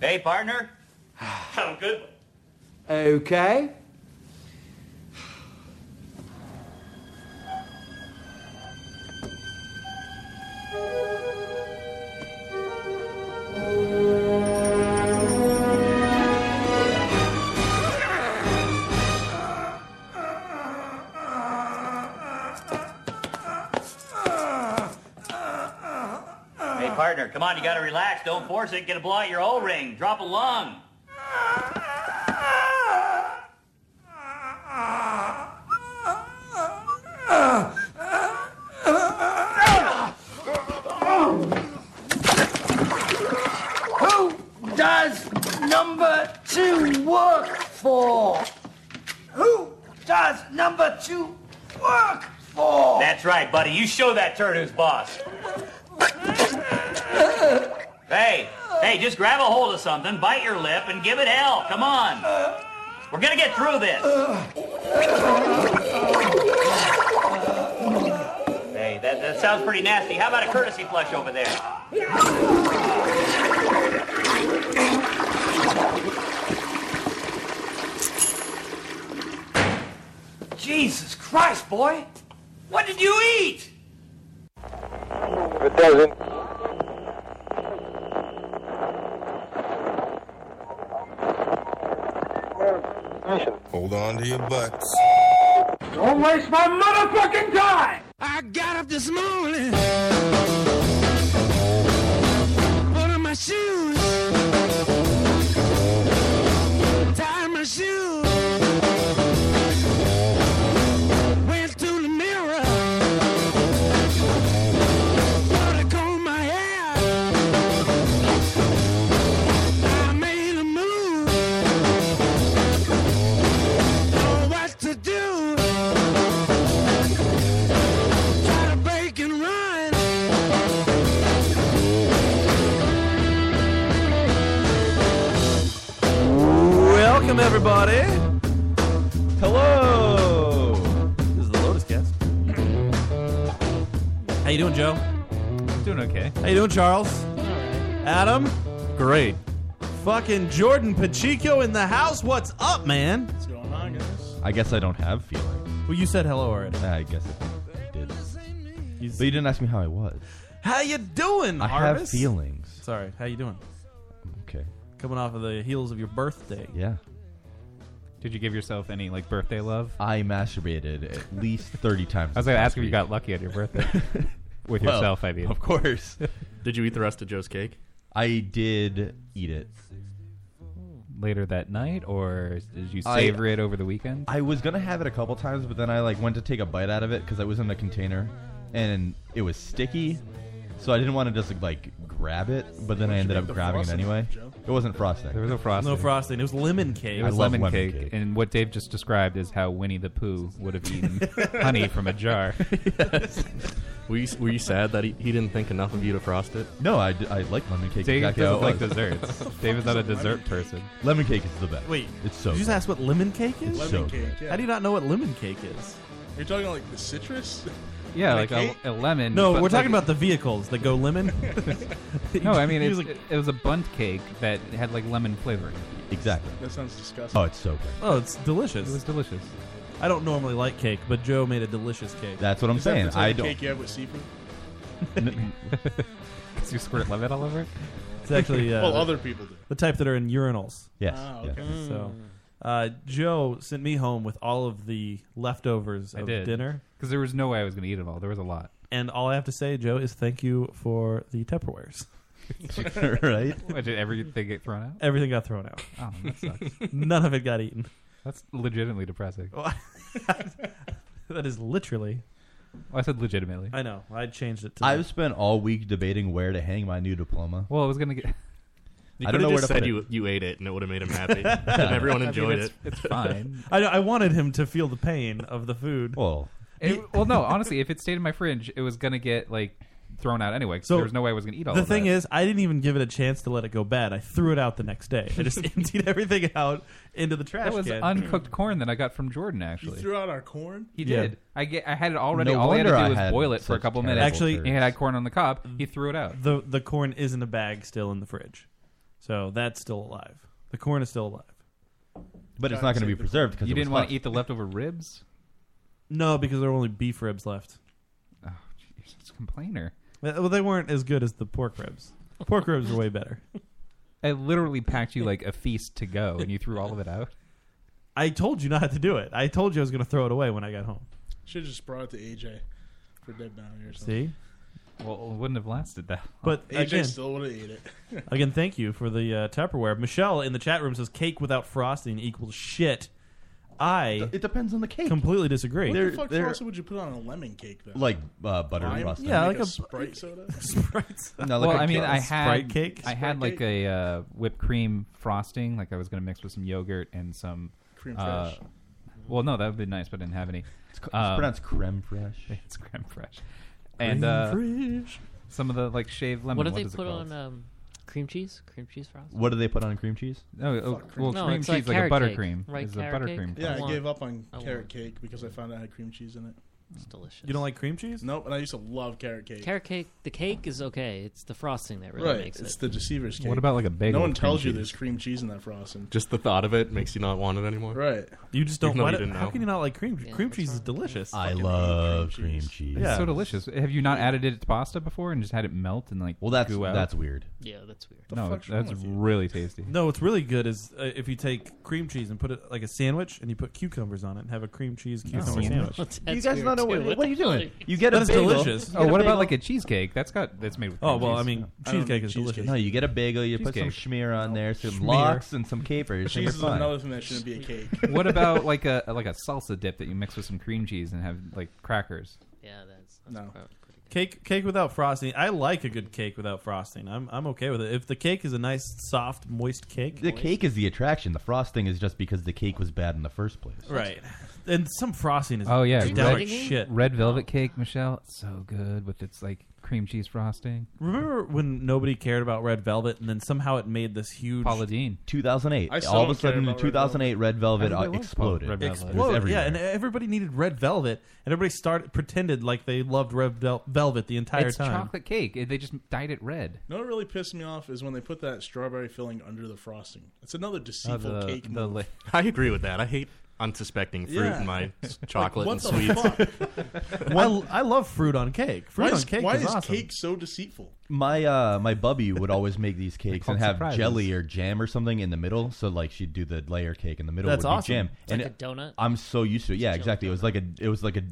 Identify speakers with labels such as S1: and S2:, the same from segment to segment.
S1: Hey, partner?
S2: Oh, good one.
S3: Okay.
S1: Hey, partner, come on, you gotta relax. Don't force it. Get a blow out your O ring. Drop a lung.
S3: Who does number two work for? Who does number two work for?
S1: That's right, buddy. You show that turd who's boss. hey, hey, just grab a hold of something, bite your lip, and give it hell. Come on. We're gonna get through this. Hey, that, that sounds pretty nasty. How about a courtesy flush over there?
S3: Jesus Christ, boy!
S1: What did you eat?
S4: It doesn't.
S5: Hold on to your butts.
S3: Don't waste my motherfucking time!
S6: I got up this morning. Put on my shoes. Tied my shoes. Went to the mirror. Thought I combed my hair. I made a move. Know what to do try to break and run.
S7: Welcome, everybody. Hello. This is the Lotus Cast. How you doing, Joe?
S8: Doing okay.
S7: How you doing, Charles? Adam,
S8: Great.
S7: fucking Jordan Pacheco in the house. What's up, man?
S8: I guess I don't have feelings.
S7: Well, you said hello already.
S8: I guess I did. But you didn't ask me how I was.
S7: How you doing,
S8: I have
S7: Harvest?
S8: feelings.
S7: Sorry. How you doing?
S8: Okay.
S7: Coming off of the heels of your birthday.
S8: Yeah.
S9: Did you give yourself any like birthday love?
S8: I masturbated at least 30 times.
S9: I was gonna ask if you got lucky on your birthday with yourself. I mean,
S8: Of course.
S10: Did you eat the rest of Joe's cake?
S8: I did eat it.
S9: later that night, or did you
S8: I-
S9: savor it over the weekend?
S8: I was gonna have it a couple times, but then I like went to take a bite out of it because I was in a container, and it was sticky, so I didn't want to just like grab it. But then I ended up grabbing it anyway. It wasn't
S9: There
S8: frosting.
S9: was no frosting.
S7: No frosting. It was lemon cake.
S9: It was
S8: love
S9: lemon,
S8: lemon
S9: cake,
S8: cake.
S9: and what Dave just described is how Winnie the Pooh would have eaten honey from a jar.
S10: Were you, were you sad that he, he didn't think enough of you to frost it?
S8: No, I, d- I like lemon cake.
S9: Dave
S8: exactly how
S9: doesn't
S8: it
S9: like
S8: was.
S9: desserts. Dave is not a dessert person.
S8: Lemon cake is the best.
S7: Wait,
S8: it's so.
S7: Did you just
S8: good.
S7: ask what lemon cake is?
S8: It's
S4: Lemon
S8: so
S4: cake,
S8: good.
S4: yeah.
S7: How do you not know what lemon cake is?
S4: You're talking like the citrus?
S9: Yeah,
S4: Like
S9: like
S4: a
S9: a, a lemon.
S7: No,
S9: but
S7: we're talking
S9: like-
S7: about the vehicles that go lemon.
S9: No, I mean
S7: He
S9: it's,
S7: was
S9: it, it was a bundt cake that had like lemon flavoring.
S8: Exactly.
S4: That sounds disgusting.
S8: Oh, it's so good.
S7: oh, it's delicious.
S9: It was delicious.
S7: I don't normally like cake, but Joe made a delicious cake.
S8: That's what I'm
S4: Is that
S8: saying.
S4: the type
S8: I
S4: of
S8: don't.
S4: Cake you have with seafood?
S9: Cause you squirt lemon all over it.
S7: It's actually uh,
S4: well, other people do.
S7: the type that are in urinals.
S8: Yes.
S4: Ah,
S8: yes.
S4: okay.
S7: So
S9: Hmm.
S7: uh, Joe sent me home with all of the leftovers
S9: I
S7: of
S9: did.
S7: dinner,
S9: Because there was no way I was gonna eat it all. There was a lot.
S7: and all I have to say, Joe, is thank you for the Tupperwares.
S8: right.
S9: What, Did everything get thrown out?
S7: Everything got thrown out.
S9: Oh, that sucks.
S7: None of it got eaten.
S9: That's legitimately depressing. Well,
S7: That is literally.
S9: I said legitimately.
S7: I know. I changed it to.
S8: I've spent all week debating where to hang my new diploma.
S9: Well, I was gonna get.
S10: You
S8: I
S10: could
S8: don't know
S10: have
S8: where
S10: just
S8: to
S10: said
S8: put
S10: you, you ate it and it would have made him happy. and everyone
S9: I mean,
S10: enjoyed
S9: it's,
S10: it.
S9: It's fine.
S7: I, know- I wanted him to feel the pain of the food.
S8: Well,
S9: It- well, no, honestly, if it stayed in my fridge, it was gonna get like thrown out anyway. Because
S7: So,
S9: there was no way I was gonna eat all.
S7: the
S9: of
S7: thing
S9: that.
S7: is, I didn't even give it a chance to let it go bad. I threw it out the next day. I just emptied everything out into the trash
S9: that was
S7: can.
S9: uncooked corn that I got from Jordan.
S4: You
S9: Actually,
S4: threw out our corn?
S9: he
S7: Yeah.
S9: did. I get. I had it already.
S8: No
S9: all I had to
S8: wonder
S9: do
S8: I
S9: was
S8: had
S9: boil it for a
S8: such
S9: couple
S8: terrible
S9: minutes.
S7: Actually,
S8: turds.
S9: he had corn on the cob. He threw it out.
S7: the the corn is in a bag still in the fridge. So that's still alive. The corn is still alive.
S8: But it's not going to be preserved because
S9: You
S8: it
S9: didn't
S8: was
S9: want to eat the leftover ribs?
S7: No, because there were only beef ribs left.
S9: It's Oh, a complainer.
S7: Well, they weren't as good as the pork ribs. Pork ribs are way better.
S9: I literally packed you like a feast to go, and you threw all of it out.
S7: I told you not to do it. I told you I was going to throw it away when I got home.
S4: Should have just brought it to AJ for dead bounty or something.
S7: See,
S9: Well, it wouldn't have lasted that. long.
S7: but
S4: AJ
S7: again,
S4: still would have ate it.
S7: Again, thank you for the uh, Tupperware. Michelle in the chat room says cake without frosting equals shit. I
S8: It depends on the cake.
S7: completely disagree.
S4: What
S8: They're-
S4: the fuck
S8: they're-
S4: frosting would you put on a lemon cake though?
S8: like uh, butter
S4: Lime?
S8: frosting.
S7: Yeah,
S4: Like
S7: like
S4: a
S7: a-
S4: Sprite soda.
S8: No, like
S9: well,
S8: a
S9: I mean,
S8: cake.
S9: I had
S7: Sprite cake?
S9: I had like a uh, whipped cream frosting. Like I was going to mix with some yogurt and some
S4: Cream
S9: uh,
S4: fresh.
S9: Well, no, that would be nice, but I didn't have any.
S8: It's, c- it's
S9: um,
S8: pronounced creme fraiche.
S9: It's creme fraiche, and uh, some of the like shaved lemon.
S1: What if they
S9: is it
S1: put on
S9: called?
S1: um, cream cheese? Cream cheese frosting?
S8: What do they put on cream cheese?
S9: No, oh, well,
S1: No,
S9: cream
S1: it's like
S9: cheese like, a
S1: carrot cake,
S9: buttercream.
S1: right?
S9: It's a
S1: Carrot cake?
S9: buttercream.
S4: Yeah, I,
S1: want-
S4: gave up on
S1: I
S4: carrot
S1: want-
S4: cake because I found out it had cream cheese in it.
S1: It's delicious.
S7: you don't like cream cheese?
S4: Nope, and I used to love carrot cake.
S1: carrot cake? The cake is okay. It's the frosting that really
S4: right,
S1: makes
S4: it's
S1: it.
S4: the deceiver's cake.
S9: What about like a
S4: no
S9: bagel?
S4: one
S9: with cream
S4: tells you
S9: cheese?
S4: there's cream cheese in that frosting?
S10: Just the thought of it makes you not want it anymore.
S4: Right.
S7: You just don't.
S10: Even though
S7: Why,
S10: you
S7: do-
S10: didn't
S7: how
S10: know.
S7: can you not like cream?
S1: Yeah,
S7: cream
S1: what's
S7: cheese
S1: wrong
S7: is
S1: with that?
S7: delicious.
S8: I
S4: fucking
S8: love
S4: cream
S8: cream
S4: cheese.
S8: cheese.
S7: Yeah.
S9: It's so delicious. Have you not added it to pasta before and just had it melt and like
S8: Well, that's
S9: goo out?
S8: that's weird.
S1: yeah, that's weird.
S9: no,
S4: fuck's wrong
S9: that's
S4: with you?
S9: really tasty.
S7: no, what's really good is uh, if you take cream cheese and put it like a sandwich, and you put cucumbers on it, and have a cream cheese cucumber
S9: Sandwich.
S7: sandwich.
S1: That's
S8: you guys
S1: weird
S8: not know
S1: too.
S8: what, what are you doing? You get
S7: That
S8: a
S7: is
S8: bagel.
S7: delicious.
S8: you
S9: Oh,
S8: get
S9: what
S8: a
S9: about
S8: bagel-
S9: like a cheesecake? That's got that's made with.
S7: Oh
S9: cream
S7: well,
S9: cheese.
S7: I mean,
S4: I don't
S7: cheesecake
S4: know,
S7: is
S4: cheesecake.
S7: delicious.
S8: No, you get a bagel. You put some schmear on there, some lox, and some capers. and
S4: Cheese is
S8: you're fine.
S4: another thing that shouldn't be a cake.
S9: what about like a like a salsa dip that you mix with some cream cheese and have like crackers?
S1: Yeah, that's, that's
S4: No.
S1: probably pretty good.
S7: Cake, cake without frosting. I like a good cake without frosting. I'm, I'm okay with it. If the cake is a nice, soft, moist cake,
S8: The cake is the attraction. The frosting is just because the cake was bad in the first place.
S7: right? And some frosting is
S9: Oh, yeah,
S7: down
S9: red-
S7: like shit.
S9: Red velvet cake, Michelle. It's so good with its like cream cheese frosting.
S7: Remember when nobody cared about Red Velvet, and then somehow it made this huge
S9: Paula Dean.
S8: 2008.
S4: I still
S8: All of a
S4: don't care
S8: sudden, in
S4: about Red
S8: 2008, Red Velvet,
S9: Everybody
S8: uh,
S9: loves
S8: exploded.
S9: Red Velvet.
S8: It was
S7: explode. Yeah,
S8: everywhere.
S7: and everybody needed Red Velvet, and everybody started pretended like they loved Red Vel- Velvet the entire
S9: It's
S7: time.
S9: chocolate cake. It- They just dyed it red.
S4: No, what really pissed me off is when they put that strawberry filling under the frosting. It's another
S9: Uh,
S4: deceitful
S9: the,
S4: cake.
S9: the
S4: move.
S9: li-
S10: I agree with that. I hate unsuspecting fruit
S4: Yeah.
S10: in my s- chocolate
S4: what
S10: and
S4: the
S10: sweets.
S4: fuck?
S7: I, I love fruit on cake. Fruit
S4: Why
S7: on
S4: is,
S7: cake
S4: why
S7: is,
S4: is
S7: awesome.
S4: cake so deceitful?
S8: My uh, my bubby would always make these cakes
S9: called
S8: and have
S9: surprises.
S8: jelly or jam or something in the middle. So like she'd do the layer cake in the middle.
S7: That's
S8: would
S7: awesome.
S8: Be jam.
S1: Like
S8: and
S1: a
S8: it-
S1: donut.
S8: I'm so used to it. Yeah, exactly. It was like a it was like a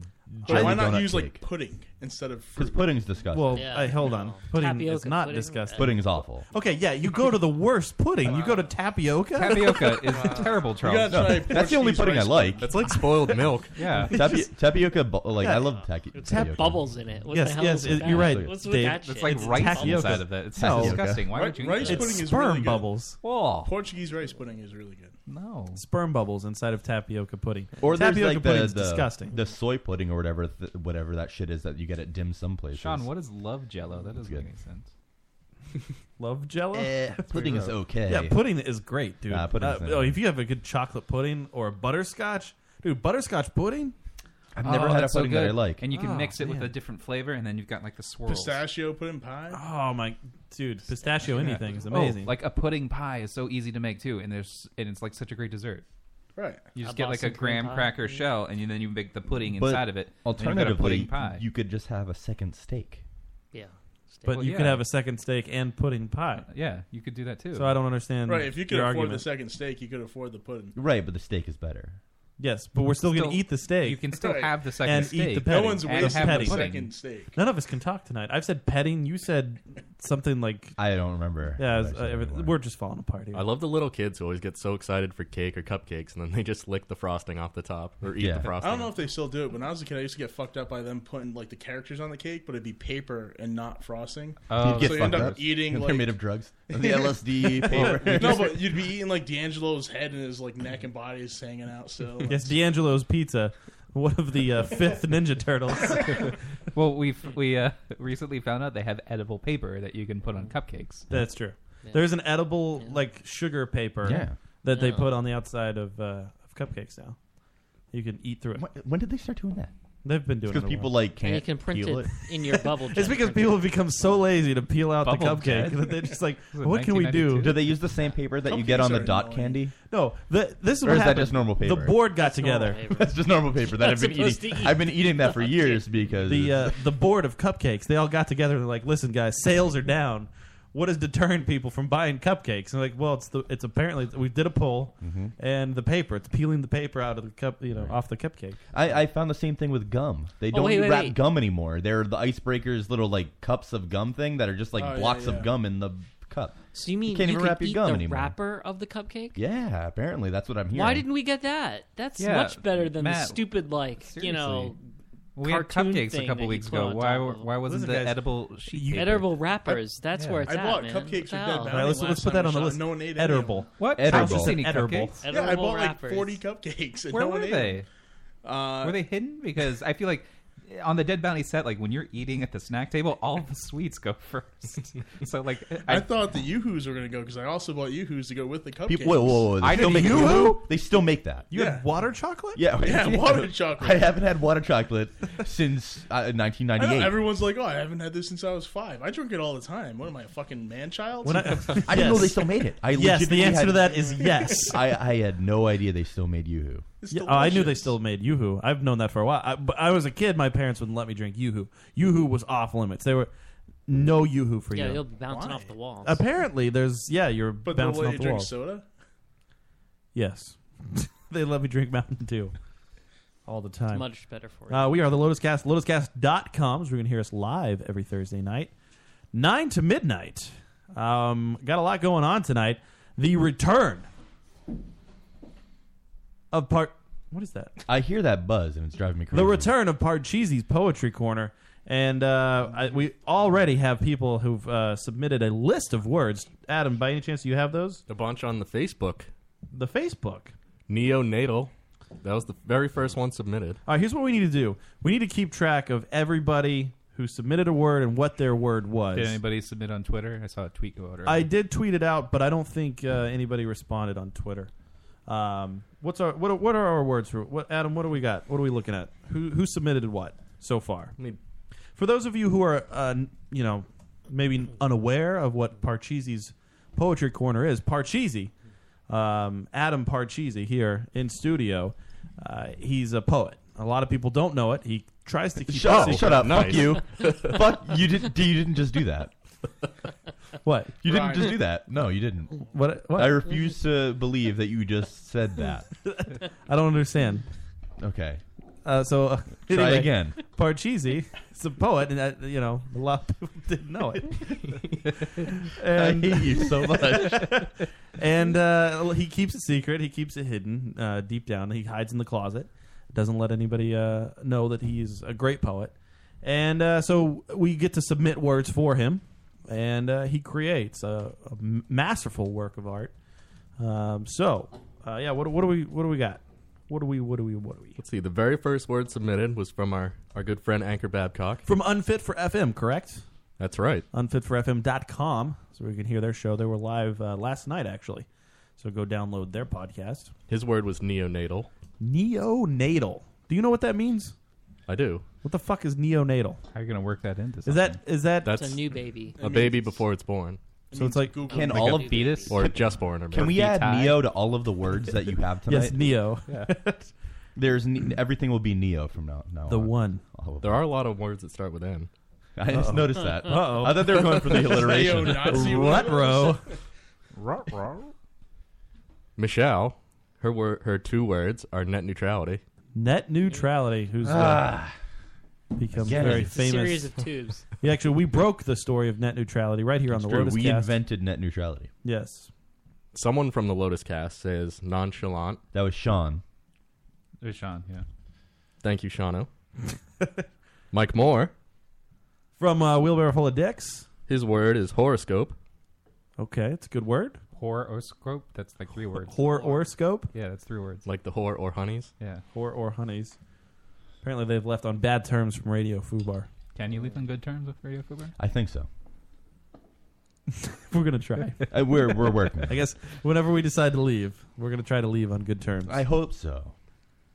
S8: jelly
S4: Why not
S8: donut
S4: use like
S8: cake.
S4: pudding instead of
S8: Because
S4: fruit?
S8: pudding's disgusting.
S7: Well,
S1: Yeah,
S7: I- hold on.
S1: no.
S7: Pudding is
S1: Tapioca
S7: not
S1: pudding?
S7: disgusting.
S8: pudding is awful.
S7: Okay, yeah, you go to the worst pudding. You go to tapioca.
S9: tapioca is terrible,
S4: You gotta
S9: Charles.
S4: try
S8: That's the only
S4: Portuguese
S8: pudding I
S4: rice
S8: like.
S10: That's like spoiled milk.
S9: Yeah.
S8: Tapi- tapioca, bu- like I love ta- tapioca.
S1: It's got bubbles in it. What
S7: Yes,
S1: the hell
S7: yes,
S1: is with
S7: it-
S1: that?
S7: you're right,
S1: What's with
S7: Dave.
S1: that
S7: That's
S1: shit?
S9: like
S1: It's
S9: rice
S1: tapioca.
S9: on the side of it. It's
S7: No.
S9: disgusting. Why
S4: Ri-
S9: would you
S4: rice
S9: eat that?
S7: It's
S4: pudding is
S7: sperm
S4: really good.
S7: bubbles.
S9: Oh,
S4: Portuguese rice pudding is really good.
S9: no.
S7: Sperm bubbles inside of tapioca pudding.
S8: Or there's
S7: tapioca
S8: like the,
S7: pudding's
S8: the
S7: disgusting.
S8: the soy pudding or whatever th- whatever that shit is that you get at dim sum places.
S9: Sean, what is love jello? That doesn't
S8: Good.
S9: make any sense.
S7: Love jello?
S8: Eh, pudding is okay.
S7: Yeah, pudding is great, dude.
S8: Nah, pudding's
S7: Uh,
S8: not
S7: oh,
S8: good.
S7: if you have a good chocolate pudding or a butterscotch, dude, butterscotch pudding.
S8: I've
S9: oh,
S8: never had a pudding that I like.
S9: And you can
S7: Oh,
S9: mix it with
S7: man.
S9: a different flavor, and then you've got like the swirls.
S4: Pistachio pudding pie.
S7: Oh my, dude, pistachio anything is
S9: Oh,
S7: amazing.
S9: like a pudding pie is so easy to make too, and there's and it's like such a great dessert.
S4: Right.
S9: You just
S1: A
S9: get like a
S1: Boston cream
S9: graham
S1: pie.
S9: cracker shell, and you, then you make the pudding
S8: But
S9: inside of it. and you've got a
S8: Alternatively,
S9: pudding pie.
S8: you could just have a second steak.
S1: Yeah. Steak.
S7: but
S9: well,
S7: you
S9: yeah. Uh,
S7: could have a second steak and pudding pie.
S9: yeah, you could do that too.
S7: So I don't understand.
S4: Right. If you could
S7: your
S4: afford
S7: argument.
S4: the second steak, you could afford the pudding.
S8: Right, but the steak is better.
S7: yes, but we're still, gonna eat the steak.
S9: You can still
S4: Right.
S9: have the second
S7: And eat
S9: steak.
S7: the
S4: No
S7: Petting.
S4: one's
S9: And
S4: wasting
S9: have
S4: the
S9: the pudding.
S4: second steak.
S7: None of us can talk tonight. I've said petting. You said something like,
S8: I don't remember.
S7: "Yeah,
S8: what I
S7: it's-
S8: said
S7: uh, everything.
S8: anymore.
S7: we're just falling apart here."
S10: I love the little kids who always get so excited for cake or cupcakes, and then they just lick the frosting off the top or eat
S8: Yeah.
S10: the
S4: I
S10: frosting.
S4: don't know if they still do it. When I was a kid, I used to get fucked up by them putting like the characters on the cake, but it'd be paper and not frosting.
S9: Oh,
S8: You'd get
S4: so you
S8: fucked
S4: end up
S8: up.
S4: eating
S8: They're
S4: like
S8: made of drugs. The LSD paper.
S4: no, but you'd be eating like D'Angelo's head and his like neck and body is hanging out. So
S7: yes, D'Angelo's pizza, one of the uh, fifth Ninja Turtles.
S9: Well, we we uh, recently found out they have edible paper that you can put on cupcakes.
S7: That's true. There's an edible like sugar paper
S8: Yeah.
S7: that they
S1: Yeah.
S7: put on the outside of, uh, of cupcakes now. You can eat through it.
S8: When- when did they start doing that?
S7: They've been doing
S8: because
S7: it a
S8: people
S7: while.
S8: like can't peel
S7: it's because people have become so lazy to peel out the
S8: Bubble
S7: cupcake
S8: jet?
S7: that they're just like, what can we do?
S8: Do they use the same paper that you get on the dot candy?
S7: No, the, this is
S8: or
S7: what
S8: is
S7: happened.
S8: that just normal paper?
S7: The board got together.
S8: That's just normal paper that I've been eating. I've been eating that for years because
S7: the uh, the board of cupcakes. They all got together and they're like, "Listen, guys, sales are down. What is deterring people from buying cupcakes?" And they're like, "Well, it's the it's apparently we did a poll
S8: Mhm.
S7: and the paper. It's peeling the paper out of the cup, you know, off the cupcake."
S8: I, I found the same thing with gum. They
S7: Oh,
S8: don't
S7: wait, wait,
S8: wrap
S7: wait.
S8: gum anymore. They're the icebreakers, little like cups of gum thing that are just like
S1: Oh, yeah,
S8: blocks
S1: yeah.
S8: of gum in the cup.
S1: So you mean
S8: can't even
S1: could
S8: wrap your
S1: eat
S8: gum
S1: the
S8: anymore?
S1: wrapper of the cupcake?
S8: Yeah, apparently that's what I'm hearing.
S1: Why didn't we get that? That's
S9: Yeah,
S1: much better than the
S9: Matt,
S1: stupid like you know.
S9: we had
S1: cartoon
S9: cupcakes a
S1: thing
S9: couple
S1: that you
S9: weeks
S1: put
S9: ago.
S1: on
S9: Why?
S1: top
S9: were-
S1: of them.
S9: Why wasn't
S1: Listen,
S9: the
S1: guys,
S9: edible sheet paper?
S1: edible wrappers? That's where it's
S4: I
S1: at.
S4: bought
S1: man.
S4: cupcakes
S1: What
S4: with
S1: the
S4: Dead
S1: hell?
S4: Valley last time we shot. No one ate any of them.
S9: What?
S4: Edible.
S9: How just any
S4: Edible.
S9: cupcakes?
S4: Yeah, I bought like 40 cupcakes. And
S9: Where
S4: no
S9: were
S4: one ate
S9: they?
S4: them. Uh,
S9: were they hidden? Because I feel like on the Dead Bounty set, like when you're eating at the snack table, all the sweets go first. so like,
S4: I, thought the yoo-hoos were going to go because I also bought yoo-hoos to go with the cupcakes.
S8: People, whoa, whoa, whoa! They still make They still make that.
S4: You had Yeah.
S7: water chocolate?
S8: Yeah,
S4: Yeah, water chocolate.
S8: I haven't had water chocolate since uh,
S4: I know,
S8: 1998.
S4: everyone's like, "Oh, I haven't had this since I was five. I drink it all the time. What am I, a fucking man child?"
S8: When I- I didn't know they still made it. I
S7: Yes, the
S8: legitimately
S7: answer
S8: had-
S7: to that is yes.
S8: I, I had no idea they still made yoo-hoo.
S7: Yeah, oh, I knew they still made yoo-hoo. I've known that for a while. I, but I was a kid. My parents wouldn't let me drink yoo-hoo. Yoo-hoo was off limits. They were no yoo-hoo for
S1: Yeah,
S7: you.
S1: you'll be bouncing off the walls.
S7: Apparently, there's yeah, you're
S4: But they'll
S7: bouncing
S4: let
S7: off
S4: you
S7: the
S4: drink
S7: walls.
S4: soda.
S7: Yes, they let me drink Mountain Dew all the time.
S1: much better for you.
S7: Uh, we are the Lotus Cast. LotusCast.com is where you can hear us live every Thursday night, nine to midnight. Um, got a lot going on tonight. The return of part. What is that?
S8: I hear that buzz and it's driving me crazy.
S7: The return of Parcheesi's Poetry Corner. And uh, I, we already have people who've uh, submitted a list of words. Adam, by any chance, do you have those?
S10: A bunch on the Facebook.
S7: The Facebook.
S10: Neonatal. That was the very first one submitted.
S7: All right, here's what we need to do we need to keep track of everybody who submitted a word and what their word was.
S9: Did anybody submit on Twitter? I saw a tweet go out. earlier.
S7: I did tweet it out, but I don't think uh, anybody responded on Twitter. Um, what's our what? Are, what are our words for what? Adam, what do we got? What are we looking at? Who who submitted what so far? for those of you who are uh, n- you know maybe unaware of what Parcheesi's poetry corner is, Parcheesi, um, Adam Parcheesi here in studio, uh, he's a poet. A lot of people don't know it. He tries to keep
S8: Shut up,
S7: it secret.
S8: shut up. Fuck you. Fuck you didn't you didn't just do that.
S7: What?
S8: You didn't
S7: Right.
S8: just do that. No, you didn't.
S7: What- what?
S8: I refuse to believe that you just said that.
S7: I don't understand.
S8: Okay.
S7: Uh, so uh,
S8: Try
S7: anyway,
S8: again.
S7: Parcheesi is a poet, and uh, you know a lot of people didn't know it.
S8: I hate you so much.
S7: and uh, he keeps it secret. He keeps it hidden uh, deep down. He hides in the closet. Doesn't let anybody uh, know that he's a great poet. And uh, so we get to submit words for him, and uh, he creates a, a masterful work of art. Um, so, uh, yeah, what, what do we what do we got? What do we what do we what do we?
S10: Let's see. The very first word submitted was from our, our good friend Anchor Babcock.
S7: From Unfit for FM, correct?
S10: That's right.
S7: Unfitforfm.com, so we can hear their show. They were live uh, last night, actually. So go download their podcast.
S10: His word was neonatal.
S7: Neonatal. Do you know what that means?
S10: I do.
S7: What the fuck is neonatal?
S9: How are you going to work that into?
S7: Is that is that
S10: That's
S1: It's a new baby.
S10: A baby before it's born.
S7: So it's like
S8: Can all of
S10: or just born or
S8: Can we add neo to all of the words that you have tonight?
S7: Yes, neo.
S8: Yeah. There's ne- everything will be neo from now now.
S7: The
S8: on.
S7: one.
S8: All of
S10: There are a lot of words that start with N.
S8: I just noticed that.
S7: Uh-oh.
S8: I thought they were going for the alliteration.
S7: Neo-Nazi What, bro?
S10: Michelle, her word, her two words are net neutrality.
S7: Net neutrality, who's uh,
S8: Ah.
S7: become
S8: Again,
S7: very
S8: it's a
S7: famous.
S1: series of tubes.
S7: Yeah, actually, we broke the story of net neutrality right here on
S8: It's
S7: the
S8: true.
S7: Lotus
S8: We
S7: Cast.
S8: invented net neutrality.
S7: Yes.
S10: Someone from the Lotus cast says nonchalant.
S8: That was Sean.
S9: It was Sean. Yeah.
S10: Thank you, Shano. Mike Moore.
S7: From uh, Wheelbarrow Full of Dicks.
S10: His word is horoscope.
S7: Okay, it's a good word.
S9: Horoscope. That's like three words.
S7: Horoscope.
S9: Yeah, that's three words.
S10: Like the whore or honeys.
S9: Yeah.
S7: Whore or honeys. Apparently, they've left on bad terms from Radio Fubar.
S9: Can you leave on good terms with Radio Fubar?
S8: I think so.
S7: We're gonna try.
S8: Uh, we're- we're working.
S7: I guess whenever we decide to leave, we're gonna try to leave on good terms.
S8: I hope so.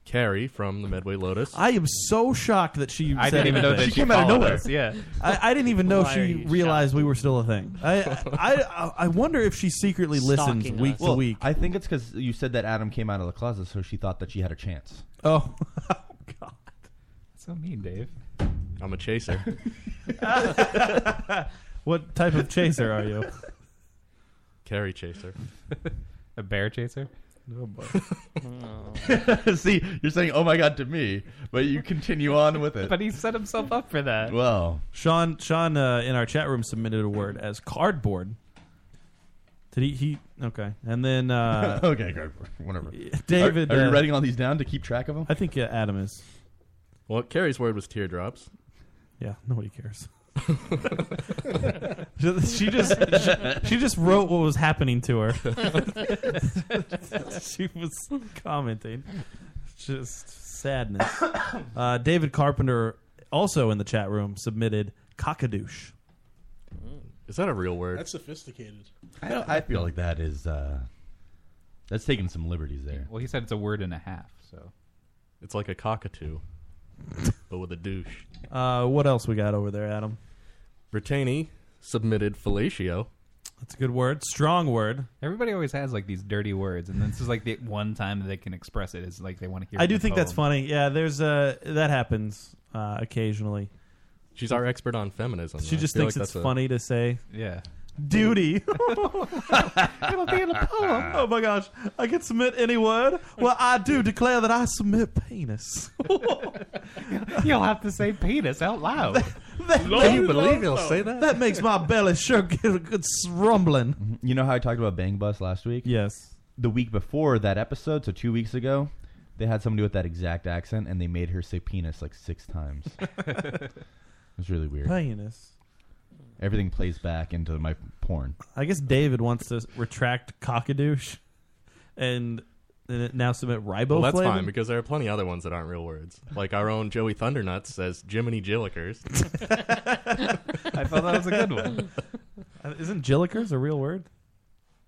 S10: Carrie from the Medway Lotus.
S7: I am so shocked that she.
S10: I
S7: said
S10: didn't even know
S7: anything.
S10: that She she came out of followed nowhere. us, yeah.
S7: I, I didn't even know
S10: Why are
S7: she
S10: you
S7: realized we were still a thing. I I, I, I wonder if she secretly listens week to
S8: Well,
S7: week.
S8: I think it's because you said that Adam came out of the closet, so she thought that she had a chance.
S7: Oh,
S9: So mean, Dave.
S10: I'm a chaser.
S7: what type of chaser are you?
S10: Carrie chaser.
S9: a bear chaser?
S7: No, boy.
S8: See, you're saying "oh my god" to me, but you continue on with it.
S9: But he set himself up for that.
S8: Well,
S7: Sean Sean uh, in our chat room submitted a word as cardboard. Did he? he okay, and then uh,
S8: okay, good. Whatever.
S7: David,
S8: are, are you
S7: uh,
S8: writing all these down to keep track of them?
S7: I think uh, Adam is.
S10: Well, Carrie's word was teardrops.
S7: Yeah, nobody cares. she just she, she just wrote what was happening to her. she was commenting, just sadness. Uh, David Carpenter also in the chat room submitted cockadoosh.
S10: Is that a real word?
S4: That's sophisticated.
S8: I, don't, I feel like that is uh, that's taking some liberties there.
S9: Well, he said it's a word and a half, so
S10: it's like a cockatoo, but with a douche.
S7: Uh, what else we got over there, Adam?
S10: Brittany submitted fellatio.
S7: That's a good word. Strong word.
S9: Everybody always has like these dirty words, and this is like the one time that they can express it is like they want to hear.
S7: I
S9: it
S7: do
S9: in
S7: think that's
S9: poem.
S7: funny. Yeah, there's uh that happens uh, occasionally.
S10: She's our expert on feminism.
S7: She
S10: I
S7: just
S10: feel
S7: thinks
S10: like
S7: it's
S10: that's a-
S7: funny to say.
S9: Yeah.
S7: Duty.
S6: It'll
S9: be in a poem.
S7: Oh my gosh, I can submit any word. Well, I do declare that I submit penis.
S9: You'll have to say penis out loud.
S7: Lord, you believe he'll say that? That makes my belly sure get a good rumbling.
S8: Mm-hmm. You know how I talked about Bang Bus last week?
S7: Yes.
S8: The week before that episode, so two weeks ago, they had somebody with that exact accent, and they made her say penis like six times. it's really weird.
S7: Penis.
S8: Everything plays back into my porn.
S7: I guess David wants to retract cockadoosh and, and now submit riboflavin.
S10: Well, that's fine because there are plenty of other ones that aren't real words. Like our own Joey Thundernuts says Jiminy Jillikers.
S9: I thought that was a good one.
S7: Uh, Isn't Jillikers a real word?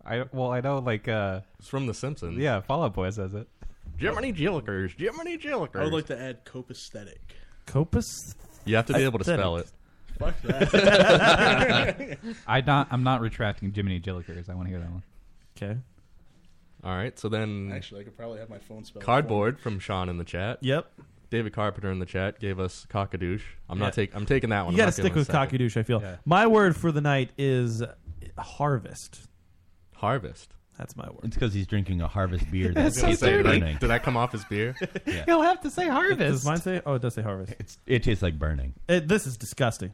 S9: I well, I know like uh,
S10: it's from The Simpsons.
S9: Yeah, Fall Out Boy says it.
S10: Jiminy Jillikers. Jiminy Jillikers.
S4: I would like to add cope aesthetic.
S7: Copus.
S10: You have to be able to spell it.
S4: Fuck that.
S9: I don't. I'm not retracting Jiminy Jillikers. I want to hear that one.
S7: Okay.
S10: All right. So then,
S4: Actually, I could probably have my phone spelled
S10: cardboard from Sean in the chat.
S7: Yep.
S10: David Carpenter in the chat gave us cockadoosh. I'm not
S7: Yeah.
S10: taking. I'm taking that one.
S7: You
S10: got to
S7: stick with cockadoosh. I feel. My word for the night is harvest.
S10: Harvest.
S7: That's my word.
S8: It's because he's drinking a harvest beer.
S7: That's
S8: that tastes
S7: so
S8: like
S7: dirty.
S8: burning.
S10: Did I come off as beer?
S8: Yeah.
S9: He'll have to say
S7: Does
S9: harvest.
S7: mine say? Oh, it does say harvest.
S8: It's, It tastes like burning.
S7: this is disgusting.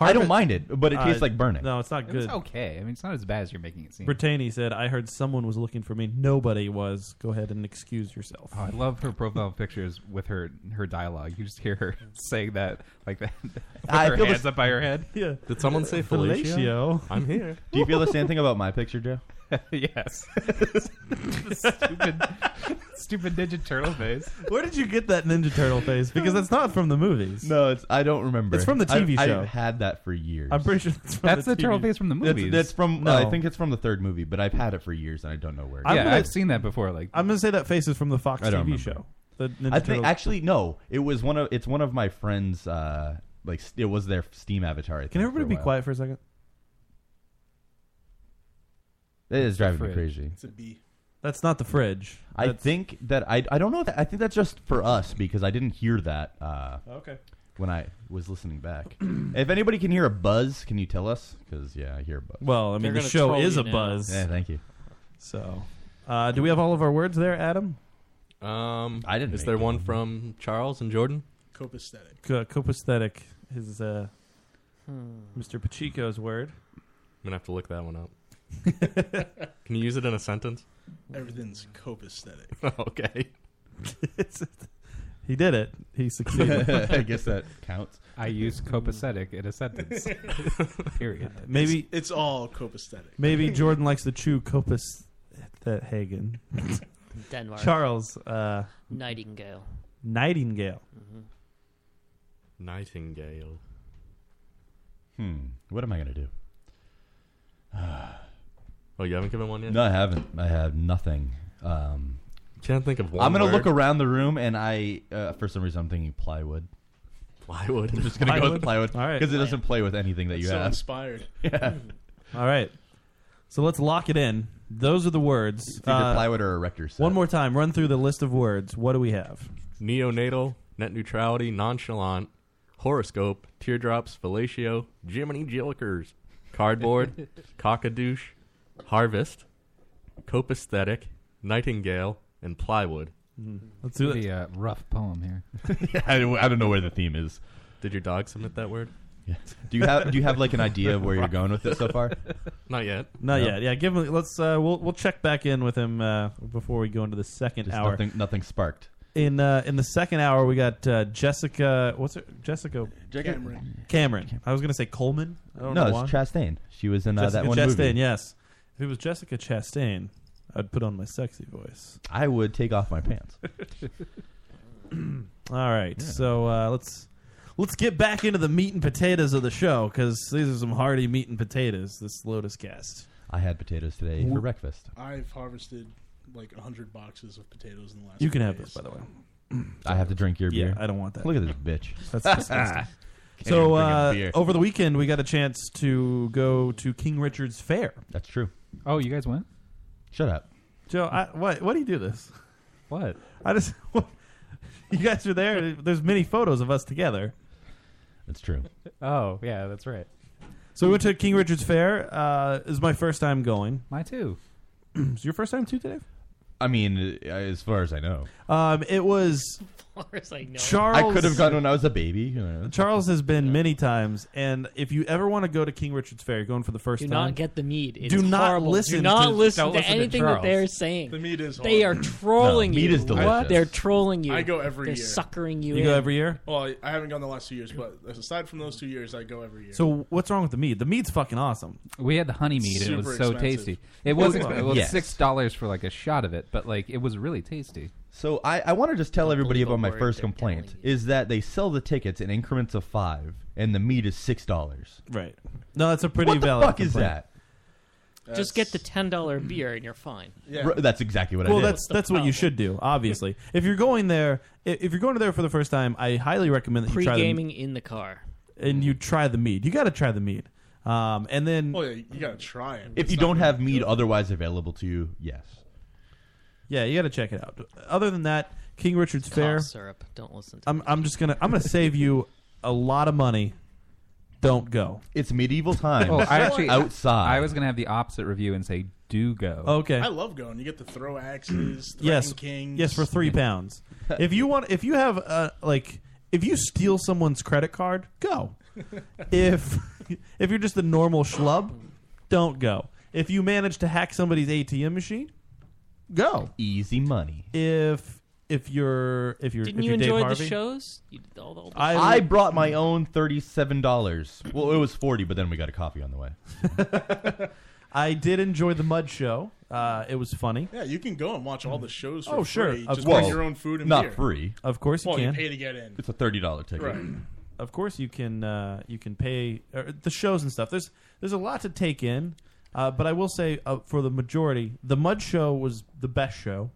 S8: I don't mind it, but it tastes
S7: Uh,
S8: like burning.
S7: No, it's not
S9: It was
S7: good.
S9: okay. I mean, it's not as bad as you're making it seem.
S7: Brittany said, "I heard someone was looking for me. Nobody was. Go ahead and excuse yourself."
S9: Oh, I love her profile pictures with her her dialogue. You just hear her saying that like that. With
S8: I
S9: her
S8: feel
S9: hands
S8: the-
S9: up by her head.
S7: Yeah.
S10: Did someone say fellatio? I'm here.
S8: Do you feel the same thing about my picture, Joe?
S9: yes. stupid, stupid Ninja Turtle face.
S7: Where did you get that Ninja Turtle face? Because that's not from the movies.
S8: No, it's I don't remember.
S7: It's from the TV
S8: I've,
S7: show.
S8: I've had that for years.
S7: I'm pretty sure it's from
S9: That's the turtle face from the
S8: That's-
S9: movies.
S8: That's, from. uh,
S7: No.
S8: I think it's from the third movie, but I've had it for years and I don't know where.
S7: I'm
S9: yeah,
S7: gonna-
S9: I've seen that before. Like
S7: I'm gonna say that face is from the Fox
S8: I
S7: TV
S8: don't remember.
S7: show. The Ninja
S8: I think
S7: Turtles-
S8: actually no, it was one of it's one of my friends. Uh, like it was their Steam avatar. I think,
S7: Can
S8: for
S7: everybody
S8: a
S7: be
S8: while.
S7: quiet for a second?
S8: It is driving me
S7: Fridge.
S8: crazy.
S4: It's a B.
S7: That's not the fridge.
S8: I
S7: That's-
S8: think that I I don't know. That, I think that's just for us because I didn't hear that. Uh,
S7: Okay.
S8: When I was listening back, if anybody can hear a buzz, can you tell us? Because yeah, I hear a buzz.
S7: Well, I mean, the show is a buzz.
S8: Yeah, thank you.
S7: So, uh, do we have all of our words there, Adam?
S10: Um,
S8: I didn't.
S10: Is
S8: make
S10: there
S8: it.
S10: one from Charles and Jordan?
S4: Cope aesthetic.
S7: C- copaesthetic is uh,
S1: Hmm.
S7: Mr. Pachico's word.
S10: I'm gonna have to look that one up. Can you use it in a sentence?
S4: Everything's cope aesthetic.
S10: okay.
S7: He did it. He succeeded.
S8: I guess that counts.
S9: I use copacetic in a sentence. Period.
S7: maybe
S4: It's, it's all cope aesthetic.
S7: maybe Jordan likes to chew copas that Hagen.
S1: Denmark.
S7: Charles uh,
S1: Nightingale.
S7: Nightingale.
S10: Nightingale.
S8: Hmm. What am I gonna do?
S10: Oh, you haven't given one yet.
S8: No, I haven't. I have nothing. Um,
S10: Can't think of one.
S8: I'm gonna
S10: word.
S8: look around the room, and I, uh, for some reason, I'm thinking plywood.
S10: Plywood.
S8: I'm just gonna go
S7: Plywood?
S8: with plywood
S7: All right.
S8: because it doesn't play with anything that you
S4: so
S8: have.
S4: inspired.
S8: Yeah.
S7: All right. So let's lock it in. Those are the words. Uh,
S8: either plywood or erector
S7: One more time. Run through the list of words. What do we have?
S10: Neonatal, net neutrality, nonchalant, horoscope, teardrops, fellatio, Jiminy Jillikers, cardboard, cockadouche, harvest, copaesthetic, nightingale, and plywood.
S8: Mm-hmm.
S7: Let's do
S9: Pretty, uh, rough poem here.
S8: I don't, I don't know where the theme is.
S10: Did your dog submit that word?
S8: Yeah. Do you have Do you have like an idea of where you're going with it so far?
S10: Not yet.
S7: Not
S8: No.
S7: yet. Yeah, give him. Let's. Uh, we'll we'll check back in with him uh, before we go into the second
S8: Just
S7: hour.
S8: nothing- nothing sparked.
S7: In uh, in the second hour, we got uh, Jessica. What's her? Jessica
S8: Jessica- Cameron.
S7: Cameron. I was gonna say Coleman. I don't
S8: No,
S7: know
S8: it's
S7: why.
S8: Chastain. She was in, uh, that
S7: Jessica
S8: one
S7: Chastain.
S8: movie.
S7: Yes. If it was Jessica Chastain, I'd put on my sexy voice.
S8: I would take off my pants.
S7: All right. So uh, let's let's get back into the meat and potatoes of the show because these are some hearty meat and potatoes. This Lotus cast.
S8: I had potatoes today for breakfast.
S4: I've harvested like hundred boxes of potatoes in the last.
S7: You can
S4: few
S7: have
S4: days.
S7: this, by the way.
S8: I have to drink your
S7: Yeah,
S8: beer.
S7: I don't want that.
S8: Look at this bitch.
S7: That's
S8: Ah,
S7: disgusting. so uh, over the weekend, we got a chance to go to King Richard's Fair.
S8: That's true.
S9: Oh, you guys went?
S8: Shut up,
S7: Joe. I, what? What do you do this?
S9: What?
S7: I just. you guys are there. There's many photos of us together.
S8: That's true.
S9: Oh, yeah, that's right.
S7: So we went to King Richard's Fair. Uh, it was my first time going.
S9: My too.
S7: It's your first time too, Dave.
S8: I mean, uh, as far as I know,
S7: Um, it was Charles.
S8: I could have gone when I was a baby. you know.
S7: Charles has been many times, and if you ever want to go to King Richard's Fair, you're going for the first
S1: Do
S7: time.
S1: not get the meat. It's
S7: do not
S1: horrible.
S7: listen.
S1: Do not
S7: to,
S1: listen to anything that they're saying.
S4: The meat is
S1: They are
S4: horrible.
S1: trolling
S8: No,
S1: you.
S8: meat is delicious.
S1: What? They're trolling you.
S4: I go every
S1: They're
S4: year.
S1: suckering you.
S7: You
S1: in.
S7: go every year.
S4: Well, I, I haven't gone the last two years, but aside from those two years, I go every year.
S7: So what's wrong with the meat? The meat's fucking awesome.
S9: We had the honey meat. and it was
S4: Super
S9: so
S4: expensive.
S9: tasty. It was,
S7: Well,
S9: expensive. It was
S7: yes.
S9: six dollars for like a shot of it, but like it was really tasty.
S8: So I, I want to just tell everybody
S9: believe
S8: about
S9: a
S8: my
S9: word
S8: first
S9: they're
S8: complaint is that they sell the tickets in increments of five, and the meat is six dollars.
S7: Right. No, that's a pretty
S8: What the
S7: valid.
S8: fuck is
S7: complaint.
S8: that?
S1: Just get the ten dollar beer and you're fine.
S8: R- That's exactly what I
S7: well,
S8: did.
S7: that's that's what you should do. Obviously, if you're going there, i- if you're going there for the first time, I highly recommend that you
S1: Pre
S7: try the
S1: gaming in the car.
S7: and you try the meat. You got to try the meat. Um, and then
S4: Well, Oh, yeah, you gotta try it.
S8: if
S4: It's
S8: you
S4: not
S8: don't
S4: gonna
S8: have
S4: be
S8: meat
S4: good.
S8: otherwise available to you, yes.
S7: yeah, you got to check it out. Other than that, King Richard's Fair.
S1: Cough syrup. Don't listen to.
S7: I'm I'm just gonna I'm gonna save you a lot of money. Don't go.
S8: It's medieval times.
S9: Oh, I actually
S8: outside.
S9: I was gonna have the opposite review and say do go.
S7: Okay.
S4: I love going. You get to throw axes. threaten
S7: yes.
S4: Kings.
S7: Yes, for three pounds. if you want, if you have uh, like, if you steal someone's credit card, go. if if you're just a normal schlub, don't go. If you manage to hack somebody's ATM machine, go.
S8: easy money.
S7: If if you're if you're
S1: Didn't
S7: if
S1: you
S7: you're Dave
S1: enjoy the
S7: Harvey-
S1: shows? You did all the, all the
S7: I,
S8: I brought my own thirty-seven dollars. Well, it was forty, but then we got a coffee on the way.
S7: I did enjoy the mud show. Uh, it was funny.
S4: Yeah, you can go and watch all the shows for
S7: Oh, sure.
S4: free.
S7: Of
S4: Just
S7: course.
S4: bring your own food and
S8: Not
S4: beer.
S8: free.
S7: Of course you
S4: Well, you
S7: can.
S4: pay to get in.
S8: It's a thirty-dollar ticket.
S4: Right.
S7: of course you can uh, you can pay or the shows and stuff. There's there's a lot to take in, uh, but I will say uh, for the majority, the Mud Show was the best show.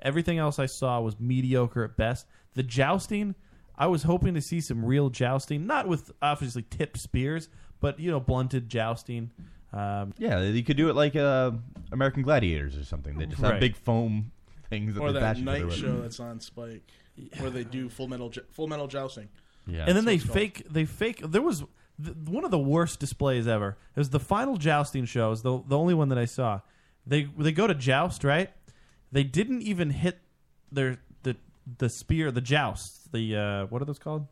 S7: Everything else I saw was mediocre at best. The jousting, I was hoping to see some real jousting, not with obviously tipped spears, but you know blunted jousting. Um,
S8: Yeah, you could do it like uh, American Gladiators or something. They just have
S7: Right.
S8: big foam things that
S4: Or
S8: they
S4: that
S8: bash each other
S4: night
S8: with.
S4: show that's on Spike, where they do full metal Jou- full metal jousting.
S8: Yeah.
S7: and then they
S4: it's called.
S7: fake they fake there was th- one of the worst displays ever it was the final jousting show it was the, the only one that i saw they they go to joust right they didn't even hit their the the spear the jousts the uh what are those called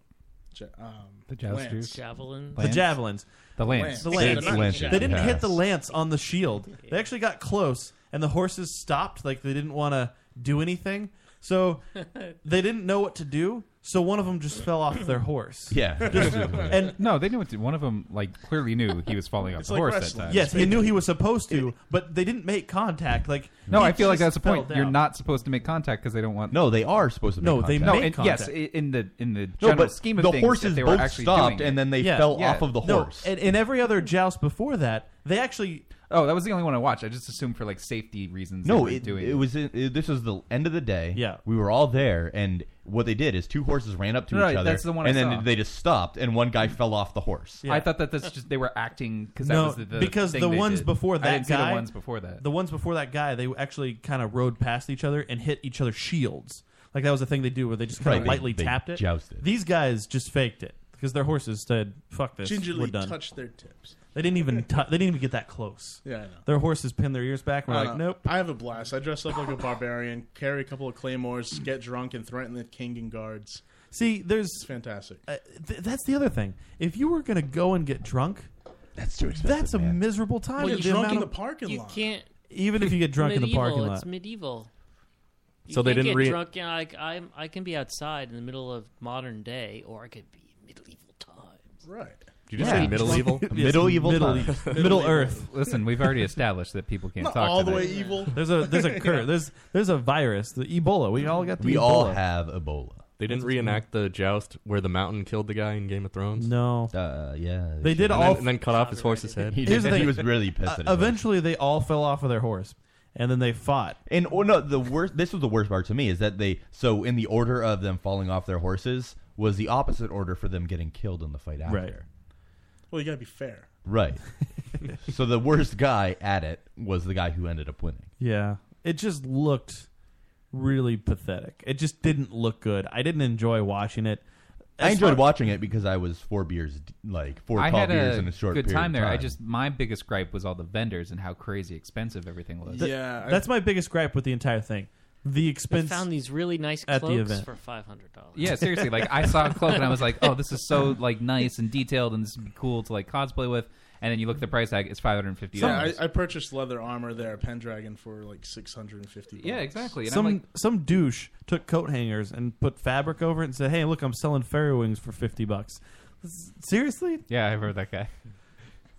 S4: J- Um,
S9: The jousters.
S4: Lance.
S1: javelin.
S9: Lance?
S7: the javelins
S9: The lance.
S7: the
S4: Yeah,
S7: lance
S4: they're not
S8: Lance,
S4: javelins.
S7: they didn't hit
S8: Yes.
S7: the lance on the shield they actually got close and the horses stopped like they didn't want to do anything so they didn't know what to do so one of them just fell off their horse
S8: yeah.
S7: and
S9: No, they knew it. One of them like clearly knew he was falling off
S4: It's
S9: the
S4: like
S9: horse
S4: wrestling.
S9: that time.
S7: Yes, he knew he was supposed to, but they didn't make contact. Like
S9: No,
S7: he
S9: I feel like that's
S7: just
S9: the point.
S7: fell
S9: You're
S7: down.
S9: not supposed to make contact because they don't want.
S8: no, they are supposed to. Make
S7: No, they
S8: contact.
S9: no.
S7: make
S9: And
S7: contact.
S9: yes, i- in the in the
S8: No,
S9: general
S8: but
S9: scheme of
S8: the
S9: things,
S8: horses
S9: that they were
S8: both
S9: actually
S8: stopped,
S9: doing it.
S8: and then they
S7: Yeah.
S8: fell
S9: Yeah.
S8: off of the
S7: No,
S8: horse.
S7: and, and every other joust before that, they actually
S9: Oh, that was the only one I watched. I just assumed for like safety reasons. they
S8: No,
S9: were
S8: it,
S9: doing
S8: it was in, it- this was the end of the day.
S9: Yeah.
S8: we were all there, and what they did is two horses ran up to
S9: Right,
S8: each other.
S9: that's the one I
S8: and then
S9: saw.
S8: they just stopped, and one guy fell off the horse.
S9: I thought that that's just they were acting because that
S7: no,
S9: was the, the
S7: because
S9: thing
S7: the
S9: they
S7: ones
S9: did.
S7: before that
S9: I didn't
S7: guy,
S9: see the ones before that.
S7: the ones before that guy, they actually kind of rode past each other and hit each other's shields. Like that was the thing they do where they just kind
S8: Right,
S7: of
S8: they-
S7: lightly
S8: they
S7: tapped it.
S8: jousted.
S7: These guys just faked it because their horses said, "Fuck this,
S4: Gingerly
S7: we're done."
S4: touched their tips.
S7: They didn't even tou they didn't even get that close.
S4: Yeah, I know.
S7: Their horses pinned their ears back. and We're
S4: I
S7: like,
S4: know.
S7: "Nope."
S4: Uh, I have a blast. I dress up like a barbarian, carry a couple of claymores, get drunk, and threaten the king and guards.
S7: See, there's
S4: it's fantastic.
S7: Uh, th- that's the other thing. If you were gonna go and get drunk,
S8: that's too
S4: expensive,
S7: That's a miserable time.
S1: Well,
S7: The
S1: you're drunk
S7: amount
S1: in
S7: of-
S1: the parking You lot. can't-
S7: Even if you get drunk in the
S1: Medieval,
S7: parking lot,
S1: It's medieval. You
S7: So they
S1: can't
S7: didn't
S1: get
S7: re-
S1: drunk. you know, Like I'm, I can be outside in the middle of modern day, or I could be medieval times.
S4: Right.
S10: Did you just say middle evil?
S9: Listen, we've already established that people can't
S4: Not
S9: talk
S4: all the
S9: tonight.
S4: way evil.
S7: There's a there's a cur-
S4: Yeah.
S7: there's there's a virus, the Ebola. We all got the
S10: We
S7: Ebola.
S10: all
S8: have Ebola.
S10: They didn't reenact the joust where the mountain killed the guy in Game of Thrones.
S7: No.
S8: Uh, yeah.
S7: They did
S10: and
S7: all-
S10: then, and then cut off his horse's head.
S7: Here's the thing. Uh, eventually, they all fell off of their horse, and then they fought.
S8: And oh no, the worst. This was the worst part to me is that they. So in the order of them falling off their horses was the opposite order for them getting killed in the fight after.
S4: Right. Well, you gotta be fair.
S8: Right. so the worst guy at it was the guy who ended up winning.
S7: Yeah, it just looked really pathetic. It just didn't look good. I didn't enjoy watching it.
S8: I
S7: As
S8: enjoyed
S7: far-
S8: watching it because I was four beers, d- like four
S9: I
S8: tall
S9: had
S8: beers
S9: a
S8: in a short
S9: good
S8: period
S9: time
S8: of
S9: there. I
S8: time.
S9: just my biggest gripe was all the vendors and how crazy expensive everything was.
S7: Th- that's my biggest gripe with the entire thing. The
S1: They
S7: expense.
S1: found these really nice
S7: at the
S1: cloaks
S7: event.
S1: for five hundred dollars.
S9: Yeah, seriously. Like I saw a cloak and I was like, "Oh, this is so like nice and detailed, and this would be cool to like cosplay with." And then you look at the price tag; it's five hundred and fifty
S4: Yeah,
S9: dollars.
S4: I, I purchased leather armor there, at Pendragon, for like six hundred and fifty.
S9: Yeah, exactly.
S7: some some douche took coat hangers and put fabric over it and said, "Hey, look, I'm selling fairy wings for fifty bucks." S- Seriously?
S9: Yeah, I heard that guy.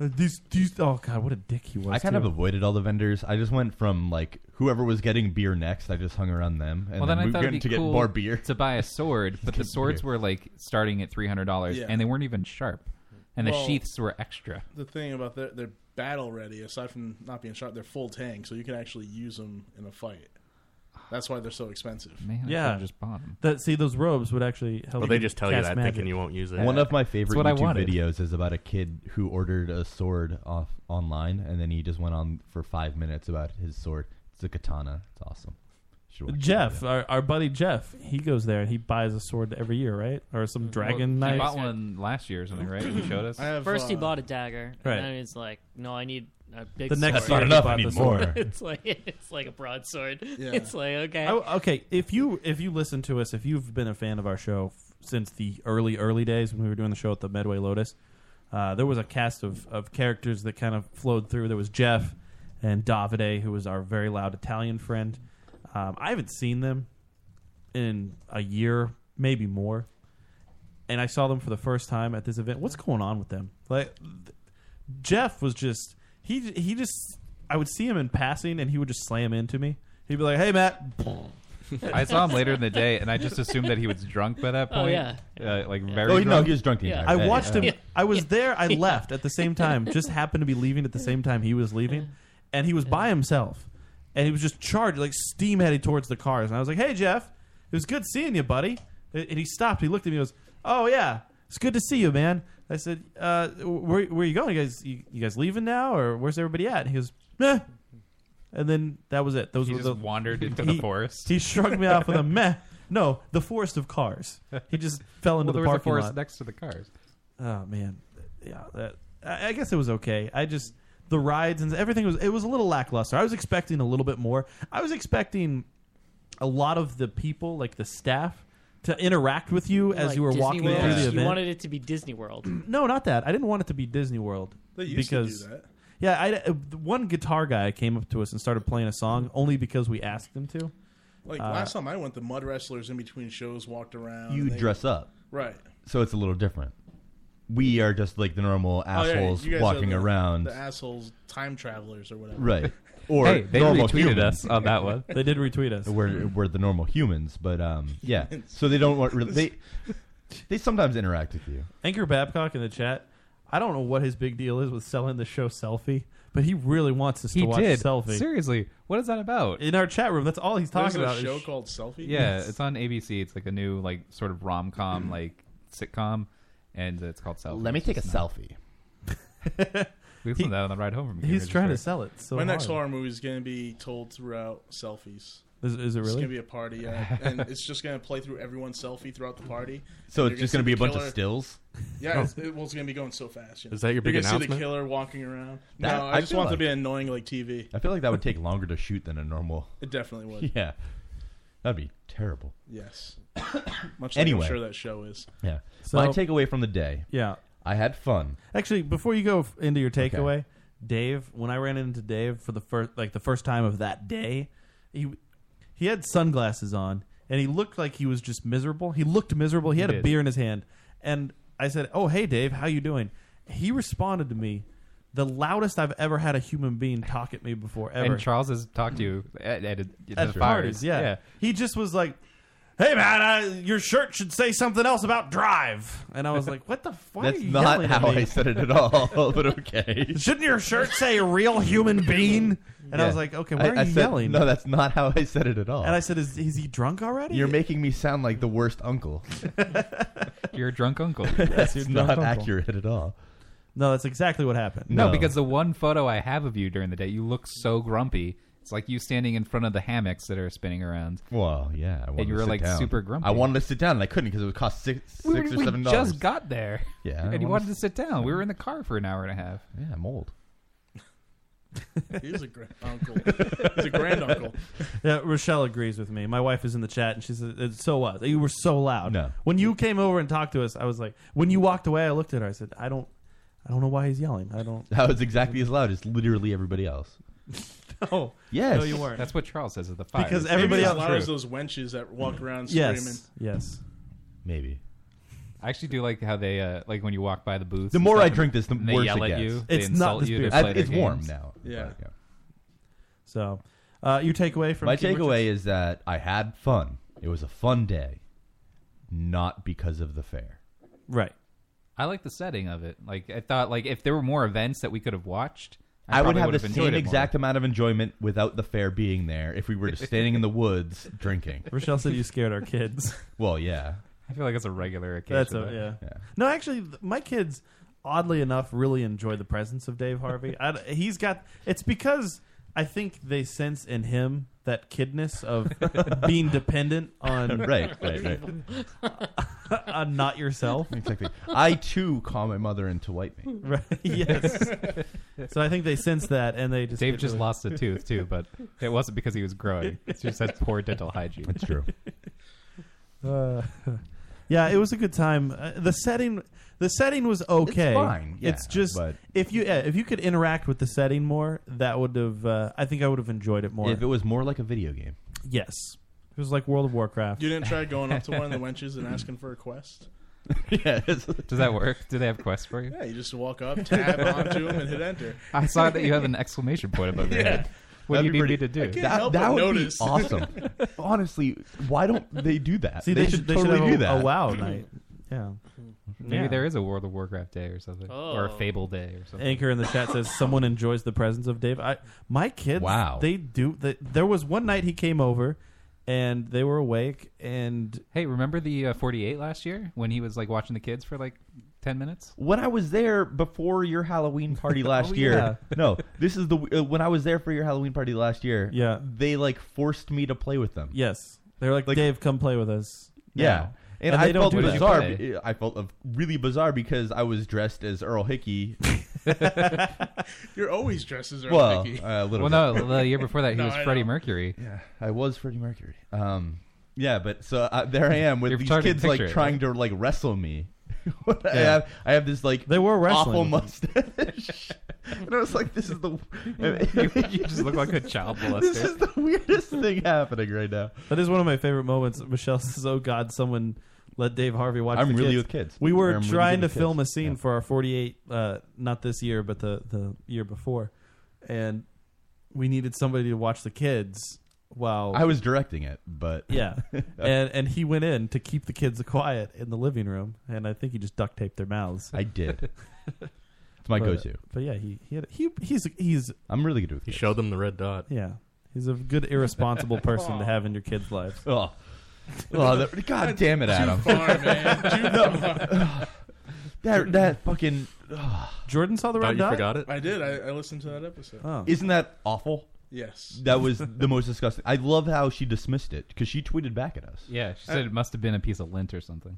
S7: Uh, These these oh god, what a dick he was.
S8: I kind
S7: too.
S8: of avoided all the vendors. I just went from like whoever was getting beer next. I just hung around them, and
S9: well, then, I
S8: we
S9: thought it'd
S8: went
S9: be
S8: to get
S9: cool
S8: more beer.
S9: to buy a sword, but the swords were like starting at three hundred dollars,
S4: Yeah.
S9: and they weren't even sharp, and the
S4: Well-
S9: sheaths were extra.
S4: The thing about their their battle ready, aside from not being sharp, they're full tank, so you can actually use them in a fight. That's why they're so expensive.
S7: yeah, That see those robes would actually help.
S10: Well, they just tell you
S7: cast
S10: that
S7: magic.
S10: thinking you won't use it.
S8: One of my favorite
S10: what I
S8: YouTube
S10: wanted.
S8: videos is about a kid who ordered a sword off online, and then he just went on for five minutes about his sword. It's a katana. It's awesome. Should watch it.
S7: Jeff, our, our buddy Jeff, he goes there and he buys a sword every year, right? Or some dragon
S9: Well,
S7: knife.
S9: He bought one last year or something, right? He showed us.
S1: First,
S4: uh,
S1: he bought a dagger,
S7: Right.
S1: and then he's like, "No, I need a big."
S7: The next
S1: sword.
S7: year he That's not bought enough the anymore. sword.
S1: it's like it's like a broadsword.
S11: Yeah.
S1: It's like okay,
S7: I- okay, if you if you listen to us, if you've been a fan of our show f- since the early early days when we were doing the show at the Medway Lotus, uh, there was a cast of of characters that kind of flowed through. There was Jeff and Davide, who was our very loud Italian friend. Um, I haven't seen them in a year, maybe more, and I saw them for the first time at this event. What's going on with them? Like th- Jeff was just he he just I would see him in passing and he would just slam into me. He'd be like, "Hey, Matt."
S9: I saw him later in the day, and I just assumed that he was drunk by that
S7: Oh,
S9: point.
S7: yeah.
S9: Uh, like very.
S8: Oh, no,
S9: drunk.
S8: he was drunk the Yeah. entire
S7: I
S8: day.
S7: watched
S8: Yeah.
S7: him. I was there. I left at the same time. Just happened to be leaving at the same time he was leaving, and he was by himself, and he was just charged like steam headed towards the cars. And I was like, "Hey, Jeff, it was good seeing you, buddy." And he stopped. He looked at me. and goes, "Oh yeah, it's good to see you, man." I said, uh, where, "Where are you going? You guys, you, you guys leaving now, or where's everybody at?" And he goes, "Meh." And then that was it. Those
S9: He
S7: were
S9: just
S7: the-
S9: wandered into the
S7: He-
S9: forest.
S7: He shrugged me off with a meh. No, the forest of cars. He just fell
S9: Well,
S7: into
S9: there
S7: the
S9: was a
S7: parking
S9: forest
S7: lot
S9: next to the cars.
S7: Oh man, yeah. That I, I guess it was okay. I just the rides and everything was it was a little lackluster. I was expecting a little bit more. I was expecting a lot of the people, like the staff, to interact with you as
S1: Like
S7: you were
S1: Disney
S7: walking
S1: World.
S7: through the
S1: You
S7: event.
S1: wanted it to be Disney World.
S7: No, not that. I didn't want it to be Disney World.
S1: They used to do
S7: because,
S1: that.
S7: Yeah, I, uh, the one guitar guy came up to us and started playing a song only because we asked him to.
S4: Like
S7: Uh,
S4: last time I went, the mud wrestlers in between shows walked around.
S8: You
S4: and they-
S8: dress up,
S4: right?
S8: So it's a little different. We are just like the normal
S4: Oh, yeah,
S8: assholes
S4: you guys are
S8: walking
S4: the-
S8: around.
S4: The assholes, time travelers, or whatever.
S8: Right. Or
S9: Hey, they
S8: normal
S9: retweeted us
S8: humans.
S9: on that one.
S7: They did retweet us.
S8: We're, we're the normal humans, but um, yeah. So they don't want really, they they sometimes interact with you.
S7: Anchor Babcock in the chat. I don't know what his big deal is with selling the show Selfie, but he really wants us
S9: He
S7: to watch
S9: did.
S7: Selfie.
S9: Seriously, what is that about?
S7: In our chat room, that's all he's
S4: There's
S7: talking
S4: a
S7: about. is
S4: show
S7: sh-
S4: called Selfie?
S9: Yeah,
S4: Yes.
S9: it's on ABC. It's like a new like sort of rom
S7: Mm-hmm.
S9: com like sitcom, and it's called Selfie.
S11: Let me
S9: It's
S11: take a
S9: just not-
S11: selfie.
S9: We listened to that on the ride home from here.
S7: he's
S9: just
S7: trying to
S9: for-
S7: sell it so
S4: My next
S7: hard.
S4: horror movie is going to be told throughout selfies.
S7: Is- is it
S4: It's
S7: really?
S4: going to be a party, yeah. and it's just going to play through everyone's selfie throughout the party.
S8: So
S4: and
S8: it's
S4: you're
S8: just
S4: gonna
S8: gonna be
S4: see
S8: a
S4: the
S8: bunch of stills?
S4: Yeah,
S8: Oh.
S4: it's, it, well, it's going to be going so fast. you know.
S8: Is that your
S4: You're
S8: big
S4: gonna See the
S8: announcement?
S4: killer walking around.
S8: That-
S4: no, I,
S8: I
S4: just
S8: feel
S4: want it to
S8: like-
S4: be annoying like TV.
S8: I feel like that would take longer to shoot than a normal.
S4: It definitely would.
S8: Yeah, that'd be terrible.
S4: Yes. Much like
S8: anyway,
S4: I'm sure that show is.
S8: Yeah.
S7: So-
S8: My takeaway from the day.
S7: Yeah.
S8: I had fun.
S7: Actually, before you go f- into your takeaway, Dave, when I ran into Dave for the first like the first time of that day, he he had sunglasses on and he looked like he was just miserable. He looked miserable. He
S9: He
S7: had a
S9: did.
S7: beer in his hand. And I said, "Oh, hey Dave, how you doing?" He responded to me the loudest I've ever had a human being talk at me before ever.
S9: And Charles has talked to you at, at, at
S7: at
S9: the
S7: parties,
S9: fires.
S7: yeah. He just was like, "Hey man, uh, your shirt should say something else about drive." And I was like, "What the? Why
S8: That's
S7: are you
S8: not
S7: yelling at
S8: how
S7: me?"
S8: I said it at all, but okay.
S7: Shouldn't your shirt say "real human being"? And I
S8: Yeah.
S7: was like, "Okay, why
S8: I-
S7: are you
S8: I said-
S7: yelling?"
S8: No, that's not how I said it at all.
S7: And I said, "Is is he drunk already?"
S8: You're making me sound like the worst uncle.
S9: You're a drunk uncle.
S8: That's
S7: You're drunk
S8: not
S7: uncle.
S8: accurate at all.
S7: No, that's exactly what happened.
S9: No,
S7: No.
S9: because the one photo I have of you during the day, you look so grumpy. It's like you standing in front of the hammocks that are spinning around.
S8: Well, yeah, I wanted
S9: and you
S8: to
S9: were
S8: sit
S9: like
S8: down.
S9: super grumpy.
S8: I wanted to sit down and I couldn't because it would cost six,
S9: We-
S8: six
S9: we
S8: or seven dollars.
S9: just got there.
S8: Yeah,
S9: and
S8: I
S9: you
S8: wanna
S9: wanted to sit down. We were in the car for an hour and a half.
S8: Yeah, I'm old.
S4: He's a grand uncle. He's a grand uncle.
S7: Yeah, Rochelle agrees with me. My wife is in the chat, and she says, "It "So what? You were so loud. No. When you came over and talked to us, I was like, when you walked away, I looked at her. I said, I don't, I don't know why he's yelling. I don't.
S8: That was exactly as loud as literally everybody else.
S7: no.
S8: Yes.
S7: No, you weren't.
S9: That's what Charles says at the fire.
S7: Because everybody
S4: Maybe
S7: else.
S4: as loud as those wenches that walk around
S7: Yes.
S4: screaming.
S7: Yes.
S8: Maybe.
S9: I actually do like how they uh, like when you walk by the booth.
S8: The more I drink this, the worse
S9: they yell
S8: it
S9: at
S8: gets.
S9: you. They
S7: It's not
S9: insult
S7: this
S9: you.
S7: beer.
S9: They play
S8: I-
S9: their
S8: it's warm
S9: games.
S8: now.
S4: Yeah.
S7: So, uh, your takeaway from
S8: My
S7: Keith
S8: takeaway is that I had fun. It was a fun day, not because of the fair.
S7: Right.
S9: I like the setting of it. Like I thought, like if there were more events that we could have watched,
S8: I, would
S9: probably
S8: have the
S9: enjoyed
S8: same
S9: it more.
S8: exact amount of enjoyment without the fair being there if we were just standing in the woods drinking.
S7: Rochelle said you scared our kids.
S8: Well, yeah.
S9: I feel like it's a regular occasion.
S7: That's a,
S9: though.
S7: yeah. No, actually, th- my kids, oddly enough, really enjoy the presence of Dave Harvey. I d he's got. It's because I think they sense in him that kidness of being dependent on
S8: Right, right, right.
S7: on not yourself.
S8: Exactly. I too call my mother in to wipe me.
S7: Right. Yes. so I think they sense that, and they just
S9: Dave
S7: get
S9: just
S7: really-
S9: lost a tooth too, but it wasn't because he was growing. It's just that poor dental hygiene.
S8: That's true.
S7: Uh, yeah, it was a good time. Uh, the setting, the setting was okay.
S8: fine, yeah,
S7: It's just
S8: but-
S7: if you yeah, if you could interact with the setting more, that would have. Uh, I think I would have enjoyed it more.
S8: If it was more like a video game.
S7: yes, it was like World of Warcraft.
S4: You didn't try going up to one of the wenches and asking for a quest?
S8: yeah.
S9: Does that work? Do they have quests for you?
S4: Yeah, you just walk up, tab onto him, and hit enter.
S9: I saw that you have an exclamation point above your
S4: Yeah.
S9: head. What
S8: That'd
S9: do
S8: be
S9: you need me to
S8: pretty-
S9: do?
S4: can't
S8: That,
S4: help
S8: that
S4: but
S8: would
S4: notice.
S8: be awesome. Honestly, why don't they do that?
S7: See,
S8: they,
S7: they,
S8: should,
S7: they
S8: totally
S7: should have
S8: do
S7: a,
S8: that.
S7: A WoW night. Yeah.
S9: Maybe
S7: Yeah.
S9: there is a World of Warcraft day or something, or a
S1: Oh.
S9: Fable day or something.
S7: Anchor in the chat says someone enjoys the presence of Dave. I my kids,
S8: Wow.
S7: they do. They, there was one night he came over, and they were awake, and
S9: Hey, remember the uh, 48 last year when he was like watching the kids for like 10 minutes?
S8: When I was there before your Halloween party last
S7: Oh,
S8: year,
S7: yeah.
S8: no, this is the uh, when I was there for your Halloween party last year.
S7: Yeah.
S8: they like forced me to play with them.
S7: yes, they were like, Dave, come play with us.
S8: Yeah.
S7: now."
S8: And,
S7: they
S8: I
S7: don't
S8: felt
S7: do that.
S8: bizarre.
S9: What did
S8: be- I felt uh, really bizarre because I was dressed as Earl Hickey.
S4: You're always dressed as Earl
S8: well,
S4: Hickey.
S8: uh, a little.
S9: Well,
S8: bit.
S9: no, the year before that he
S4: No,
S9: was
S4: I
S9: Freddie
S4: know.
S9: Mercury.
S8: Yeah, I was Freddie Mercury. Um, yeah, but so uh, there I am with
S9: You're
S8: these
S9: trying to
S8: kids like
S9: picture it,
S8: trying to like wrestle me. I,
S7: Yeah.
S8: have, I have this like
S7: They were
S8: awful
S7: wrestling.
S8: mustache, and I was like, "This is the
S9: you, you just look like a child
S8: this is
S9: molester.
S8: the weirdest thing happening right now."
S7: That is one of my favorite moments. Michelle says, "Oh God, someone let Dave Harvey watch."
S8: I'm
S7: the
S8: really
S7: kids.
S8: with kids.
S7: We
S8: I'm
S7: were
S8: really
S7: trying
S8: good
S7: to
S8: with
S7: film a
S8: kids.
S7: scene
S8: Yeah.
S7: for our 48, uh, not this year, but the the year before, and we needed somebody to watch the kids while
S8: I was directing it, but
S7: yeah, and and he went in to keep the kids quiet in the living room, and I think he just duct taped their mouths.
S8: I did. It's my
S7: But-
S8: go-to.
S7: But yeah, he he had, he he's he's
S8: I'm really good with.
S10: He showed them the red dot.
S7: yeah he's a good irresponsible person to have in your kids' lives.
S8: Oh, Oh, that, God damn it, Adam! No. that that fucking. ugh.
S7: Jordan saw the
S8: Thought
S7: red
S8: you
S7: dot.
S8: forgot it?
S4: I did. I, I listened to that episode.
S8: Isn't that awful?
S4: Yes.
S8: That was the most disgusting. I love how she dismissed it because she tweeted back at us.
S9: Yeah, she
S7: Uh,
S9: said it must have been a piece of lint or something.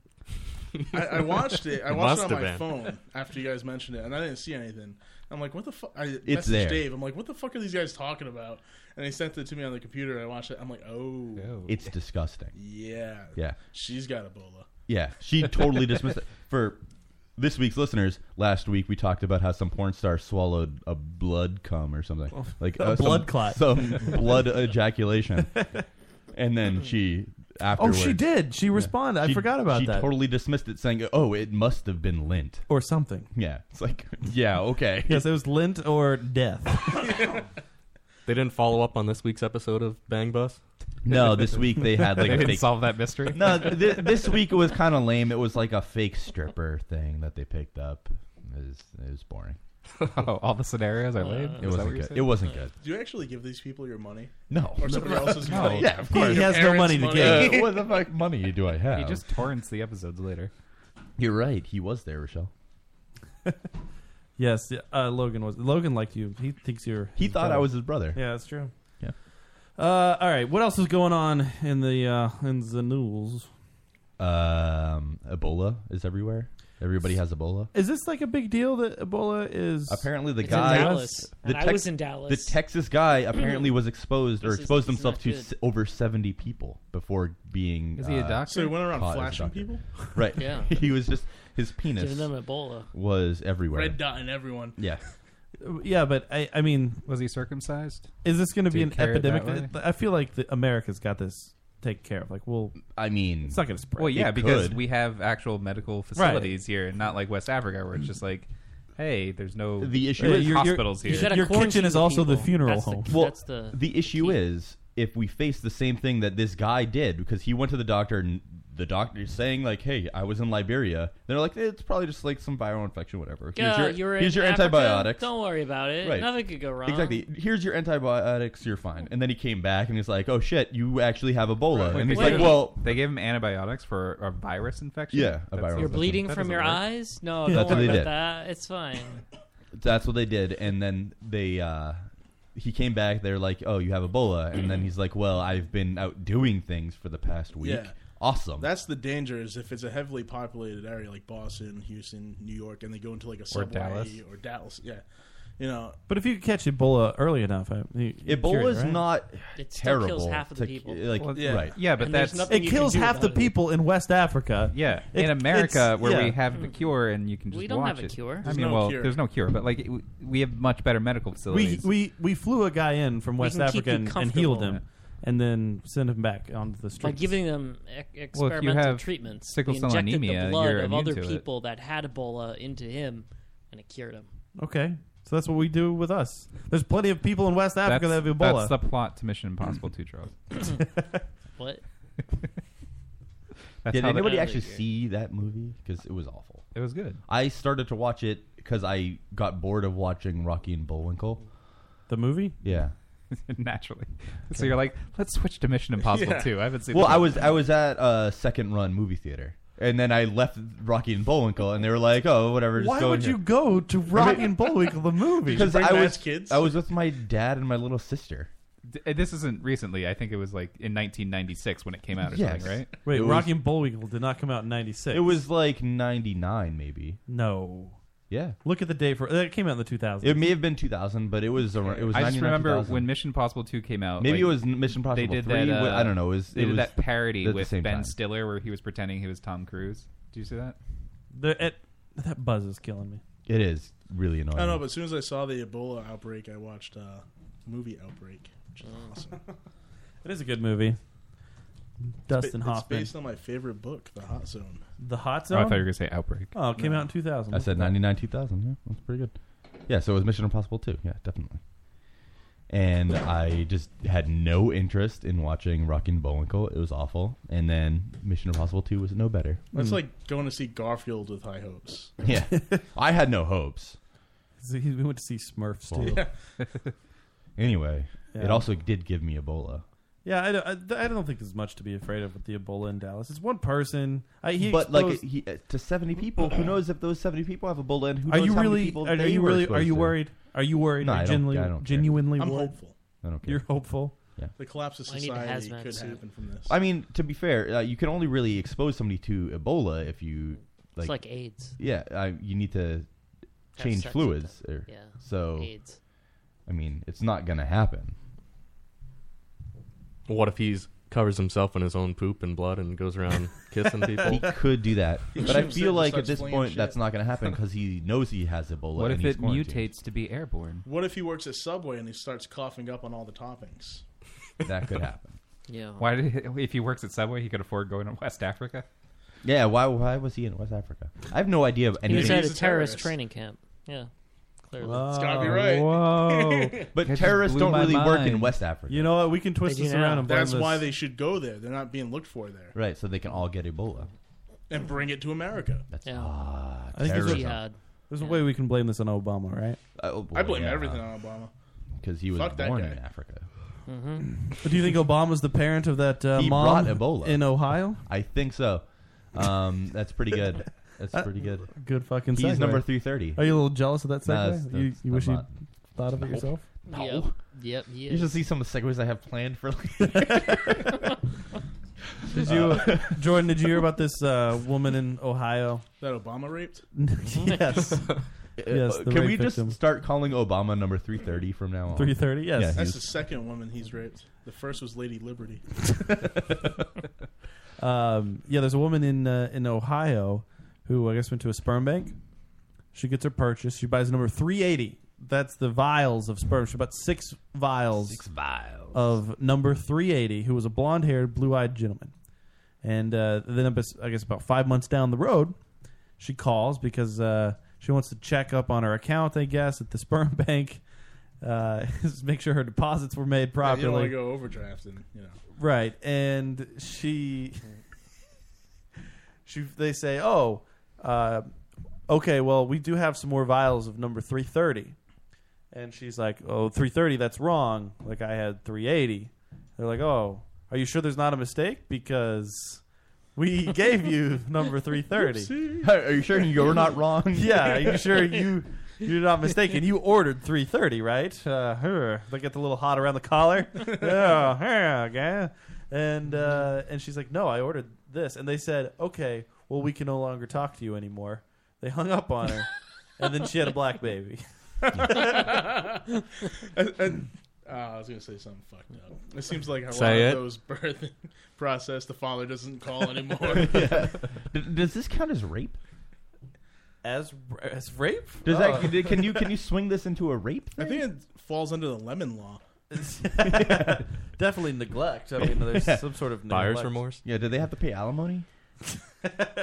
S4: I, I watched it. I watched it on my
S8: been.
S4: phone after you guys mentioned it, and I didn't see anything. I'm like, what the fuck? I messaged
S8: It's there.
S4: Dave. I'm like, what the fuck are these guys talking about? And he sent it to me on the computer. And I watched it. I'm like, oh,
S8: It's disgusting.
S4: Yeah.
S8: Yeah.
S4: She's got Ebola.
S8: Yeah, she totally dismissed it. For this week's listeners, last week we talked about how some porn star swallowed a blood cum or something, like uh,
S7: A
S8: some-
S7: blood clot.
S8: some blood ejaculation, and then she afterwards.
S7: Oh, did. She responded. I forgot about
S8: she
S7: that.
S8: totally dismissed it, saying, "Oh, it must have been lint."
S7: or something.
S8: Yeah, it's like, yeah, okay.
S7: Yes, it was lint or death.
S10: They didn't follow up on this week's episode of Bang Bus.
S8: No, this week they had like a
S10: didn't
S8: fake-
S10: solve that mystery.
S8: No, th- this week it was kind of lame. It was like a fake stripper thing that they picked up. It was, it was boring.
S9: Oh, all the scenarios I laid.
S8: it Uh, wasn't good. It wasn't good.
S4: Do you actually give these people your money?
S8: No.
S4: Or somebody
S8: No.
S4: else's
S8: No.
S4: money?
S8: Yeah, of He course. has
S4: Your
S8: no
S4: parents'
S8: money to give.
S4: Yeah.
S8: What the fuck money do I have?
S9: He just torrents the episodes later.
S8: You're right. He was there, Rochelle.
S7: Yes, yeah, uh, Logan was. Logan liked you. He thinks you're.
S8: He thought I was his brother.
S7: Yeah, that's true.
S8: Yeah.
S7: Uh, all right. What else is going on in the uh, in the news?
S8: Um, Ebola is everywhere. Everybody has Ebola.
S7: Is this like a big deal that Ebola is?
S8: Apparently, the
S11: It's in
S8: guy.
S11: Dallas. And I was in Dallas.
S8: The Texas guy apparently was exposed or
S11: This is-
S8: exposed
S11: this is
S8: himself
S11: not
S8: to
S11: good.
S8: s- over seventy people before being.
S11: Is he a
S8: uh,
S11: doctor? So he went around
S8: caught as a
S11: flashing
S8: doctor.
S11: people?
S8: Right.
S4: Yeah.
S8: he was just his penis.
S4: Giving them Ebola.
S8: Was everywhere.
S4: Red dot in everyone.
S8: Yeah.
S7: yeah, but I, I mean,
S9: was he circumcised?
S7: Is this going to
S9: Do
S7: be
S9: you
S7: an
S9: carry it that
S7: epidemic? I feel like the, America's got this taken care of. Like, well,
S8: I mean,
S7: it's not going to spread.
S9: Well, yeah, because we have actual medical facilities here, and not like West Africa where it's just like, hey, there's no
S8: the issue
S9: there's
S8: is
S9: hospitals here.
S8: well, the, issue is if we face the same thing that this guy did because he went to the doctor and the doctor is saying like, "Hey, I was in Liberia." They're like, "Eh, "It's probably just like some viral infection, whatever."
S1: Yeah,
S8: here's your,
S1: you're
S8: here's
S1: in
S8: your
S1: Africa.
S8: antibiotics.
S1: Don't worry about it. Nothing could go wrong.
S8: Exactly. Here's your antibiotics. You're fine. And then he came back and he's like, "Oh shit, you actually have Ebola." And he's like, "Well,
S9: they gave him antibiotics for a virus infection.
S8: Yeah, a
S9: That's-
S8: viral
S9: that
S8: You're
S9: doesn't-
S1: Bleeding
S9: that
S1: from
S9: doesn't
S1: your
S9: work.
S1: eyes? No,
S8: Yeah,
S1: don't
S8: that's what
S1: worry
S8: they
S1: about
S8: did.
S1: that. It's fine.
S8: That's what they did, and then they uh, he came back. They're like, "Oh, you have Ebola," and then he's like, "Well, I've been out doing things for the past week.
S4: Yeah.
S8: Awesome."
S4: That's the danger is if it's a heavily populated area like Boston, Houston, New York, and they go into like a subway
S7: Dallas.
S4: or Dallas. Yeah. You know,
S7: But if you could catch Ebola early enough, I, you, you cure
S8: Ebola
S7: it,
S8: is
S7: right?
S8: not
S1: It still
S8: terrible.
S1: kills half of the
S8: to- uh,
S1: people.
S8: Like,
S1: Well,
S9: yeah.
S8: right?
S9: Yeah, but And there's that's- nothing
S7: It kills half the people in West Africa.
S9: Yeah,
S7: It-
S9: in America
S7: it's-
S9: where we
S7: yeah.
S9: have the cure and you can just
S1: We don't
S9: watch
S1: have a
S9: it.
S1: cure.
S9: I
S1: There's
S9: mean,
S1: no
S9: well,
S1: cure.
S9: there's no cure, but like w- we have much better medical
S7: we
S9: facilities.
S7: we we flew a guy in from
S1: We
S7: West
S1: can keep
S7: Africa
S1: you
S7: and, and healed
S1: comfortable.
S7: him, and then sent him back onto the
S1: By
S7: streets.
S1: giving them e-
S7: Well, if you
S1: experimental
S7: have
S1: treatments,
S7: sickle
S1: he
S7: cell
S1: injected
S7: anemia,
S1: the blood
S7: you're
S1: of
S7: immune
S1: other
S7: to it.
S1: people that had Ebola into him, and it cured him.
S7: Okay, so that's what we do with us. There's plenty of people in West Africa
S9: that's,
S7: that have Ebola.
S9: that's the plot to Mission Impossible 2, Charles.
S1: What?
S9: That's
S8: Did
S9: how they-
S8: anybody
S9: Yeah,
S8: actually
S9: they-
S8: see that movie? Because it was awful.
S9: It was good.
S8: I started to watch it because I got bored of watching Rocky and Bullwinkle.
S7: The movie?
S8: Yeah.
S9: naturally. So you're like, let's switch to Mission Impossible 2. I haven't seen.
S8: Well,
S9: that.
S8: I was I was at a second run movie theater, and then I left Rocky and Bullwinkle, and they were like, "Oh, whatever." Just
S7: Why
S8: go in
S7: would
S8: here."
S7: you go to Rocky and Bullwinkle the movie?
S8: Because I was I was with my dad and my little sister.
S9: D- uh, This isn't recently. I think it was like in 1996 when it came out or
S8: Yes.
S9: something, right?
S7: Wait,
S8: It was-
S7: Rocky and Bullwinkle did not come out in '96.
S8: It was like ninety nine, maybe.
S7: No.
S8: Yeah.
S7: Look at the day for it came out in the 2000s.
S8: It may have been two thousand, but it was around, it was.
S9: I just
S8: 99,
S9: remember
S8: 2000.
S9: when Mission Impossible 2 came out.
S8: Maybe
S9: like,
S8: it was Mission Impossible
S9: They did
S8: 3,
S9: that.
S8: wh-
S9: Uh,
S8: I don't know, it was-
S9: they
S8: it
S9: did
S8: was
S9: that parody
S8: at the
S9: with
S8: same
S9: Ben
S8: time.
S9: Stiller where he was pretending he was Tom Cruise. Do you see that?
S7: The, it, that buzz is killing me.
S8: It is really
S4: I
S8: annoying.
S4: don't know, but as soon as I saw the Ebola outbreak, I watched uh, movie Outbreak, which is
S1: Oh.
S4: awesome.
S7: It is a good movie.
S4: It's ba-
S7: Dustin
S4: it's
S7: Hoffman.
S4: based on my favorite book, The Hot Zone.
S8: Hmm.
S7: The Hot
S9: Oh,
S7: Zone.
S9: I thought you were gonna say Outbreak.
S7: Oh, it came out in 2000.
S8: I said 99, 2000. Yeah, that's pretty good. Yeah, so it was Mission Impossible 2. Yeah, definitely. And I just had no interest in watching Rocky and Bullwinkle. It was awful. And then Mission Impossible 2 was no better. Mm.
S4: That's like going to see Garfield with high hopes.
S8: Yeah. I had no hopes.
S7: So he- we went to see Smurfs too.
S8: anyway,
S7: Yeah.
S8: it also did give me Ebola.
S7: Yeah, I don't, I, I don't think there's much to be afraid of with the Ebola in Dallas. It's one person. I, he
S8: but like
S7: exposed-
S8: he, uh, to seventy people, who knows if those seventy people have Ebola? And who
S7: Are
S8: knows
S7: you
S8: how many
S7: really-
S8: people
S7: are- are
S8: they
S7: you
S8: were
S7: really-
S8: exposed
S7: are you
S8: to?
S7: worried? Are you worried?
S8: No,
S7: Are
S8: I
S7: you
S8: don't-
S7: genuinely-
S8: I don't care.
S7: genuinely
S4: I'm
S7: worried?
S4: hopeful.
S8: I don't care.
S7: You're hopeful.
S8: Yeah.
S4: The collapse of
S1: I need a
S4: society
S1: hazmat
S4: could
S1: suit.
S4: happen from this.
S8: I mean, to be fair, uh, you can only really expose somebody to Ebola if you like.
S1: like AIDS.
S8: Yeah, I, you need to
S1: Have
S8: change
S1: sex with
S8: fluids.
S1: them.
S8: Or,
S1: Yeah,
S8: So
S1: AIDS.
S8: I mean, it's not gonna happen.
S10: What if he's covers himself in his own poop and blood and goes around kissing people?
S8: He could do that, but I feel like at this point that's not gonna happen because he knows he has Ebola.
S9: What if
S8: and he's
S9: it
S8: quarantined.
S9: mutates to be airborne?
S4: What if he works at Subway and he starts coughing up on all the toppings?
S8: That could happen.
S1: Yeah.
S9: Why did he, if he works at Subway, he could afford going to West Africa?
S8: Yeah, why? Why was he in West Africa? I have no idea of
S1: He
S8: anything.
S1: was at a
S4: a
S1: terrorist
S4: terrorist.
S1: training camp. Yeah, clearly.
S7: It's
S4: gotta be right. Whoa.
S8: Oh,
S7: That
S8: But
S7: just
S8: terrorists
S7: blew
S8: don't
S7: my
S8: really work in
S7: mind.
S8: West Africa.
S7: You know what? We can twist
S4: They do
S7: this
S4: now.
S7: around. And blame
S4: That's
S7: this-
S4: why they should go there. They're not being looked for there.
S8: Right, so they can all get Ebola.
S4: And bring it to America.
S8: That's
S1: Yeah.
S8: ah,
S7: I think there's
S8: terrorism.
S7: a, there's a way we can blame this on Obama, right?
S8: Oh, boy,
S4: I blame
S8: yeah.
S4: everything on Obama.
S8: because he was
S4: Fuck that
S8: born
S4: guy.
S8: in Africa.
S7: But do you think Obama's the parent of that uh,
S8: he
S7: mom
S8: brought Ebola
S7: in Ohio?
S8: I think so. Um, that's pretty good. That's
S7: Uh,
S8: pretty good.
S7: Good fucking.
S8: He's
S7: segue.
S8: number three thirty.
S7: Are you a little jealous of that
S8: No,
S7: segue?
S8: that's-
S7: you
S8: that's-
S7: you
S8: I'm
S7: wish you
S8: not.
S7: thought of it
S8: No.
S7: yourself?
S8: No.
S1: Yep. Yep.
S8: You should see some of the segues I have planned for later.
S7: Did you,
S8: Uh,
S7: Jordan? Did you hear about this uh, woman in Ohio?
S4: That Obama raped?
S7: yes. yes. The
S8: Uh, Can
S7: rape
S8: we just
S7: victim.
S8: start calling Obama number three thirty from now on?
S7: 330? Yes.
S8: Yeah,
S4: That's
S8: he's-
S4: the second woman he's raped. The first was Lady Liberty.
S7: Um, yeah, there's a woman in uh, in Ohio who I guess went to a sperm bank. She gets her purchase. She buys number 380. That's the vials of sperm. She bought six vials. Six
S8: vials
S7: of number 380, who was a blonde-haired, blue-eyed gentleman. And uh, then abus- I guess about five months down the road, she calls because uh, she wants to check up on her account. I guess at the sperm bank, uh, make sure her deposits were made
S4: Yeah,
S7: properly.
S4: You don't want to go overdraft and, you know.
S7: Right, and she, she, they say, oh, uh, okay, well, we do have some more vials of number three thirty, and she's like, oh, 330, that's wrong. Like I had three eighty. They're like, oh, are you sure there's not a mistake because we gave you number three thirty.
S8: Oopsie. Are you sure you're not wrong?
S7: yeah, are you sure you? You're not mistaken. You ordered 330, right? Uh, her. They get the little hot around the collar. oh, yeah, okay. And uh, and she's like, no, I ordered this. And they said, okay, well, we can no longer talk to you anymore. They hung up on her, and then she had a black baby.
S4: and, and- uh, I was going to say something fucked up. It seems like a
S10: Say
S4: lot
S10: it.
S4: of those birthing process, the father doesn't call anymore.
S8: Yeah. D- Does this count as rape?
S7: As as rape?
S8: Does
S7: Oh.
S8: that can you can you swing this into a rape?
S4: I think it falls under the lemon law.
S7: Definitely neglect. I mean, there's
S8: Yeah.
S7: some sort of
S10: Buyer's
S7: neglect.
S10: remorse?
S8: Yeah. Do they have to pay alimony?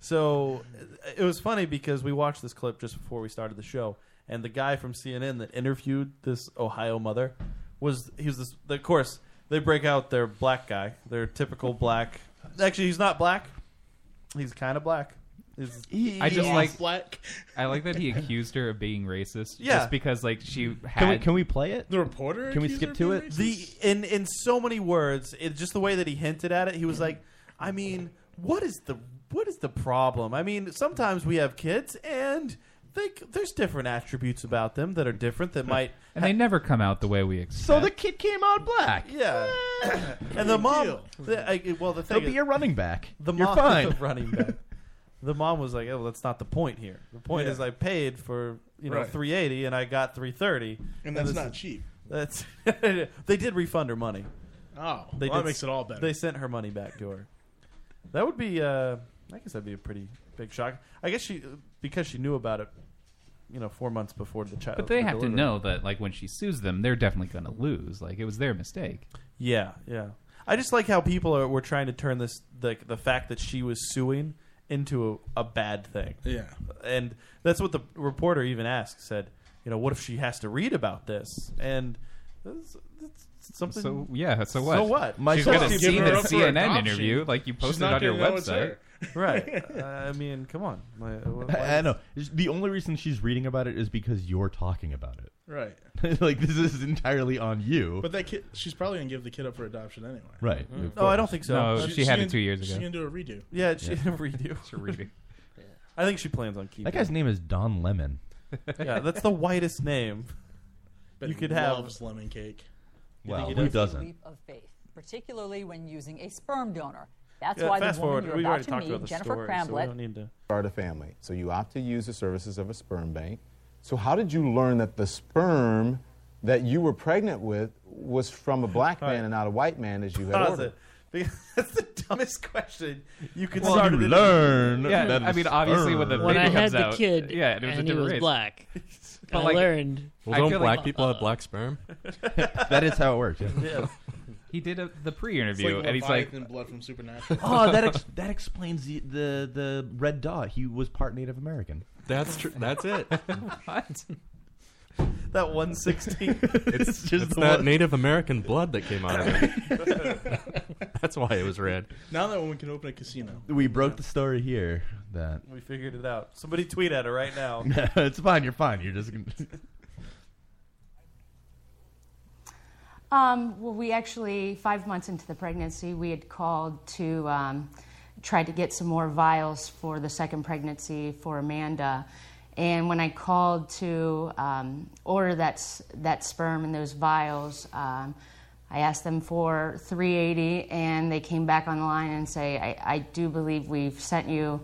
S7: So uh, it was funny because we watched this clip just before we started the show, and the guy from CNN that interviewed this Ohio mother was he was this. Of course, they break out their black guy, their typical black. Actually, he's not black. He's kind of black. He's-
S9: I just like I like that he accused her of being racist.
S7: Yeah.
S9: just because like she had.
S8: play it?
S4: The reporter?
S8: Can we skip
S4: accuser
S8: to
S4: of being
S8: it?
S4: racist?
S7: the in in so many words it, just the way that he hinted at it he was like i mean what is the what is the problem i mean sometimes we have kids and they, c- there's different attributes about them that are different that might
S9: and they never come out the way we expect.
S8: So the kid came out black.
S7: yeah and the mom the, I, well the
S8: He'll
S7: thing
S8: be
S7: is,
S8: your running back.
S7: the
S8: You're
S7: mom
S8: fine.
S7: running back the mom was like oh that's not the point here the point
S4: Yeah.
S7: is i paid for you know
S4: Right.
S7: 380 and i got 330
S4: And that's
S7: this
S4: not
S7: is-
S4: cheap.
S7: that's they did refund her money
S4: Oh,
S7: They
S4: well, that
S7: did-
S4: makes it all better.
S7: They sent her money back to her. That would be, uh, I guess that'd be a pretty big shock. I guess she, because she knew about it, you know, four months before the child.
S9: But they
S7: the
S9: have to
S7: delivery.
S9: know that like when she sues them, they're definitely going to lose. Like it was their mistake.
S7: Yeah, yeah. I just like how people are, were trying to turn this, the, the fact that she was suing into a, a bad thing.
S4: Yeah.
S7: And that's what the reporter even asked, said, you know, what if she has to read about this? And it's, it's something?
S9: So- yeah, so what?
S7: So what?
S9: My She's gonna see the CNN interview, like you posted on your website.
S7: right. Uh, I mean, come on. My, uh, wh- why
S8: I, I know. The only reason she's reading about it is because you're talking about it.
S4: Right.
S8: like this is entirely on you.
S4: But that kid, she's probably gonna give the kid up for adoption anyway.
S8: Right.
S7: Mm-hmm.
S4: Mm.
S7: Oh,
S8: No, I don't think so.
S9: No, she had it
S4: gonna-
S9: two years
S4: She's
S9: ago.
S4: gonna do a redo.
S7: Yeah, she redo.
S9: It's a redo.
S7: I think she plans on keeping.
S8: that guy's
S7: it.
S8: name is Don Lemon.
S7: yeah, that's the whitest name.
S4: But
S7: you could
S4: he
S7: have
S4: loves lemon cake.
S7: You think
S8: Well,
S7: he
S8: who
S7: does?
S8: doesn't?
S12: leap of faith, particularly when using a sperm donor. That's
S7: Yeah,
S12: why the
S7: fast
S12: woman
S7: forward.
S12: you're
S7: We've
S12: about
S7: already
S12: to
S7: talked about
S12: meet,
S7: the
S12: Jennifer
S7: story, so we
S12: Cramblett,
S7: don't need to.
S13: start a family. So you opt to use the services of a sperm bank. So how did you learn that the sperm that you were pregnant with was from a black man and not a white man as you had
S7: Pause
S13: ordered?
S7: it. Because that's the dumbest question you could
S13: Well,
S7: start.
S13: you
S7: an
S13: learn
S7: interview.
S9: Yeah, that I mean, obviously, when the
S1: When
S9: baby
S1: I had
S9: comes
S1: the
S9: out,
S1: kid,
S9: yeah, it was a
S1: and he
S9: different
S1: was
S9: race.
S1: black,
S9: But,
S1: I
S9: like,
S1: learned.
S10: Well, don't
S9: feel
S10: black
S9: like-
S10: people have black sperm?
S8: that is how it works. Yeah.
S9: He did a, the pre-interview, and he's like,
S4: blood from Supernatural.
S8: oh, that ex- that explains the, the the red dot. He was part Native American.
S10: That's true. That's it.
S9: what?
S7: That one sixteen.
S10: It's, just that Native American blood that came out of it. That's why it was red.
S4: Now that woman can open a casino.
S8: We broke the story here. That
S7: We figured it out. Somebody tweet at her right now.
S8: it's fine. You're fine. You're just gonna.
S14: Um, well, we actually, five months into the pregnancy, we had called to um, try to get some more vials for the second pregnancy for Amanda. And when I called to um, order that, s- that sperm and those vials, um, I asked them for 380, and they came back on the line and say, I, I do believe we've sent you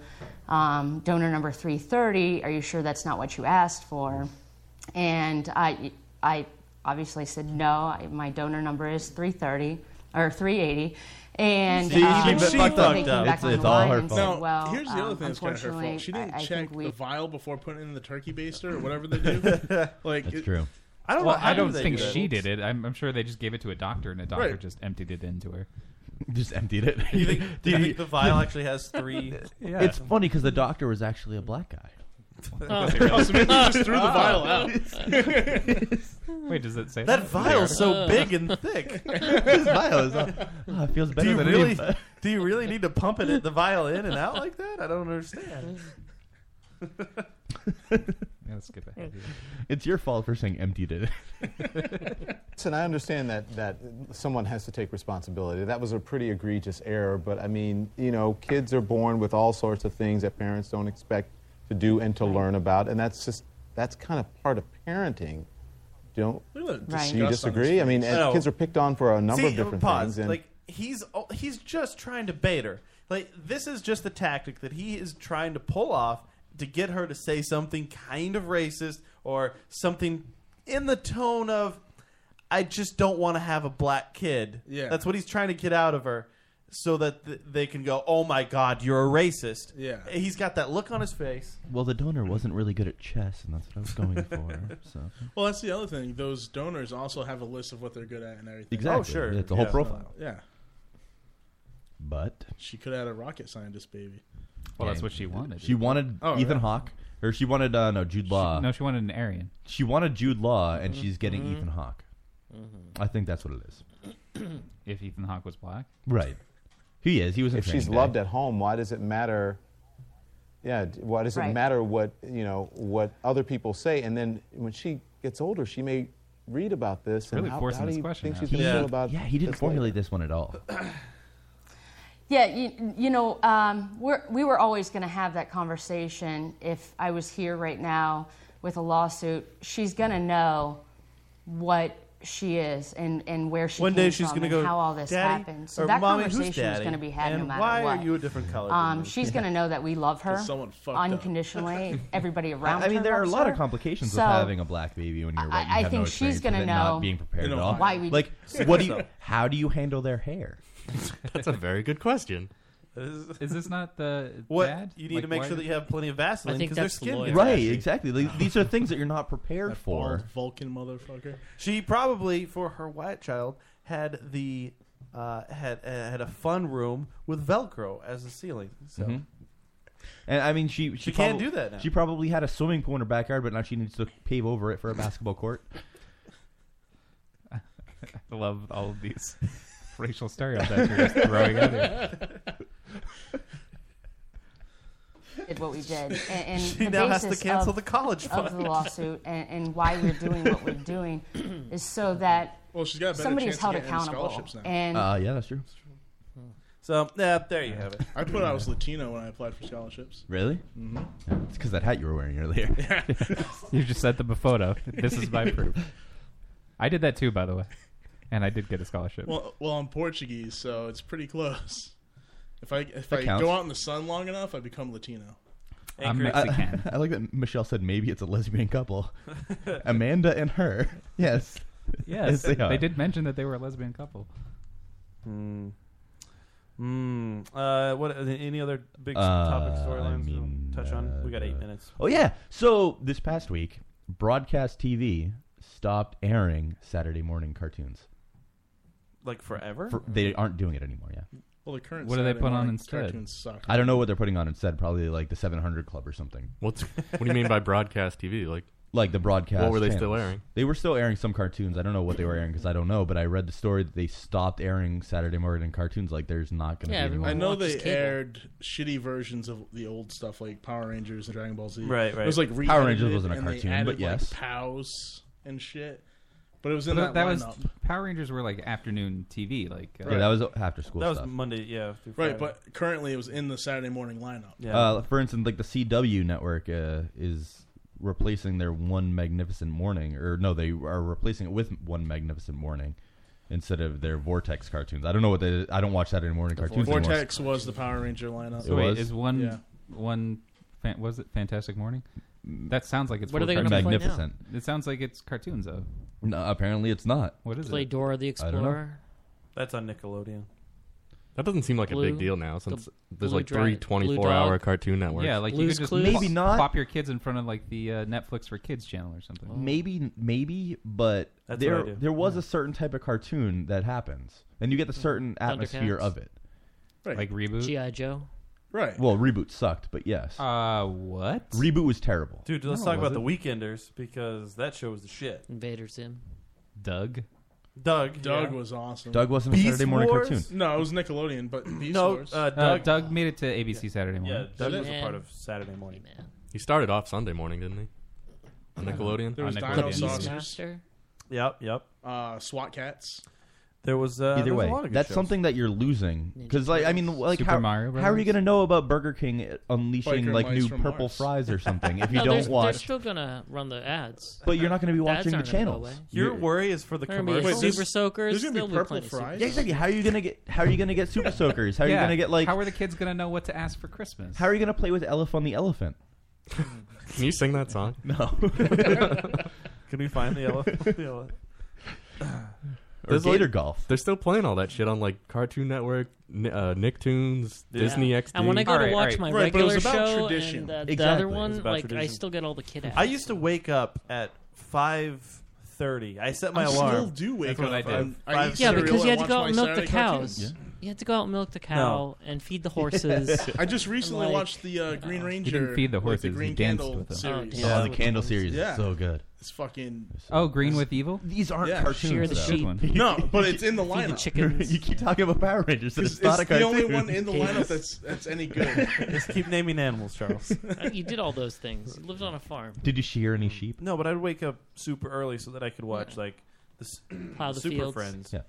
S14: um, donor number 330. Are you sure that's not what you asked for? And I, I obviously said no. I, my donor number is 330 or 380. And
S8: See,
S14: um,
S8: she
S14: so
S8: fucked
S14: they
S8: up.
S14: came back
S8: It's-
S14: on
S8: it's
S14: the
S8: all
S14: line
S8: her
S14: and said,
S8: fault.
S4: Now,
S14: well,
S4: here's the other
S14: um,
S4: thing that's kind of her
S14: unfortunately,
S4: fault. She didn't
S14: I, I
S4: check
S14: think we
S4: the vial before putting it in the turkey baster or whatever they do. like
S8: That's
S4: it-
S8: true.
S7: I don't
S9: well,
S7: know
S9: I
S7: how
S9: don't
S7: they
S9: think
S7: do that.
S9: she did it. I'm, I'm sure they just gave it to a doctor, and the doctor
S7: Right.
S9: just emptied it into her.
S8: Just emptied it.
S7: You think- do you think the vial actually has three- Yeah.
S8: It's funny because the doctor was actually a black guy.
S7: Oh, so maybe they just threw the vial out.
S9: Ah. Wait, does it say
S7: That
S9: that?
S7: vial's so
S9: Uh.
S7: big and thick.
S9: This vial is-
S8: oh, it feels better
S7: uh, do you
S8: than any
S7: really,
S8: vi-
S7: Do you really need to pump it the vial in and out like that? I don't understand.
S9: Yeah, let's skip ahead.
S8: It's your fault for saying emptied it.
S13: And I understand that, that someone has to take responsibility. That was a pretty egregious error, but I mean, you know, kids are born with all sorts of things that parents don't expect to do and to learn about, and that's just, that's kind of part of parenting. Don't
S4: Look at the
S13: do
S4: disgust
S13: you
S4: on his
S13: disagree? I mean,
S4: face.
S13: and
S7: No.
S13: kids are picked on for a number
S7: See,
S13: of different
S7: pause.
S13: things. And
S7: like he's oh, he's just trying to bait her. Like this is just the tactic that he is trying to pull off to get her to say something kind of racist or something in the tone of I just don't want to have a black kid.
S4: Yeah.
S7: That's what he's trying to get out of her so that th- they can go, "Oh my god, you're a racist."
S4: Yeah.
S7: He's got that look on his face.
S8: Well, the donor wasn't really good at chess, and that's what I was going for. So
S4: Well, that's the other thing. Those donors also have a list of what they're good at and everything.
S8: Exactly. Oh, sure. It's a whole
S4: Yeah.
S8: profile.
S4: Yeah.
S8: But
S4: She could have had a rocket scientist baby.
S9: Well, that's what she wanted.
S8: She wanted
S4: Oh,
S8: Ethan
S4: yeah.
S8: Hawke, or she wanted uh, no Jude Law.
S9: no, she wanted an Aryan.
S8: She wanted Jude Law, and she's getting
S9: Mhm.
S8: Ethan Hawke.
S9: Mhm.
S8: I think that's what it is.
S9: if Ethan Hawke was black,
S8: Right. He is. He was. in
S13: if she's
S8: Training Day.
S13: loved at home, why does it matter? Yeah, d- why does
S9: Right.
S13: it matter what you know what other people say? And then when she gets older, she may read about this. and
S8: really
S13: how,
S8: forcing
S13: how do
S8: this
S13: you
S8: question
S13: think
S8: now.
S13: she's going to
S8: Yeah.
S13: feel about?
S8: Yeah, he didn't
S13: this later?
S8: formulate this one at all.
S14: Yeah, you, you know, um, we're, we were always going to have that conversation. If I was here right now with a lawsuit, she's going to know what she is and, and where she
S7: One
S14: came
S7: day she's
S14: from
S7: gonna
S14: and
S7: go,
S14: how all this
S7: "Daddy?"
S14: happened. So
S7: or,
S14: that
S7: "Mommy, who's
S14: conversation is
S7: daddy?
S14: going to be had no
S7: And
S14: matter
S7: why
S14: what.
S7: are you a different color than
S14: Um,
S7: me?
S14: she's
S7: Yeah.
S14: going to know that we love her
S7: 'Cause someone fucked up.
S14: unconditionally. Everybody around.
S8: I mean,
S14: her
S8: there are a
S14: loves
S8: lot of
S14: her.
S8: complications
S14: So-
S8: with having a black baby when you're white. and
S14: I- I
S8: have no
S14: think she's
S8: experience with
S14: gonna
S8: it, not
S14: know
S8: being prepared
S14: In
S8: at all.
S14: Ohio. why we-
S8: like, what do you? How do you handle their hair?
S10: That's a very good question.
S9: is this not the
S7: What
S9: dad?
S7: you need
S9: Like,
S7: to make
S9: why-
S7: sure that you have plenty of Vaseline because their skin gets
S8: Right,
S7: ashy.
S8: exactly. Like, these are things that you're not prepared
S4: That
S8: for.
S4: bald Vulcan motherfucker.
S7: She probably, for her white child, had the uh, had uh, had a fun room with Velcro as the ceiling. So
S8: Mhm. And I mean, she she,
S7: She can't
S8: probab-
S7: do that now.
S8: She probably had a swimming pool in her backyard, but now she needs to pave over it for a basketball court.
S9: I love all of these racial stereotypes you're just throwing out here.
S14: did what we did, and, and
S15: She
S14: the
S15: now has to
S14: basis
S15: cancel
S14: of,
S15: the college
S14: of
S15: fund.
S14: the lawsuit, and, and why we're doing what we're doing is so that
S4: Well, she's got a better
S14: somebody is
S4: chance of
S14: held
S4: getting into
S14: accountable.
S4: scholarships now.
S14: And
S8: Uh, yeah, that's true.
S15: So, yeah, there you have it.
S4: I put I was Latino when I applied for scholarships.
S8: Really?
S4: Mhm.
S8: It's because that hat you were wearing earlier.
S9: Mm-hmm. you just sent them a photo. This is my proof. I did that too, by the way, and I did get a scholarship.
S4: Well, well, I'm Portuguese, so it's pretty close. If I if
S8: That
S4: I
S8: counts.
S4: go out in the sun long enough, I become Latino.
S8: Um, I, I like that Michelle said maybe it's a lesbian couple. Amanda and her. Yes.
S9: yes,
S8: they,
S9: they,
S8: are.
S9: did mention that they were a lesbian couple.
S15: Mm. Mm. Uh, what? Any other big
S8: Uh,
S15: topic
S8: I
S15: storylines
S8: mean,
S15: we'll touch on? We got eight
S8: uh,
S15: minutes.
S8: Oh yeah. So this past week, broadcast TV stopped airing Saturday morning cartoons.
S15: Like forever.
S8: For, they aren't doing it anymore. Yeah.
S4: Er. Well, the current
S9: What do they
S4: Saturday
S9: put on
S4: morning
S9: instead?
S4: Cartoons suck.
S8: I don't know what they're putting on instead. Probably like the 700 Club or something.
S10: What's what do you mean by broadcast TV? Like
S8: like the broadcast?
S10: What were they still
S8: channels.
S10: airing?
S8: They were still airing some cartoons. I don't know what they were airing because I don't know. But I read the story that they stopped airing Saturday morning cartoons. Like there's not going to be any more.
S4: I know they aired shitty versions of the old stuff like Power Rangers and Dragon Ball Z.
S8: Right, right.
S4: It was like
S8: Power Rangers
S4: re-edited
S8: wasn't a
S4: and they
S8: cartoon,
S4: added,
S8: but yes.
S4: like, Pows and shit. But it was in
S9: But
S4: that,
S9: was
S4: lineup.
S9: Power Rangers were like afternoon TV. Like uh,
S8: Yeah, that was after school That was stuff.
S15: Monday, yeah. Through
S4: right, but currently it was in the Saturday morning lineup.
S8: Uh, for instance, like the CW network uh, is replacing their One Magnificent Morning, or no, they are replacing it with One Magnificent Morning instead of their Vortex cartoons. I don't know what they. I don't watch Saturday morning cartoons anymore.
S4: Vortex was the Power Ranger lineup.
S9: So wait, is one
S4: Yeah.
S9: one fan, was it Fantastic Morning? That sounds like it's
S1: What are
S9: full
S1: they gonna
S9: cartoons.
S1: play now?
S8: Magnificent.
S9: It sounds like it's cartoons though.
S8: No, apparently it's not.
S9: What is
S1: Play
S9: it?
S1: Dora the
S8: I don't know.
S1: Explorer.
S15: That's on Nickelodeon.
S10: That doesn't seem like a
S9: Blue-
S10: big deal now since
S9: the
S10: there's
S9: Blue
S10: like
S9: Dra-
S10: three
S9: Blue
S10: 24
S9: Dog.
S10: hour cartoon networks.
S9: Yeah, like you could just
S8: Clues?
S9: pop-
S8: Maybe not.
S9: pop your kids in front of like the uh, Netflix for Kids channel or something.
S8: Maybe, maybe, but
S9: That's what I
S8: there
S9: do.
S8: there was a certain type of cartoon that happens, and you get the certain atmosphere
S1: Thundercats?
S8: of it.
S4: Right.
S9: Mm-hmm. Like reboot.
S1: GI Joe.
S4: Right.
S8: Well, reboot sucked, but yes.
S9: Uh, what?
S8: Reboot was terrible.
S15: Dude, let's talk about the Weekenders because that show was the shit.
S1: Invader Zim.
S9: Doug.
S15: Doug.
S4: Doug
S15: yeah.
S4: was awesome.
S8: Doug wasn't a
S15: Beast
S8: Saturday morning
S15: Wars?
S8: cartoon.
S4: No, it was Nickelodeon, but Beast
S15: No,
S4: Wars.
S15: uh,
S9: Uh, Doug made it to ABC Saturday
S15: Yeah,
S9: morning.
S15: Doug was a
S4: Man.
S15: part of Saturday morning.
S10: He started off Sunday morning, didn't he? On Nickelodeon.
S4: There was
S10: On
S4: Dino
S10: Nickelodeon.
S4: Saucers.
S15: Yep, yep.
S4: Uh, SWAT Cats.
S15: There was uh,
S8: Either
S15: there was
S8: way,
S15: a lot of good
S8: that's
S15: shows.
S8: something that you're losing because, like, I mean, like,
S9: Super
S8: how,
S9: Mario
S8: how are you
S9: Brothers?
S8: going to know about Burger King unleashing
S4: Biker
S8: like
S4: Mice
S8: new
S4: from
S8: purple
S4: Mars.
S8: fries or something if you
S1: no,
S8: don't
S1: they're, They're
S8: watch?
S1: still gonna run the ads.
S8: But you're not gonna be
S1: The ads
S8: watching the
S1: aren't gonna go
S8: channels.
S1: away.
S15: Your worry is for the
S1: They're gonna be a
S15: commercials.
S1: Super Soakers.
S4: there's gonna
S1: There'll
S4: be purple
S1: plenty of Super
S4: fries.
S8: Yeah, exactly. How are you going to get? How are you going to get Super Soakers? How are
S9: Yeah.
S8: you going to get like?
S9: How are the kids gonna know what to ask for Christmas?
S8: How are you going to play with Elf on the Elephant?
S10: Can you sing that song?
S8: No.
S15: Can we find the elephant? the elephant?
S8: Or
S10: There's,
S8: Gator
S10: like-
S8: Golf.
S10: They're still playing all that shit on like Cartoon Network, Ni- uh, Nicktoons,
S1: Yeah.
S10: Disney XD.
S1: And when I go to watch my
S4: Right, but it
S1: regular
S4: was about
S1: show
S4: tradition.
S1: and uh, the
S4: Exactly.
S1: other
S4: It
S1: one,
S15: It's about
S1: like I
S15: tradition.
S1: still get all the kid ads.
S15: I used to wake up at five thirty. I set my
S4: I
S15: alarm.
S4: still do wake
S15: That's what
S4: up.
S15: I did.
S4: I'm- I
S15: Five
S4: eat
S1: yeah,
S4: cereal
S1: because you
S4: and
S1: had to go out
S4: watch
S1: and
S4: my
S1: milk the
S4: Saturday cartoons.
S1: cows. You had to go out and milk the cow and feed the horses.
S4: I just
S1: And,
S4: recently
S1: like,
S4: watched the uh, Green Ranger.
S9: didn't feed the
S4: like,
S9: horses,
S4: The
S9: he
S4: Green
S9: danced
S4: Candle
S9: with them.
S4: series.
S1: Oh, damn.
S8: Oh, the Candle series
S4: Yeah.
S8: is so good.
S4: It's fucking.
S9: Oh, Green with Evil.
S8: These aren't
S4: Yeah.
S8: cartoons.
S1: Shear the
S8: though.
S1: sheep.
S9: Good
S4: No, but it's in the lineup.
S8: you keep talking about Power Rangers. And
S4: It's,
S8: it's, not a
S4: it's the
S8: cartoon.
S4: only one in the
S1: Hey.
S4: lineup that's that's any good.
S15: Just keep naming animals, Charles.
S1: Uh, You did all those things. You lived on a farm.
S8: Did you shear any sheep?
S15: no, but I'd wake up super early so that I could watch like the, s-
S1: Plow the
S15: Super
S1: fields.
S15: Friends.
S8: Yeah.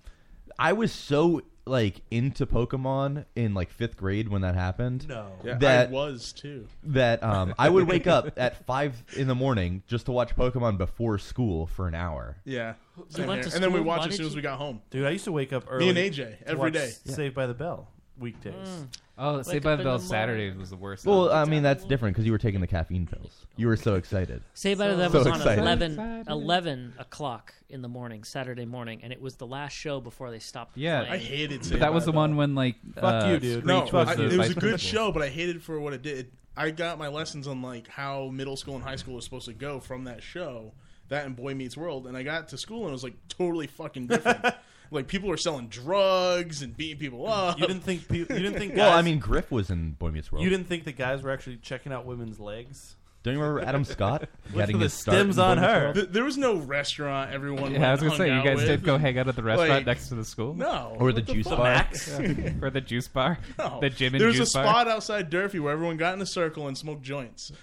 S8: I was so like into Pokemon in like fifth grade when that happened.
S15: No.
S4: Yeah,
S8: that
S4: I was too.
S8: that um, I would wake up at five in the morning just to watch Pokemon before school for an hour.
S4: Yeah,
S1: You
S4: Same
S1: went
S4: here.
S1: to
S4: and then we
S1: school?
S4: watched
S1: Why
S4: as
S1: did
S4: soon as
S1: you-
S4: we got home.
S15: Dude, I used to wake up early.
S4: and AJ,
S15: to
S4: every
S15: watch
S4: day.
S15: Saved by the Bell weekdays.
S9: Oh, Saved
S1: Mm. Wake
S9: by
S1: up
S9: the
S1: in the
S9: Bell
S1: morning.
S9: Saturday was the worst.
S8: Well, I mean that's different because you were taking the caffeine pills. You were so excited.
S1: Say by the Bell
S8: So
S1: was on
S8: excited.
S1: 11, 11 o'clock in the morning, Saturday morning, and it was the last show before they stopped.
S9: Yeah.
S1: playing.
S4: I hated.
S9: But
S4: Saved by
S9: that was the
S4: Bell.
S9: one when like
S15: Fuck
S9: uh,
S15: you, dude.
S4: No,
S9: Screech was
S4: I-
S9: the
S4: it was
S9: vice
S4: a good
S9: principal.
S4: show, but I hated it for what it did. I got my lessons on like how middle school and high school is supposed to go from that show, that and Boy Meets World, and I got to school and it was like totally fucking different. like people were selling drugs and beating people up.
S15: You didn't think peo- you didn't think guys,
S8: Well, I mean Griff was in Boy Meets World.
S15: you didn't think the guys were actually checking out women's legs.
S8: Don't you remember Adam Scott getting
S16: the
S8: his start in
S16: stems on
S8: Boulder,
S16: her.
S4: Th- there was no restaurant. Everyone.
S9: Yeah, I was
S4: went
S9: gonna say
S4: and
S9: you
S4: hung
S9: guys
S4: out
S9: did
S4: with.
S9: go hang out at the restaurant
S4: Like,
S9: next to the school.
S4: No.
S9: or
S4: What
S9: the, juice
S4: fuck?
S9: bar,
S4: Max?
S9: Yeah. or the juice bar,
S4: No.
S9: the gym and
S4: There was
S9: juice
S4: a
S9: bar.
S4: spot outside Durfee where everyone got in a circle and smoked joints.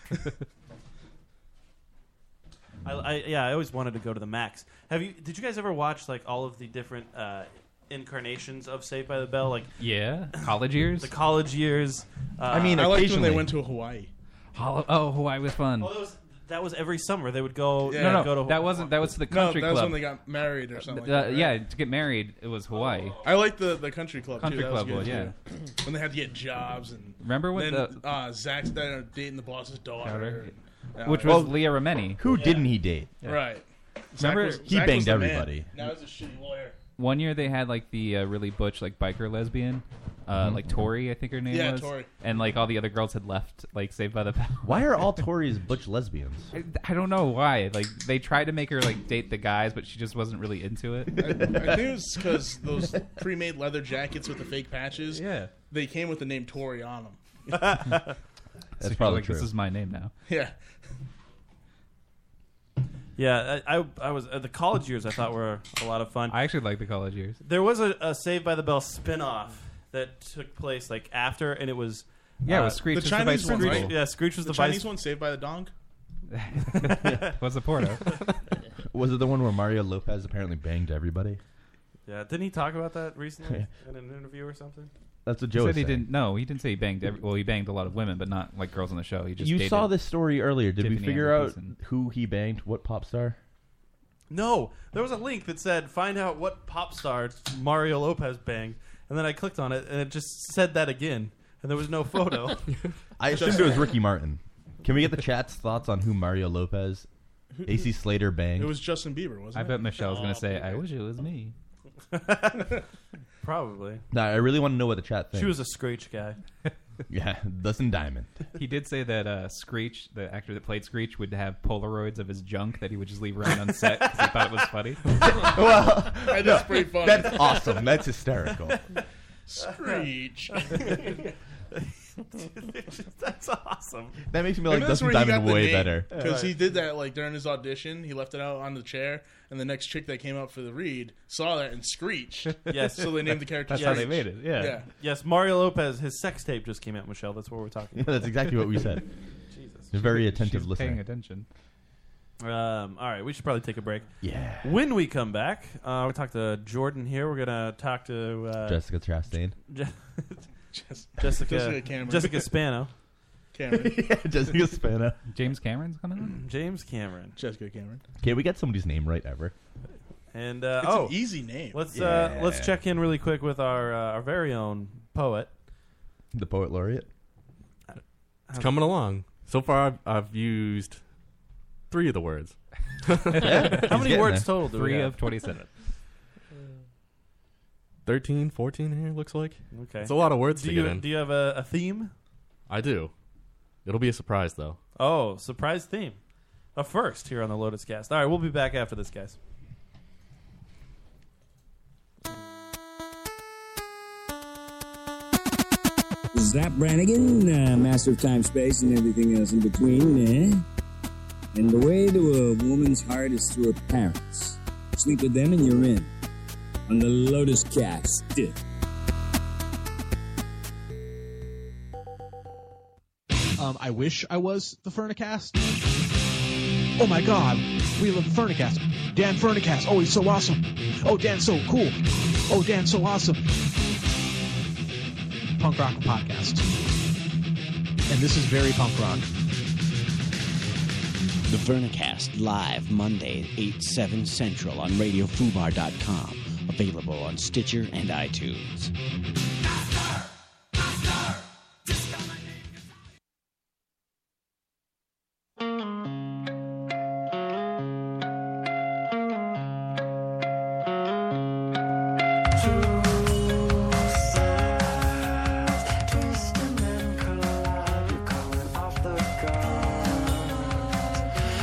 S7: I, I, yeah, I always wanted to go to the Max. Have you? Did you guys ever watch like all of the different uh, incarnations of Saved by the Bell? Like
S9: Yeah, college years.
S7: the college years. Uh,
S9: I mean,
S4: I liked when they went to Hawaii.
S9: Hol- oh, Hawaii was fun.
S7: Oh, that was that was every summer. They would go.
S4: Yeah.
S7: they'd
S4: No, no,
S7: go to
S9: that wasn't. That was the
S4: No,
S9: country
S4: that
S9: club.
S4: was when they got married or something.
S9: Uh,
S4: like that, right?
S9: Yeah, to get married, it was Hawaii.
S4: I like the, the country club
S9: Country
S4: too. That was
S9: club was,
S4: good,
S9: yeah.
S4: too. when they had to get jobs and
S9: Remember when
S4: then, uh, Zach's da- dating the boss's daughter, and-
S9: Which
S4: yeah.
S9: was Leah Remini.
S8: Who didn't he date?
S4: Right. Zach
S9: Remember,
S4: was- He Zach was banged the man. everybody. Now he's a shitty lawyer.
S9: One year they had like the uh, really butch like biker lesbian, uh,
S8: Mhm.
S9: like Tori, I think her name
S4: Yeah,
S9: was.
S4: Tori.
S9: And like all the other girls had left, like Saved by the Bell.
S8: Why are all Tories butch lesbians?
S9: I, I don't know why. Like they tried to make her like date the guys, but she just wasn't really into it.
S4: I, I think it was because those pre-made leather jackets with the fake patches.
S9: Yeah.
S4: they came with the name Tory on them.
S9: So you're
S8: probably
S9: like, This
S8: true.
S9: is my name now.
S4: yeah,
S7: Yeah, I, I, I was uh, the college years. I thought were a lot of fun.
S9: I actually like the college years.
S7: There was a, a Saved by the Bell spin-off that took place like after, and it was
S9: Yeah, it
S7: uh,
S9: was Screech
S4: the Chinese one,
S7: Screech-
S4: right?
S7: Yeah, Screech was the,
S4: the Chinese
S7: vice.
S4: one saved by the dong.
S9: was the Porto.
S8: Was it the one where Mario Lopez apparently banged everybody?
S7: Yeah, didn't he talk about that recently
S8: Yeah.
S7: in an interview or something?
S8: That's
S9: he
S8: what Joe
S9: said
S8: was
S9: he
S8: saying.
S9: didn't. No, he didn't say he banged. Every, well, he banged a lot of women, but not like girls on the show. He just
S8: You
S9: dated-
S8: saw this story earlier. Did we
S9: Tiffany
S8: figure out
S9: Anderson.
S8: who he banged? What pop star?
S7: No, there was a link that said find out what pop star Mario Lopez banged, and then I clicked on it, and it just said that again, and there was no photo.
S8: I assumed it was Ricky Martin. Can we get the chat's thoughts on who Mario Lopez, AC Slater banged?
S4: It was Justin Bieber, wasn't
S9: I
S4: it? Oh,
S9: bet Michelle's gonna say, "I wish it was me."
S7: Probably.
S8: Nah, I really want to know what the chat thinks.
S7: She was a Screech guy.
S8: yeah, Dustin Diamond.
S9: He did say that uh, Screech, the actor that played Screech, would have Polaroids of his junk that he would just leave around on set because he thought it was funny.
S8: well, no, That's awesome. That's hysterical.
S4: Screech.
S7: that's awesome.
S8: That makes me like Dustin Diamond way better.
S4: because he did that like during his audition. He left it out on the chair, and the next chick that came up for the read saw that and screeched.
S7: Yes.
S4: so they named the character.
S7: That's how they
S4: Screech.
S7: made it. Yeah.
S4: yeah.
S7: Yes, Mario Lopez. His sex tape just came out, Michelle. That's what we're talking.
S8: Yeah,
S7: about.
S8: that's exactly what we said.
S7: Jesus.
S8: A very attentive listener.
S9: Paying attention.
S7: Um, all right, we should probably take a break.
S8: Yeah.
S7: When we come back, uh, we'll talk to Jordan here. We're gonna talk to uh,
S8: Jessica Chastain.
S7: Je- Jessica.
S4: Jessica
S7: Jessica,
S4: Cameron.
S7: Spano.
S4: Cameron.
S8: Jessica Spana.
S9: James Cameron's coming on.
S7: Mm, James Cameron.
S4: Jessica Cameron.
S8: Can we get somebody's name right ever?
S7: And uh,
S4: It's an
S7: oh,
S4: easy name.
S7: Let's
S4: Yeah.
S7: uh, let's check in really quick with our uh, our very own poet.
S8: The poet laureate.
S10: It's coming along. So far, I've, I've used three of the words.
S7: How many words total? Do we
S9: Three
S7: have?
S9: of twenty-seven.
S10: 13, 14 here, looks like.
S7: Okay,
S10: It's a lot of words
S7: Do
S10: to
S7: you
S10: get in.
S7: do you have a, a theme?
S10: I do. It'll be a surprise, though.
S7: Oh, surprise theme, a first here on the Lotus Cast. All right, we'll be back after this, guys.
S3: Zap Brannigan, uh, master of time, space, and everything else in between. Eh? And the way to a woman's heart is through her parents. Sleep with them and you're in. On the Lotus Cast.
S17: Um, I wish I was the Furnicast. Oh my god, we love the Furnicast. Dan Furnicast, oh he's so awesome. Oh Dan's so cool. Oh Dan's so awesome. Punk rock podcast. And this is very punk rock.
S18: The Vernicast live Monday at 8, 7 central on RadioFubar.com. Available on Stitcher and iTunes.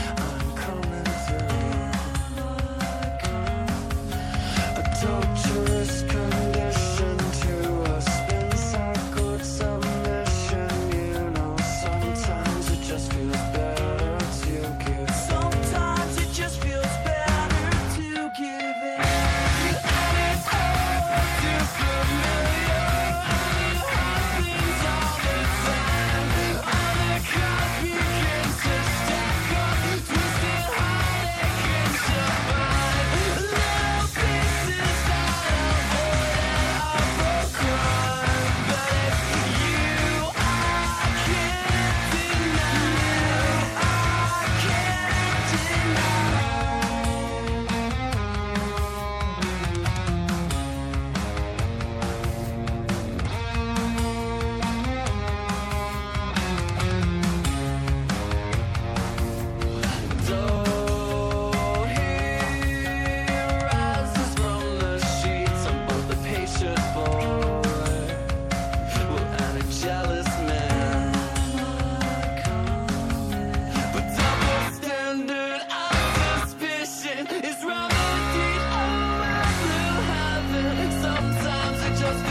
S19: A torturous condition to us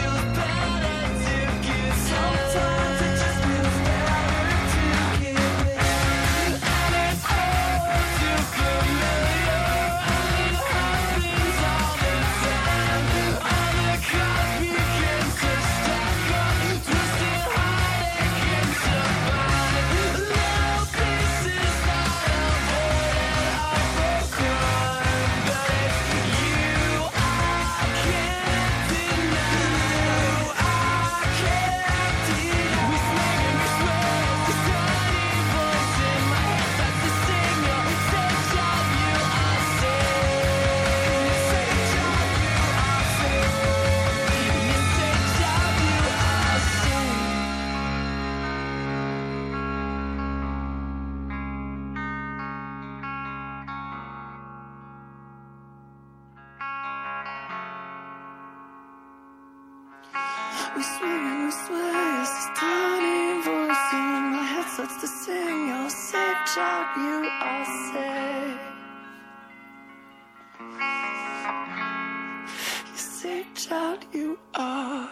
S3: Oh, We swear and we swear it's this tiny voice in my head starts to sing. You're sick, child, you are sick. You sick, child, you are.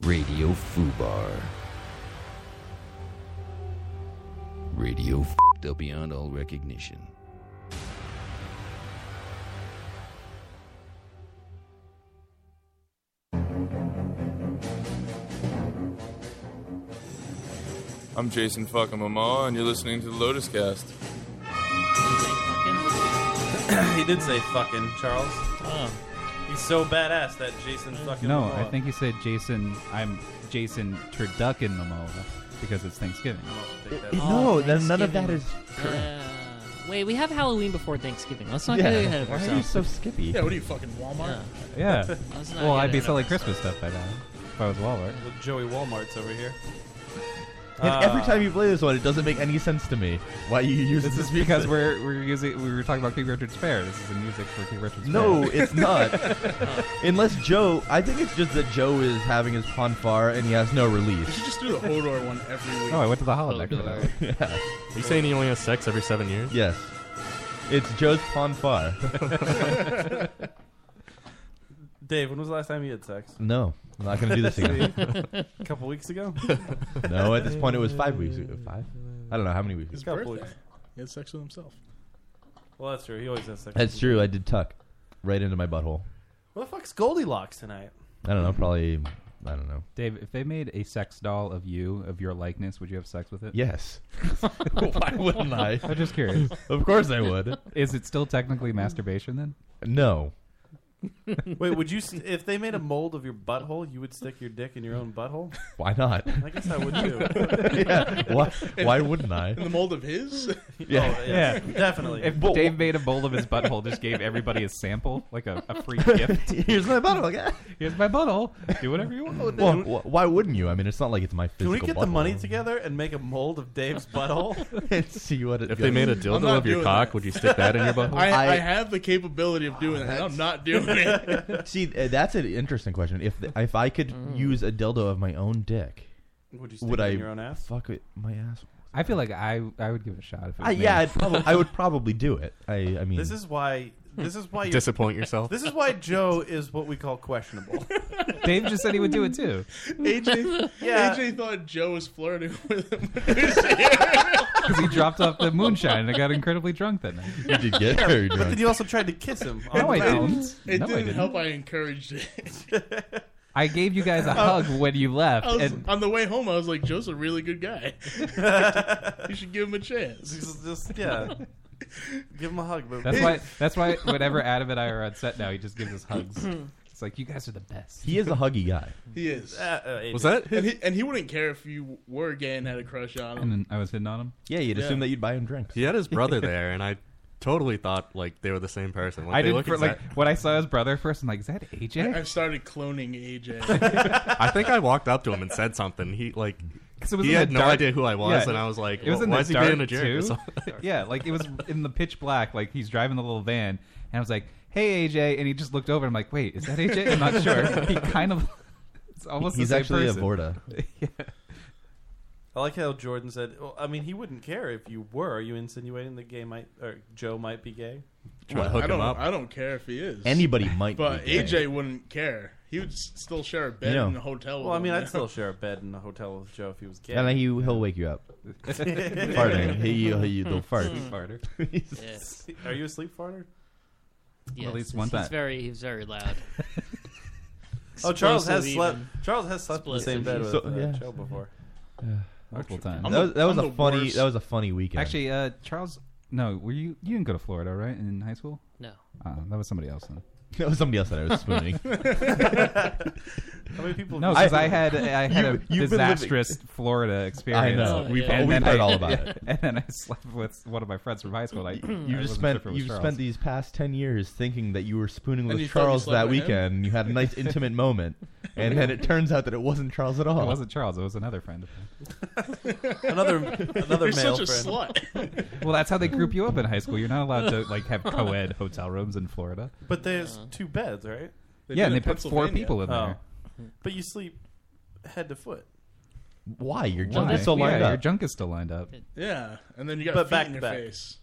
S20: Radio Fubar. Radio f- up beyond all recognition.
S21: I'm Jason fucking Mama, and you're listening to the Lotus Cast.
S15: he did say fucking Charles. He's so badass that Jason fucking.
S9: No,
S15: Momoa.
S9: I think he said Jason. I'm Jason Turducken Momoa because it's Thanksgiving.
S7: Oh,
S8: no, then none of that
S1: Thanksgiving.
S8: is correct.
S1: Uh, wait, we have Halloween before Thanksgiving. Let's not
S9: Yeah.
S1: get ahead of
S9: Why are you
S1: ourselves.
S9: so skippy? Yeah, what are you,
S4: fucking Walmart?
S9: Yeah.
S1: Let's not
S9: well,
S1: get
S9: I'd
S1: ahead
S9: be
S1: of
S9: selling Christmas stuff by now if I was Walmart.
S15: Look, Joey Walmart's over here.
S8: And every
S15: Uh,
S8: time you play this one, it doesn't make any sense to me why you use
S9: This
S8: this
S9: is
S8: music.
S9: because we're we're using we were talking about King Richard's Fair. This is the music for King Richard's
S8: No,
S9: Fair.
S8: it's not. Unless Joe, I think it's just that Joe is having his ponfar and he has no
S4: You should
S8: release.
S4: just do the Hodor one every week.
S8: Oh, I went to the
S4: holiday.
S8: holodeck for that. Yeah.
S10: Are you saying he only has sex every seven years?
S8: Yes. It's Joe's ponfar.
S15: Dave, when was the last time you had sex?
S8: no, I'm not going to do this again.
S15: a couple weeks ago.
S8: no, at this point it was five weeks ago. Five? I don't know how many weeks.
S4: His
S8: ago.
S15: Couple
S4: birthday. He had sex with himself.
S15: Well, that's true. He always has sex.
S8: That's true. I did tuck right into my butthole.
S15: What the fuck's Goldilocks tonight?
S8: I don't know. Probably. I don't know.
S9: Dave, if they made a sex doll of you of your likeness, would you have sex with it?
S8: Yes. Why wouldn't I?
S9: I'm just curious.
S8: Of course I would.
S9: Is it still technically masturbation then?
S8: No.
S7: Wait, would you st- if they made a mold of your butthole, you would stick your dick in your own butthole?
S8: Why not?
S7: I guess I would too.
S8: Yeah, why- why wouldn't I?
S4: In the mold of his?
S8: Yeah.
S4: Oh,
S8: Yeah,
S7: definitely.
S9: If
S7: But
S9: Dave
S7: wh-
S9: made a bowl of his butthole, just gave everybody a sample, like a, a free gift.
S8: Here's my butthole. Yeah.
S9: Here's my butthole. Do whatever you want.
S8: Well, wh- why wouldn't you? I mean, it's not like it's my
S7: Can
S8: physical.
S7: we get the
S8: butthole.
S7: money together and make a mold of Dave's butthole?
S8: and see what it
S10: If they
S8: goes.
S10: made a dildo I'm not of your doing cock, that. would you stick that in your butthole?
S4: I, I, have the capability of doing that. I'm not doing it.
S8: See, uh, that's an interesting question. If th- if I could use a dildo of my own dick,
S7: Would you stick it
S8: I
S7: in your own ass?
S8: Fuck it, my ass.
S9: I feel like I I would give it a shot if it was
S8: I,
S9: me.
S8: yeah, I'd probably, I would probably do it. I I mean,
S7: This is why. This is why. you-
S10: Disappoint yourself.
S7: This is why Joe is what we call questionable.
S9: Dave just said he would do it too.
S4: AJ,
S7: Yeah.
S4: AJ thought Joe was flirting with him.
S9: Because he dropped off the moonshine and I got incredibly drunk that night.
S8: You did get Yeah, very but drunk. then you
S7: also tried to kiss him
S9: No,
S4: It
S9: I
S4: didn't-
S9: didn't.
S4: It
S9: no,
S4: didn't,
S9: I didn't.
S4: help. I encouraged it.
S9: I gave you guys a hug when you left.
S4: Oh. Uh, I was,
S9: and
S4: on the way home, I was like, "Joe's a really good guy. you should give him a chance."
S7: Just, just- yeah. Give him a hug. But
S9: that's why. That's why. Whenever Adam and I are on set now, he just gives us hugs. It's like you guys are the best.
S8: He is a huggy guy.
S4: He is.
S7: Uh, uh,
S9: Was that-
S4: And he, and he wouldn't care if you were gay and had a crush on him.
S9: And then I was hitting on him.
S8: Yeah, you'd assume that you'd buy him drinks.
S10: He had his brother there, and I totally thought like they were the same person. Like,
S9: I
S10: they
S9: did
S10: look
S9: for, like
S10: exact-
S9: when I saw his brother first. I'm like, is that AJ?
S4: I, have started cloning AJ.
S10: I think I walked up to him and said something. He like
S9: 'Cause it was in
S10: he
S9: the
S10: had no
S9: dark-
S10: idea who I was,
S9: yeah.
S10: and I was like,
S9: it was
S10: "Why-
S9: in
S10: "Why
S9: the
S10: is he
S9: dark,
S10: being a jerk?" or
S9: too.
S10: something?
S9: yeah, like it was in the pitch black. Like he's driving the little van, and I was like, "Hey, AJ," and he just looked over. and I'm like, "Wait, is that AJ?" I'm not sure. He kind of. It's almost
S8: He's
S9: the same
S8: actually
S9: person.
S8: a Vorta.
S9: yeah.
S7: I like how Jordan said. Well, I mean, he wouldn't care if you were. Are you insinuating that gay might or Joe might be gay?
S4: Well, I don't, I don't care if he is.
S8: Anybody might
S4: But
S7: be gay.
S4: AJ wouldn't care. He would s- still share a bed
S8: You know.
S4: in a hotel. With
S7: Well, I mean,
S4: him,
S7: I'd still share a bed in a hotel with Joe if he was gay.
S8: And then he he'll wake you up. farting. He he
S7: Hmm.
S8: he'll fart.
S7: Sleep farter. Are you a sleep farter?
S9: Yes, At least one he's time.
S1: very- he's very loud.
S7: oh, Charles has
S1: Explosive
S7: slept.
S1: even.
S7: Charles has slept in the same bed with
S8: So-
S7: uh,
S8: yeah.
S7: Joe before.
S9: Multiple times.
S8: That was, that was a funny. That was a funny weekend.
S9: Actually, uh, Charles, no, were you? You didn't go to Florida, right? In high school?
S1: No.
S9: Uh, that was somebody else. Then.
S8: That was somebody else that I was spooning.
S7: How many people?
S9: No,
S7: have-
S9: because I had I had a
S8: you've been living-
S9: disastrous Florida experience.
S8: I know. We've-
S9: And
S8: we've
S9: then
S8: heard
S9: I-
S8: all about it.
S9: And then I slept with one of my friends from high school. and I,
S8: You
S9: I wasn't
S8: just
S9: sure
S8: spent
S9: if it was
S8: you've
S9: Charles.
S8: spent these past ten years thinking that you were spooning
S9: And
S8: with
S9: you thought you
S8: Charles
S9: slept
S8: that
S9: with him?
S8: weekend. and You had a nice intimate moment, and then it turns out that it wasn't Charles at all.
S9: It wasn't Charles. It was another friend.
S7: another another
S4: You're
S7: male
S4: such a
S7: friend.
S4: slut.
S9: Well, that's how they group you up in high school. You're not allowed to like have co-ed hotel rooms in Florida.
S7: But there's two beds, right?
S9: They Yeah, do and in they put four Pennsylvania. people in
S7: Oh.
S9: there.
S7: But you sleep head to foot.
S8: Why? Your
S9: Why?
S8: junk is still lined
S9: yeah,
S8: up.
S9: Your junk is still lined up.
S4: Yeah, and then you got
S7: But
S4: feet
S7: back
S4: in
S7: to
S4: your
S7: back.
S4: face.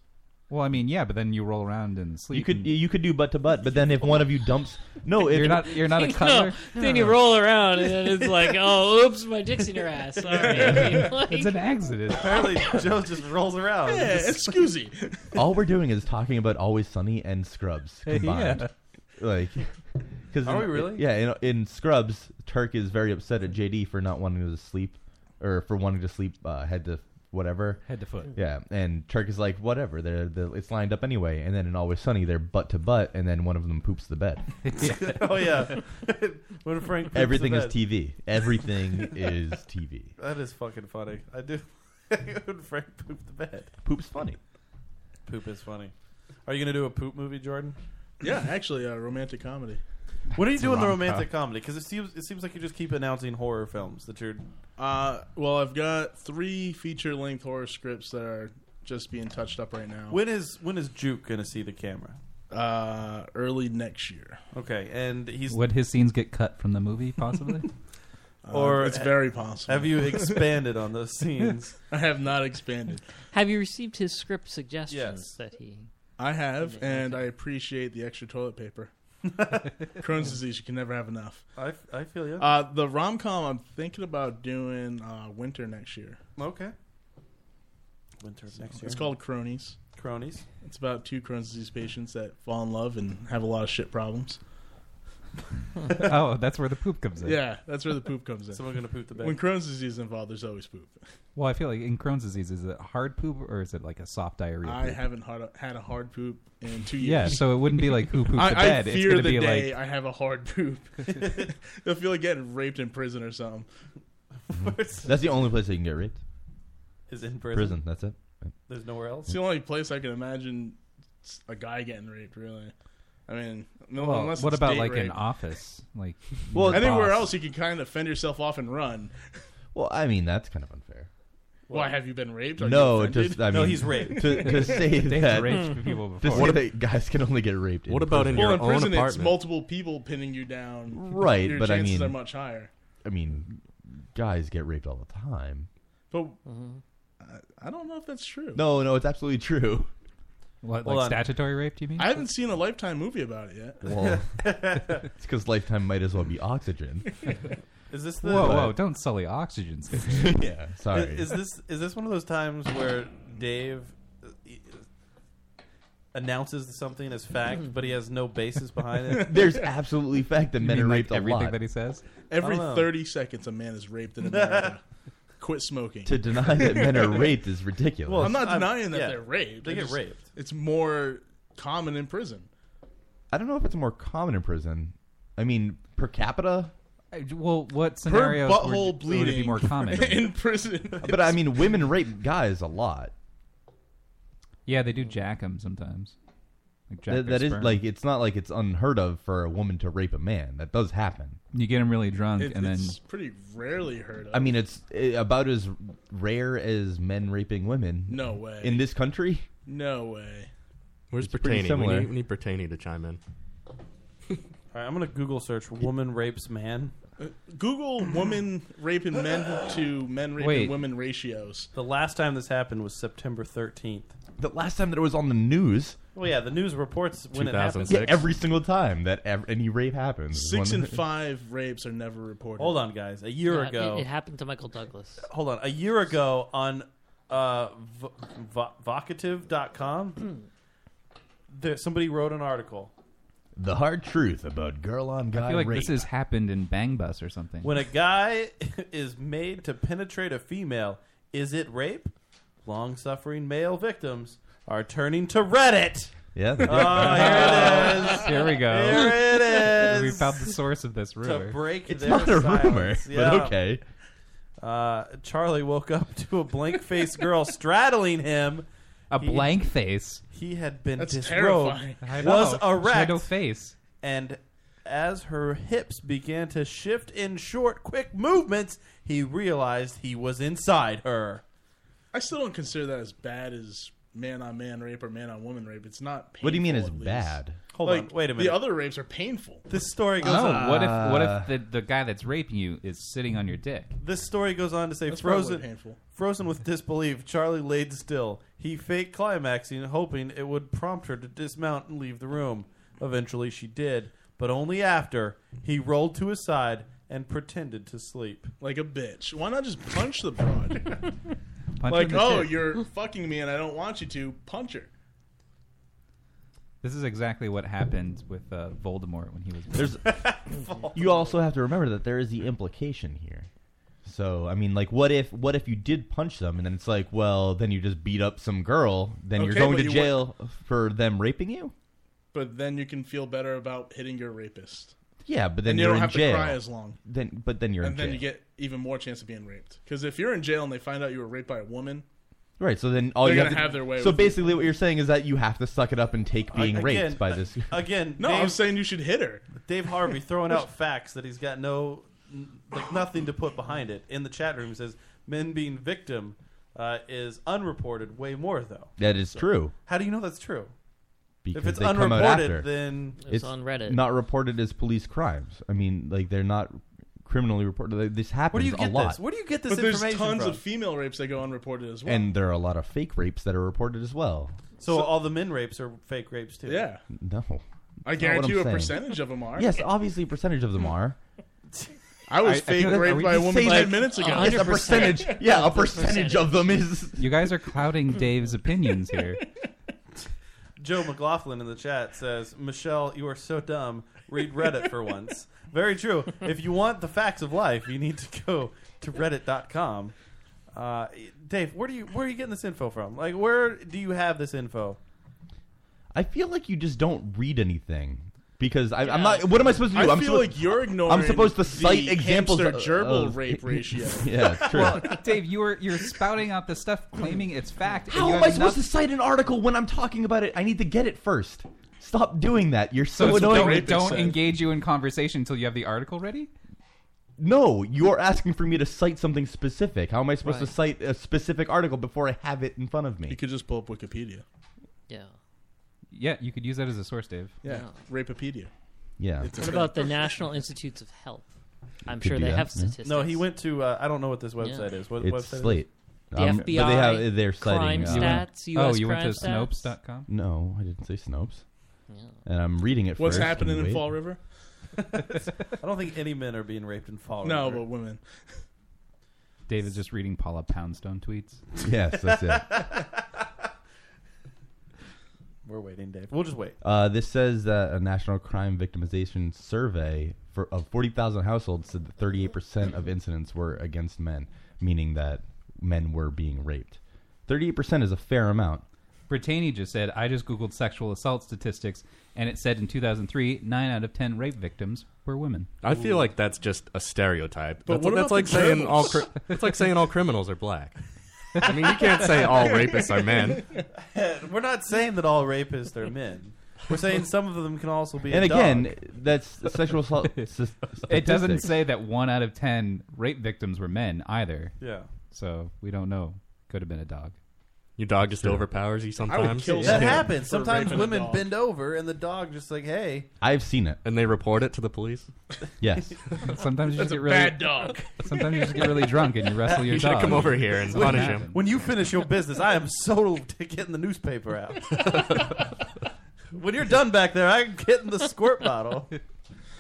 S9: Well, I mean, yeah, but then you roll around and sleep.
S8: You could you could do butt to butt, but then if one of you dumps, no, if
S9: You're not- you're not a
S1: No,
S9: cuddler?
S1: then you roll around and then it's like, oh, oops, my dick's in your ass. Sorry. I mean, like-
S9: It's an accident.
S7: Apparently, Joe just rolls around.
S1: Yeah,
S4: excuse me.
S8: all we're doing is talking about Always Sunny and Scrubs
S7: Yeah.
S8: combined. Like, cause
S7: Are
S8: in-
S7: we really?
S8: Yeah, in, in Scrubs, Turk is very upset at JD for not wanting to sleep, or for wanting to sleep uh, head to whatever.
S9: Head to foot.
S8: Yeah, and Turk is like, whatever. They're, they it's lined up anyway. And then in Always Sunny, they're butt to butt, and then one of them poops the bed.
S7: oh yeah. when Frank poops the
S8: Everything is
S7: bed.
S8: TV. Everything is TV.
S7: That is fucking funny. I do. when Frank pooped the bed.
S8: Poop's funny.
S7: Poop is funny. Are you gonna do a poop movie, Jordan?
S4: Yeah, actually, a romantic comedy.
S7: What are you doing the romantic comedy? Because it seems it seems like you just keep announcing horror films that you're.
S4: Uh, well, I've got three feature-length horror scripts that are just being touched up right now.
S7: When is when is Juke gonna see the camera?
S4: Uh, early next year.
S7: Okay, and he's
S9: Would his scenes get cut from the movie, possibly?
S7: or
S4: Uh, it's very possible.
S7: Have you expanded on those scenes?
S4: I have not expanded.
S1: Have you received his script suggestions that he?
S4: I have, and I appreciate the extra toilet paper. Crohn's disease, you can never have enough.
S7: I, I feel you.
S4: Uh, the rom com I'm thinking about doing uh, winter next year.
S7: okay. Winter of next year.
S4: It's called Cronies.
S7: Cronies.
S4: It's about two Crohn's disease patients that fall in love and have a lot of shit problems.
S9: oh, that's where the poop comes in.
S4: Yeah, that's where the poop comes in.
S7: Someone gonna poop the bed.
S4: When Crohn's disease is involved, there's always poop.
S9: Well, I feel like in Crohn's disease, is it hard poop or is it like a soft diarrhea?
S4: I
S9: poop?
S4: haven't had a, had a hard poop in two years.
S9: Yeah, so it wouldn't be like who pooped
S4: I,
S9: the
S4: I
S9: bed. It's
S4: fear
S9: gonna
S4: the
S9: be
S4: day
S9: like-
S4: I have a hard poop. I feel like getting raped in prison or something.
S9: Mm-hmm.
S8: That's the only place they can get raped.
S4: Is in prison?
S8: Prison. That's it.
S7: There's nowhere else.
S4: It's the only place I can imagine s- a guy getting raped. Really, I mean, no,
S9: Well,
S4: unless
S9: what
S4: it's
S9: about
S4: date
S9: like an
S4: rape.
S9: office? Like,
S4: Well,
S9: your
S4: anywhere
S9: boss.
S4: else you can kind of fend yourself off and run.
S8: Well, I mean that's kind of unfair.
S4: Why have you been raped? Are you
S8: no,
S4: offended?
S8: just I mean, To, to say that To say that guys can only get raped. in prison.
S4: well, in prison, It's multiple people pinning you down.
S8: Right,
S4: Your
S8: but I
S4: chances
S8: mean,
S4: are much higher.
S8: I mean, guys get raped all the time.
S4: But I, I don't know if that's true.
S8: No, no, it's absolutely true.
S9: What,
S4: Hold
S9: like
S4: on.
S9: statutory rape? Do you mean?
S4: I haven't seen a Lifetime movie about it yet.
S8: Well, it's because lifetime might as well be oxygen.
S7: Is this the
S9: Whoa, whoa! Don't sully oxygen.
S8: yeah, sorry.
S7: Is, is this is this one of those times where Dave uh, e- announces something as fact, but he has no basis behind it?
S8: There's absolutely fact that
S7: You
S8: men
S7: mean,
S8: are
S7: like,
S8: raped a
S7: everything
S8: lot.
S7: that he says?
S4: Every
S7: I don't know.
S4: 30 seconds, a man is raped in America. Quit smoking.
S8: To deny that men are raped is ridiculous.
S4: I'm not
S7: I'm-
S4: denying that
S7: yeah,
S4: they're raped.
S7: they
S4: I
S7: get
S4: just-
S7: raped.
S4: It's more common in prison.
S8: I don't know if it's more common in prison. I mean, per capita.
S9: Well, what scenarios would-
S8: butthole
S9: would it be
S8: bleeding
S9: more common?
S4: in prison.
S8: But I mean, women rape guys a lot.
S9: yeah, they do jack them sometimes. Like jack
S8: That-
S9: their
S8: that is
S9: sperm.
S8: like it's not like it's unheard of for a woman to rape a man. That does happen.
S9: you get them really drunk,
S4: It-
S9: and then
S4: it's pretty rarely heard of.
S8: I mean, it's eh, about as rare as men raping women.
S4: No way.
S8: In this country,
S4: No way.
S10: Where's
S8: It's pretty
S10: Bertani? We
S8: similar.
S10: need, we need Bertani to chime in.
S7: All right, I'm gonna Google search "woman rapes man."
S4: Uh, Google women raping men to men raping
S7: Wait.
S4: women ratios.
S7: The last time this happened was September 13th.
S8: the last time that it was on the news,
S7: Well, yeah, the news reports when it happens.
S8: Yeah, every single time that ev- any rape happens, is
S4: Six
S8: one-
S4: and five rapes are never reported.
S7: Hold on, guys. A year
S1: Yeah, it-
S7: ago,
S1: it, happened to Michael Douglas.
S7: hold on. A year ago on uh, vo- vo-
S1: Hmm.
S7: vocative.com, there, somebody wrote an article.
S8: The hard truth about girl on
S9: I
S8: guy
S9: feel like
S8: rape.
S9: this has happened in Bang Bus or something.
S7: When a guy is made to penetrate a female, is it rape? Long suffering male victims are turning to Reddit.
S8: Yeah.
S7: Oh, here it is.
S9: Here we go.
S7: Here it is.
S9: We found the source of this rumor.
S7: To break
S9: It's
S7: their
S9: not a
S7: silence.
S9: rumor, but
S7: Yeah.
S9: okay.
S7: Uh, Charlie woke up to a blank faced girl straddling him.
S9: A blank face.
S7: He had been
S9: That's
S7: disrobed,
S9: terrifying. I know.
S7: was
S9: She had
S7: erect,
S9: no face,
S7: and as her hips began to shift in short, quick movements, he realized he was inside her.
S4: I still don't consider that as bad as man on man rape or man on woman rape. It's not. Painful,
S8: What do you mean
S4: at
S8: it's
S4: least.
S8: bad?
S7: Hold
S4: Like,
S7: on, wait a minute.
S4: The other rapes are painful.
S7: This story goes
S9: no,
S4: uh,
S7: on.
S9: Oh, what if what if the, the guy that's raping you is sitting on your dick?
S7: This story goes on to say
S4: That's probably
S7: frozen
S4: painful.
S7: frozen with disbelief, Charlie laid still. He faked climaxing, hoping it would prompt her to dismount and leave the room. Eventually she did, but only after he rolled to his side and pretended to sleep.
S4: Like a bitch. Why not just punch the broad?
S9: Punch her in
S4: like,
S9: the
S4: oh,
S9: tit.
S4: you're fucking me and I don't want you to. Punch her.
S9: This is exactly what happened with uh, Voldemort when he was.
S8: There's, you also have to remember that there is the implication here. So I mean, like, what if what if you did punch them and then it's like, well, then you just beat up some girl, then you're
S4: Okay,
S8: going
S4: but
S8: to
S4: you
S8: jail for them raping you.
S4: But then you can feel better about hitting your rapist.
S8: Yeah, but then
S4: And you
S8: you're
S4: don't
S8: in
S4: have
S8: jail.
S4: to cry as long.
S8: Then, but then you're
S4: and
S8: in
S4: then
S8: jail.
S4: you get even more chance of being raped. Because if you're in jail and they find out you were raped by a woman,
S8: right. So then all
S4: They're
S8: you
S4: gonna
S8: to,
S4: have their way
S8: So
S4: with you.
S8: basically, what you're saying is that you have to suck it up and take being
S7: Again,
S8: raped by this.
S7: Again,
S4: No, I'm saying you should hit her.
S7: Dave Harvey throwing out facts that he's got no, n- like nothing to put behind it. In the chat room, he says men being victim uh, is unreported way more though.
S8: That is true.
S7: How do you know that's true?
S8: Because
S7: if it's
S8: they come out after.
S7: unreported, then
S8: Not reported as police crimes. I mean, like they're not criminally reported. Like, This happens a lot.
S4: But there's tons
S7: from?
S4: of female rapes that go unreported as well.
S8: And there are a lot of fake rapes that are reported as well.
S7: So, all the men rapes are fake rapes too.
S4: Yeah.
S8: No.
S4: I
S8: That's not what
S4: guarantee you a
S8: I'm saying.
S4: percentage of them are.
S8: Yes, obviously a percentage of them are.
S4: I was fake
S8: think-
S4: raped
S8: are we
S4: by a
S8: just
S4: woman
S8: saying
S4: 10
S8: that-
S4: minutes ago.
S8: Yes, a
S4: 100%.
S8: percentage. Yeah, a percentage of them is.
S9: You guys are clouding Dave's opinions here.
S7: Joe McLaughlin in the chat says, Michelle, you are so dumb. Read Reddit for once. Very true. If you want the facts of life, you need to go to reddit.com. Uh, Dave, where do you where are you getting this info from? Like, where do you have this info?
S8: I feel like you just don't read anything because I, I'm not. What am I supposed to do?
S4: I
S8: I'm
S4: feel
S8: supposed-
S4: like you're ignoring.
S8: I'm supposed to cite
S4: the
S8: examples
S4: hamster
S8: of-
S4: gerbil
S8: of-
S4: rape ratio.
S8: yeah, it's true.
S9: Well, Dave, you were you're spouting out the stuff claiming it's fact. and
S8: How
S9: you
S8: am
S9: have
S8: I supposed to
S9: noth-
S8: cite an article when I'm talking about it? I need to get it first. Stop doing that. You're so,
S9: So, so
S8: annoying.
S9: don't, don't engage you in conversation until you have the article ready.
S8: No, you are asking for me to cite something specific. How am I supposed to
S9: Right.
S8: cite a specific article before I have it in front of me? You
S4: could just pull up Wikipedia.
S1: Yeah.
S9: Yeah, you could use that as a source, Dave.
S4: Yeah, Rapepedia.
S8: Yeah.
S1: What about the National Institutes of Health? I'm
S8: Could
S1: sure
S8: do
S1: they
S8: that,
S1: have
S8: yeah.
S1: statistics.
S7: No, he went to. Uh, I don't know what this website is. What
S8: It's
S7: website? is
S8: Slate.
S1: The
S8: Um, but they
S1: FBI,
S8: have- they're
S1: crime
S8: citing, uh,
S1: stats,
S9: Oh,
S1: U.S.
S9: you went
S1: crime
S9: to
S1: stats.
S9: Snopes.com?
S8: No, I didn't say Snopes. And I'm reading it
S4: What's
S8: first.
S4: happening
S8: and
S4: in
S8: wait.
S4: Fall River?
S7: I don't think any men are being raped in Fall
S4: No,
S7: River.
S4: but women.
S9: Dave is just reading Paula Poundstone tweets.
S8: Yes, that's it.
S7: We're waiting, Dave. We'll just wait.
S8: Uh, this says that a national crime victimization survey for, of 40,000 households said that 38% of incidents were against men, meaning that men were being raped. 38% is a fair amount.
S9: Brittany just said, I just Googled sexual assault statistics, and it said in 2003, 9 out of 10 rape victims were women.
S10: I feel like that's just a stereotype.
S9: But
S10: that's,
S9: what
S10: that's
S9: about
S10: like
S9: the
S10: saying all
S9: criminals?
S10: cri- it's like saying all criminals are black. I mean, you can't say all rapists are men.
S7: We're not saying that all rapists are men. We're saying some of them can also be.
S8: And
S7: a
S8: again,
S7: dog.
S8: that's sexual assault. s-
S9: It doesn't
S8: statistics.
S9: say that 1 out of 10 rape victims were men either.
S7: Yeah.
S9: So we don't know. Could have been a dog.
S10: Your dog just overpowers you sometimes.
S7: that happens. Sometimes women bend over, and the dog just like, "Hey,
S8: I've seen it.
S10: And they report it to the police?
S8: Yes.
S9: sometimes you
S7: That's
S9: just
S7: a
S9: get really
S7: bad dog.
S9: Sometimes you just get really drunk and you wrestle your
S10: You should
S9: dog.
S10: come over here and
S9: That's what
S10: punish
S9: happened.
S10: him.
S7: When you finish your business, I am so to getting the newspaper out. when you're done back there, I'm getting the squirt bottle.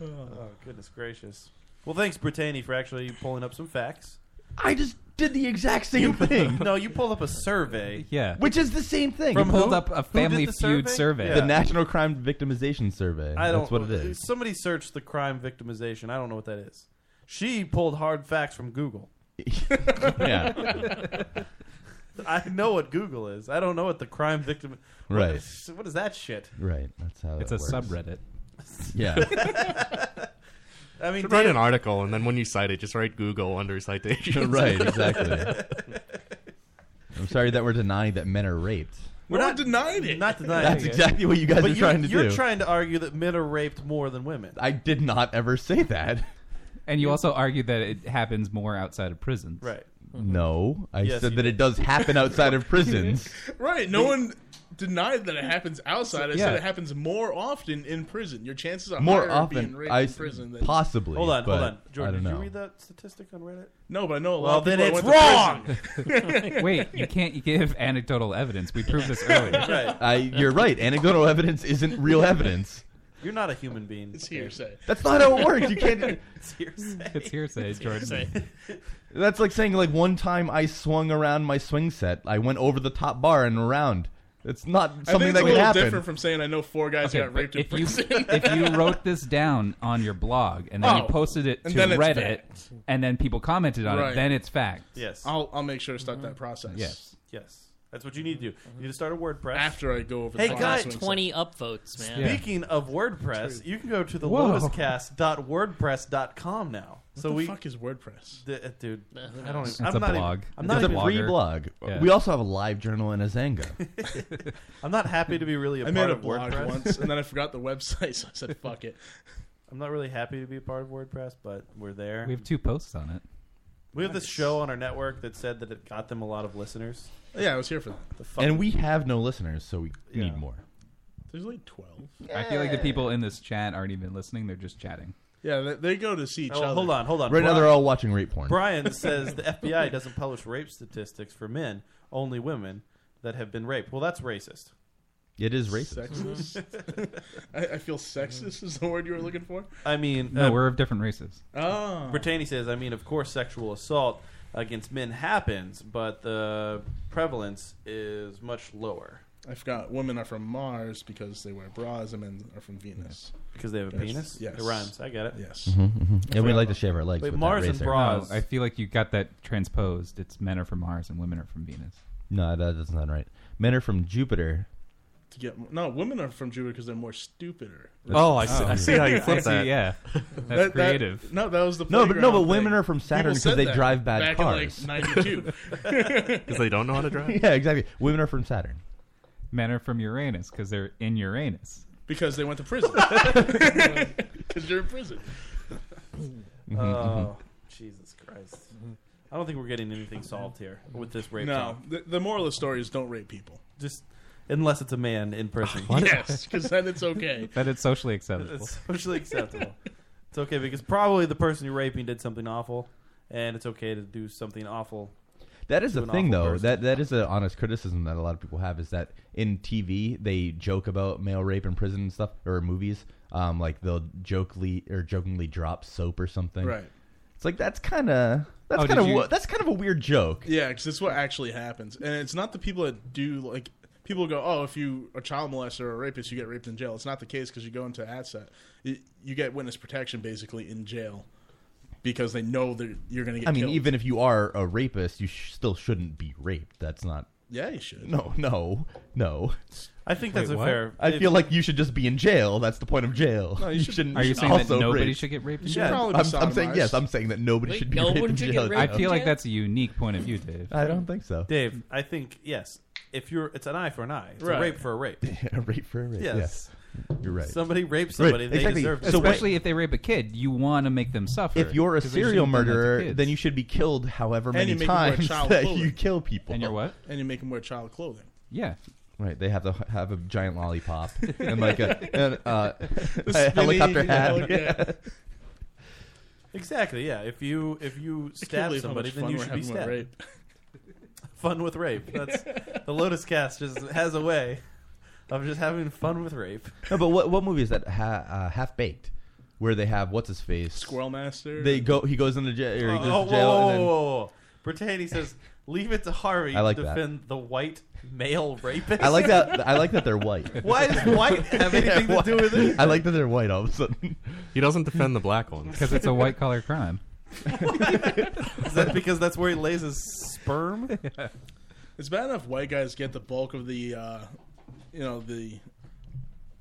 S7: Oh goodness gracious! Well, thanks, Brittany, for actually pulling up some facts.
S8: I just did the exact same thing.
S7: no, you pulled up a survey.
S9: Yeah.
S8: Which is the same thing.
S7: From
S8: You
S7: pulled who? up a Who did Family the Feud survey? survey. Yeah.
S8: The National Crime Victimization Survey.
S7: I don't.
S8: That's what it is.
S7: Somebody searched the crime victimization. I don't know what that is. She pulled hard facts from Google.
S8: Yeah.
S7: I know what Google is. I don't know what the crime victim.
S8: Right.
S7: What is that shit?
S8: Right. That's how
S9: It's
S8: that
S9: a
S8: works.
S9: subreddit.
S10: Yeah.
S7: I mean,
S10: write
S7: Dan-
S10: an article, and then when you cite it, just write Google under citation.
S8: right, exactly. I'm sorry that we're denying that men are raped.
S7: We're not denying it. Not denying
S8: That's
S7: it.
S8: exactly what you guys
S7: But
S8: are
S7: you're-
S8: trying to
S7: you're
S8: do.
S7: trying to argue that men are raped more than women.
S8: I did not ever say that.
S9: And you also argue that it happens more outside of prisons.
S7: Right.
S8: Mm-hmm. No, I
S9: Yes,
S8: said
S9: you
S8: that it does happen outside of prisons.
S4: Right. No one denied that it happens outside. I
S8: Yeah.
S4: said it happens more often in prison. Your chances are
S8: More
S4: higher of
S8: often,
S4: being raped
S8: I
S4: in
S8: s-
S4: prison than
S8: possibly.
S7: Hold on,
S8: but
S7: hold on. Jordan,
S8: I don't
S7: did
S8: know.
S7: you read that statistic on Reddit?
S4: No, but I know a
S7: well,
S4: lot of
S7: then
S4: people
S7: it's
S4: that went to prison.
S7: wrong.
S9: Wait, you can't give anecdotal evidence. We proved this earlier.
S7: Right.
S8: I, you're right. Anecdotal evidence isn't real evidence.
S7: You're not a human being.
S4: It's hearsay.
S8: That's not how it works. You can't.
S7: it's hearsay.
S9: It's hearsay, It's Jordan. hearsay.
S8: That's like saying like one time I swung around my swing set. I went over the top bar and around. It's not
S4: I think
S8: something
S4: it's
S8: that
S4: a
S8: could
S4: little
S8: happen.
S4: different from saying I know four guys
S9: Okay,
S4: got raped
S9: but
S4: in
S9: if you
S4: prison.
S9: if you wrote this down on your blog and then you
S4: Oh,
S9: posted it
S4: and
S9: to
S4: then it's
S9: Reddit
S4: fact.
S9: and then people commented on
S4: Right.
S9: it, then it's fact. Mm-hmm.
S7: Yes.
S4: I'll I'll make sure to start that process.
S9: Yes.
S7: Yes. That's what you need to do. You need to start a WordPress.
S4: After I go over
S7: Hey,
S4: the
S7: guys.
S4: last one.
S1: 20 upvotes, man.
S7: Speaking of WordPress, you can go to the
S4: Whoa.
S7: lowestcast.wordpress.com now.
S4: What
S7: so
S4: the
S7: we
S4: fuck is WordPress?
S7: D- uh, dude,
S4: Uh, who
S7: I don't.
S4: knows?
S7: Even,
S4: It's
S7: I'm
S4: a
S7: not
S4: blog.
S7: Even, I'm
S8: It's
S7: not
S8: a
S7: even,
S8: free blog. We also have a live journal and a Zanga.
S7: I'm not happy to be really
S4: I
S7: a part
S4: made a
S7: of
S4: blog
S7: WordPress.
S4: once, and then I forgot the website, so I said fuck it.
S7: I'm not really happy to be a part of WordPress, but we're there.
S9: We have two posts on it.
S7: We have this show on our network that said that it got them a lot of listeners.
S4: Yeah, I was here for that.
S7: The fuck-
S8: and we have no listeners, so we
S7: Yeah.
S8: need more.
S4: There's like twelve.
S9: I feel like the people in this chat aren't even listening, they're just chatting.
S4: Yeah, they, they go to see each
S7: Oh,
S4: other.
S7: hold on, hold on.
S8: Right now,
S7: Brian-
S8: they're all watching rape porn.
S7: Brian says the FBI doesn't publish rape statistics for men, only women that have been raped. Well, that's racist.
S8: It is racist.
S4: Sexist. I, I feel sexist is the word you were looking for.
S7: I mean,
S9: No, we're of different races.
S4: Oh.
S7: Brittany Ah. says, I mean, of course, sexual assault against men happens, but the prevalence is much lower.
S4: I forgot women are from Mars because they wear bras, and men are from Venus
S7: Because they have a
S4: Yes.
S7: penis?
S4: Yes,
S7: It rhymes. I get it.
S4: Yes,
S8: Yeah, Mm-hmm, we like to shave our legs. with that razor.
S9: No, I feel like you got that transposed. It's men are from Mars and women are from Venus.
S8: No, that doesn't sound right. Men are from Jupiter.
S4: to get no women are from Jupiter because they're more stupider.
S9: Oh, I see- I see how you flip See, that. yeah.
S4: that-
S9: That's creative.
S4: no, that was the
S8: No, but- no, but
S4: playground
S8: women
S4: thing.
S8: are from
S4: People
S8: Saturn 'cause
S4: said
S8: they
S4: that
S8: drive bad
S4: back
S8: cars.
S4: in like '92
S9: Because they don't know how to drive?
S8: yeah, exactly. Women are from Saturn.
S9: Men are from Uranus because they're in Uranus.
S4: because they went to prison because you're in prison. Mm-hmm.
S7: Oh, Jesus Christ. I don't think we're getting anything solved here with this rape.
S4: no, the, the moral of the story is don't rape people.
S7: Just unless it's a man in prison.
S4: Yes, because then it's okay.
S9: That it's socially acceptable.
S7: It's socially acceptable. it's okay because probably the person you're raping did something awful, and it's okay to do something awful.
S8: That is
S7: to
S8: the
S7: an
S8: thing,
S7: awful
S8: though.
S7: person.
S8: That that is an honest criticism that a lot of people have is that in TV they joke about male rape in prison and stuff, or movies. Um, like they'll jokely or jokingly drop soap or something.
S4: Right.
S8: It's like that's kind of that's
S4: Oh,
S8: kind of
S4: did you-
S8: that's kind of a weird joke.
S4: Yeah, because it's what actually happens, and it's not the people that do like people go, oh, if you a child molester or a rapist, you get raped in jail. It's not the case because you go into asset, you, you get witness protection basically in jail because they know that you're going to get.
S8: I mean,
S4: killed.
S8: even if you are a rapist, you sh- still shouldn't be raped. That's not.
S4: Yeah, you should.
S8: No, no, no.
S7: I think that's Wait, a what? fair-
S8: I
S7: if-
S8: feel like you should just be in jail. That's the point of jail.
S7: No, you should-
S9: Are you
S8: should
S9: saying that
S8: also
S9: nobody
S8: rape.
S9: should get raped in
S8: Yeah,
S9: jail?
S8: I'm, I'm saying yes. I'm saying that nobody should be raped in jail.
S9: I feel like that's a unique point of view, Dave.
S8: I don't think so.
S7: Dave, I think yes. If you're, it's an eye for an eye. It's
S9: Right.
S7: a rape for a rape.
S8: a rape for a rape.
S7: Yes.
S8: yes. You're right.
S7: Somebody rapes
S8: Right,
S7: somebody. They
S8: exactly.
S7: deserve.
S8: So
S9: Especially if they rape a kid, you want to make them suffer.
S8: If you're a
S9: 'cause they
S8: serial
S9: shouldn't have done that to
S8: murderer,
S9: kids.
S8: then you should be killed however
S4: And you
S8: many
S4: make them wear
S8: times
S4: child
S8: that
S4: clothing.
S8: you kill people.
S9: And you're what?
S4: and you make them wear child clothing.
S9: Yeah.
S8: Right, they have to h- have a giant lollipop and like a, and, uh,
S7: The
S8: a helicopter
S7: spinning
S8: hat.
S7: helic- yeah. Exactly. Yeah. If you if you stab
S4: believe how
S7: somebody,
S4: much
S7: then
S4: fun
S7: you
S4: we're
S7: should be
S4: having with
S7: stabbed. fun with rape. That's the Lotus Cast just has a way of just having fun with rape.
S8: No, but what what movie is that? Ha, uh, Half baked, where they have what's his face?
S4: Squirrel Master?
S8: They go. He goes into jail. Or
S7: Oh,
S8: he goes
S7: oh, whoa, whoa,
S8: to jail. and then-
S7: whoa, whoa, whoa. Pretend he says, "Leave it to Harvey
S8: I like
S7: to
S8: that.
S7: defend the white male rapist."
S8: I like that. I like that they're white.
S7: Why does white have anything to do with it?
S8: I like that they're white all of a sudden.
S10: He doesn't defend the black ones
S9: because it's a white collar crime.
S7: Is that because that's where he lays his sperm?
S4: It's bad enough white guys get the bulk of the, uh, you know, the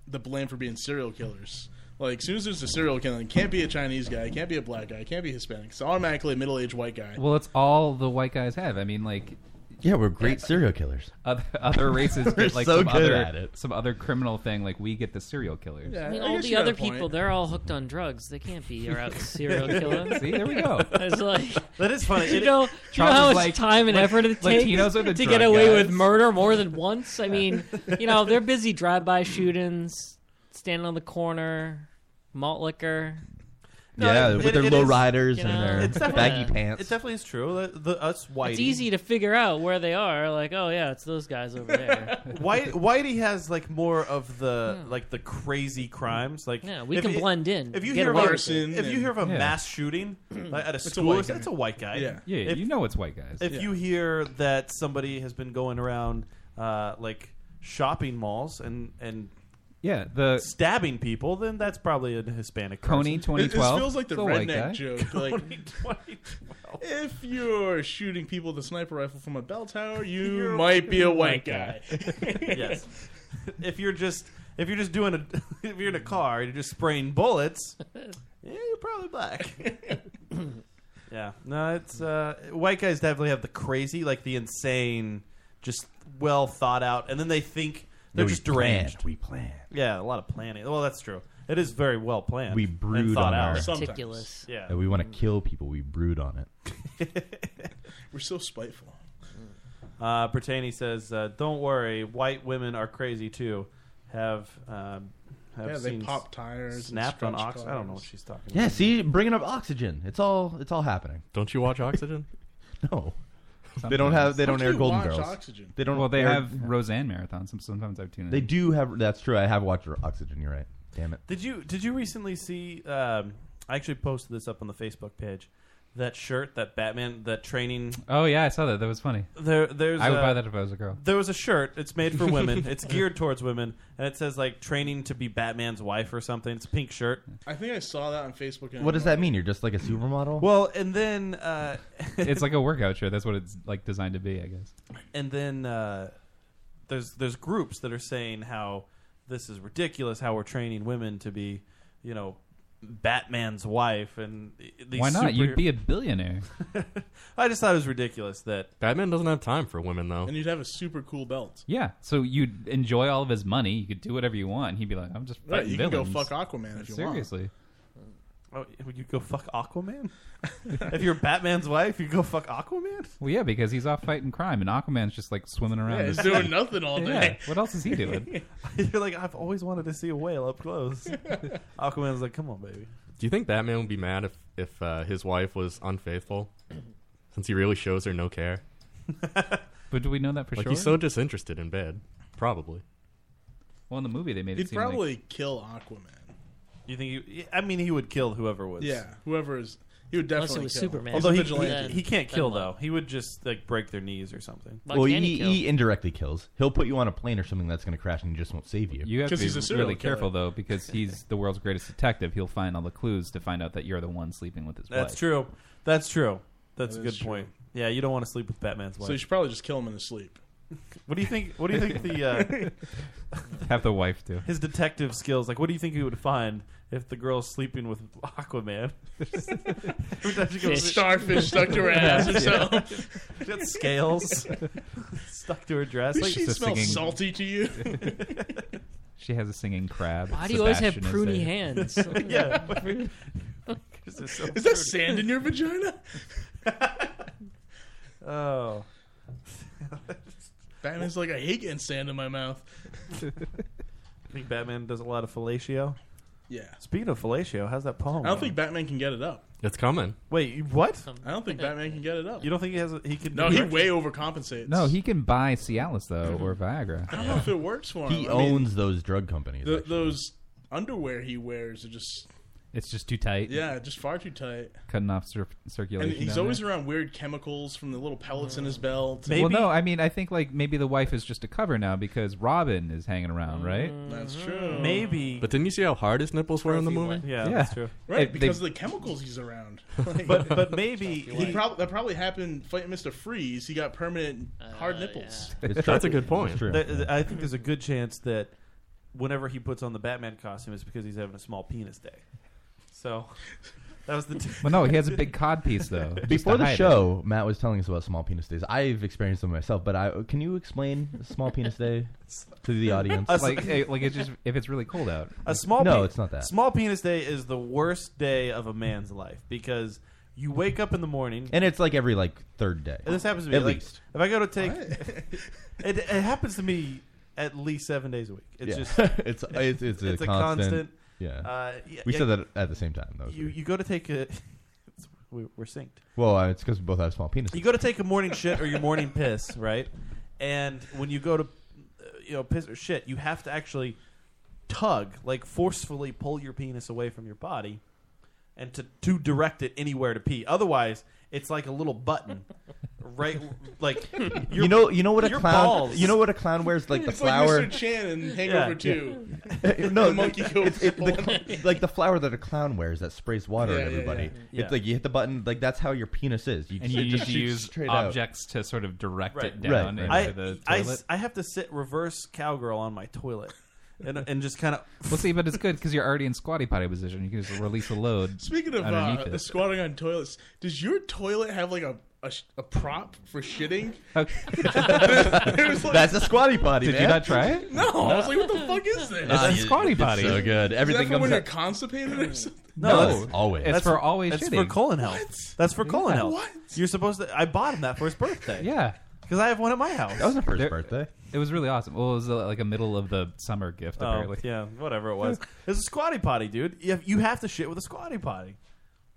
S4: the blame for being serial killers. Like, as soon as there's a serial killer, it can't be a Chinese guy, it can't be a black guy, it can't be Hispanic. It's automatically a middle aged white guy.
S9: Well, it's all the white guys have. I mean, like.
S8: Yeah, we're great serial killers.
S9: Other, other races
S8: We're
S9: get like
S8: so
S9: some
S8: good
S9: other
S8: at it.
S9: some other criminal thing. Like we get the serial killers.
S1: I mean,
S4: I
S1: all
S4: guess
S1: the
S4: you got
S1: other
S4: a point.
S1: people, they're all hooked on drugs. They can't be around serial killer.
S9: See, there we go.
S1: It's like
S7: That is funny.
S1: Do you
S7: It-
S1: know, do you know
S9: Trump
S1: how
S9: is
S1: much
S9: like,
S1: time and
S9: "Lat-
S1: effort it takes
S9: Latinos are
S1: to
S9: the drug
S1: get away
S9: guys."
S1: with murder more than once? I mean, you know, they're busy drive-by shootings, standing on the corner, malt liquor.
S8: yeah,
S1: it-
S8: with
S1: it-
S8: their
S1: it
S8: low
S1: is-
S8: riders
S1: you
S8: and
S1: know,
S8: their
S1: it's definitely-
S8: baggy
S1: yeah.
S8: pants.
S7: It definitely is true. The, the us white.
S1: It's easy to figure out where they are. Like, oh yeah, it's those guys over there.
S7: White Whitey has like more of the like the crazy crimes. Like
S1: Yeah, we
S7: if
S1: can
S7: you-
S1: blend in,
S7: If you
S1: get
S7: hear
S1: away
S7: about,
S1: with it. Hmm.
S7: if you hear of a
S1: Yeah.
S7: mass shooting like, at a
S1: It's a
S7: school,
S1: white
S7: it's,
S1: guy.
S7: it's a white guy.
S9: Yeah. Yeah, you know it's white guys.
S7: If
S9: Yeah.
S7: you hear that somebody has been going around uh, like shopping malls and and
S9: yeah, the
S7: stabbing people, then that's probably a Hispanic.
S9: Coney
S7: person.
S9: 2012.
S4: It feels like the
S9: The white guy.
S4: redneck joke. Like, if you're shooting people with a sniper rifle from a bell tower, you
S7: You're-
S4: might be a white guy.
S7: yes. If you're just if you're just doing a if you're in a car, you're just spraying bullets. Yeah, you're probably black. Oh, yeah. No, it's uh, white guys definitely have the crazy, like the insane, just well thought out, and then they think they're
S8: Yeah, we
S7: just
S8: planned,
S7: deranged.
S8: we planned.
S7: Yeah, a lot of planning. Well, that's true. It is very well planned.
S8: We
S7: and
S8: brood
S7: thought
S8: on
S7: out.
S8: our
S7: sometimes.
S1: Meticulous.
S7: Yeah.
S8: That we want to kill people. We brood on it.
S4: We're so spiteful.
S7: Uh, Pertany says, uh, "Don't worry, white women are crazy too. Have um, have
S4: Yeah, they
S7: seen
S4: pop
S7: s-
S4: tires and
S7: snapped on
S4: scratch
S7: ox. I don't know
S4: cars.
S7: what she's talking about.
S8: Yeah, see, bringing up oxygen. It's all it's all happening.
S10: Don't you watch Oxygen?
S8: no. They don't have they don't air Golden Girls. They don't
S9: Well, they
S8: air-
S9: have Roseanne marathons. and Sometimes I've tuned in.
S8: They do have that's true. I have watched Oxygen, you're right. Damn it.
S7: Did you did you recently see? Um, I actually posted this up on the Facebook page. that shirt, that Batman, that training.
S9: Oh yeah, I saw that. That was funny.
S7: There, there's.
S9: I would
S7: a-
S9: buy that if I was a girl.
S7: There was a shirt. It's made for women. it's geared towards women, and it says like training to be Batman's wife or something. It's a pink shirt.
S4: I think I saw that on Facebook. and
S8: What
S4: I'm
S8: does that mean? You're just like a supermodel?
S7: Well, and then uh,
S9: it's like a workout shirt. That's what it's like designed to be, I guess.
S7: and then uh, there's there's groups that are saying how this is ridiculous, how we're training women to be, you know, Batman's wife, and these
S9: Why not? You'd
S7: superhero-
S9: be a billionaire.
S7: I just thought it was ridiculous that
S10: Batman doesn't have time for women though.
S4: And you'd have a super cool belt.
S9: Yeah, so you'd enjoy all of his money. You could do whatever you want. He'd be like, "I'm just
S4: Right,
S9: fighting
S4: you can go fuck
S9: villains."
S4: Aquaman if you want.
S9: Seriously.
S7: Oh, would you go fuck Aquaman? if you're Batman's wife, you go fuck Aquaman.
S9: Well, yeah, because he's off fighting crime, and Aquaman's just like swimming around.
S7: Yeah,
S9: the
S7: he's
S9: sea.
S7: doing nothing all
S9: Yeah,
S7: day.
S9: What else is he doing?
S7: you're like, I've always wanted to see a whale up close. Aquaman's like, come on, baby.
S10: Do you think Batman would be mad if if uh, his wife was unfaithful, since he really shows her no care?
S9: but do we know that for
S10: like,
S9: sure?
S10: He's so disinterested in bed. Probably.
S9: Well, in the movie, they made it
S4: He'd
S9: seem like-
S4: probably kill Aquaman.
S7: You think? He, I mean, he would kill whoever was.
S4: Yeah, whoever is, he would
S7: Unless it
S4: definitely
S7: was
S4: kill.
S7: Superman. Although he- he- he can't kill, though. He would just like break their knees or something.
S8: well, he, he indirectly kills. He'll put you on a plane or something that's going to crash, and he just won't save you.
S9: You have to be really careful though, because he's the world's greatest detective. He'll find all the clues to find out that you're the one sleeping with his
S7: That's
S9: wife.
S7: true. That's true. That's
S4: That
S7: a good
S4: is true.
S7: point. Yeah, you don't want to sleep with Batman's wife.
S4: So you should probably just kill him in his sleep.
S7: What do you think? What do you think the uh,
S9: Have the wife do.
S7: his detective skills? Like, what do you think he would find if the girl's sleeping with Aquaman? Every time she goes-
S4: Fish. Starfish stuck to her ass or
S7: Yeah.
S4: something.
S7: She got scales stuck to her dress.
S4: Does she smell salty to you?
S9: she has a singing crab.
S1: Why do you always have
S9: Sebastian
S1: pruny
S9: is
S1: hands?
S9: there.
S4: Yeah. Is there sand in your vagina?
S7: oh.
S4: Batman's like, I hate getting sand in my mouth.
S7: I think Batman does a lot of fellatio.
S4: Yeah.
S7: Speaking of fellatio, how's that
S4: I
S7: poem?
S4: don't
S7: going?
S4: think Batman can get it up.
S10: It's coming.
S7: Wait, you- what?
S4: I don't think Batman can get it up.
S7: You don't think he has? A, he could?
S4: No, he way overcompensates.
S9: No, he can buy Cialis though or Viagra.
S4: I don't know if it works for him.
S8: Mm-hmm. He
S4: I mean,
S8: owns those drug companies.
S4: th- those underwear he wears are just
S9: It's just too tight.
S4: yeah, just far too tight.
S9: Cutting off cir-
S4: And
S9: circulation.
S4: he's
S9: down
S4: always
S9: there.
S4: around weird chemicals from the little pellets in his
S7: Mm.
S4: belt.
S9: Well, no, I mean, I think like maybe the wife is just a cover now because Robin is hanging around, right?
S4: Mm, That's true.
S7: Maybe.
S10: But didn't you see how hard his nipples were in the movie?
S7: Yeah, that's true.
S4: Right,
S9: It- they-
S4: because of the chemicals he's around. Like-
S7: But- but maybe-
S4: he prob- that probably happened fighting Mister Freeze. He got permanent
S7: Uh,
S4: hard nipples.
S7: There- there- I think there's a good chance that whenever he puts on the Batman costume, it's because he's having a small penis day. So that was the. T-
S9: Well, no, he has a big cod piece though. just
S8: Before
S9: to
S8: the
S9: hide it.
S8: show, Matt was telling us about small penis days. I've experienced them myself, but I can you explain small penis day to the audience?
S7: Us- Like,
S9: eh, like it's just if it's really cold out.
S7: A small
S8: No,
S7: pe-
S8: it's not that.
S7: Small penis day is the worst day of a man's life because you wake up in the morning
S8: and it's like every like third day.
S7: And this happens to me
S8: At
S7: like,
S8: least.
S7: If I go to take, it, it happens to me at least seven days a week. It's
S8: Yeah.
S7: just
S8: It's- it's- it's a constant- yeah.
S7: Uh, yeah,
S8: We
S7: yeah.
S8: said that at the same time, though.
S7: You you go to take a. we- We're synced.
S8: Well, uh, it's because we both have small penises.
S7: You go to take a morning shit or your morning piss, right? And when you go to, uh, you know, piss or shit, you have to actually tug, like forcefully pull your penis away from your body, and to to direct it anywhere to pee. Otherwise, it's like a little button, right? Like your-
S8: you know, you know what a
S7: your
S8: clown.
S7: balls-
S8: You know what a clown wears like the
S4: It's like
S8: flower.
S4: Mr. Chan in Hangover 2.
S8: no,
S4: The monkey
S8: it's-
S4: goes
S8: it's- it- the
S4: full-
S8: cl- like the flower that a clown wears that sprays water
S9: Yeah,
S8: at
S9: yeah,
S8: everybody.
S9: yeah. Yeah.
S8: It's like you hit the button. Like that's how your penis is. You
S9: and
S8: it
S9: you
S8: just
S9: need to
S8: shoots
S9: use
S8: straight out.
S9: objects to sort of direct it
S8: Right,
S9: down
S8: right.
S9: into
S7: I,
S9: the
S7: I
S9: toilet.
S7: s- I have to sit reverse cowgirl on my toilet, and and just kind of
S9: Well, see, but it's good because you're already in squatty potty position. You can just release a load.
S4: Speaking of
S9: underneath
S4: uh,
S9: it.
S4: the squatting on toilets, does your toilet have like a a, sh- a prop for shitting? There's like-
S8: That's a squatty potty.
S9: Did you
S8: man.
S9: not try it?
S4: No, I was like, what the fuck is this?
S8: It's a squatty It's potty. so good.
S4: Is
S8: Everything
S4: that for
S8: comes
S4: when you're
S8: out-
S4: constipated or something.
S7: that's-
S9: It's
S7: that's
S9: for always
S7: That's
S9: shitting.
S7: for colon health. That's for colon
S9: Yeah.
S7: health.
S9: What?
S7: You're supposed to. I bought him that for his birthday.
S9: Yeah.
S7: because I have one at my house.
S9: That was her
S7: first
S8: birthday.
S9: It was really awesome. Well, it was uh, like a middle of the summer gift,
S7: Oh,
S9: apparently.
S7: yeah, whatever it was. It's a squatty potty, dude. You have, you have to shit with a squatty potty.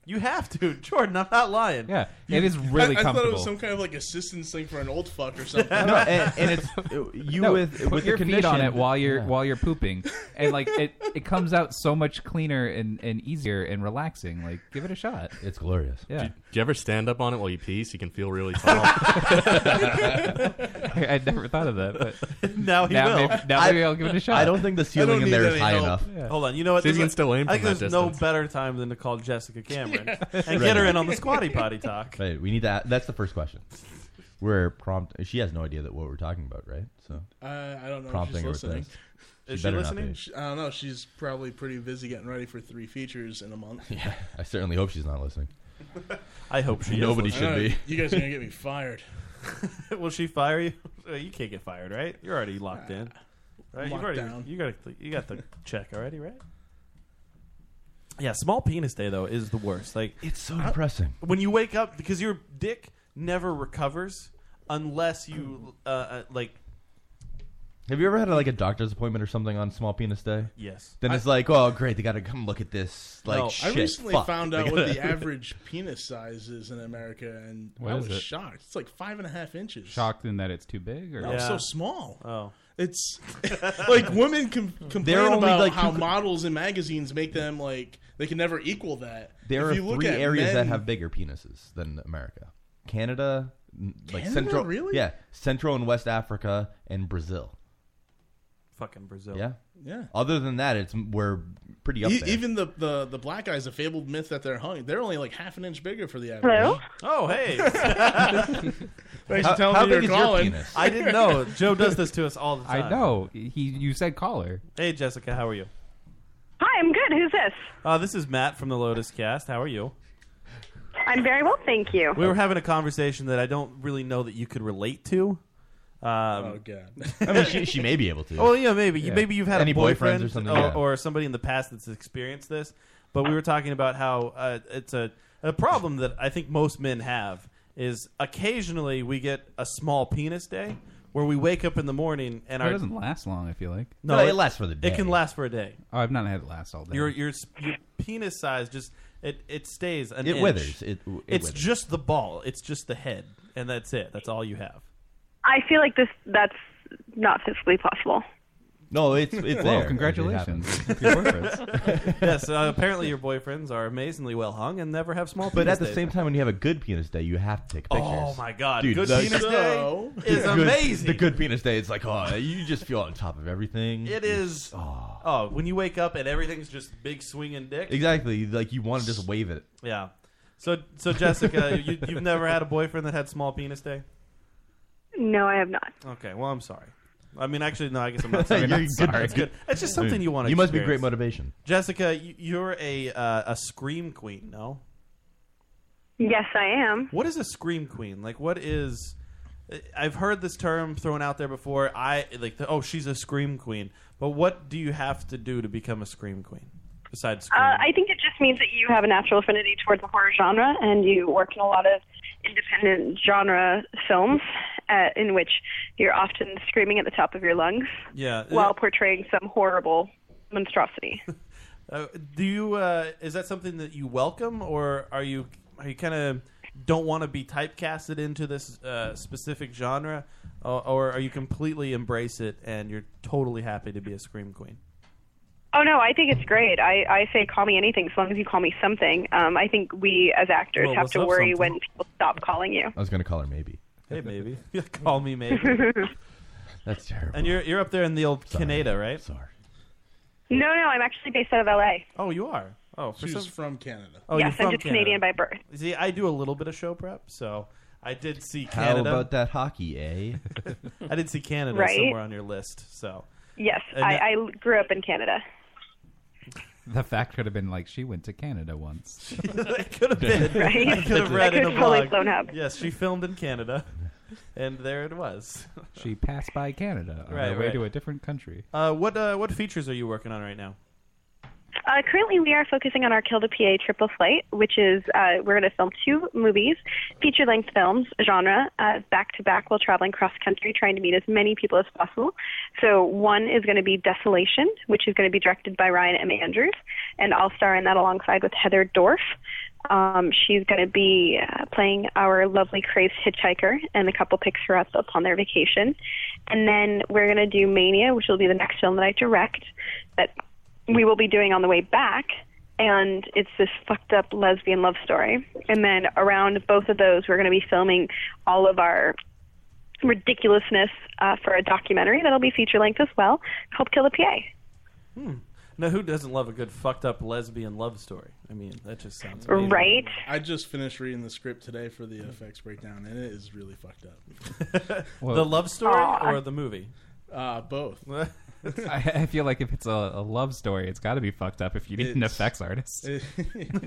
S7: You have to, Jordan. I'm not lying.
S9: Yeah, it is really
S4: I, I thought it
S9: comfortable.
S4: was some kind of like assistance thing for an old fuck or something.
S9: no, and, and it's you with
S4: the
S9: put your feet on
S4: condition-
S9: it while you're while you're pooping, and like it, it comes out so much cleaner and, and easier and relaxing. Like, give it a shot.
S8: It's glorious.
S9: Yeah,
S10: Do, do you ever stand up on it while you pee so you can feel really tall?
S9: I, I'd never thought of that, but
S7: now he will.
S9: Maybe, now maybe I'll give it a shot.
S7: Hold on. You know what?
S9: So you
S7: There's
S9: can
S7: a-
S9: still aim
S7: I think
S9: from that
S7: there's no
S9: distance.
S7: better time than to call Jessica Cameron and
S8: Right.
S7: get her in on the squatty potty talk.
S8: Right. We need that. That's the first question. We're prompt. She has no idea that what we're talking about, right? So
S4: Uh, I don't know. if
S8: Prompting
S4: she's
S8: her with
S4: listening.
S8: this. She better not be.
S4: She- I don't know. She's probably pretty busy getting ready for three features in a month.
S8: Yeah. I certainly hope she's not listening.
S7: I hope she is
S8: Nobody
S7: listening.
S8: should be.
S4: You guys are gonna get me fired.
S7: Will she fire you? Uh, You can't get fired, right? You're already locked in. Right? You've
S4: locked
S7: already,
S4: down.
S7: You got you got the check already, right? Yeah, small penis day though is the worst. Like
S8: it's so
S7: depressing when you wake up because your dick never recovers unless you uh, uh, like
S8: Have you ever had like a doctor's appointment or something on Small Penis Day?
S7: Yes.
S8: Then it's like, oh great, they got to come look at this. Like
S4: I
S8: shit,
S4: recently
S8: fuck.
S4: found
S8: They
S4: out what
S8: gotta-
S4: the average penis size is in America, and
S9: What
S4: I
S9: is
S4: was
S9: it?
S4: shocked. It's like five and a half inches.
S9: Shocked in that it's too big, or
S4: No, it's so small.
S7: Oh,
S4: it's like women com- complain
S8: They're only,
S4: about
S8: like,
S4: how
S8: two-
S4: models and magazines make them like they can never equal that.
S8: There
S4: If
S8: are
S4: you look
S8: three
S4: at
S8: areas that
S4: men-
S8: have bigger penises than America: Canada, n- like
S4: Canada,
S8: Central,
S4: really?
S8: yeah, Central and West Africa, and Brazil.
S7: fucking Brazil.
S8: Yeah,
S4: Yeah.
S8: Other than that, it's we're pretty up
S4: E-
S8: there.
S4: even the, the the black guys, the fabled myth that they're hung, they're only like half an inch bigger for the average.
S7: Hello? Oh, hey.
S4: Thanks
S7: How-
S4: for telling
S7: how
S4: me you're
S7: big is your
S4: calling.
S7: penis? I didn't know. Joe does this to us all the
S9: I
S7: time.
S9: know. He, you said caller.
S7: Hey, Jessica, how are you?
S22: Hi, I'm good. Who's this?
S7: Uh, this is Matt from the Lotus Cast. How are you?
S22: I'm very well, thank you.
S7: We were having a conversation that I don't really know that you could relate to. Um,
S4: oh god!
S8: I mean, she- she may be able to.
S7: Oh yeah, maybe You-
S8: Yeah.
S7: maybe you've had
S8: Any
S7: a
S8: boyfriends
S7: boyfriend
S8: or something,
S7: or,
S8: yeah.
S7: or somebody in the past that's experienced this. But we were talking about how uh, it's a a problem that I think most men have is occasionally we get a small penis day where we wake up in the morning and
S9: It
S7: our
S9: doesn't last long. I feel like
S7: No, it lasts for the day. It can last for a day.
S9: Oh, I've not had it last all day.
S7: Your your s- your penis size just it it stays an
S8: It
S7: inch.
S8: withers. It- it
S7: it's
S8: withers.
S7: just the ball. It's just the head, and that's it. That's all you have.
S22: I feel like this that's not physically possible.
S8: no, it's it's
S7: Whoa,
S8: there.
S7: congratulations.
S8: It happens.
S7: yes. Uh, apparently, your boyfriends are amazingly well hung and never have small.
S8: But
S7: penis
S8: at the
S7: days.
S8: same time, when you have a good penis day, you have to take pictures.
S7: Oh my God,
S8: Dude,
S7: good
S8: the-
S7: penis day
S8: the
S7: is
S8: good-
S7: amazing.
S8: The good penis day, it's like, oh, you just feel on top of everything.
S7: it is. Oh. when you wake up and everything's just big swinging dick.
S8: exactly like you want to just wave it.
S7: Yeah. So so Jessica, you, you've never had a boyfriend that had small penis day.
S22: No, I have not.
S7: Okay. Well, I'm sorry. I mean, actually, no. I guess I'm not sorry.
S8: You're
S7: Not
S8: good.
S7: sorry. It's
S8: Good.
S7: good. It's just something you want to.
S8: You must be great motivation.
S7: Jessica. you- You're a uh, a scream queen. No.
S22: Yes, I am.
S7: What is a scream queen? Like, what is? I've heard this term thrown out there before. I like, the, oh, she's a scream queen. But what do you have to do to become a scream queen? Besides,
S22: Uh,
S7: scream?
S22: I think it just means that you have a natural affinity towards the horror genre and you work in a lot of independent genre films uh, in which you're often screaming at the top of your lungs
S7: yeah.
S22: while portraying some horrible monstrosity.
S7: Uh, do you? Uh, is that something that you welcome, or are you are you kind of don't want to be typecasted into this uh, specific genre, or, or are you completely embrace it and you're totally happy to be a scream queen?
S22: Oh no, I think it's great. I, I say call me anything as long as you call me something. Um, I think we as actors
S8: Well,
S22: have
S8: what's
S22: to
S8: up,
S22: worry
S8: something?
S22: when people stop calling you.
S8: I was gonna call her maybe.
S7: Hey, maybe call me maybe.
S8: That's terrible.
S7: And you're you're up there in the old Canada, right?
S8: Sorry.
S22: No, no, I'm actually based out of LA.
S7: Oh, you are. Oh, for
S4: She was
S7: some-
S4: from Canada.
S7: Oh,
S22: yes,
S7: you're from
S22: I'm just
S7: Canada.
S22: Canadian by birth.
S7: See, I do a little bit of show prep, so I did see
S8: How
S7: Canada.
S8: about that hockey, eh?
S7: I did see Canada
S22: Right.
S7: somewhere on your list. So
S22: Yes,
S7: And
S22: I,
S7: that-
S22: I grew up in Canada.
S9: the fact could have been like she went to Canada once.
S7: it could have been.
S22: Right?
S7: I could have
S22: That
S7: read in a
S22: could've totally
S7: blog.
S22: blown up.
S7: Yes, she filmed in Canada, and there it was.
S9: She passed by Canada on
S7: Right,
S9: her way
S7: right.
S9: to a different country.
S7: Uh, what uh, what features are you working on right now?
S22: Uh, currently, we are focusing on our Kill the PA triple slate, which is uh, we're going to film two movies, feature length films, genre, back to back while traveling cross country, trying to meet as many people as possible. So, one is going to be Desolation, which is going to be directed by Ryan M. Andrews, and I'll star in that alongside with Heather Dorff. Um, she's going to be uh, playing our lovely crazed hitchhiker, and the couple picks her up upon their vacation. And then we're going to do Mania, which will be the next film that I direct that we will be doing on the way back. And it's this fucked up lesbian love story. And then around both of those, we're going to be filming all of our ridiculousness uh, for a documentary that'll be feature length as well called Kill the PA.
S7: Hmm. Now, who doesn't love a good fucked up lesbian love story? I mean, that just sounds amazing.
S22: Right?
S4: I just finished reading the script today for the FX breakdown, and it is really fucked up.
S7: The love story Aw. or the movie?
S4: Uh, both.
S9: I, I feel like if it's a, a love story, it's got to be fucked up if you need an effects artist.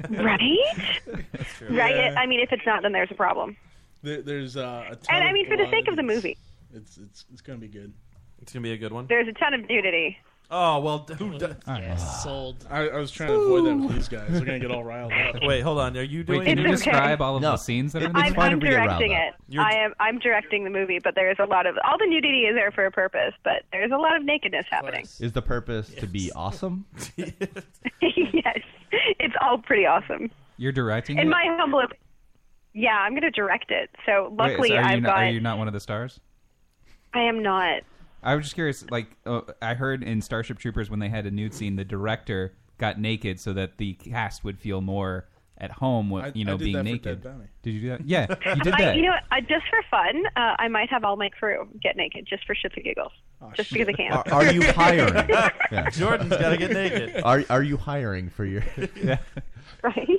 S22: Right?
S4: That's true.
S22: Right?
S4: Yeah.
S22: I mean, if it's not, then there's a problem.
S4: There, there's uh, a ton
S22: And I
S4: of
S22: mean, for the
S4: blood.
S22: sake of the movie,
S4: It's it's it's gonna be good.
S7: It's gonna be a good one.
S22: there's a ton of nudity.
S7: Oh well, d- who does?
S1: sold.
S4: I, I was trying to avoid that with these guys. They're gonna get all riled up.
S7: Wait, hold on. Are you
S9: Wait,
S7: doing?
S9: can you describe all of the scenes that are in this?
S22: I'm, I'm directing it. I am. I'm directing the movie, but there's a lot of all the nudity is there for a purpose, but there's a lot of nakedness happening.
S8: Is the purpose to be awesome?
S22: yes, it's all pretty awesome.
S9: You're directing
S22: In
S9: it?
S22: my humble, op- yeah, I'm going to direct it. So luckily,
S9: Wait, so are, you
S22: I've
S9: not,
S22: got.
S9: are you not one of the stars?
S22: I am not.
S9: I was just curious. Like, uh, I heard in Starship Troopers when they had a nude scene, the director got naked so that the cast would feel more at home.
S4: I-
S9: With, you
S4: I
S9: know,
S4: did
S9: being
S4: that for Dead
S9: naked.
S4: Bounty.
S9: did you do that? Yeah, you did
S22: I,
S9: that.
S22: You know, what, I, just for fun, uh, I might have all my crew get naked just for shits and giggles,
S9: Oh,
S22: just because I can.
S8: Are, are you hiring?
S7: Jordan's gotta get naked.
S8: Are Are you hiring for your?
S22: right?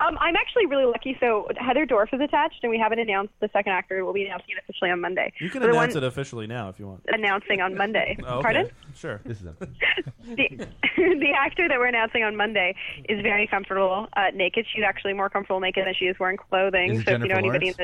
S22: Um, I'm actually really lucky. So Heather Dorf is attached, and we haven't announced the second actor. We'll be announcing it officially on Monday.
S7: You can
S22: We're the
S7: announce
S22: one
S7: it officially now if you want.
S22: Announcing on Monday.
S7: Oh, okay.
S22: Pardon?
S7: Sure. Uh,
S8: This is a
S22: the, the actor that we're announcing on Monday is very comfortable uh, naked. She's actually more comfortable naked than she is wearing clothing.
S7: Is it
S22: so if you know
S7: Jennifer
S22: anybody in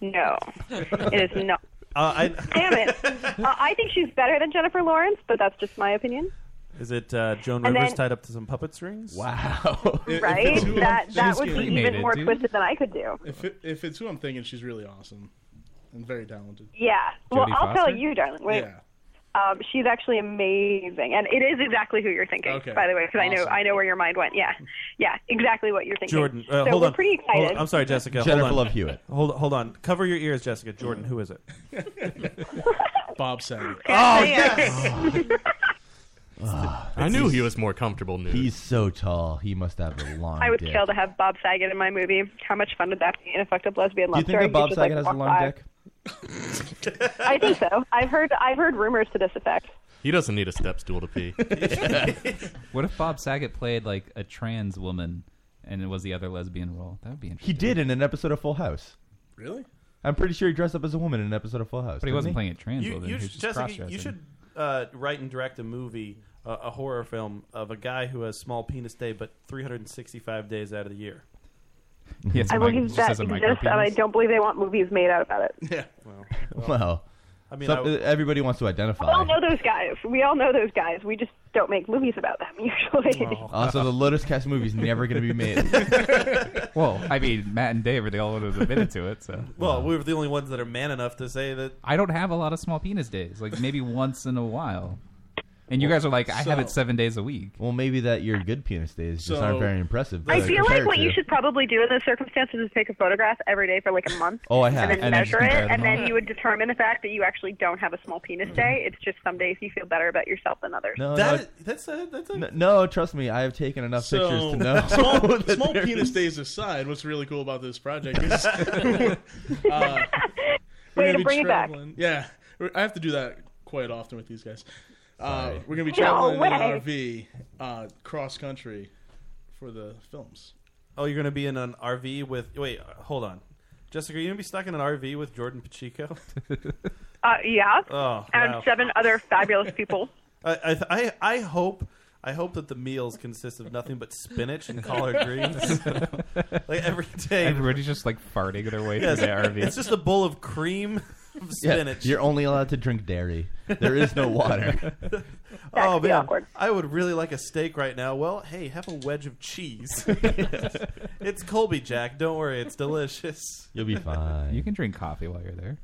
S22: the no, it is not.
S7: Uh, I,
S22: Damn it! Uh, I think she's better than Jennifer Lawrence, but that's just my opinion.
S7: is it uh, Joan
S22: And
S7: Rivers
S22: then-
S7: tied up to some puppet strings?
S8: Wow.
S22: right? That that
S4: she's
S22: would be
S4: cremated,
S22: even more
S4: dude.
S22: twisted than I could do.
S4: If it, if it's who I'm thinking, she's really awesome and very talented.
S22: Yeah. well,
S4: Jodie
S22: I'll tell
S4: Foster?
S22: you, darling. Wait.
S4: Yeah.
S22: Um, she's actually amazing, and it is exactly who you're thinking.
S7: Okay.
S22: By the way, because I know
S7: Awesome.
S22: I know where your mind went. Yeah, yeah, exactly what you're thinking.
S7: Jordan, uh,
S22: so
S7: hold
S22: we're
S7: on.
S22: pretty
S7: Hold on.
S22: excited.
S7: I'm sorry, Jessica.
S8: Jennifer
S7: hold on.
S8: Love Hewitt.
S7: Hold, hold on. Cover your ears, Jessica. Jordan, who is it?
S4: Bob Saget.
S7: Oh,
S10: I knew he was more comfortable nude.
S8: Ah, He's so tall. He must have a long.
S22: I would
S8: dick.
S22: kill to have Bob Saget in my movie. How much fun would that be in a fucked up lesbian
S8: Do
S22: love
S8: you think
S22: story?
S8: that Bob
S22: He's just,
S8: Saget
S22: like,
S8: has a
S22: walk
S8: long
S22: by.
S8: dick?
S22: I think so. I've heard I've heard rumors to this effect.
S10: He doesn't need a step stool to pee.
S9: what if Bob Saget played like a trans woman and it was the other lesbian role? That would be interesting.
S8: He did in an episode of Full House.
S4: Really?
S8: I'm pretty sure he dressed up as a woman in an episode of Full House.
S9: But he
S8: didn't
S9: wasn't playing a trans
S7: You,
S9: woman.
S7: you
S9: he was
S7: should,
S9: just
S7: Jessica,
S9: cross-dressing.
S7: you should uh, write and direct a movie, uh, a horror film of a guy who has small penis day, but 365 days out of the year.
S9: Yes,
S22: I believe that exists, and I don't believe they want movies made out about it.
S4: Yeah.
S8: Well,
S7: I mean,
S8: some-
S7: I w- Oh,
S8: everybody wants to identify.
S22: We all know those guys. We all know those guys. We just don't make movies about them usually.
S8: Also, Uh, the Lotus Cast movie's never going to be made.
S9: Well, I mean, Matt and David, they all would have admitted to it. So
S7: Well, we were the only ones that are man enough to say that.
S9: I don't have a lot of small penis days. Like maybe once in a while. And you guys are like, I have it
S8: So-
S9: seven days a week.
S8: well, maybe that your good penis days just
S9: So-
S8: aren't very impressive.
S22: I
S8: to
S22: feel
S8: compare
S22: like
S8: it
S22: what
S8: to.
S22: you should probably do in those circumstances is take a photograph every day for like a month.
S8: Oh, I
S22: And
S8: have.
S22: then
S8: And then just
S22: measure
S8: compare
S22: it,
S8: them
S22: and then
S8: all. Mm-hmm.
S22: you would determine the fact that you actually don't have a small penis day. It's just some days you feel better about yourself than others.
S8: No, That no. is-
S7: that's a, that's
S8: N- no, trust me, I have taken enough pictures to know.
S4: small,
S8: that
S4: small
S8: there
S4: penis
S8: is-
S4: days aside, what's really cool about this project is uh, we're
S22: Way
S4: gonna
S22: to
S4: be
S22: bring it back.
S4: traveling. Yeah, We're- I have to do that quite often with these guys. Uh,
S8: Sorry.
S4: we're gonna be
S22: No
S4: traveling in
S22: way.
S4: an RV uh, cross country for the films.
S7: Oh, you're going to be in an RV with. Wait, uh, hold on. Jessica, are you going to be stuck in an RV with Jordan Pacheco?
S22: Uh, yeah.
S7: Oh,
S22: and
S7: wow.
S22: seven other fabulous people.
S7: I, I, I, I hope. I hope that the meals consist of nothing but spinach and collard greens. like every day,
S9: Everybody's just like farting their way
S7: Yes,
S9: through the RV.
S7: It's just a bowl of cream of
S8: Yeah,
S7: spinach.
S8: you're only allowed to drink dairy. There is no water.
S7: oh man, I would really like a steak right now. Well, hey, have a wedge of cheese. it's Colby Jack. Don't worry, it's delicious.
S8: You'll be fine.
S9: You can drink coffee while you're there.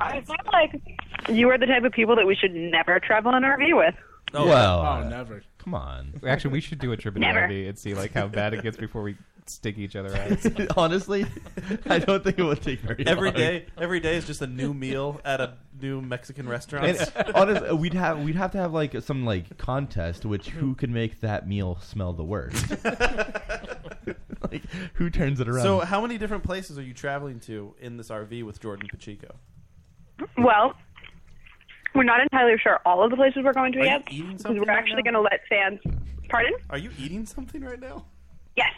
S22: I feel like you are the type of people that we should never travel in an RV with.
S8: well,
S4: Oh,
S8: uh,
S4: never.
S8: Come on.
S9: Actually, we should do a triviality and see like how bad it gets before we stick each other out.
S8: Honestly, I don't think it would take very
S7: Every
S8: long.
S7: day- every day is just a new meal at a new Mexican restaurant.
S8: And honestly, we'd have we'd have to have like some like contest, which who can make that meal smell the worst? like who turns it around?
S7: So, how many different places are you traveling to in this RV with Jordan Pacheco?
S22: Well, we're not entirely sure all of the places we're going to
S7: Are you
S22: yet.
S7: eating
S22: because
S7: something
S22: We're
S7: right
S22: actually
S7: now?
S22: going to let Sam. Pardon?
S7: Are you eating something right now?
S22: Yes.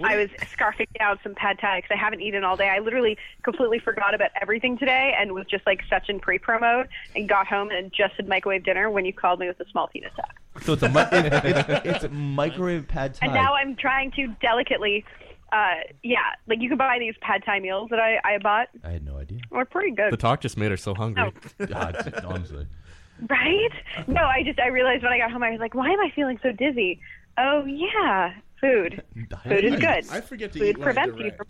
S22: I was scarfing down some pad thai because I haven't eaten all day. I literally completely forgot about everything today and was just like such in pre-pro mode and got home and just had microwave dinner when you called me with a small peanut sack.
S8: So it's a mi- it's, it's, it's a microwave pad thai.
S22: And now I'm trying to delicately, uh, yeah, like you can buy these pad thai meals that I, I bought.
S8: I had no idea.
S22: They're pretty good.
S10: The talk just made her so hungry.
S8: God, honestly.
S22: Right? No, I just I realized when I got home I was like, why am I feeling so dizzy? Oh yeah, food. Food is good.
S4: I forget to
S22: food
S4: eat when I
S22: prevents you from.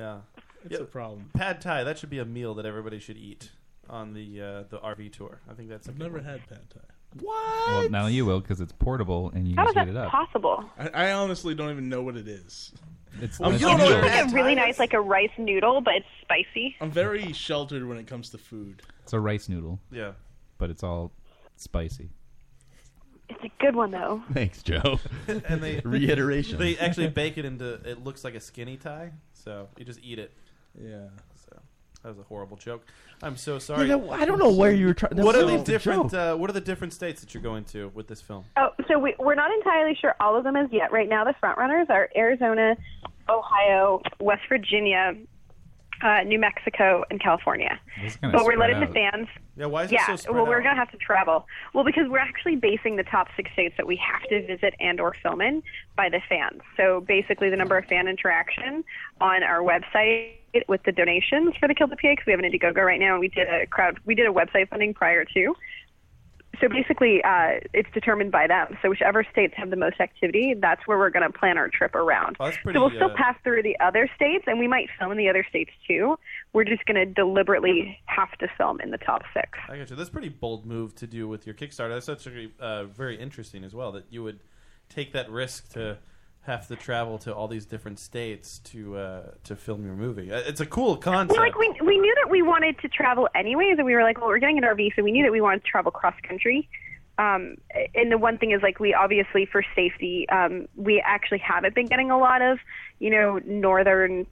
S7: Yeah,
S4: It's a problem.
S7: Pad Thai. That should be a meal that everybody should eat on the uh, the RV tour. I think that's.
S4: I've never had pad thai.
S9: Well, now you will because it's portable and you
S22: How
S9: just
S22: is
S9: heat it
S22: that
S9: up.
S22: possible?
S4: I, I honestly don't even know what it is.
S9: It's
S22: Well, you know it's like a really nice like a rice noodle, but it's spicy.
S4: I'm very sheltered when it comes to food.
S9: It's a rice noodle.
S4: Yeah.
S9: but it's all spicy.
S22: It's a good one though.
S8: Thanks, Joe.
S7: and they
S8: Reiteration.
S7: They actually bake it into. It looks like a skinny tie, so you just eat it.
S4: Yeah.
S7: So that was a horrible joke. I'm so sorry.
S8: that- I don't know where you were try- that
S7: What
S8: was
S7: are the
S8: not the
S7: different?
S8: joke.
S7: Uh, what are the different states that you're going to with this film?
S22: Oh, so we, we're not entirely sure all of them as yet. Right now, the front runners are Arizona, Ohio, West Virginia, uh, New Mexico, and California.
S7: kinda
S22: But we're
S7: spread
S22: letting the
S7: out.
S22: fans.
S7: Yeah, why is it
S22: yeah,
S7: so spread
S22: well, we're
S7: out?
S22: gonna have to travel. Well, because we're actually basing the top six states that we have to visit and/or film in by the fans. So basically, the number of fan interaction on our website with the donations for the Kill the PA because we have an Indiegogo right now, and we did a crowd, we did a website funding prior to. So basically, uh, it's determined by them. So whichever states have the most activity, that's where we're going to plan our trip around.
S7: Oh, that's pretty,
S22: so we'll still
S7: uh,
S22: pass through the other states, and we might film in the other states too. We're just going to deliberately have to film in the top six.
S7: I got you. That's a pretty bold move to do with your Kickstarter. That's actually uh, very interesting as well that you would take that risk to have to travel to all these different states to uh, to film your movie. Uh, It's a cool concept.
S22: Well, like we we knew that we wanted to travel anyways, and we were like, well, we're getting an RV, so we knew that we wanted to travel cross country. Um, and the one thing is like we obviously for safety, um, we actually haven't been getting a lot of, you know, northern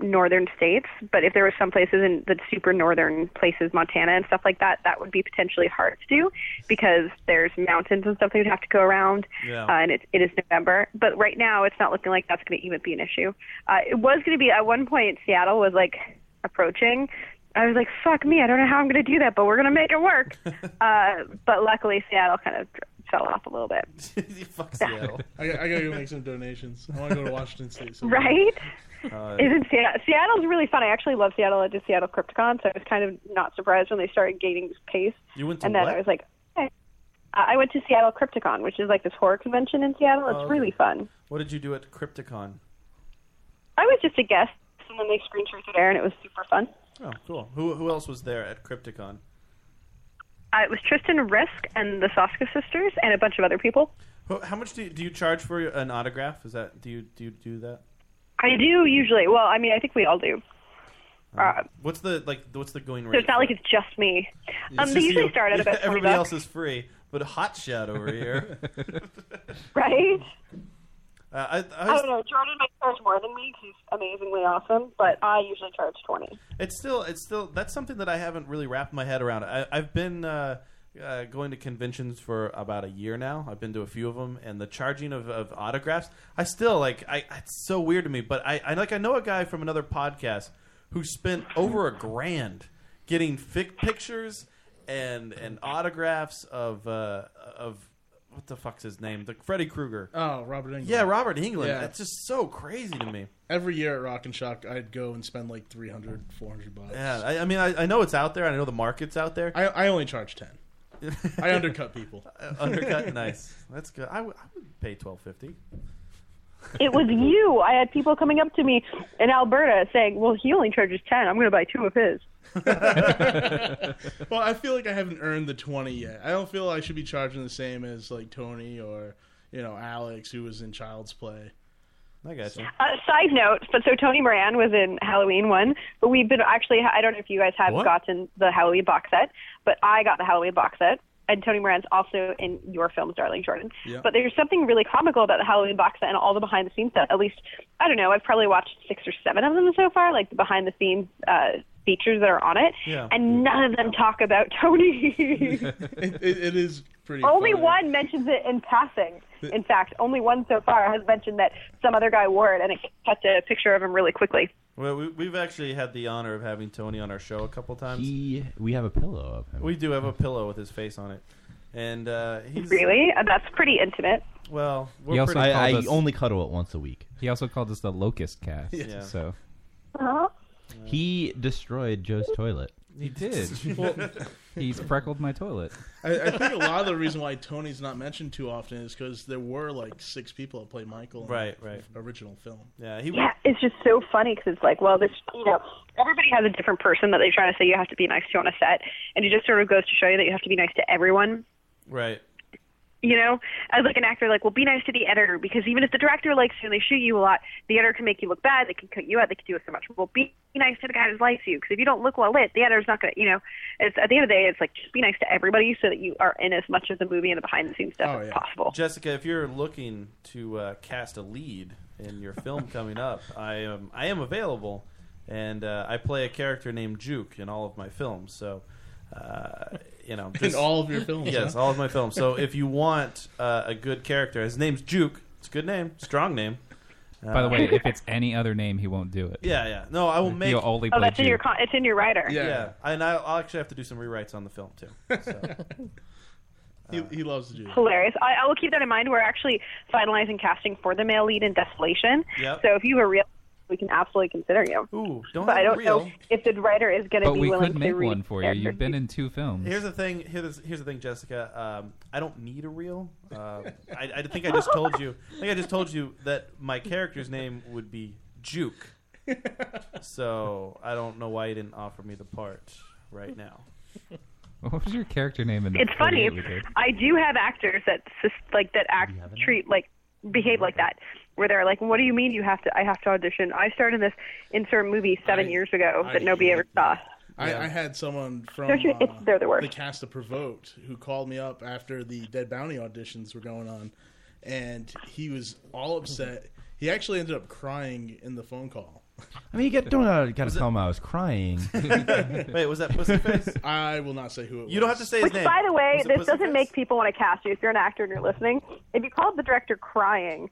S22: northern states. But if there were some places in the super northern places, Montana and stuff like that, that would be potentially hard to do because there's mountains and stuff that you'd have to go around.
S2: Yeah.
S22: Uh, and it, it is November, but right now it's not looking like that's going to even be an issue. Uh, it was going to be at one point Seattle was like approaching. I was like, "Fuck me! I don't know how I'm going to do that, but we're going to make it work." uh, but luckily, Seattle kind of fell off a little bit.
S7: Fuck Seattle.
S4: I, I gotta go make some donations. I want to go to Washington State. so-
S22: Right?
S7: Uh,
S22: Isn't Seattle? Seattle's really fun. I actually love Seattle. I did Seattle Crypticon, so I was kind of not surprised when they started gaining pace.
S7: You went to
S22: and then
S7: what?
S22: I was like, okay. Uh, I went to Seattle Crypticon, which is like this horror convention in Seattle. It's
S7: Oh, okay.
S22: really fun.
S7: What did you do at Crypticon?
S22: I was just a guest, and then they screen shared it there, and it was super fun.
S7: Oh, cool. Who who else was there at Crypticon?
S22: Uh, it was Tristan Risk and the Soska sisters and a bunch of other people.
S7: Who, how much do you, do you charge for an autograph? Is that do you do you do that?
S22: I do usually. Well, I mean, I think we all do. Uh,
S7: What's the like? What's the going
S22: so
S7: rate?
S22: it's not like it's just me. Um,
S7: It's
S22: they
S7: just
S22: usually
S7: you.
S22: start at about 20
S7: everybody
S22: bucks.
S7: else is free, but hot shot over here,
S22: right?
S7: Uh,
S22: I
S7: I, I was
S22: don't know. Jordan might charge more than me 'cause he's amazingly awesome, but I usually charge twenty.
S7: It's still, it's still. That's something that I haven't really wrapped my head around. I, I've been uh, uh, going to conventions for about a year now. I've been to a few of them, and the charging of, of autographs. I still like. I it's so weird to me, but I, I like. I know a guy from another podcast who spent over a grand getting fic pictures and and autographs of uh, of what the fuck's his name? The Freddy Krueger.
S4: Oh, Robert England.
S7: Yeah, Robert England.
S4: Yeah.
S7: That's just so crazy to me.
S4: Every year at Rock and Shock, I'd go and spend like 300, 400 bucks.
S7: Yeah, I, I mean, I, I know it's out there. I know the market's out there.
S4: I, I only charge ten. I undercut people.
S7: undercut, nice. That's good. I would- I would pay twelve fifty.
S22: It was you. I had people coming up to me in Alberta saying, "Well, he only charges ten. I'm going to buy two of his."
S4: well, I feel like I haven't earned the twenty yet. I don't feel I should be charging the same as like Tony or you know Alex, who was in Child's Play.
S7: I guess.
S22: Uh, side note, but so Tony Moran was in Halloween one, but we've been actually, I don't know if you guys have
S2: What?
S22: gotten the Halloween box set, but I got the Halloween box set. And Tony Moran's also in your films, Darling Jordan.
S2: Yeah.
S22: But there's something really comical about the Halloween box set and all the behind the scenes stuff. At least, I don't know, I've probably watched six or seven of them so far, like the behind the scenes uh, features that are on it.
S4: Yeah.
S22: And none of them talk about Tony.
S4: it, it, it is pretty.
S22: Only
S4: funny.
S22: one mentions it in passing. In fact, only one so far has mentioned that some other guy wore it, and it kept a picture of him really quickly.
S7: Well, we, we've actually had the honor of having Tony on our show a couple times.
S8: He, we have a pillow of him.
S7: We do have a pillow with his face on it, and uh, he's
S22: Really, And that's pretty intimate.
S7: Well,
S9: He also
S8: I, I
S9: called us-
S8: only cuddle it once a week.
S9: He also called us the Locust Cast.
S8: Yeah.
S9: So
S8: He destroyed Joe's toilet.
S9: he did. he's freckled my toilet.
S4: I, I think a lot of the reason why Tony's not mentioned too often is because there were like six people that played Michael in
S7: Right,
S4: the
S7: right.
S4: original film.
S7: Yeah, he
S22: Yeah, it's just so funny because it's like, well, this, you know, everybody has a different person that they're trying to say you have to be nice to on a set, and it just sort of goes to show you that you have to be nice to everyone.
S7: right.
S22: You know, as like an actor, like, well, be nice to the editor because even if the director likes you and they shoot you a lot, the editor can make you look bad. They can cut you out. They can do so much. Well, be nice to the guy who likes you because if you don't look well lit, the editor's not gonna. You know, it's at the end of the day, it's like just be nice to everybody so that you are in as much of the movie and the behind the scenes
S9: Oh,
S22: stuff as possible.
S7: Oh, Jessica, if you're looking to uh, cast a lead in your film coming up, I am I am available, and uh, I play a character named Juke in all of my films. So, uh, you know,
S4: In all of your films,
S7: yes,
S4: huh?
S7: all of my films. So, if you want uh, a good character, his name's Juke. It's a good name, strong name.
S9: By the
S7: Uh,
S9: way, if it's any other name, he won't do it.
S7: Yeah, yeah. No, I will make-
S9: He'll only
S22: oh,
S9: play
S22: that's in your con- it's in your writer.
S7: yeah, and I, I'll actually have to do some rewrites on the film too. So.
S4: He, he loves to do that.
S22: Hilarious. I, I will keep that in mind. We're actually finalizing casting for the male lead in Desolation.
S7: Yep.
S22: So if you have a real, we can absolutely consider you.
S7: Ooh, don't
S22: but I
S7: have
S22: don't
S7: a
S22: know
S7: real.
S22: if the writer is going to
S9: But
S22: be
S9: we
S22: willing
S9: could
S22: to
S9: make
S22: read
S9: one for you.
S22: characters.
S9: You've been in two films.
S7: Here's the thing. Here's, here's the thing, Jessica. Um, I don't need a reel. Uh, I, I think I just told you. I think I just told you that my character's name would be Juke. So I don't know why you didn't offer me the part right now.
S9: What was your character name in the
S22: It's funny.
S9: that we did?
S22: I do have actors that sus- like that act treat like behave like that, where they're like, "What do you mean you have to? I have to audition." I starred in this insert movie seven years ago
S4: I
S22: that nobody ever saw.
S4: I, I had someone from
S22: They're just-
S4: uh,
S22: it's- they're the worst.
S4: cast of Provoked who called me up after the Dead Bounty auditions were going on, and he was all upset. He actually ended up crying in the phone call.
S8: I mean, you got, don't got to tell him I was crying.
S7: Wait, was that Pussyface?
S4: I will not say who it was.
S7: You don't have to say
S22: Which, by the way, this doesn't make people want to cast you. If you're an actor and you're listening, if you called the director crying,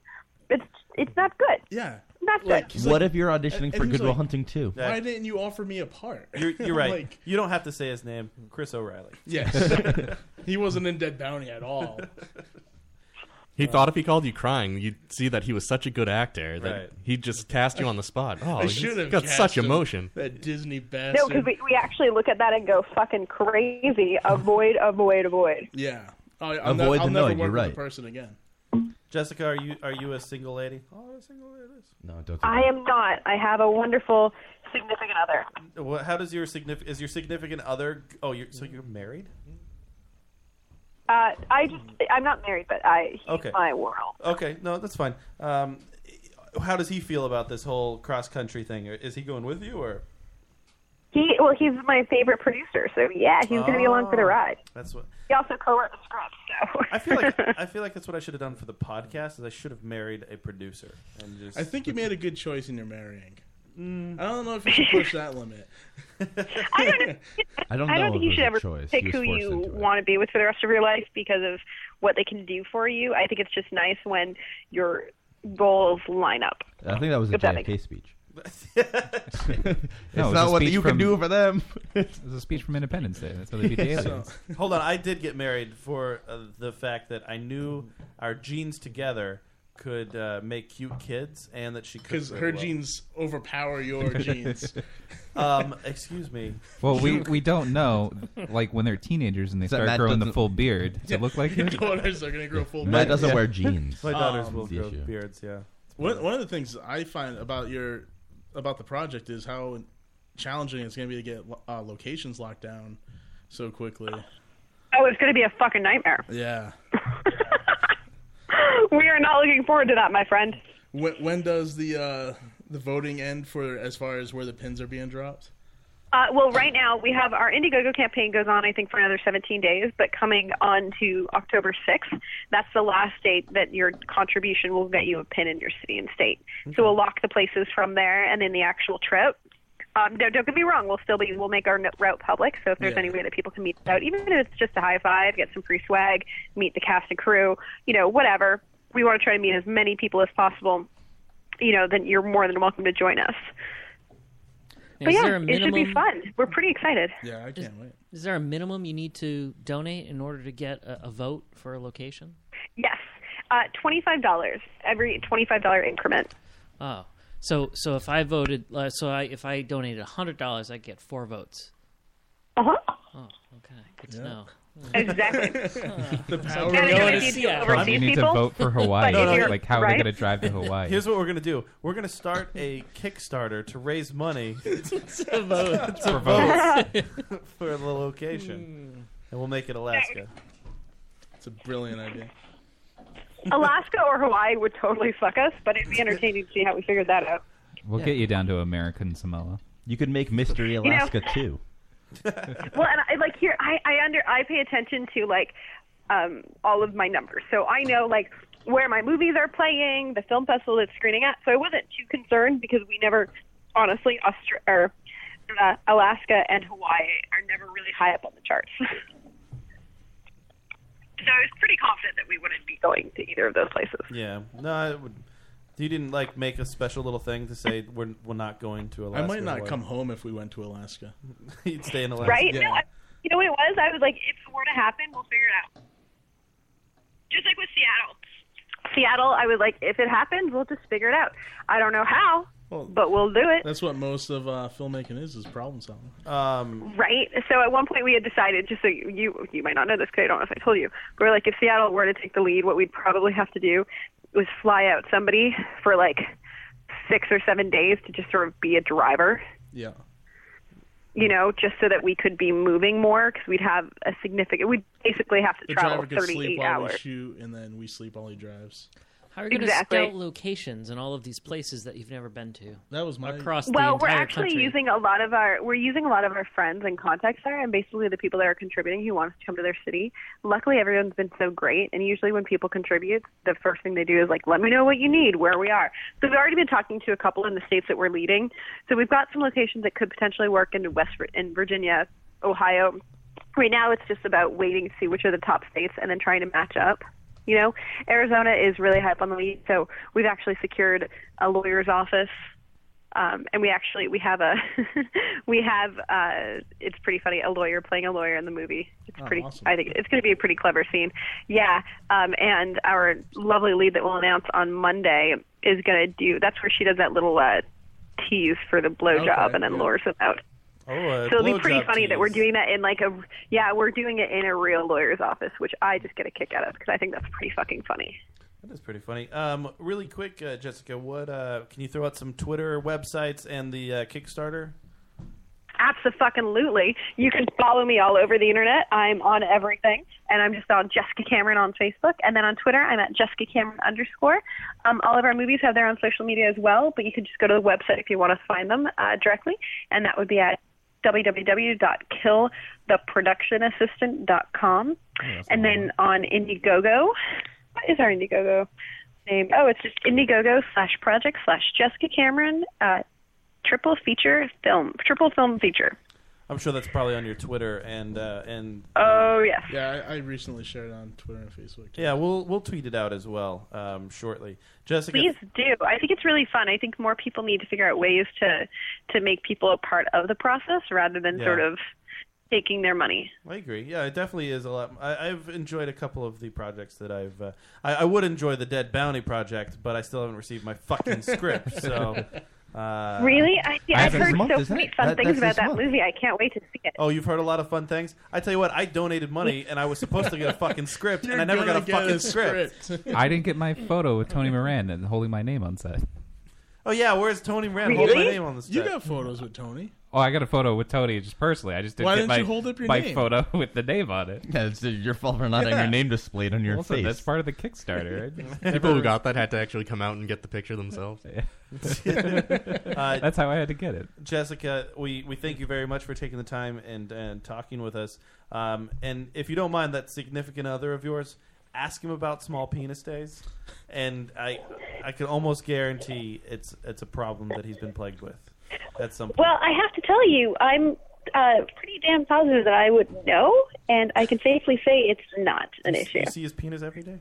S22: it's it's not good.
S4: Yeah,
S22: not good.
S4: Like, he's
S8: what
S4: like-
S8: if you're
S4: and-
S8: auditioning
S4: and
S8: for
S4: he was
S8: Goodwill
S4: like,
S8: Hunting too?
S4: Why didn't you offer me a part?
S7: You're, you're
S4: I'm
S7: right.
S4: like,
S7: you don't have to say his name, Chris O'Reilly.
S4: yes, he wasn't in Dead Bounty at all.
S10: He thought if he called you crying, you'd see that he was such a good actor that
S4: Right.
S10: he'd just cast you on the spot. Oh,
S4: I
S10: he's
S4: should have
S10: got
S4: cast
S10: such
S4: him.
S10: emotion.
S4: That Disney bastard.
S22: No, because we, we actually look at that and go fucking crazy. Avoid, avoid, avoid.
S4: Yeah. I, I'll,
S8: Avoid
S4: ne- I'll never
S8: the noise,
S4: work
S8: you're
S4: with
S8: right.
S4: the person again.
S7: Jessica, are you are you a single lady? Oh, a single lady.
S8: No, don't.
S22: I am not. I have a wonderful significant other.
S7: What, how does your significant is your significant other? Oh, you're, so you're married?
S22: Uh, I just I'm not married, but I he's
S7: Okay.
S22: my world.
S7: Okay, no, that's fine. Um, how does he feel about this whole cross country thing? Is he going with you or?
S22: He well, he's my favorite producer, so yeah, he's gonna be along for the
S7: Oh,
S22: ride.
S7: That's what
S22: He also co-wrote the script, so
S7: I feel like. I feel like that's what I should have done for the podcast. Is I should have married a producer and just.
S4: I think you made a good choice in your marrying. I don't know if you should push that limit.
S22: I don't. Know,
S8: I
S4: don't
S22: I
S4: know
S22: don't think
S4: if
S22: you
S4: it
S22: should
S4: was a
S22: ever
S4: choice.
S22: pick
S4: He was
S22: who you
S4: forced
S22: want to be with for the rest of your life because of what they can do for you. I think it's just nice when your goals line up.
S8: I think that was a
S22: If that makes
S8: JFK speech.
S9: No, it was
S8: not
S9: a
S8: what
S9: speech
S8: you can
S9: from-
S8: do for them.
S9: It was a speech from Independence Day. That's how they beat the aliens.
S7: So- hold on, I did get married for uh, the fact that I knew our genes together could uh, make cute kids, and that she could.
S4: Because her genes overpower your genes.
S7: um, excuse me.
S9: Well, we, we don't know, like when they're teenagers and they
S7: So
S9: start
S7: Matt
S9: growing the
S7: doesn't-
S9: full beard. Does it look like
S4: Your
S9: this?
S4: daughters are going to grow full
S9: Matt
S4: beards.
S9: doesn't wear jeans.
S7: My daughters
S4: Um,
S7: will
S4: the
S7: grow
S4: issue.
S7: beards. Yeah.
S4: One, one of the things I find about your about the project is how challenging it's going to be to get uh, locations locked down so quickly.
S22: Oh, it's going to be a fucking nightmare.
S4: Yeah.
S22: We are not looking forward to that, my friend.
S4: When, when does the uh, the voting end for as far as where the pins are being dropped?
S22: Uh, well, right now we have our Indiegogo campaign goes on, I think, for another 17 days. But coming on to October 6th, that's the last date that your contribution will get you a pin in your city and state. So we'll lock the places from there, and then the actual trip. Um, no, don't get me wrong. We'll still be. We'll make our no- route public. So if there's
S3: Yeah.
S22: any way that people can meet us out, even if it's just a high five, get some free swag, meet the cast and crew, you know, whatever. We want to try to meet as many people as possible. You know, then you're more than welcome to join us. but
S1: is
S22: yeah,
S1: there a
S22: it should be
S1: minimum-
S22: fun. We're pretty excited.
S4: Yeah, I
S1: Is-
S4: can't wait.
S1: Is there a minimum you need to donate in order to get a, a vote for a location?
S22: Yes, uh, twenty-five dollars every twenty-five dollar increment.
S1: Oh, so so if I voted, uh, so I if I donated hundred dollars, I get four votes.
S22: Uh huh.
S1: Oh, okay, good
S22: Yeah.
S1: to know.
S22: Exactly.
S1: The power
S22: Gotta
S1: of
S22: go
S1: notice.
S22: see
S1: Yeah.
S22: overseas
S9: You need to
S22: people.
S9: vote for Hawaii.
S22: But if
S9: Like,
S22: you're-
S9: how are they
S22: right?
S9: gonna drive to Hawaii?
S7: Here's what we're gonna do. We're gonna start a Kickstarter to raise money
S1: to vote.
S7: for
S1: To
S7: votes
S1: vote.
S7: for the location, and we'll make it Alaska.
S4: Hmm. It's a brilliant idea.
S22: Alaska or Hawaii would totally fuck us, but it'd be entertaining to see how we figured that out.
S9: We'll
S22: Yeah.
S9: get you down to American Samoa.
S23: You could make Mystery
S22: know- Alaska,
S23: too.
S22: Well, and I like here, I, I under I pay attention to like um, all of my numbers, so I know like where my movies are playing, the film festival that's screening at. So I wasn't too concerned because we never, honestly, Austra- or, uh, Alaska and Hawaii are never really high up on the charts. so I was pretty confident that we wouldn't be going to either of those places.
S7: Yeah. No, it would, you didn't like make a special little thing to say we're we're not going to Alaska.
S4: I might not
S7: Hawaii.
S4: come home if we went to Alaska.
S7: You'd stay in Alaska.
S22: Right? No, I, you know what it was? I was like, if it were to happen, we'll figure it out. Just like with Seattle. Seattle, I was like, if it happens, we'll just figure it out. I don't know how, but we'll do it.
S4: That's what most of uh, filmmaking is: is problem solving.
S7: Um,
S22: Right. So at one point we had decided, just so you you might not know this because I don't know if I told you, we were like, if Seattle were to take the lead, what we'd probably have to do was fly out somebody for like six or seven days to just sort of be a driver.
S4: Yeah.
S22: you know, just so that we could be moving more because we'd have a significant. We'd basically have to
S4: The
S22: travel
S4: driver could
S22: 38
S4: sleep while we
S22: hours.
S4: shoot, and then we sleep while he drives.
S1: How are you going to
S22: Exactly.
S1: scout locations in all of these places that you've never been to?
S4: That was my
S1: across
S22: Well,
S1: the
S22: we're
S1: entire
S22: actually
S1: country.
S22: using a lot of our we're using a lot of our friends and contacts there, and basically the people that are contributing who want us to come to their city. Luckily, everyone's been so great, and usually when people contribute, the first thing they do is like, "Let me know what you need, where we are." So we've already been talking to a couple in the states that we're leading. So we've got some locations that could potentially work in West Vir- in Virginia, Ohio. Right now, it's just about waiting to see which are the top states and then trying to match up. You know, Arizona is really hype on the lead, so we've actually secured a lawyer's office um, and we actually we have a we have uh, it's pretty funny a lawyer playing a lawyer in the movie. It's
S3: Oh,
S22: pretty.
S3: awesome.
S22: I think it's going to be a pretty clever scene. Yeah, um, and our lovely lead that we'll announce on Monday is going to do. That's where she does that little uh, tease for the blowjob
S3: Okay,
S22: and then
S3: yeah.
S22: lures him out.
S7: Oh, uh,
S22: so it'll be pretty
S7: blowjob
S22: funny that we're
S7: tease.
S22: doing that in like a yeah we're doing it in a real lawyer's office, which I just get a kick out of because I think that's pretty fucking funny.
S7: That is pretty funny. Um, really quick, uh, Jessica, what uh, can you throw out some Twitter websites and the uh, Kickstarter?
S22: Absolutely. You can follow me all over the internet. I'm on everything, and I'm just on Jessica Cameron on Facebook, and then on Twitter, I'm at Jessica Cameron underscore. Um, all of our movies have their own social media as well, but you can just go to the website if you want to find them uh, directly, and that would be at www.killtheproductionassistant.com. And then on Indiegogo, what is our Indiegogo name? Oh, it's just Indiegogo slash project slash Jessica Cameron uh, triple feature film, triple film feature.
S7: I'm sure that's probably on your Twitter and uh, and
S22: Oh yes.
S4: Yeah, I, I recently shared on Twitter and Facebook.
S7: yeah, we'll we'll tweet it out as well um, shortly. Jessica,
S22: Please do. I think it's really fun. I think more people need to figure out ways to to make people a part of the process rather than
S7: Yeah.
S22: sort of taking their money.
S7: I agree. Yeah, it definitely is a lot. I, I've enjoyed a couple of the projects that I've. Uh, I, I would enjoy the Dead Bounty project, but I still haven't received my fucking script. So. Uh,
S22: really? I,
S7: I
S22: I've
S7: haven't-
S22: heard
S7: this month,
S22: so
S7: isn't
S22: many
S7: it?
S22: fun
S7: That-
S22: things
S7: that's
S22: about
S7: this
S22: that
S7: month.
S22: movie. I can't wait to see it.
S7: Oh, you've heard a lot of fun things. I tell you what, I donated money and I was supposed to get a fucking script, and I never got
S4: gonna
S7: a
S4: get
S7: fucking
S4: a script.
S7: script.
S9: I didn't get my photo with Tony Moran and holding my name on set.
S7: Oh yeah, where's Tony Rand? Hold my name on this.
S4: You got photos with Tony.
S9: Oh, I got a photo with Tony just personally. I just didn't
S4: Why
S9: get
S4: didn't
S9: my,
S4: you hold up your
S9: my
S4: name?
S9: photo with the name on it.
S8: Yeah, it's your fault for not having your name displayed on your
S9: also,
S8: face.
S9: That's part of the Kickstarter. right?
S10: People who got that had to actually come out and get the picture themselves.
S7: Uh,
S9: That's how I had to get it.
S7: Jessica, we, we thank you very much for taking the time and, and talking with us. Um, and if you don't mind, that significant other of yours, ask him about small penis days. And I I can almost guarantee it's it's a problem that he's been plagued with at some point.
S2: Well, I have to tell you, I'm uh, pretty damn positive that I would know, and I can safely say it's not an
S7: You s-
S2: issue.
S7: You see his penis every day?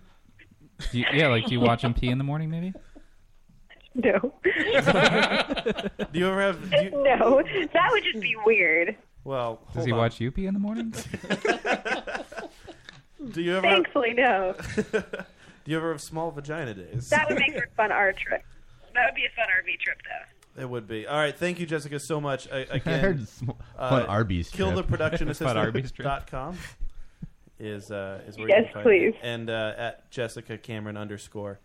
S9: Do you- yeah, like do you watch him pee in the morning? Maybe.
S2: No.
S7: Do you ever have?
S2: No, that would just be weird.
S7: Well,
S9: does he
S7: on.
S9: watch you pee in the morning?
S7: Do you ever have,
S2: Thankfully, no.
S7: do you ever have small vagina days?
S2: That would make for a fun R trip. That would be a fun RV trip, though.
S7: It would be. All right. Thank you, Jessica, so much. I, again, uh,
S8: heard sm- fun Arby's
S7: Kill the
S8: trip.
S7: production
S8: Fun Arby's trip.
S7: dot com is uh, is where you
S2: Yes,
S7: can find
S2: please.
S7: It. And uh, at Jessica Cameron underscore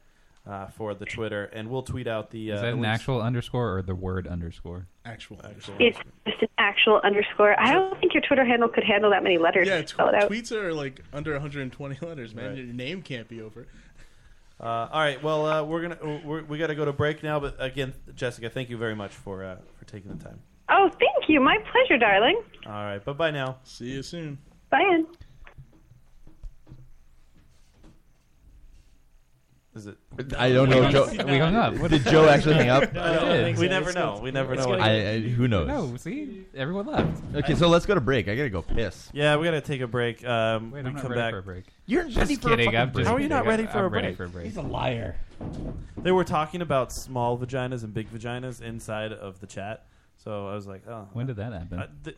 S7: uh, for the Twitter, and we'll tweet out the. Uh,
S9: Is that
S7: the
S9: an
S7: links.
S9: actual underscore or the word underscore?
S4: Actual. actual.
S2: It's just an actual underscore. I don't think your Twitter handle could handle that many letters.
S4: Yeah,
S2: to
S4: tw-
S2: spell it out.
S4: tweets are like under 120 letters, man.
S7: Right.
S4: Your name can't be over.
S7: Uh, all right. Well, uh, we're gonna we're, we got to go to break now. But again, Jessica, thank you very much for uh, for taking the time.
S2: Oh, thank you. My pleasure, darling.
S7: All right. Bye bye now.
S4: See you soon.
S2: Bye. Ann.
S7: Is it?
S8: I don't know.
S7: We
S8: if Joe,
S7: hung- we hung up. What
S8: Did
S7: is-
S8: Joe actually hang up?
S7: No, I don't think so. We never It's know. gonna- We never it's know. gonna-
S8: I, I, who knows?
S9: No, see, everyone left.
S8: Okay, so let's go to break. I gotta go piss.
S7: Yeah, we got to take a break. Um,
S9: Wait,
S7: we
S9: I'm not
S7: come
S9: ready
S7: back.
S9: for a break.
S8: You're
S9: Just ready for a kidding, fucking I'm break. just
S7: How are you not
S9: kidding.
S7: ready
S9: I'm-
S7: for a
S9: I'm
S7: break?
S9: ready for a break. He's a liar.
S7: They were talking about small vaginas and big vaginas inside of the chat, so I was like, oh.
S9: When did that happen?
S7: Uh, th-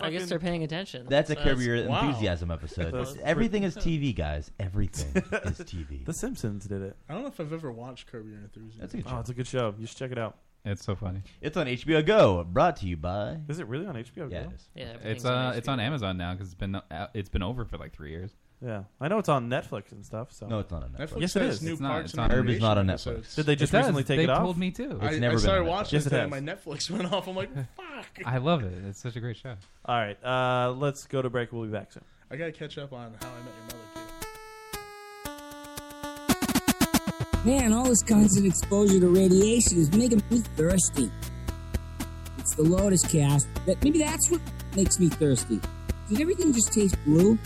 S1: I guess
S7: fucking-
S1: they're paying attention.
S8: That's a
S1: So
S8: Curb Your
S1: wow.
S8: Enthusiasm episode.
S7: That's-
S8: Everything is TV, guys. Everything is TV.
S7: The Simpsons did it.
S4: I don't know if I've ever watched Curb Your Enthusiasm.
S8: That's a good
S7: Oh, it's a good show. You should check it out.
S9: It's so funny.
S8: It's on HBO Go. Brought to you by.
S7: Is it really on HBO?
S8: Yeah,
S7: Go?
S8: it is.
S9: it's uh, it's on Amazon now because it's been uh, it's been over for like three years.
S7: Yeah, I know it's on Netflix and stuff. So
S8: No, it's not on Netflix. Netflix
S7: yes, it
S4: has
S7: is.
S4: new
S7: it's
S4: It's not-
S7: not.
S4: parks it's and not- Herb is not on Netflix. episodes.
S7: Did they
S4: It
S7: just
S4: does.
S7: recently take
S4: They
S7: it off?
S4: told me too. I- I started watching
S7: Yes,
S4: it,
S7: it
S4: then
S7: has.
S4: my Netflix went off. I'm like, fuck.
S9: I love it. It's such a great show.
S7: All right, uh, let's go to break. We'll be back soon.
S4: I gotta catch up on How I Met Your Mother. Kid.
S24: Man, all this constant exposure to radiation is making me thirsty. It's the Lotus cast that maybe that's what makes me thirsty. Did everything just taste blue?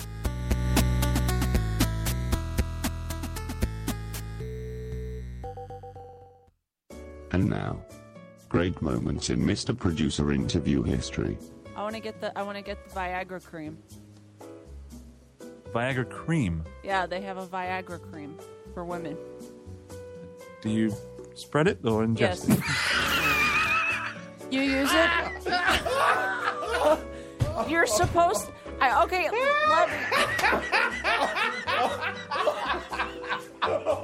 S18: And now, great moments in Mr. Producer interview history.
S25: I want to get the I want to get the Viagra cream.
S26: Viagra cream.
S25: Yeah, they have a Viagra cream for women.
S26: Do you spread it or ingest
S25: Yes.
S26: it?
S25: You use it. You're supposed. I okay.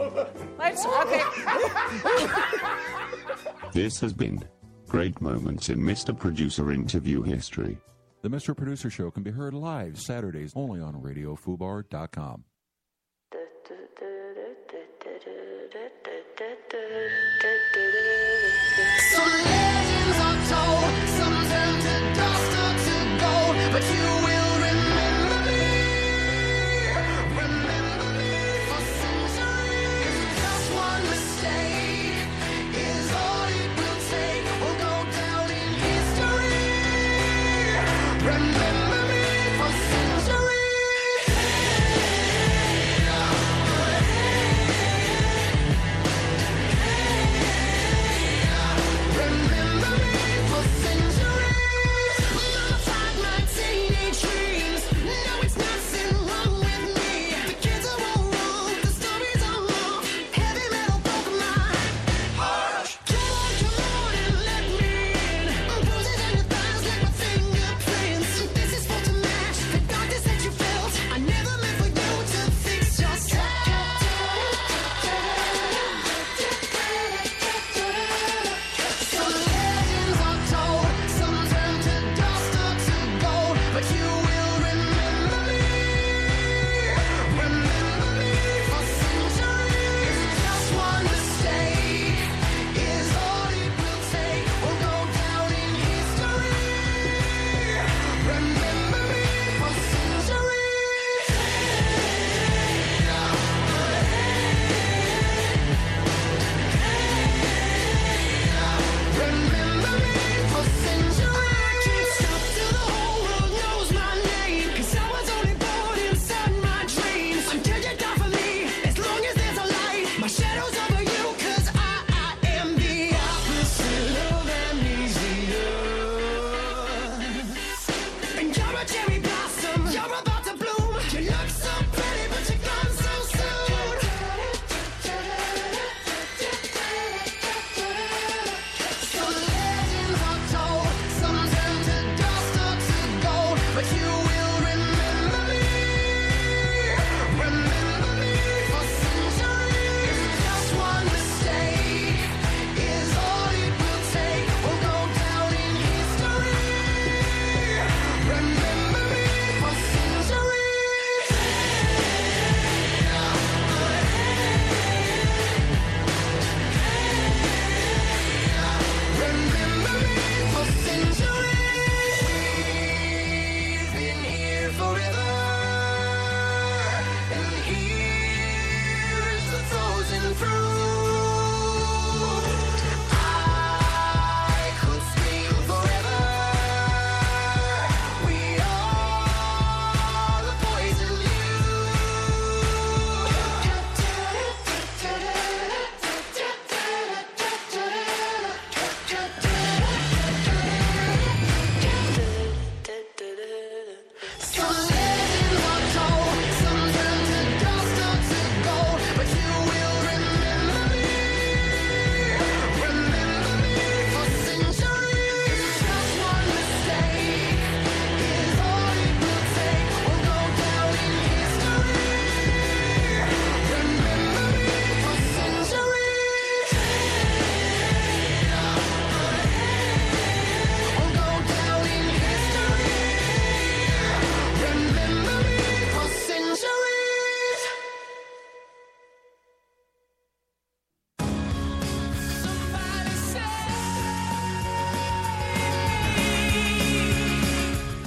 S25: Let, let's okay.
S18: This has been great moments in Mr. Producer interview history.
S27: The Mr. Producer Show can be heard live Saturdays only on RadioFubar.com.
S3: Some legends are told, some turn to dust or to gold, but you will remember me. Remember me for centuries. Just one mistake is all it will take. We'll go down in history. Remember me for centuries. Remember me for centuries. Alongside my teenage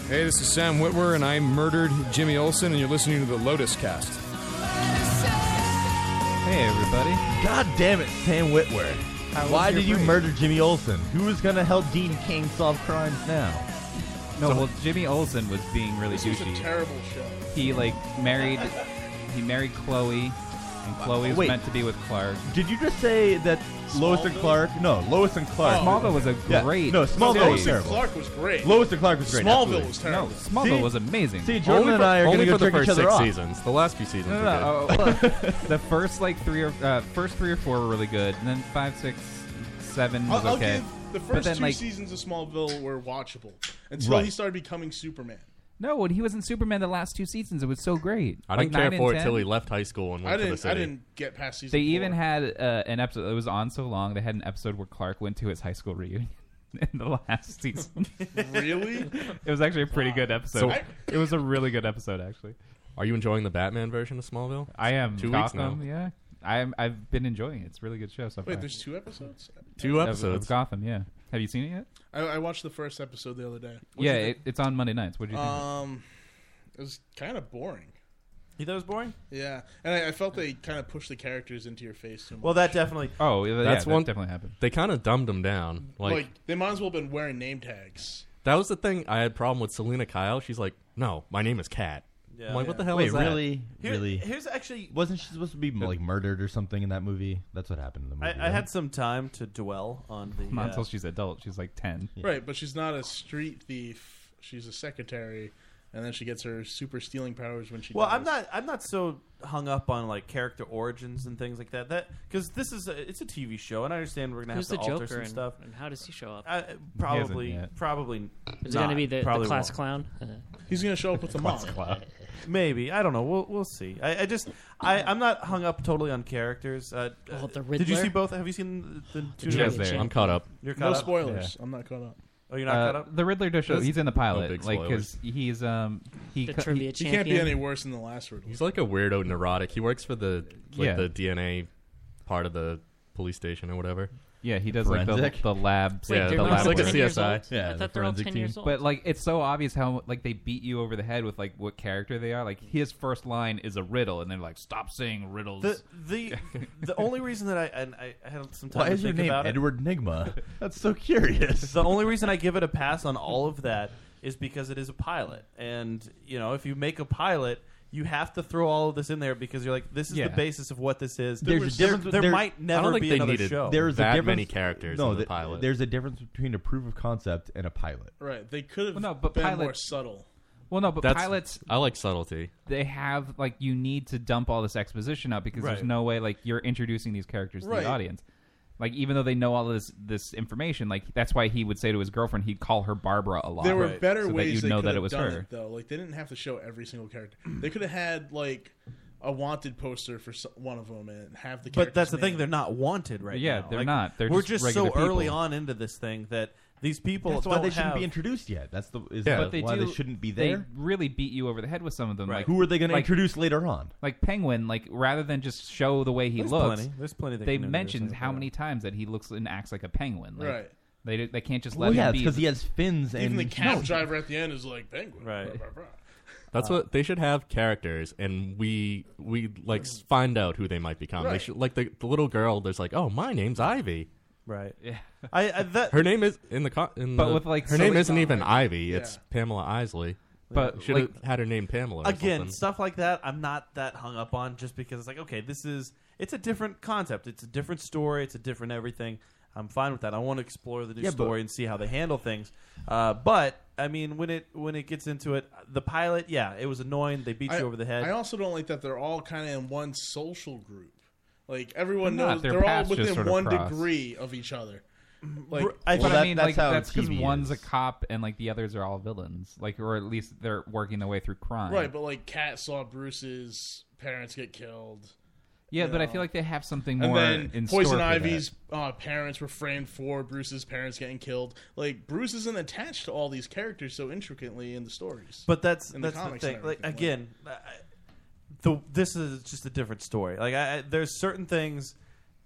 S28: This is Sam Whitwer, and I murdered Jimmy Olsen, and you're listening to the Lotus Cast.
S8: Hey, everybody. God damn it, Sam Whitwer.
S28: How
S8: Why
S28: was your
S8: did you
S28: break?
S8: murder Jimmy Olsen? Who is going to help Dean King solve crimes now?
S9: No, well, Jimmy Olsen was being really douchey.
S4: terrible show.
S9: He like married, he married Chloe, and Chloe was
S8: Wait.
S9: meant to be with Clark.
S8: Did you just say that Lois and Clark? No, Lois and Clark.
S9: Oh. Smallville was a
S8: Yeah.
S9: great
S8: No, Smallville
S9: series.
S8: was terrible.
S4: Clark was great.
S8: Lois and Clark was great.
S9: Smallville
S8: absolutely.
S9: was terrible. No, Smallville was amazing.
S8: See, Jordan
S9: Only
S8: and
S9: for-
S8: I are going to
S9: only
S8: go
S9: for the
S8: trick
S9: first
S8: each other
S9: six
S8: off.
S9: seasons.
S10: The last few seasons
S9: No,
S10: were
S9: no,
S10: good.
S9: no, oh, well, the first like three or uh, first three or four were really good, and then five, six, seven was
S4: I'll, I'll
S9: okay.
S4: give the
S9: but
S4: first
S9: then
S4: two
S9: like
S4: seasons of Smallville were watchable until
S9: Right.
S4: he started becoming Superman.
S9: no, when he was in Superman, the last two seasons, it was so great.
S10: I
S9: like
S10: didn't care
S9: nine
S10: for
S9: and
S10: it
S9: 10.
S10: till he left high school and went
S4: I
S10: to the
S4: didn't.
S10: city.
S4: I didn't get past season.
S9: They
S4: four.
S9: even had uh, an episode. It was on so long. They had an episode where Clark went to his high school reunion in the last season.
S4: Really?
S9: it was actually a pretty good episode.
S10: So-
S9: it was a really good episode, actually.
S10: Are you enjoying the Batman version of Smallville?
S9: I am
S10: Two weeks now.
S9: Gotham. Yeah, I'm. I've been enjoying it. It's a really good show so
S4: Wait,
S9: far.
S4: there's two episodes?
S10: Two
S9: Of-
S10: episodes.
S9: of Gotham. Yeah. Have you seen it yet?
S4: I, I watched the first episode the other day.
S9: yeah, it, it's on Monday nights. What do you think?
S4: Um, it was kind of boring.
S7: You thought it was boring?
S4: Yeah, and I, I felt they kind of pushed the characters into your face too much.
S9: Oh, yeah,
S10: that's
S9: that
S10: one
S9: definitely happened.
S10: They kind of dumbed him down.
S4: Like,
S10: Like,
S4: they might as well have been wearing name tags.
S10: that was the thing I had problem with Selena Kyle. She's like, "No, my name is Kat." I'm like, what the hell
S8: Wait,
S10: is that?
S8: really?
S7: Here-
S8: really?
S7: here's actually-
S8: Wasn't she supposed to be like murdered or something in that movie? That's what happened in the movie.
S7: I, I had some time to dwell on the.
S9: Not
S7: Uh,
S9: until she's adult. She's like ten.
S4: Right, but she's not a street thief. She's a secretary, and then she gets her super stealing powers when she.
S7: well,
S4: dies.
S7: I'm not. I'm not so hung up on like character origins and things like that. That because this is a, it's a TV show, and I understand we're gonna
S1: Who's
S7: have
S1: the
S7: to alter
S1: Joker
S7: some
S1: and,
S7: stuff.
S1: and how does he show up?
S7: Uh, probably, probably.
S1: Is it going to
S7: not.
S1: be the, the
S7: Probably
S1: class
S7: won't.
S1: clown? Uh,
S4: He's gonna show up with the mop.
S7: Maybe I don't know. We'll we'll see. I, I just I I'm not hung up totally on characters. Uh, uh, Did you
S4: Riddler?
S7: see both? Have you seen the, the two?
S9: Joker's there. I'm caught up.
S7: You're
S4: no
S7: caught up?
S4: spoilers.
S7: Yeah.
S4: I'm not caught up.
S7: Oh, you're not
S9: Uh,
S7: caught up.
S9: The Riddler does show.
S10: That's
S9: He's in the
S10: no big
S9: pilot, like
S10: spoilers.
S9: because he's um he
S4: The
S9: co-
S4: trivia
S9: he-
S4: He can't be champion. any worse than the last Riddler.
S10: He's like a weirdo neurotic. He works for the like
S9: Yeah.
S10: the DNA part of the police station or whatever.
S9: Yeah, he does like
S10: Forensic?
S9: the, the labs.
S10: Yeah,
S9: yeah,
S10: the
S9: the
S10: lab
S9: lab
S10: like a
S9: work.
S10: CSI. Yeah, the forensic team.
S9: But like, it's so obvious how like they beat you over the head with like what character they are. Like his first line is a riddle, and they're like, "Stop saying riddles."
S7: The the the only reason that I and I, I had some time
S8: Why
S7: to
S8: is your
S7: think
S8: name
S7: about it.
S8: Edward Nigma? That's so curious.
S7: The only reason I give it a pass on all of that is because it is a pilot, and you know if you make a pilot. You have to throw all of this in there because you're like, this is
S8: Yeah.
S7: the basis of what this is.
S8: There's a
S7: there,
S8: difference-
S7: there might never be another show.
S8: There is a
S10: that
S8: difference-
S10: many characters
S8: No,
S10: in the
S8: th-
S10: pilot.
S8: There's a difference between a proof of concept and a pilot.
S4: Right, they could have
S9: Well, no, but
S4: been
S9: pilot-
S4: more subtle.
S9: well, no, but
S10: That's-
S9: pilots.
S10: I like subtlety.
S9: They have like you need to dump all this exposition out because there's
S10: Right.
S9: no way like you're introducing these characters to
S10: Right.
S9: the audience. Like even though they know all this this information, like that's why he would say to his girlfriend, he'd call her Barbara a lot.
S4: There were
S9: Right.
S4: better
S9: so
S4: ways they
S9: that you know
S4: could
S9: that
S4: have
S9: it was
S4: done
S9: her.
S4: it, though. Like they didn't have to show every single character. They could have had like a wanted poster for so- one of them and have the.
S7: But that's the
S4: character's
S7: thing; they're not wanted right now.
S9: Yeah, they're
S7: Like,
S9: not. They're
S7: we're
S9: just
S7: just, so
S9: regular people.
S7: early on into this thing that these people
S8: That's why
S7: don't
S8: they shouldn't
S7: have-
S8: be introduced yet. That's the is that why they shouldn't be
S9: they
S8: there.
S9: really beat you over the head with some of them.
S8: Right.
S9: Like,
S8: Who are they gonna
S9: like-
S8: introduce later on?
S9: Like Penguin, like rather than just show the way he
S8: There's
S9: looks,
S8: plenty. There's plenty they
S9: They
S8: can introduce
S9: mentioned
S8: later
S9: how many times that he looks and acts like a penguin. Like,
S4: Right.
S9: They they can't just
S8: Well,
S9: let
S8: yeah,
S9: him
S8: it's
S9: be
S8: 'cause he has fins
S4: Even the cab driver at the end is like penguin.
S7: Right. Uh,
S4: Blah, blah, blah.
S10: That's what they should have characters, and we we like s- find out who they might become. They
S4: Right.
S10: should, like the, the little girl. There's like, oh, my name's Ivy.
S7: Right. I, I that
S10: Her name is in the co- in
S9: But
S10: the-
S9: with, like,
S10: her name
S9: Selena-
S10: isn't even Ivy. It's
S7: Yeah.
S10: Pamela Isley.
S9: But,
S10: should have had her name Pamela or
S7: again
S10: something.
S7: stuff like that i'm not that hung up on just because it's like okay this is it's a different concept it's a different story it's a different everything i'm fine with that i want to explore the new
S15: Yeah, but-
S7: story and see how they handle things uh, but i mean when it when it gets into it the pilot yeah it was annoying they beat
S4: I-
S7: you over the head
S4: I also don't like that they're all kind of in one social group. Like everyone
S7: They're not.
S4: knows,
S7: Their
S4: they're, all
S7: paths just
S4: within
S7: sort of
S4: one
S7: cross.
S4: degree of each other. Like,
S9: Like, I, Mm, but I mean, like that's because one's a cop and like the others are all villains, like or at least they're working their way through crime.
S4: right, but like Kat saw Bruce's parents get killed.
S9: Yeah,
S4: you
S9: but I
S4: know.
S9: feel like they have something
S4: and
S9: more
S4: then
S9: in store for
S4: Poison
S9: that.
S4: Ivy's uh, parents were framed for Bruce's parents getting killed. Like Bruce isn't attached to all these characters so intricately in the stories.
S7: But that's
S4: in
S7: that's
S4: the
S7: the,
S4: comics and
S7: thing. Like
S4: everything.
S7: again, I, the this is just a different story. Like I, I, there's certain things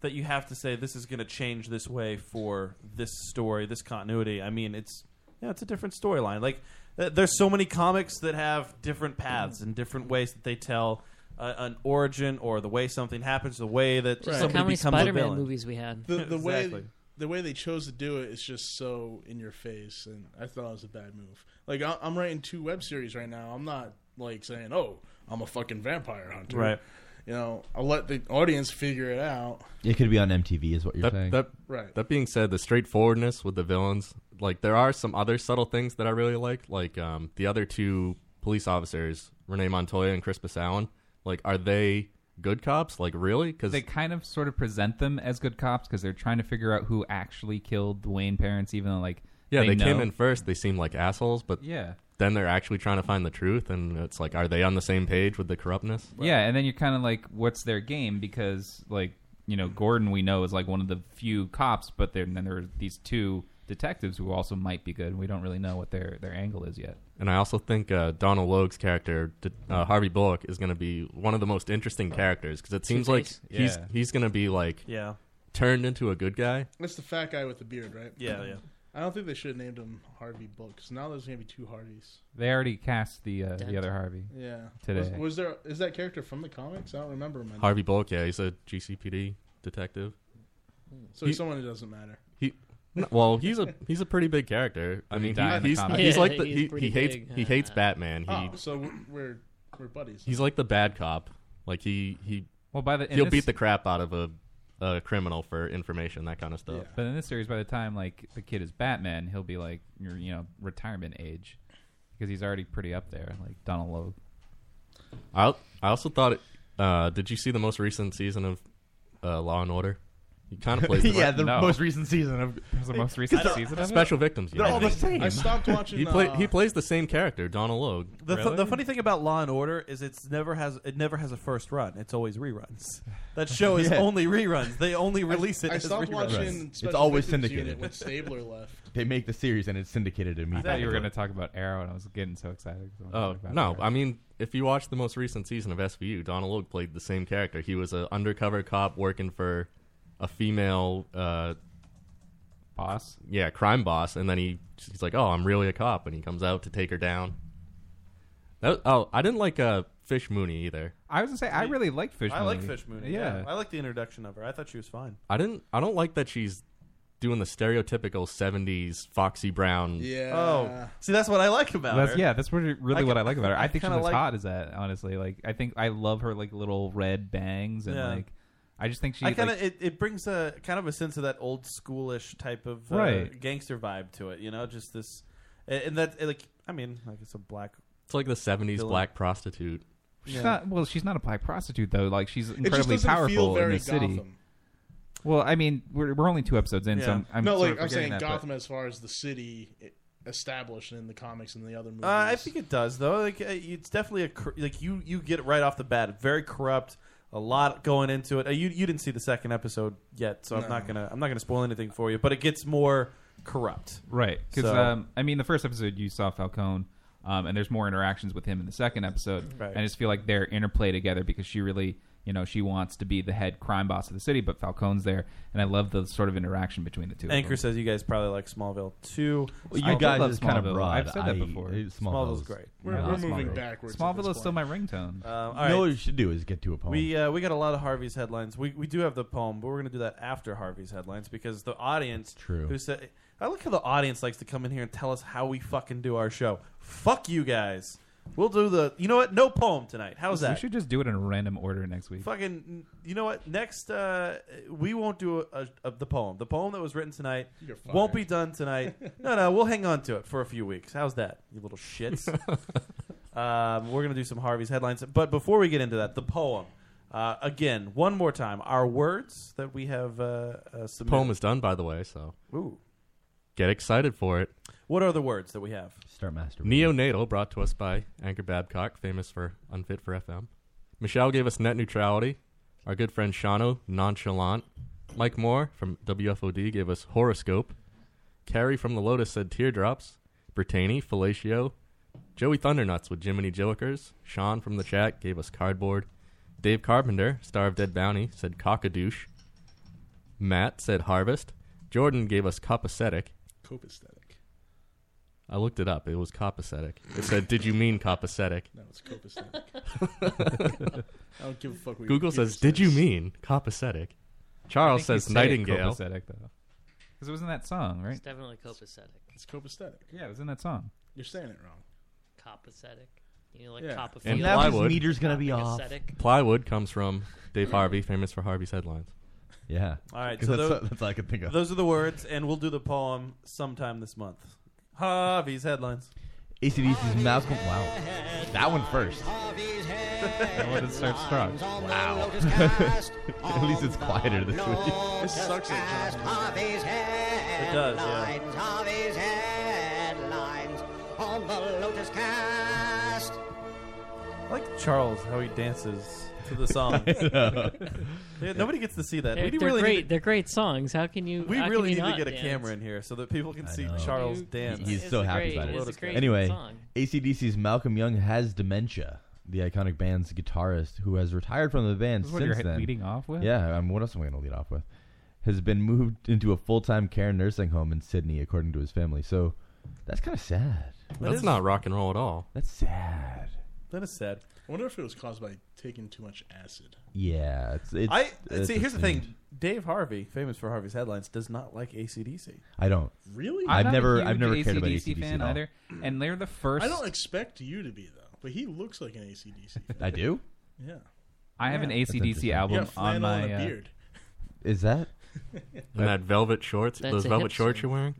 S7: that you have to say. This is going to change this way for this story, this continuity. I mean, it's yeah, it's a different storyline. Like uh, there's so many comics that have different paths and different ways that they tell uh, an origin or the way something happens, the way that
S1: Just
S7: somebody
S1: like how many
S7: becomes a
S1: Spider-Man
S7: villain.
S1: movies we had.
S4: The, the way
S7: Exactly.
S4: the way they chose to do it is just so in your face, and I thought it was a bad move. Like I, I'm writing two web series right now. I'm not like saying, "Oh, I'm a fucking vampire hunter."
S8: Right.
S4: You know, I'll let the audience figure it out.
S8: It could be on MTV, is what you're
S10: that,
S8: saying.
S10: That,
S4: Right.
S10: That being said, the straightforwardness with the villains, like there are some other subtle things that I really like, like um, the other two police officers, Renee Montoya and Crispus Allen. Like, are they good cops? Like, really? Because
S9: they kind of sort of present them as good cops because they're trying to figure out who actually killed the Wayne parents, even though like
S10: yeah, they,
S9: know.
S10: came in first. They seem like assholes, but
S9: Yeah.
S10: then they're actually trying to find the truth, and it's like, are they on the same page with the corruptness?
S9: Yeah, and then you're kind of like, what's their game? Because like you know, Gordon we know is like one of the few cops, but there, then there are these two detectives who also might be good. and We don't really know what their their angle is yet.
S10: And I also think uh, Donald Logue's character, D- uh, Harvey Bullock, is going to be one of the most interesting characters because it seems like
S4: Two-Face.
S10: he's
S4: Oh. Yeah.
S10: he's going to be like
S4: Yeah.
S10: turned into a good guy.
S4: That's the fat guy with the beard, right?
S7: Yeah, yeah.
S4: I don't think they should have named him Harvey Bullock 'cause now there's gonna be two Harveys.
S9: They already cast the uh,
S10: Dent.
S9: the other Harvey.
S4: Yeah. Was,
S9: Today.
S4: was there is that character from the comics? I don't remember him. in-
S10: Harvey Bullock, yeah, he's a GCPD detective.
S4: So he's someone who doesn't matter.
S10: He no, well, he's a he's a pretty big character. I
S9: Did he
S10: mean,
S9: die in the
S10: he, he's
S9: comics?
S10: he's
S9: Yeah,
S10: like the,
S9: he's
S10: he, he
S9: pretty
S10: hates
S9: big. uh, Uh-huh.
S10: he hates Batman. He
S4: Oh, so we're- we're we're buddies.
S10: he's like the bad cop. Like he he
S9: well by the in
S10: he'll
S9: this-
S10: beat the crap out of a, a criminal for information that kind of stuff.
S9: But in this series, by the time like the kid is Batman, he'll be like your you know retirement age because he's already pretty up there, like Donald Logue.
S10: I I also thought it. Uh, did you see the most recent season of uh, Law and Order? He kind of plays. the-
S8: yeah, the most recent season of
S9: There's the most recent season of it?
S10: Special Victims.
S9: They're
S10: yeah.
S9: all the same.
S7: I stopped watching,
S10: He, play,
S7: uh,
S10: he plays the same character, Donald Logue.
S7: The, fu- the funny thing about Law and Order is it's never has it never has a first run. It's always reruns. That show is
S8: Yeah.
S7: only reruns. They only
S4: I-
S7: release it.
S4: I
S7: as
S4: stopped
S7: reruns.
S4: watching
S8: it's
S4: Special
S8: always
S4: Victims
S8: syndicated.
S4: Unit when Stabler left.
S8: They make the series and it's syndicated
S9: I
S8: immediately.
S9: thought you were going to talk about Arrow, and I was getting so excited. 'cause I wanted to
S10: Oh
S9: talk about
S10: no!
S9: Arrow.
S10: I mean, if you watch the most recent season of SVU, Donald Logue played the same character. He was an undercover cop working for a female uh,
S9: boss.
S10: Yeah, crime boss, and then he he's like, "Oh, I'm really a cop," and he comes out to take her down. That was- oh, I didn't like uh, Fish Mooney either.
S9: I was gonna say I really liked Fish.
S7: I like
S9: Mooney.
S7: Fish Mooney.
S9: Yeah.
S7: Yeah. I like the introduction of her. I thought she was fine.
S10: I didn't. I don't like that she's doing the stereotypical '70s Foxy Brown.
S7: Oh, see, that's what I like about
S9: That's,
S7: her.
S9: yeah, that's really, really
S7: I
S9: what
S7: ca-
S9: I like about her. I think she
S7: kinda
S9: looks
S7: like-
S9: hot. Is that honestly like I think I love her like little red bangs and
S7: Yeah.
S9: like I just think she
S7: I kind of
S9: like,
S7: it, it brings a kind of a sense of that old schoolish type of uh,
S9: Right.
S7: gangster vibe to it. You know, just this, and and that like I mean, like it's a black.
S10: It's like the '70s
S7: Villain.
S10: black prostitute.
S9: she's
S7: yeah.
S9: not well. She's not a black prostitute though. Like she's
S4: just
S9: incredibly
S4: doesn't feel
S9: powerful
S4: very
S9: in the city.
S4: Gotham.
S9: Well, I mean, we're, we're only two episodes in, so I'm, I'm
S4: no,
S9: sort
S4: like
S9: of
S4: I'm
S9: forgetting
S4: saying
S9: that, but-
S4: Gotham as far as the city i- established in the comics and the other movies.
S7: Uh, I think it does though. Like uh, it's definitely a cor- like you you get it right off the bat. Very corrupt. A lot going into it. Uh, you you didn't see the second episode yet, so I'm
S9: No.
S7: not gonna I'm not gonna spoil anything for you. But it gets more corrupt,
S9: Right. Because,
S7: So-
S9: um, I mean, the first episode you saw Falcone, um, and there's more interactions with him in the second episode.
S7: Right.
S9: I just feel like their interplay together because she really, you know, she wants to be the head crime boss of the city, but Falcone's there. And I love the sort of interaction between the two. of
S7: Anchor
S9: them.
S7: says you guys probably like Smallville too.
S9: Well, you I do guys love is kind of Smallville. broad. I've said that I- before. it-
S7: Smallville's
S9: Smallville's-
S7: great.
S9: We're-
S7: I
S9: we're
S7: love
S9: moving
S7: Smallville.
S9: backwards at Smallville's this still point. my ringtone.
S7: Um, all right.
S8: You know what you should do is get to a poem.
S7: We uh, we got a lot of Harvey's headlines. We we do have the poem, but we're gonna do that after Harvey's headlines because the audience
S8: True.
S7: who said I like how the audience likes to come in here and tell us how we fucking do our show. Fuck you guys. We'll do the you know what? No poem tonight. How's that?
S9: We should just do it in a random order next week.
S7: Fucking, you know what? Next, uh, we won't do a, a, the poem. The poem that was written tonight
S4: You're fired.
S7: won't be done tonight. no, no, we'll hang on to it for a few weeks. How's that, you little shits? um, we're gonna do some Harvey's headlines, but before we get into that, the poem. Uh, again, one more time, our words that we have uh, uh, submitted.
S10: Poem is done, by the way. So
S7: Ooh.
S10: get excited for it.
S7: What are the words that we have?
S8: Start master.
S10: Neonatal brought to us by Anchor Babcock, famous for Unfit for FM. Michelle gave us net neutrality. Our good friend Shano, nonchalant. Mike Moore from WFOD gave us horoscope. Carrie from the Lotus said teardrops. Brittany, fellatio. Joey Thundernuts with Jiminy Jillikers. Sean from the chat gave us cardboard. Dave Carpenter, star of Dead Bounty, said cockadouche. Matt said harvest. Jordan gave us cup ascetic.
S4: copacetic.
S10: I looked it up. It was copacetic. It said, "Did you mean copacetic?"
S4: No, it's copacetic. I don't give a fuck what your
S10: Google
S4: computer
S10: says, "Did you mean copacetic?" Charles
S9: I think
S10: says,
S9: you say
S10: "Nightingale."
S9: copacetic, though. Because it was in that song, right?
S1: It's definitely copacetic.
S4: It's copacetic.
S9: Yeah, it was in that song.
S4: You're saying it wrong.
S1: Copacetic. You know, like
S4: Yeah.
S1: copophilia.
S10: And plywood.
S1: Copacetic.
S10: Plywood comes from Dave Harvey, famous for Harvey's headlines.
S8: Yeah.
S7: All right, so tho- Those are the words, and we'll do the poem sometime this month. Harvey's headlines.
S8: ACDC's Malcolm. Wow. That one first.
S9: That one starts strong.
S8: Wow. At least it's quieter this week.
S4: This sucks. At
S7: It does, yeah.
S6: Harvey's headlines on the Lotus Cast.
S7: I like Charles, how he dances to the song.
S10: know.
S7: yeah, nobody gets to see that.
S1: They're,
S7: we
S1: they're
S7: really
S1: great.
S7: Need
S1: They're great songs. How can you?
S7: to, we
S1: how can
S7: really
S1: you
S7: need to
S1: not
S7: get a
S1: dance?
S7: camera in here so that people can see
S8: know.
S7: Charles dance.
S8: He's so happy about
S1: it's a
S8: it.
S1: great
S8: anyway,
S1: song.
S8: ACDC's Malcolm Young has dementia. The iconic band's guitarist, who has retired from the band
S9: This is
S8: since
S9: what you're
S8: then,
S9: leading off with?
S8: Yeah, I mean, what else am I going to lead off with? Has been moved into a full-time care nursing home in Sydney, according to his family. So that's kind of sad.
S10: That's
S4: is-
S10: not rock and roll at all.
S8: That's sad.
S7: That is sad.
S4: I wonder if it was caused by taking too much acid.
S8: Yeah, it's. it's
S7: I
S8: it's
S7: see. Here's the
S8: a shame.
S7: thing: Dave Harvey, famous for Harvey's headlines, does not like ACDC.
S8: I don't.
S4: Really?
S8: I've
S4: I'm not a
S8: never.
S4: huge
S8: I've never cared about
S9: AC/DC
S8: ACDC
S9: fan
S8: at all.
S9: either. And they're the first.
S4: I don't expect you to be though, but he looks like an ACDC. fan.
S8: I do.
S4: Yeah.
S9: I have an
S4: Yeah.
S9: ACDC album
S4: Yeah,
S9: on
S4: flannel
S9: my.
S4: and a
S9: uh,
S4: beard.
S8: Is that?
S10: And that velvet shorts,
S1: That's
S10: those
S1: a
S10: velvet
S1: hipster.
S10: shorts you're wearing.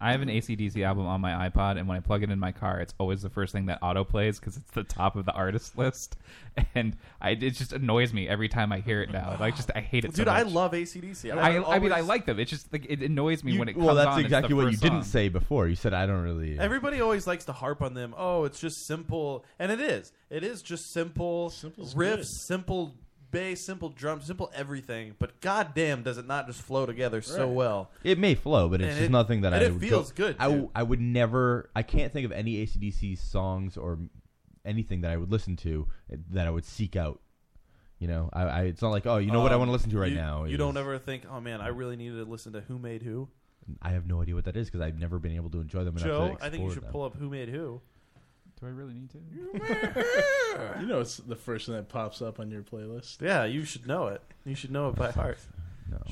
S9: I have an ACDC album on my iPod, and when I plug it in my car, it's always the first thing that auto plays because it's the top of the artist list, and I, it just annoys me every time I hear it now. Like, just I hate it. so
S7: Dude, I
S9: much.
S7: love AC/DC.
S9: I, I mean, I
S7: always-
S9: like them. It's just like it annoys me
S8: You-
S9: when it comes
S8: well, that's
S9: on, it's the
S8: exactly what you
S9: first
S8: didn't
S9: song.
S8: say before. You said I don't really.
S7: Everybody always likes to harp on them. Oh, it's just simple, and it is. It is just simple riffs,
S15: good.
S7: simple bass, simple drums, simple everything. But goddamn, does it not just flow together so
S8: Right.
S7: well?
S8: It may flow, but it's
S7: And
S8: just
S7: it-
S8: nothing that
S7: and
S8: I
S7: it
S8: would
S7: feels
S8: go,
S7: good,
S8: I, w-
S7: too.
S8: I would never. I can't think of any ACDC songs or anything that I would listen to eh, that I would seek out. You know, I, I it's not like oh, you know what I
S7: Um,
S8: want to listen to right
S7: you-
S8: now.
S7: You
S8: is-
S7: don't ever think, oh man, I really needed to listen to Who Made Who.
S8: I have no idea what that is because I've never been able to enjoy them enough to
S7: Joe,
S8: explore
S7: I think you should
S8: them.
S7: pull up Who Made Who.
S9: Do I really need to?
S4: You know, it's the first thing that pops up on your playlist.
S7: Yeah, you should know it. You should know it by heart.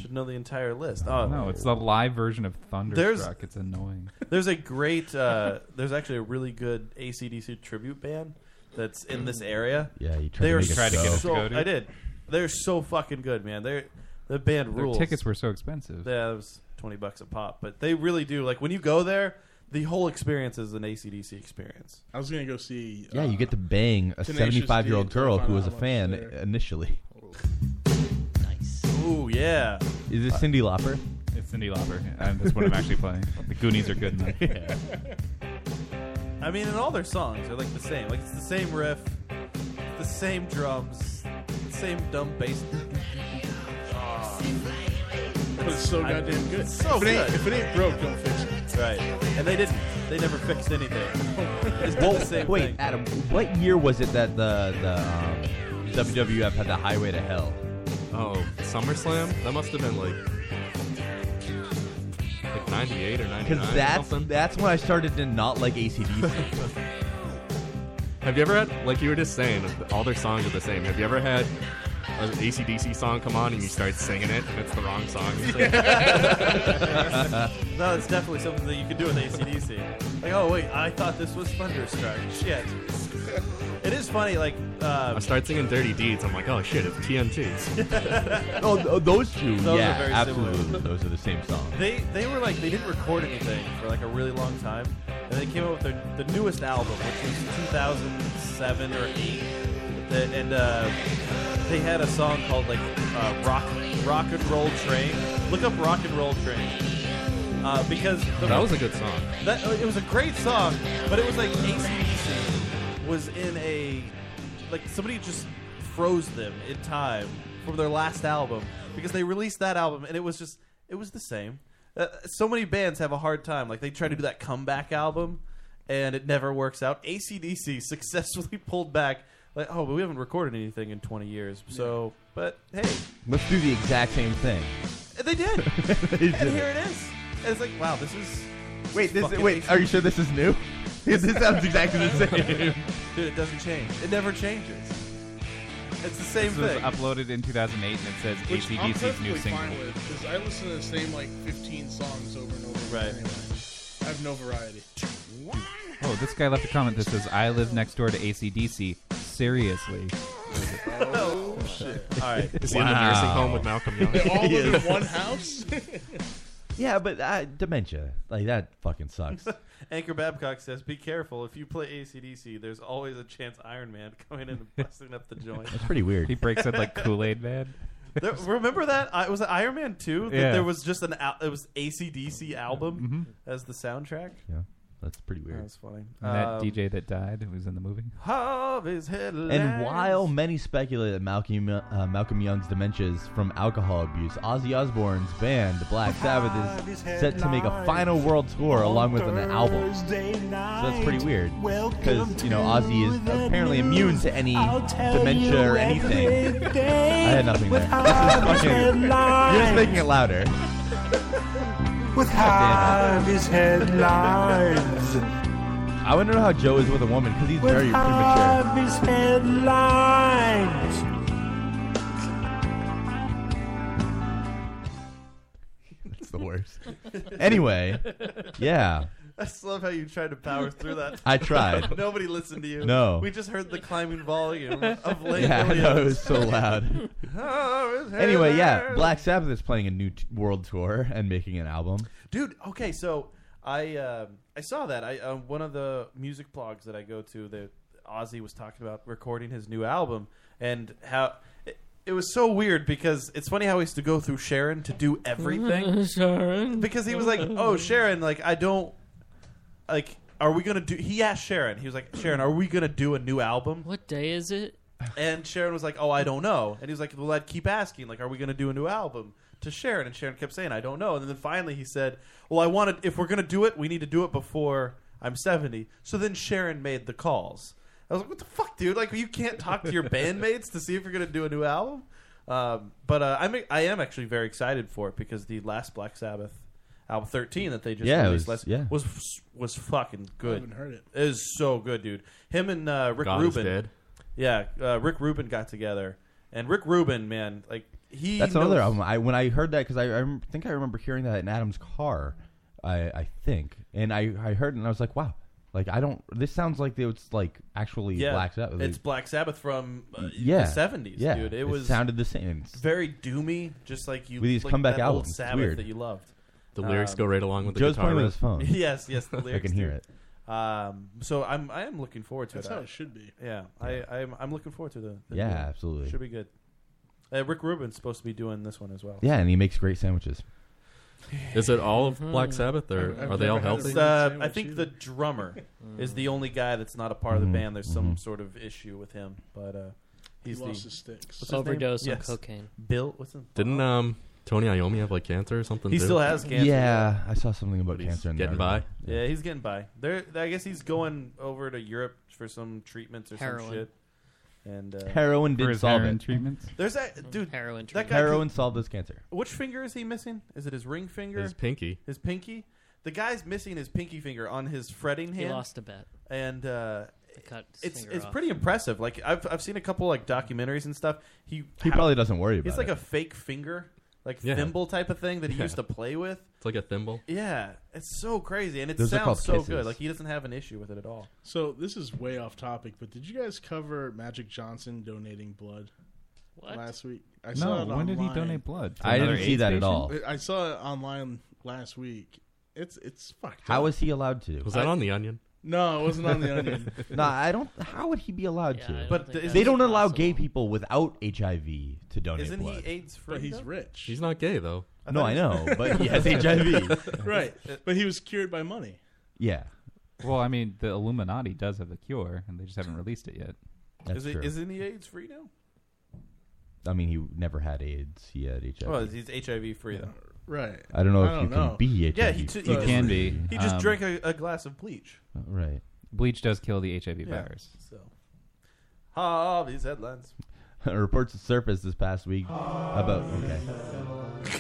S7: Should know the entire list. Oh
S9: No, it's the live version of Thunderstruck. it's annoying.
S7: There's a great. Uh, there's actually a really good ACDC tribute band that's in this area.
S8: Yeah, you tried
S7: They
S8: to
S7: are
S8: make us Tried to get us to
S7: so-
S8: go to?
S7: I did. They're so fucking good, man. They're the band
S9: Their
S7: rules.
S9: tickets were so expensive.
S7: Yeah, it was twenty bucks a pop, but they really do. Like when you go there, the whole experience is an ACDC experience.
S4: I was gonna go see. uh,
S8: Yeah, you get
S7: uh,
S8: to bang a
S4: Tenacious D
S8: seventy-five-year-old
S4: until I
S8: girl
S4: find
S8: who
S4: out
S8: was a
S4: how much
S8: fan
S4: they're-
S8: initially.
S7: Ooh yeah.
S8: Is this Cindy Lauper?
S9: It's Cindy Lauper, and that's what I'm actually playing. The Goonies are good enough.
S7: I mean, and all their songs are like the same. Like it's the same riff, the same drums, the same dumb bass.
S4: But Oh. it's so goddamn good.
S7: So
S4: if it ain't,
S7: good.
S4: if it ain't broke, don't fix it.
S7: Right. And they didn't. They never fixed anything. They just did
S8: Well,
S7: the same
S8: wait,
S7: thing.
S8: Adam, what year was it that the the um, WWF had the Highway to Hell?
S10: Oh, SummerSlam? That must have been like like 98 or 99.
S8: Because that's that's when I started to not like ACDC.
S10: Have you ever had like you were just saying all their songs are the same. Have you ever had an ACDC song come on and you start singing it and it's the wrong song? You sing?
S7: no, it's definitely something that you could do with ACDC. Like, oh wait, I thought this was Thunderstruck. Shit. It is funny, like uh,
S10: I start singing Dirty Deeds. I'm like, oh shit, it's TNT.
S8: oh, th- those two,
S7: Those are
S8: yeah,
S7: very
S8: absolutely,
S7: similar.
S8: those are the same song.
S7: they they were like they didn't record anything for like a really long time, and they came out with their the newest album, which was 2007 or eight. That, and uh, they had a song called like uh, rock rock and roll train. Look up rock and roll train. Uh, because the-
S10: That was a good song.
S7: That uh, it was a great song, but it was like ACDC was in a like somebody just froze them in time from their last album because they released that album and it was just it was the same. Uh, so many bands have a hard time like they try to do that comeback album and it never works out. ACDC successfully pulled back like oh but we haven't recorded anything in 20 years. So but hey,
S8: Let's do the exact same thing.
S7: they did.
S8: They
S7: and
S8: did
S7: here it is. And it's like, wow, this is
S8: Wait, this wait. Are you sure this is new? this sounds exactly the same.
S7: Dude, it doesn't change. It never changes. It's the same
S9: This was
S7: thing.
S9: uploaded in 2008 and it says
S4: Which I'm
S9: ACDC's
S4: perfectly
S9: new
S4: fine
S9: single.
S4: with because I listen to the same like 15 songs over and over. Right. Anyway. I have no variety.
S9: Oh, this guy left a comment that says, I live next door to ACDC. Seriously.
S4: Oh shit!
S9: All right.
S10: Is he in the
S9: Wow.
S10: nursing home with Malcolm Young?
S4: They all live
S10: Yes.
S4: in one house.
S8: yeah, but uh, dementia, like that, fucking sucks.
S7: Anchor Babcock says, "Be careful. If you play ACDC, there's always a chance Iron Man coming in and busting up the joint."
S8: That's pretty weird.
S9: He breaks in like Kool Aid Man.
S7: There- remember that? I, was it Iron Man 2? That
S9: Yeah.
S7: There was just an al- it was ACDC
S8: Mm-hmm.
S7: album as the soundtrack.
S8: Yeah, that's pretty weird.
S7: That's funny.
S9: And that
S7: Um,
S9: DJ that died who was in the movie.
S7: Of his headlines.
S8: And while many speculate that Malcolm, uh, Malcolm Young's dementia is from alcohol abuse, Ozzy Osbourne's band, The Black Sabbath, is set to make a final world tour along with an album. So that's pretty weird. Because, you know, Ozzy is apparently immune to any dementia or anything. I had nothing there. This is fucking. You're just making it louder.
S3: With Harvey's headlines.
S8: I want to know how Joe is with a woman because he's very premature.
S3: Harvey's headlines.
S8: That's the worst. Anyway, yeah.
S7: I just love how you tried to power through that.
S8: I tried.
S7: Nobody listened to you.
S8: No.
S7: We just heard the climbing volume of Lane
S8: Yeah, I know, it was
S7: Williams.
S8: so loud.
S7: Oh, his
S8: Anyway, yeah,
S7: headlines.
S8: Black Sabbath is playing a new t- world tour and making an album.
S7: dude okay so i um i saw that i uh, one of the music blogs that i go to that ozzy was talking about recording his new album and how it, it was so weird because it's funny how he used to go through sharon to do everything
S1: Sharon.
S7: because he was like oh sharon like i don't like are we gonna do he asked sharon he was like sharon are we gonna do a new album
S1: what day is it
S7: and sharon was like oh i don't know and he was like well i'd keep asking like are we gonna do a new album to sharon and sharon kept saying i don't know and then finally he said well i wanted if we're gonna do it we need to do it before i'm 70 so then sharon made the calls i was like what the fuck dude like you can't talk to your bandmates to see if you're gonna do a new album um, but uh, I'm, I am actually very excited for it because the last black sabbath album 13 that they just
S8: Yeah, it
S7: released
S8: was-
S7: last
S8: yeah.
S7: was was fucking good.
S4: haven't heard it.
S7: It is so good, dude. Him and uh, Rick
S10: God is
S7: Rubin.
S10: dead.
S7: Yeah, uh, Rick Rubin got together, and Rick Rubin, man, like he.
S8: That's
S7: knows-
S8: another album. I when I heard that because I, I rem- think I remember hearing that in Adam's car. I, I think, and I, I heard it and I was like, wow, like I don't. This sounds like it's like actually
S7: Yeah,
S8: Black Sabbath.
S7: It's Black Sabbath from uh,
S8: yeah,
S7: the seventies,
S8: yeah.
S7: dude. It,
S8: It
S7: was
S8: sounded the same. It's-
S7: very doomy, just like you
S8: With these
S7: like
S8: comeback
S7: that
S8: albums.
S7: old
S8: It's
S7: Sabbath
S8: weird.
S7: that you loved. Um,
S10: The lyrics go right along with the
S8: Joe's
S10: guitar
S8: playing with
S10: riff.
S8: his phone.
S7: yes, yes, the lyrics.
S8: I can hear
S7: dude.
S8: it.
S7: Um, so I'm I am looking forward to
S4: That's
S7: it.
S4: how
S7: I-
S4: it should be.
S7: Yeah, I I'm, I'm looking forward to the. the
S8: Yeah,
S7: new-
S8: absolutely.
S7: Should be good. Uh, Rick Rubin's supposed to be doing this one as well.
S8: Yeah, and he makes great sandwiches.
S10: Is it all of
S7: Mm-hmm.
S10: Black Sabbath, or are they all healthy?
S7: It's, Uh, I think the drummer is the only guy that's not a part of the
S10: Mhm,
S7: band. There's some sort of issue with him, but uh, he's
S4: He lost
S7: the
S4: his sticks.
S7: what's name?
S1: Overdose on cocaine.
S7: Bill, what's his
S10: Didn't um Tony Iommi have like cancer or something?
S7: He
S10: too?
S7: still has cancer.
S8: Yeah, I saw something about
S10: But he's
S8: cancer. In the
S10: getting
S8: article.
S7: Yeah, he's getting by. There, I guess he's going over to Europe for some treatments or
S1: Heroin.
S7: some shit. And uh,
S8: Heroin
S9: For
S8: did
S9: his
S8: solve
S9: heroin
S8: it.
S9: treatments?
S7: There's that dude.
S1: Heroin
S7: That
S1: treatment.
S7: guy.
S8: Heroin solved this cancer.
S7: Which finger is he missing? Is it his ring finger?
S10: His pinky.
S7: His pinky. The guy's missing his pinky finger on his fretting
S1: He
S7: hand.
S1: lost a bet.
S7: and uh,
S1: cut his
S7: it's
S1: finger
S7: it's
S1: off.
S7: pretty impressive. Like I've I've seen a couple like documentaries and stuff. He
S8: He probably doesn't worry
S7: It's
S8: about
S7: like
S8: it.
S7: a fake finger, like
S10: Yeah.
S7: thimble type of thing that he
S10: Yeah.
S7: used to play with.
S10: It's like a thimble.
S7: Yeah, it's so crazy, and it
S10: Those are called
S7: sounds so good.
S10: kisses.
S7: Like he doesn't have an issue with it at all.
S4: So this is way off topic, but did you guys cover Magic Johnson donating blood last week? I
S9: No,
S4: saw it
S9: when did he
S4: online.
S9: donate blood? To
S8: I didn't
S9: another
S8: see
S9: aid
S8: that at
S9: station?
S8: all.
S4: I saw it online last week. It's it's fucked.
S8: How
S4: up.
S8: was he allowed to?
S10: Was that on the Onion?
S4: No, it wasn't on the Onion.
S8: no, I don't. How would he be allowed to?
S4: don't
S7: But think th- that's
S8: they don't allow gay people without HIV to donate
S7: Isn't
S8: blood.
S7: he AIDS free?
S4: But he's
S7: though?
S4: rich.
S10: He's not gay though.
S8: No, I know, but he has HIV.
S4: right, but he was cured by money.
S8: Yeah.
S9: Well, I mean, the Illuminati does have the cure, and they just haven't released it yet.
S7: Is he, isn't he AIDS free now?
S8: I mean, he never had AIDS. He had HIV.
S7: Well, he's HIV free though.
S4: Right.
S8: I don't know if you can be HIV.
S7: Yeah, he, t-
S9: You
S7: he-
S9: can be.
S7: He just
S9: Um,
S7: drank a, a glass of bleach.
S8: Right.
S9: Bleach does kill the HIV
S7: Yeah,
S9: virus.
S7: So, Harvey's headlines.
S8: reports surfaced this past week about. Okay.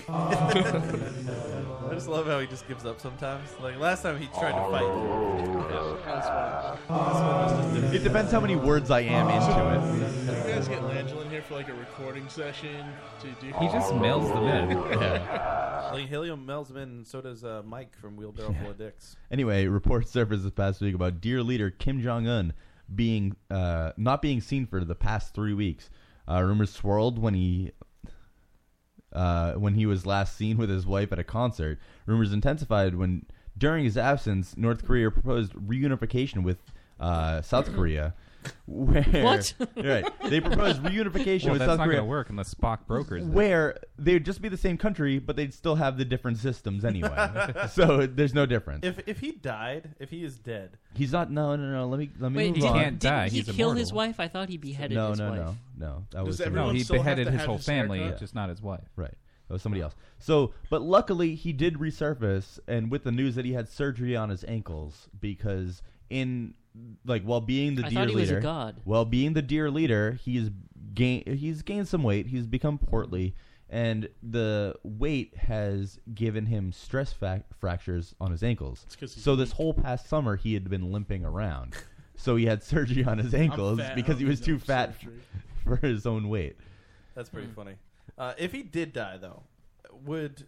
S7: I just love how he just gives up sometimes. Like last time he tried to fight.
S8: it depends how many words I am into it.
S4: Did you guys get Langell in here for like a recording session to do?
S7: like Helium mails them in, and so does uh, Mike from Wheelbarrow Full of Dicks.
S8: Anyway, reports surfaced this past week about dear leader Kim Jong Un being uh, not being seen for the past three weeks. Uh, rumors swirled when he uh, when he was last seen with his wife at a concert. Rumors intensified when during his absence, North Korea proposed reunification with uh, South Korea. Where,
S9: What?
S8: Right. They proposed reunification
S9: Well,
S8: with
S9: that's
S8: South
S9: not
S8: Korea.
S9: gonna work unless Spock brokers it.
S8: Where they would just be the same country, but they'd still have the different systems anyway. so there's no difference.
S7: If if he died, if he is dead,
S8: He's not. No, no, no. Let me. Let me
S1: Wait,
S8: move
S1: did,
S8: on.
S1: didn't he kill his wife? I thought he beheaded
S8: no,
S1: his
S8: no,
S1: wife.
S8: no, no. That
S9: Does
S8: was
S9: everyone No, he still have beheaded to his have whole his family, haircut? just not his wife.
S8: Right. That was somebody else. So, but luckily he did resurface, and with the news that he had surgery on his ankles because in like while being the
S1: I
S8: deer
S1: thought he was a
S8: leader,
S1: god.
S8: while being the deer leader, he's gained he's gained some weight. He's become portly, and the weight has given him stress fac- fractures on his ankles.
S4: 'cause he's
S8: So this whole past summer he had been limping around. so he had surgery on his ankles
S7: fat, I
S8: because he
S7: don't
S8: was
S7: need no
S8: too fat f- for his own weight.
S7: that's pretty funny. Uh, if he did die, though, would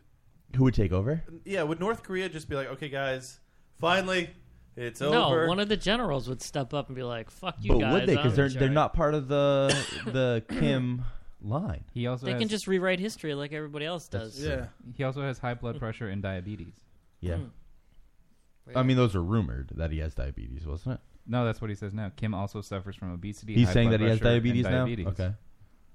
S8: Who would take over?
S7: yeah, would North Korea just be like, okay, guys, finally, it's
S1: no,
S7: over?
S1: one of the generals would step up and be like, "Fuck you
S8: but
S1: guys!"
S8: would they?
S1: I'm
S8: Because they're
S1: in
S8: they're
S1: charge."
S8: not part of the the Kim line.
S9: He also
S1: They
S9: has,
S1: can just rewrite history like everybody else does.
S9: He also has high blood pressure and diabetes.
S8: Yeah.
S1: Hmm.
S8: I mean, those are rumored that he has diabetes, wasn't it?
S9: No, that's what he says now. Kim also suffers from obesity.
S8: He's
S9: high
S8: saying
S9: blood
S8: that he has
S9: pressure, and
S8: diabetes,
S9: diabetes.
S8: now. Okay,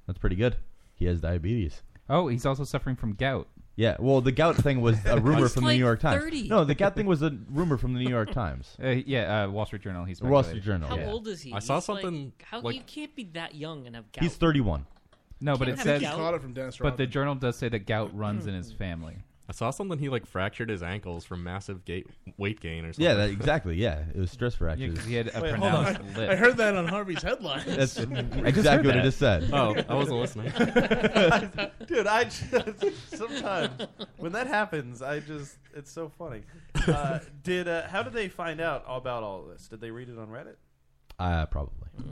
S8: that's pretty good. He has diabetes.
S9: Oh, he's also suffering from gout.
S8: Yeah. Well, the gout thing was a rumor
S9: He's
S8: from
S9: like
S8: the New York Times.
S9: 30.
S8: No, the gout thing was a rumor from the New York Times.
S9: Uh, yeah, uh, Wall Street Journal. He's
S8: Wall Street Journal.
S1: How
S8: yeah.
S1: old is he?
S8: I saw
S1: He's
S8: something,
S1: Like, how
S8: like-
S1: you can't be that young and have gout.
S8: He's 31.
S9: No, but
S1: Can't
S9: it
S1: have
S9: says
S1: gout.
S4: Caught it from Dennis
S9: But the
S4: Rodman.
S9: journal does say that gout runs in his family.
S10: I saw something he like fractured his ankles from massive gait, weight gain or something.
S8: Yeah, that, exactly. Yeah, it was stress fractures.
S10: 'cause he had a
S4: Wait, hold on. I heard that on Harvey's headlines.
S8: That's exactly what I just said.
S10: Oh, I wasn't listening.
S7: I- dude, I just, sometimes when that happens, I just it's so funny. Uh, did uh, how did they find out about all this? Did they read it on Reddit?
S8: Uh, probably.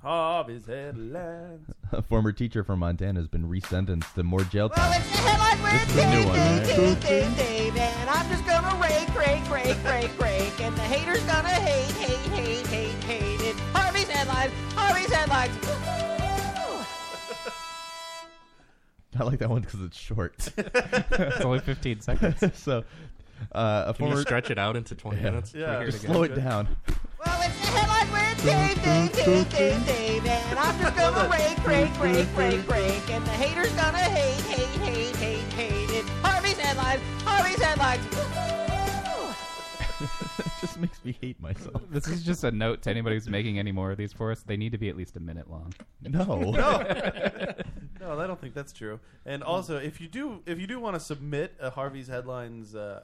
S7: Harvey's headlines.
S8: A former teacher from Montana has been resentenced to more jail time.
S3: Well, it's the headline
S8: This
S3: with
S8: is a new
S3: Dave,
S8: one,
S3: Dave, Dave, Dave,
S8: right?
S3: Dave, and I'm just gonna rake, rake, rake, rake, rake, and the haters gonna hate, hate, hate, hate, hate it. Harvey's headlines, Harvey's headlines. Woo-hoo!
S8: I like that one because it's short.
S9: It's only 15 seconds.
S8: so, uh, a
S10: Can you
S8: former-
S10: stretch it out into 20
S8: Yeah.
S10: minutes?
S8: Yeah. Just slow it down.
S3: Well, it's the headline with Dave, Dave, Dave, Dave, Dave, and I'm just gonna rake, rake, rake, rake, rake, and the haters gonna hate, hate, hate, hate, hate it. Harvey's headlines, Harvey's headlines. Woo-hoo!
S8: just makes me hate myself.
S9: This is just a note to anybody who's making any more of these for us. They need to be at least a minute long.
S8: No.
S7: No, no, I don't think that's true. And
S9: Hmm.
S7: also, if you do, if you do want to submit a Harvey's headlines uh,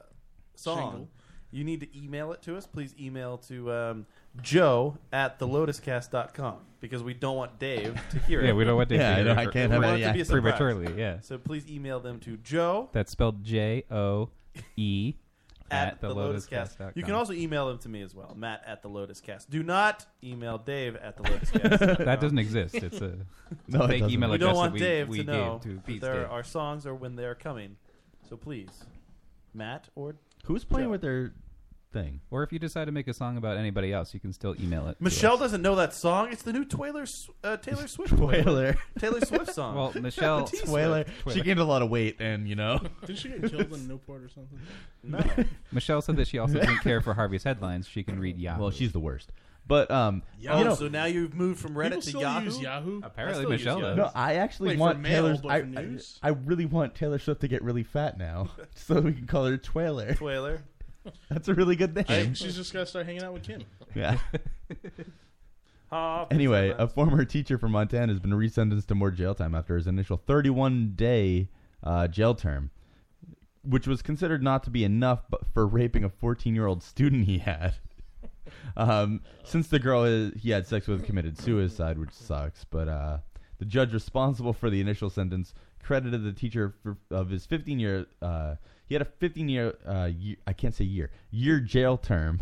S7: song,
S10: Jingle.
S7: you need to email it to us. Please email to um, Joe at thelotuscast.com because we don't want Dave to hear it.
S9: Yeah, we don't want Dave to Yeah, I hear know, it. I can't have
S7: We want
S9: any
S7: it to be a
S9: act-
S7: surprise.
S9: prematurely, yeah.
S7: So please email them to Joe
S9: That's spelled J O E
S7: at the Lotus Cast.
S9: thelotuscast.com.
S7: You can also email them to me as well, Matt at the Lotus Cast. Do not email Dave at the Lotus Cast.
S9: That doesn't exist. It's a No, it fake doesn't. email
S7: We don't
S9: address that
S7: want
S9: we-
S7: Dave
S9: we
S7: to
S9: gave
S7: know
S9: to
S7: that
S9: Pete's
S7: there
S9: Dave.
S7: are songs or when they're coming. So please, Matt or
S8: Who's playing with their thing?
S9: Or if you decide to make a song about anybody else, you can still email it. to
S7: Michelle
S9: us.
S7: doesn't know that song. It's the new Taylor Sw- uh, Taylor Swift
S8: Taylor.
S7: Taylor Swift song.
S9: Well, Michelle
S7: T-Swift.
S8: Taylor. She gained a lot of weight, and you know.
S4: Didn't she get killed in Newport or something?
S9: Michelle said that she also didn't care for Harvey's headlines. She can read Yahoo.
S8: Well, she's the worst. But um,
S7: Oh, so now you've moved from Reddit
S4: People
S7: to
S4: still
S7: Yahoo.
S4: use Yahoo?
S9: Apparently Michelle does.
S8: No, I actually
S4: Wait, for
S8: want
S4: mail,
S8: Taylor's.
S4: but
S8: I,
S4: for news?
S8: I, I really want Taylor Swift to get really fat now, so we can call her Twaler.
S7: Twaler.
S8: That's a really good
S4: I
S8: name.
S4: think she's just gotta start hanging out with Kim.
S8: yeah.
S7: Harvey's
S8: Anyway, a
S7: headlines.
S8: former teacher from Montana has been resentenced to more jail time after his initial 31 day uh, jail term, which was considered not to be enough but for raping a 14 year old student he had. Um, since the girl he had sex with committed suicide, which sucks, but uh, The judge responsible for the initial sentence credited the teacher for, of his 15 year. Uh, he had a 15 year, uh, year. I can't say year. Year jail term,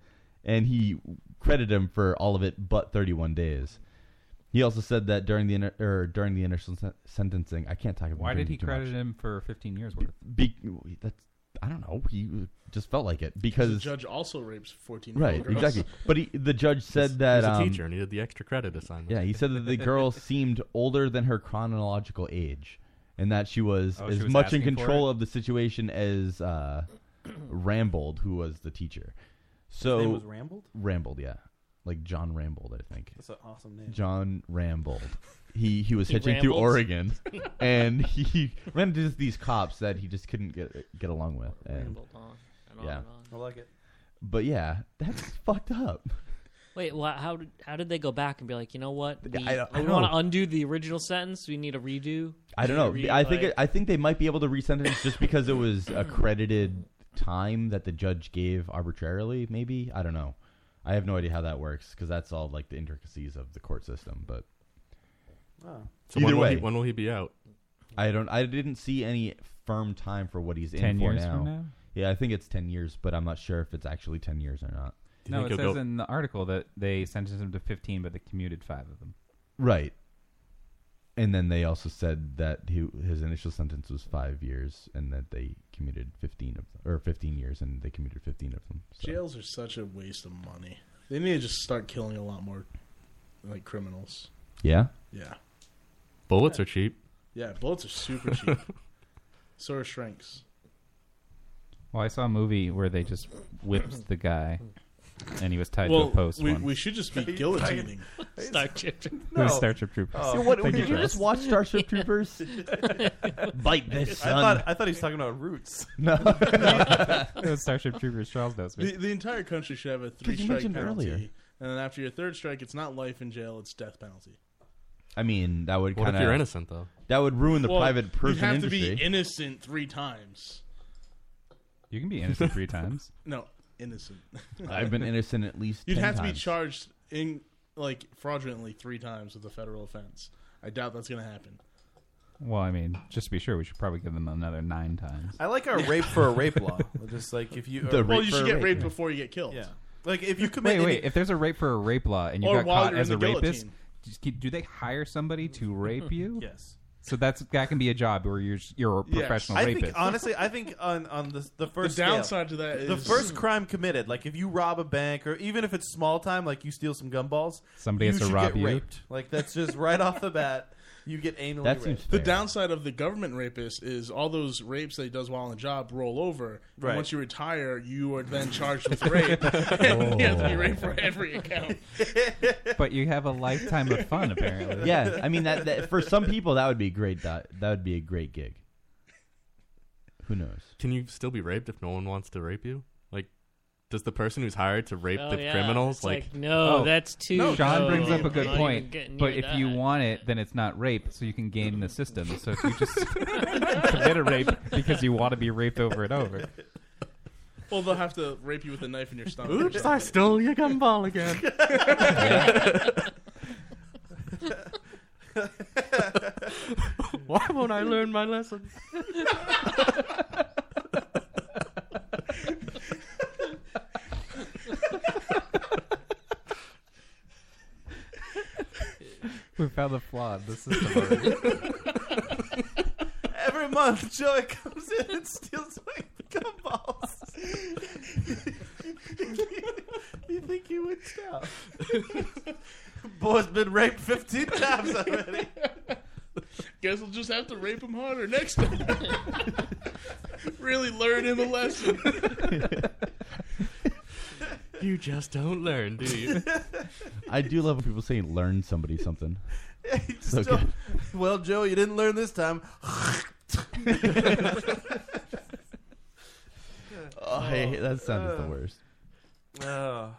S8: and he credited him for all of it, but 31 days. He also said that during the inter- or during the initial sen- sentencing, I can't talk about.
S9: Why did
S8: drinking
S9: he
S8: too much.
S9: credit him for 15 years worth?
S8: Be- that's I don't know. He just felt like it
S4: the
S8: because
S4: judge also rapes fourteen.
S8: right exactly. But he, the judge said
S10: He's-
S8: that
S10: he's a
S8: um,
S10: teacher and he did the extra credit assignment.
S8: Yeah, he said that the girl seemed older than her chronological age, and that she was
S10: Oh,
S8: as
S10: she was
S8: much in
S10: asking for
S8: control of the situation as uh, Rambold, who was the teacher. So
S7: name was Rambold?
S8: Rambold, yeah, like John Rambold, I think.
S7: That's an awesome name.
S8: John Rambold. He he was
S7: He
S8: hitching through
S7: rambles?
S8: Oregon, and he ran into these cops that he just couldn't get get along with. and-
S1: Rambled on and on
S8: yeah,
S1: and
S7: I like it.
S8: but yeah, that's fucked up.
S1: Wait, wha how did how did they go back and be like, you know what? We,
S8: I- I
S1: we
S8: don't
S1: want
S8: know.
S1: to undo the original sentence. We need a redo.
S8: I don't
S1: We
S8: know.
S1: need
S8: I
S1: to
S8: think
S1: re-
S8: it, I think they might be able to resentence just because it was accredited time that the judge gave arbitrarily. Maybe I don't know. I have no idea how that works because that's all like the intricacies of the court system. But
S7: Oh.
S10: So
S8: either
S10: when will he-
S8: way,
S10: when will he be out?
S8: I don't. I didn't see any firm time for what he's
S9: 10
S8: in for
S9: years
S8: now.
S9: from now?
S8: Yeah, I think it's ten years, but I'm not sure if it's actually ten years or not.
S9: No, it says in the article that they sentenced him to 15, but they commuted five of them.
S8: Right. And then they also said that he, his initial sentence was five years, and that they commuted fifteen of them, or fifteen years, and they commuted fifteen of them.
S4: Jails are such a waste of money. They need to just start killing a lot more, like criminals.
S8: Yeah.
S4: Yeah.
S10: Bullets are cheap.
S4: Yeah, bullets are super cheap. so are shrinks.
S9: Well, I saw a movie where they just whipped the guy, and he was tied
S4: well,
S9: to a post.
S4: we,
S9: once.
S4: we should just be guillotining.
S1: Starship
S9: No. Who's Starship Troopers?
S7: Oh.
S8: So what,
S7: Thank
S8: did
S7: you,
S8: you just
S7: Chris.
S8: watch Starship Troopers? Bite this,
S7: I
S8: son.
S7: thought, I thought he was talking about roots.
S8: No.
S9: Those Starship Troopers, Charles knows me.
S4: The, the entire country should have a three
S8: you
S4: strike
S8: mentioned
S4: penalty.
S8: earlier.
S4: And then after your third strike, it's not life in jail, it's death penalty.
S8: I mean, that would
S10: What if
S8: kind of.
S10: you're innocent, though?
S8: That would ruin the
S4: Well,
S8: private
S4: You'd
S8: prison
S4: have
S8: industry.
S4: to be innocent three times.
S9: You can be innocent three times.
S4: No, innocent.
S8: I've been innocent at least
S4: You'd
S8: 10
S4: have to be
S8: times.
S4: charged in like fraudulently three times with a federal offense. I doubt that's going to happen.
S9: Well, I mean, just to be sure, we should probably give them another nine times.
S7: I like our rape for a rape law. Just like if you, uh,
S9: The
S4: well,
S9: rape
S4: you
S9: for
S4: should
S9: a
S4: get
S9: rape,
S4: raped
S9: yeah.
S4: before you get killed.
S7: Yeah. Like if you commit,
S9: Wait, wait.
S7: any-
S9: If there's a rape for a rape law and you
S4: Or
S9: got
S4: while
S9: caught
S4: you're
S9: as a
S4: in the
S9: rapist,
S4: guillotine.
S9: just keep, do they hire somebody to rape you?
S7: yes.
S9: So that's that can be a job where you're you're a professional
S7: I
S9: rapist.
S7: think honestly, I think on on the the first
S4: The downside
S7: scale,
S4: to that
S7: the
S4: is-
S7: first crime committed. Like if you rob a bank, or even if it's small time, like you steal some gumballs,
S9: Somebody
S7: you
S9: has to
S7: should
S9: rob
S7: get
S9: you?
S7: raped. Like that's just right off the bat, you get anally raped.
S4: the downside of the government rapist is all those rapes that he does while on the job roll over. and
S7: Right.
S4: once you retire, you are then charged with rape. and you have to be raped
S9: Oh.
S4: for every account.
S9: but you have a lifetime of fun, apparently.
S8: yeah, I mean that, that for some people that would be great. That uh, that would be a great gig. Who knows?
S10: Can you still be raped if no one wants to rape you? Like, does the person who's hired to rape
S1: Oh,
S10: the
S1: yeah.
S10: criminals
S1: It's like,
S10: like,
S1: no, that's too- No,
S9: oh, Sean
S1: no,
S9: brings up a
S1: I'm
S9: good
S1: not even
S9: point.
S1: getting
S9: But
S1: near
S9: if you
S1: that.
S9: want it, then it's not rape, so you can game the system. So if you just commit a rape because you want to be raped over and over.
S4: Well, they'll have to rape you with a knife in your stomach. or
S10: Oops, I
S4: something.
S10: stole your gumball again. Why won't I learn my lesson?
S9: We found the flaw in the system. already.
S7: Every month, Joey comes in and steals my gumballs. you think you would tell? Boy's been raped fifteen times already.
S4: Guess we'll just have to rape him harder next time. really learn him a lesson.
S10: You just don't learn, do you?
S8: I do love when people say learn somebody something. so
S7: Still-
S8: good.
S7: well, Joe, you didn't learn this time.
S8: Oh, I hate- that sound is the
S7: Uh,
S8: worst.
S7: Oh.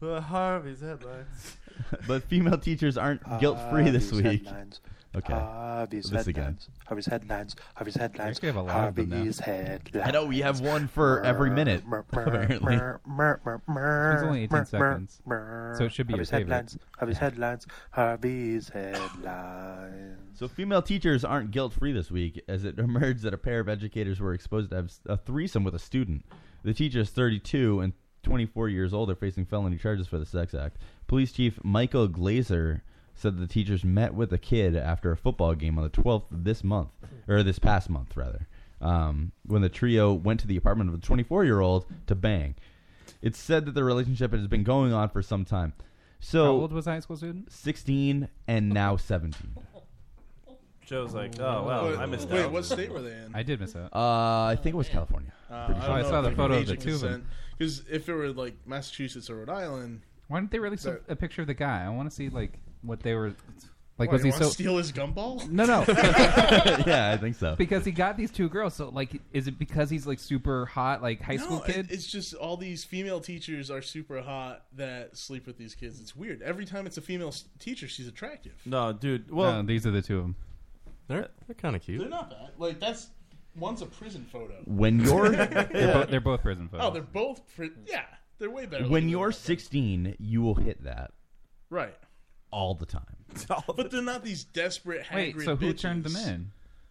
S7: Well, Harvey's headlines.
S12: Uh,
S8: But female teachers aren't guilt free this
S12: Ah, these
S8: week.
S12: headlines.
S8: Okay.
S12: Harvey's
S8: This again.
S12: headlines. Harvey's headlines. Harvey's headlines.
S8: actually have a lot of them now.
S12: Harvey's headlines.
S8: I know we have one for every minute, apparently.
S12: It's
S9: only 18 seconds, so it should be your
S12: Harvey's
S9: favorite.
S12: headlines. Harvey's headlines. Harvey's headlines.
S8: So female teachers aren't guilt-free this week, as it emerged that a pair of educators were exposed to have a threesome with a student. The teacher is 32 and 24 years old. Are facing felony charges for the sex act. Police Chief Michael Glazer said the teachers met with a kid after a football game on the 12th of this month, or this past month rather, um, when the trio went to the apartment of the 24-year-old to bang. It's said that their relationship has been going on for some time. So
S9: How old was the high school student?
S8: 16 and now 17.
S7: Joe's like, oh well, I missed
S4: Wait,
S7: out.
S4: what state were they in?
S9: I did miss out.
S8: Uh, I think it was California.
S4: Uh,
S8: Pretty sure.
S9: I saw the photo of the two of them.
S4: Because if it were like Massachusetts or Rhode Island,
S9: Why didn't they release a, a picture of the guy? I want to see like what they were. Like
S4: Why,
S9: was
S4: you
S9: he
S4: wanna
S9: so
S4: steal his gumball?
S9: No, no.
S4: Yeah,
S8: I think so.
S9: Because he got these two girls. So like, is it because he's like super hot, like high
S4: No,
S9: school
S4: it-
S9: kid?
S4: it's just all these female teachers are super hot that sleep with these kids. It's weird. Every time it's a female s- teacher, she's attractive.
S7: No, dude. Well,
S9: No, these are the two of them.
S10: They're they're kind of cute.
S4: They're not bad. Like that's one's a prison photo.
S8: When you're-
S9: They're both- they're both prison
S4: Oh,
S9: photos.
S4: they're both. Pri- yeah, they're way better.
S8: when
S4: looking.
S8: you're 16, you will hit that
S4: right,
S8: all the time.
S4: but they're not these desperate. Hagrid
S9: Wait, so who
S4: bitches.
S9: turned them in?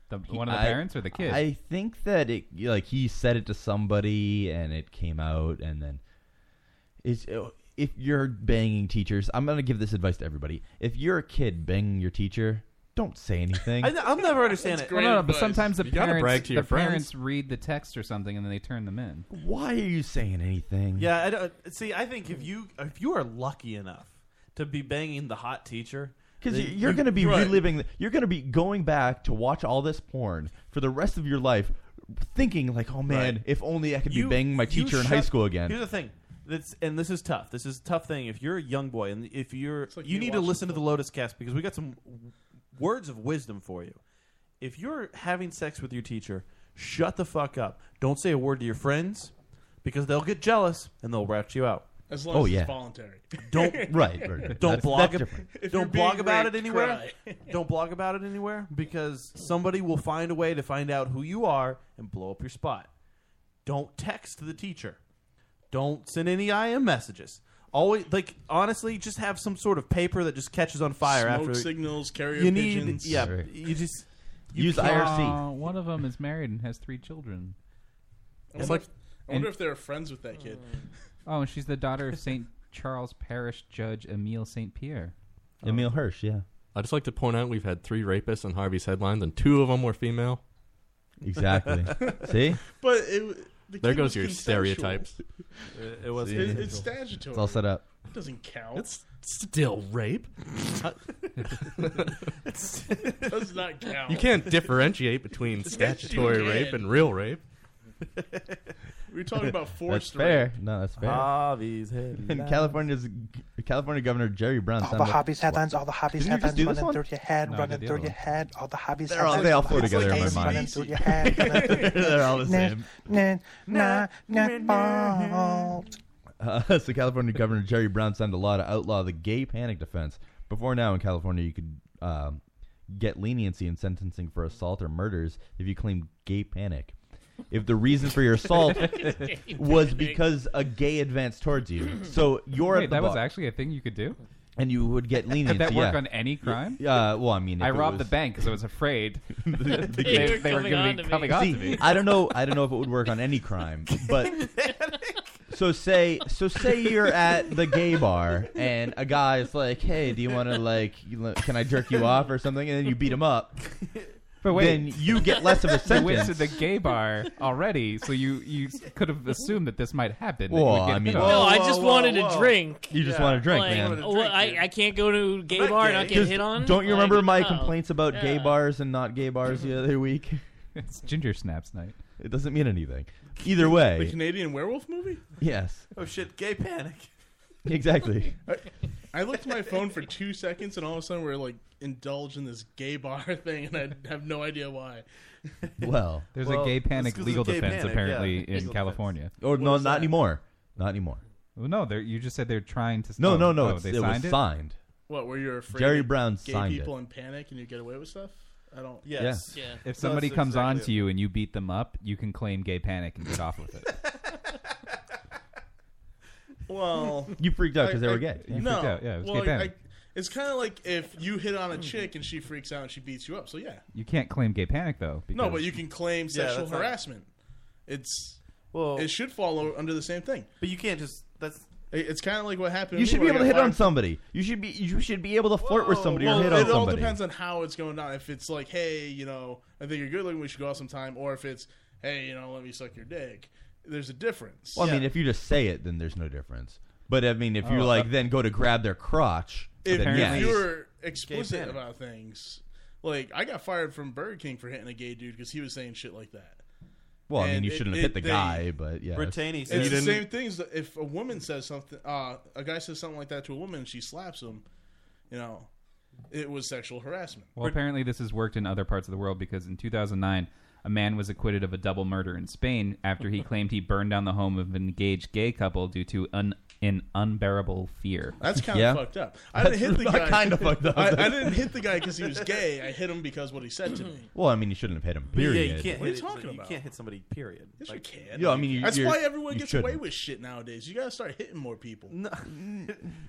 S9: The, one of the parents or the kid?
S8: I think that it like he said it to somebody and it came out and then it's uh, if you're banging teachers, I'm going to give this advice to everybody. If you're a kid banging your teacher, don't say anything.
S7: I, I'll never understand it.
S9: Well, no, no, but sometimes the parents, the
S7: friends.
S9: parents read the text or something and then they turn them in.
S8: Why are you saying anything?
S7: Yeah, I don't, see, I think if you if you are lucky enough to be banging the hot teacher,
S8: Because
S7: then
S8: you're going to be
S7: Right.
S8: reliving, the- you're going to be going back to watch all this porn for the rest of your life, thinking like, "Oh man,
S7: Right.
S8: if only I could be
S7: You-
S8: banging my
S7: you
S8: teacher in high
S7: shut-
S8: school again."
S7: Here's the thing. That's, and this is tough. This is a tough thing. If you're a young boy and if you're you
S15: you
S7: need to
S15: watching
S7: listen to the Lotus Cast because we got some w- words of wisdom for you. If you're having sex with your teacher, shut the fuck up. Don't say a word to your friends because they'll get jealous and they'll rat you out.
S4: As long as it's voluntary.
S7: Don't
S4: Oh, Right, right. That's-
S7: Don't blog.
S4: that's
S7: ab-
S4: different. If you're
S7: don't blog
S4: being
S7: about it
S4: raped,
S7: anywhere.
S4: cry.
S7: don't blog about it anywhere because somebody will find a way to find out who you are and blow up your spot. Don't text the teacher. Don't send any IM messages. Always like honestly, just have some sort of paper that just catches on fire
S4: Smoke
S7: after
S4: signals, carrier
S7: you need,
S4: pigeons.
S7: Yeah,
S4: Right.
S7: you just
S8: Use
S9: can't-
S8: IRC.
S9: Uh, one of them is married and has three children.
S4: I wonder, if, I wonder
S9: and-
S4: if they were friends with that kid.
S8: Mm.
S9: Oh, and she's the daughter of St. Charles Parish Judge Emile St. Pierre.
S8: Emil Hirsch, yeah.
S10: I'd just like to point out we've had three rapists in Harvey's headlines, and two of them were female.
S8: Exactly. See?
S4: But it, the
S10: there
S4: kid
S10: goes
S4: was
S10: your
S4: consensual.
S10: stereotypes.
S7: It was
S4: It- it's statutory.
S8: It's all set up.
S4: It doesn't count.
S10: It's still rape.
S4: does not count.
S10: You can't differentiate between
S4: Yes, you
S10: statutory
S4: can.
S10: rape and real rape.
S4: We We're talking about forced
S8: that's fair.
S4: rape.
S8: No, that's fair.
S12: Ah,
S7: Harvey's
S8: And California's California Governor Jerry Brown.
S12: All
S8: signed
S12: the
S8: up-
S12: hobbies headlines, all the hobbies
S8: Didn't you
S12: headlines
S8: just do this
S12: running
S8: one?
S12: through your head,
S8: No, I
S12: running
S8: did the
S12: through
S8: other
S12: your head, all the hobbies
S8: They're all-
S12: headlines,
S8: they all
S12: the
S8: flow
S12: hobbies
S8: together in my
S12: headlines
S8: mind.
S12: running through your head, running through your
S8: They're all the
S12: head.
S8: same.
S12: Nah, nah, nah, nah, nah.
S8: Uh, so California Governor Jerry Brown signed a law to outlaw the gay panic defense. Before now, in California, you could um, get leniency in sentencing for assault or murders if you claimed gay panic. If the reason for your assault
S9: Gay
S8: was
S9: panic.
S8: because a gay advanced towards you, so you're
S9: Wait,
S8: at the
S9: that was
S8: bar,
S9: actually a thing you could do.
S8: and you would get leniency.
S9: Did that work
S8: yeah.
S9: on any crime?
S8: Uh, well, I mean,
S9: I
S8: if it
S9: robbed
S8: was-
S9: the bank because I was afraid they,
S8: gay-
S9: they were going to be coming on
S8: See,
S9: to me.
S8: I don't know. I don't know if it would work on any crime, but so say so say you're at the gay bar and a guy's like, "Hey, do you want to like, you know, can I jerk you off or something?" And then you beat him up.
S9: But wait,
S8: then you get less of a
S9: You went
S8: sentence.
S9: to the gay bar already, so you you could have assumed that this might happen. that you
S8: Well,
S9: would get
S8: I mean-
S9: hit on.
S1: no, I just wanted a drink.
S8: You just want a drink,
S1: Like,
S8: man.
S1: oh, I, I can't go to a gay
S7: Not
S1: bar and not
S7: gay.
S1: get
S7: Just
S1: hit on.
S8: Don't you
S1: Like,
S8: remember my
S1: no.
S8: complaints about gay bars and not gay bars the other week?
S9: It's ginger snaps night.
S8: It doesn't mean anything. Either way,
S4: The Canadian werewolf movie?
S8: yes,
S7: Oh shit, gay panic.
S8: exactly.
S4: I, I looked at my phone for two seconds, and all of a sudden we're like indulged in this gay bar thing, and I have no idea why.
S8: Well,
S9: There's a gay panic legal defense apparently in California.
S8: Or no, not anymore. Not anymore.
S9: Well, no, they're, you just said they're trying to.
S8: No,
S9: oh,
S8: no, no.
S9: oh,
S8: it's,
S9: they
S8: it
S9: signed
S8: was signed.
S4: What? Were you afraid
S8: Jerry
S4: that
S8: Brown
S4: gay
S8: signed
S4: people and panic and you get away with stuff? I don't.
S9: Yeah. If somebody comes on to you and you beat them up, you can claim gay panic and get off with it.
S4: Well,
S8: You freaked out 'cause they
S4: I-
S8: were
S4: I-
S8: gay. You
S4: no,
S8: freaked out. Yeah, it was
S4: well,
S8: gay
S4: I-
S8: panic.
S4: I- it's kind of like if you hit on a chick and she freaks out and she beats you up. So yeah,
S9: You can't claim gay panic
S4: no,
S9: though. because-
S4: but you can claim
S9: Yeah,
S4: sexual
S9: that's not-
S4: harassment. It's
S7: well,
S4: it should fall o- under the same thing.
S7: But you can't just that's.
S4: It's kind of like what happened. to
S8: You
S4: me
S8: should be
S4: where I
S8: able to hit
S4: got
S8: on
S4: fired-
S8: somebody. You should be you should be able to flirt with somebody
S4: Well,
S8: or hit
S4: it all
S8: on somebody.
S4: depends on how it's going down. If it's like, hey, you know, I think you're good looking, we should go out sometime, or if it's, hey, you know, let me suck your dick. There's a difference.
S8: Well, I mean, if you just say it, then there's no difference. But I mean, if you
S4: Oh,
S8: like
S4: uh,
S8: then go to grab their crotch,
S4: if,
S8: then yes.
S4: if you're
S7: Gay
S4: explicit
S7: panic.
S4: about things, like I got fired from Burger King for hitting a gay dude because he was saying shit like that.
S8: Well, I mean, you
S4: it-
S8: shouldn't
S4: it-
S8: have hit the
S4: they-
S8: guy, but yeah.
S4: It's the same thing as if a woman says something, uh, a guy says something like that to a woman, and she slaps him. You know, it was sexual harassment.
S9: Well, apparently this has worked in other parts of the world because in 2009, a man was acquitted of a double murder in Spain after he claimed he burned down the home of an engaged gay couple due to un- an unbearable fear.
S4: That's kind of fucked up. I didn't hit the guy. I, I didn't hit the guy because he was gay. I hit him because what he said to me.
S8: Well, I mean, you shouldn't have hit him.
S4: But yeah, you
S8: Period.
S4: can't What are hit you it- talking
S7: you
S4: about?
S7: can't hit somebody. Period.
S4: Yes,
S7: Like-
S4: you can.
S8: Yeah, I mean, you-
S4: that's
S8: you're-
S4: why everyone
S8: you
S4: gets
S8: shouldn't.
S4: away with shit nowadays. You gotta start hitting more people. No.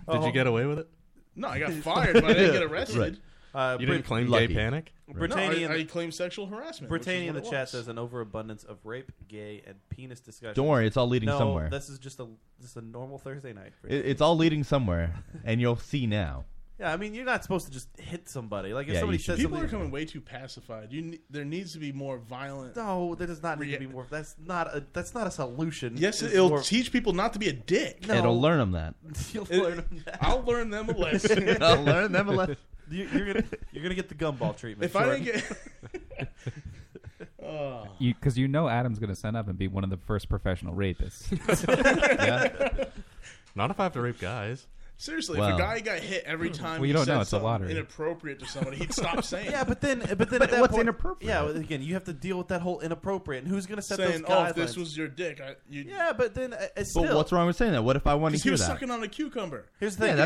S4: Oh.
S10: Did you get away with it?
S4: No, I got fired, but I didn't get arrested.
S10: Uh, You didn't Brit- claim gay panic?
S4: No,
S7: Britannia-
S4: I, I claimed sexual harassment. which is
S7: Britannia in the
S4: what it
S7: chat
S4: was.
S7: says an overabundance of rape, gay, and penis discussion.
S8: Don't worry, it's all leading
S7: no,
S8: somewhere.
S7: This is just a this is a normal Thursday night.
S8: It- it's all leading somewhere, and you'll see now.
S7: Yeah, I mean, you're not supposed to just hit somebody. Like if
S8: Yeah,
S7: somebody
S8: you should.
S7: says
S4: People
S7: something,
S4: are coming way too pacified. You ne- there needs to be more violent.
S7: no, there does not need to be more. That's not a that's not a solution.
S4: Yes,
S7: It's
S4: it'll
S7: more-
S4: teach people not to be a dick.
S7: No. It'll learn 'em
S8: that.
S7: You'll
S4: It-
S7: learn 'em that.
S4: I'll learn them a lesson.
S7: I'll learn them a lesson. You- you're gonna- you're gonna get the gumball treatment,
S4: If I didn't
S7: Jordan.
S4: get, oh.
S9: Because you, know Adam's going to send up and be one of the first professional rapists.
S10: Not if I have to rape guys.
S4: seriously, if
S9: Well.
S4: a guy got hit every time
S9: Well, you
S4: he
S9: don't
S4: said
S9: know, it's a
S4: something
S9: lottery.
S4: inappropriate to somebody, he'd stop saying.
S7: Yeah,
S4: it.
S7: but then, but then, at that point, inappropriate? Yeah, well, again, you have to deal with that whole inappropriate. And who's going to set
S4: saying,
S7: those
S4: "Oh,
S7: guidelines?
S4: if this was your dick," I, you,
S7: yeah, but then uh, uh, still,
S8: But what's wrong with saying that? What if I want to
S4: because he
S8: hear
S4: was
S8: that?
S4: sucking on a cucumber.
S7: Here's the thing.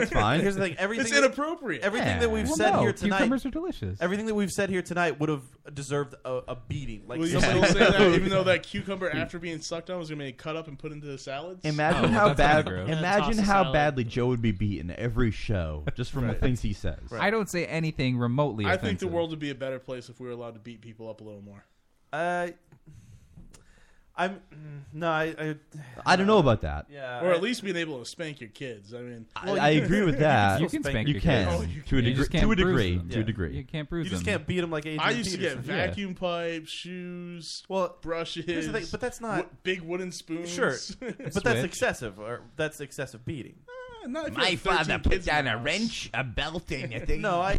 S7: Here's the thing. Everything
S4: it's inappropriate.
S7: Everything
S8: Yeah.
S7: that we've
S8: Well,
S7: said
S8: no,
S7: here tonight.
S8: cucumbers are delicious.
S7: Everything that we've said here tonight would have deserved a, a beating. Like
S4: Will you
S7: somebody-
S4: still say that, even though that cucumber after being sucked on was going to be cut up and put into the salads?
S7: Oh,
S8: Imagine how bad. Imagine how badly Joe would be beaten every show just from
S9: Right.
S8: the things he says.
S9: I don't say anything remotely
S4: I think
S9: offensive.
S4: the world would be a better place if we were allowed to beat people up a little more.
S7: Uh, I'm mm, no, I. I,
S8: I don't know about that.
S7: Yeah,
S4: or
S7: I-
S4: at least being able to spank your kids. I mean,
S8: I- I agree with that. You can spank You your can,
S4: Oh,
S8: kids. to a You just degree- can't to a bruise degree, them. to a Yeah. degree. You can't bruise
S7: You just
S8: them.
S7: can't beat them like Adrian
S4: I used to
S7: Peterson.
S4: get
S7: Yeah.
S4: vacuum pipes, shoes,
S7: well,
S4: brushes.
S7: here's the thing, but that's not-
S4: wo- big wooden spoons.
S7: Sure, but that's excessive. Or that's excessive beating.
S4: not if you My have 13 father put kids in down the a house.
S8: wrench, a belt, and a thing.
S7: No, I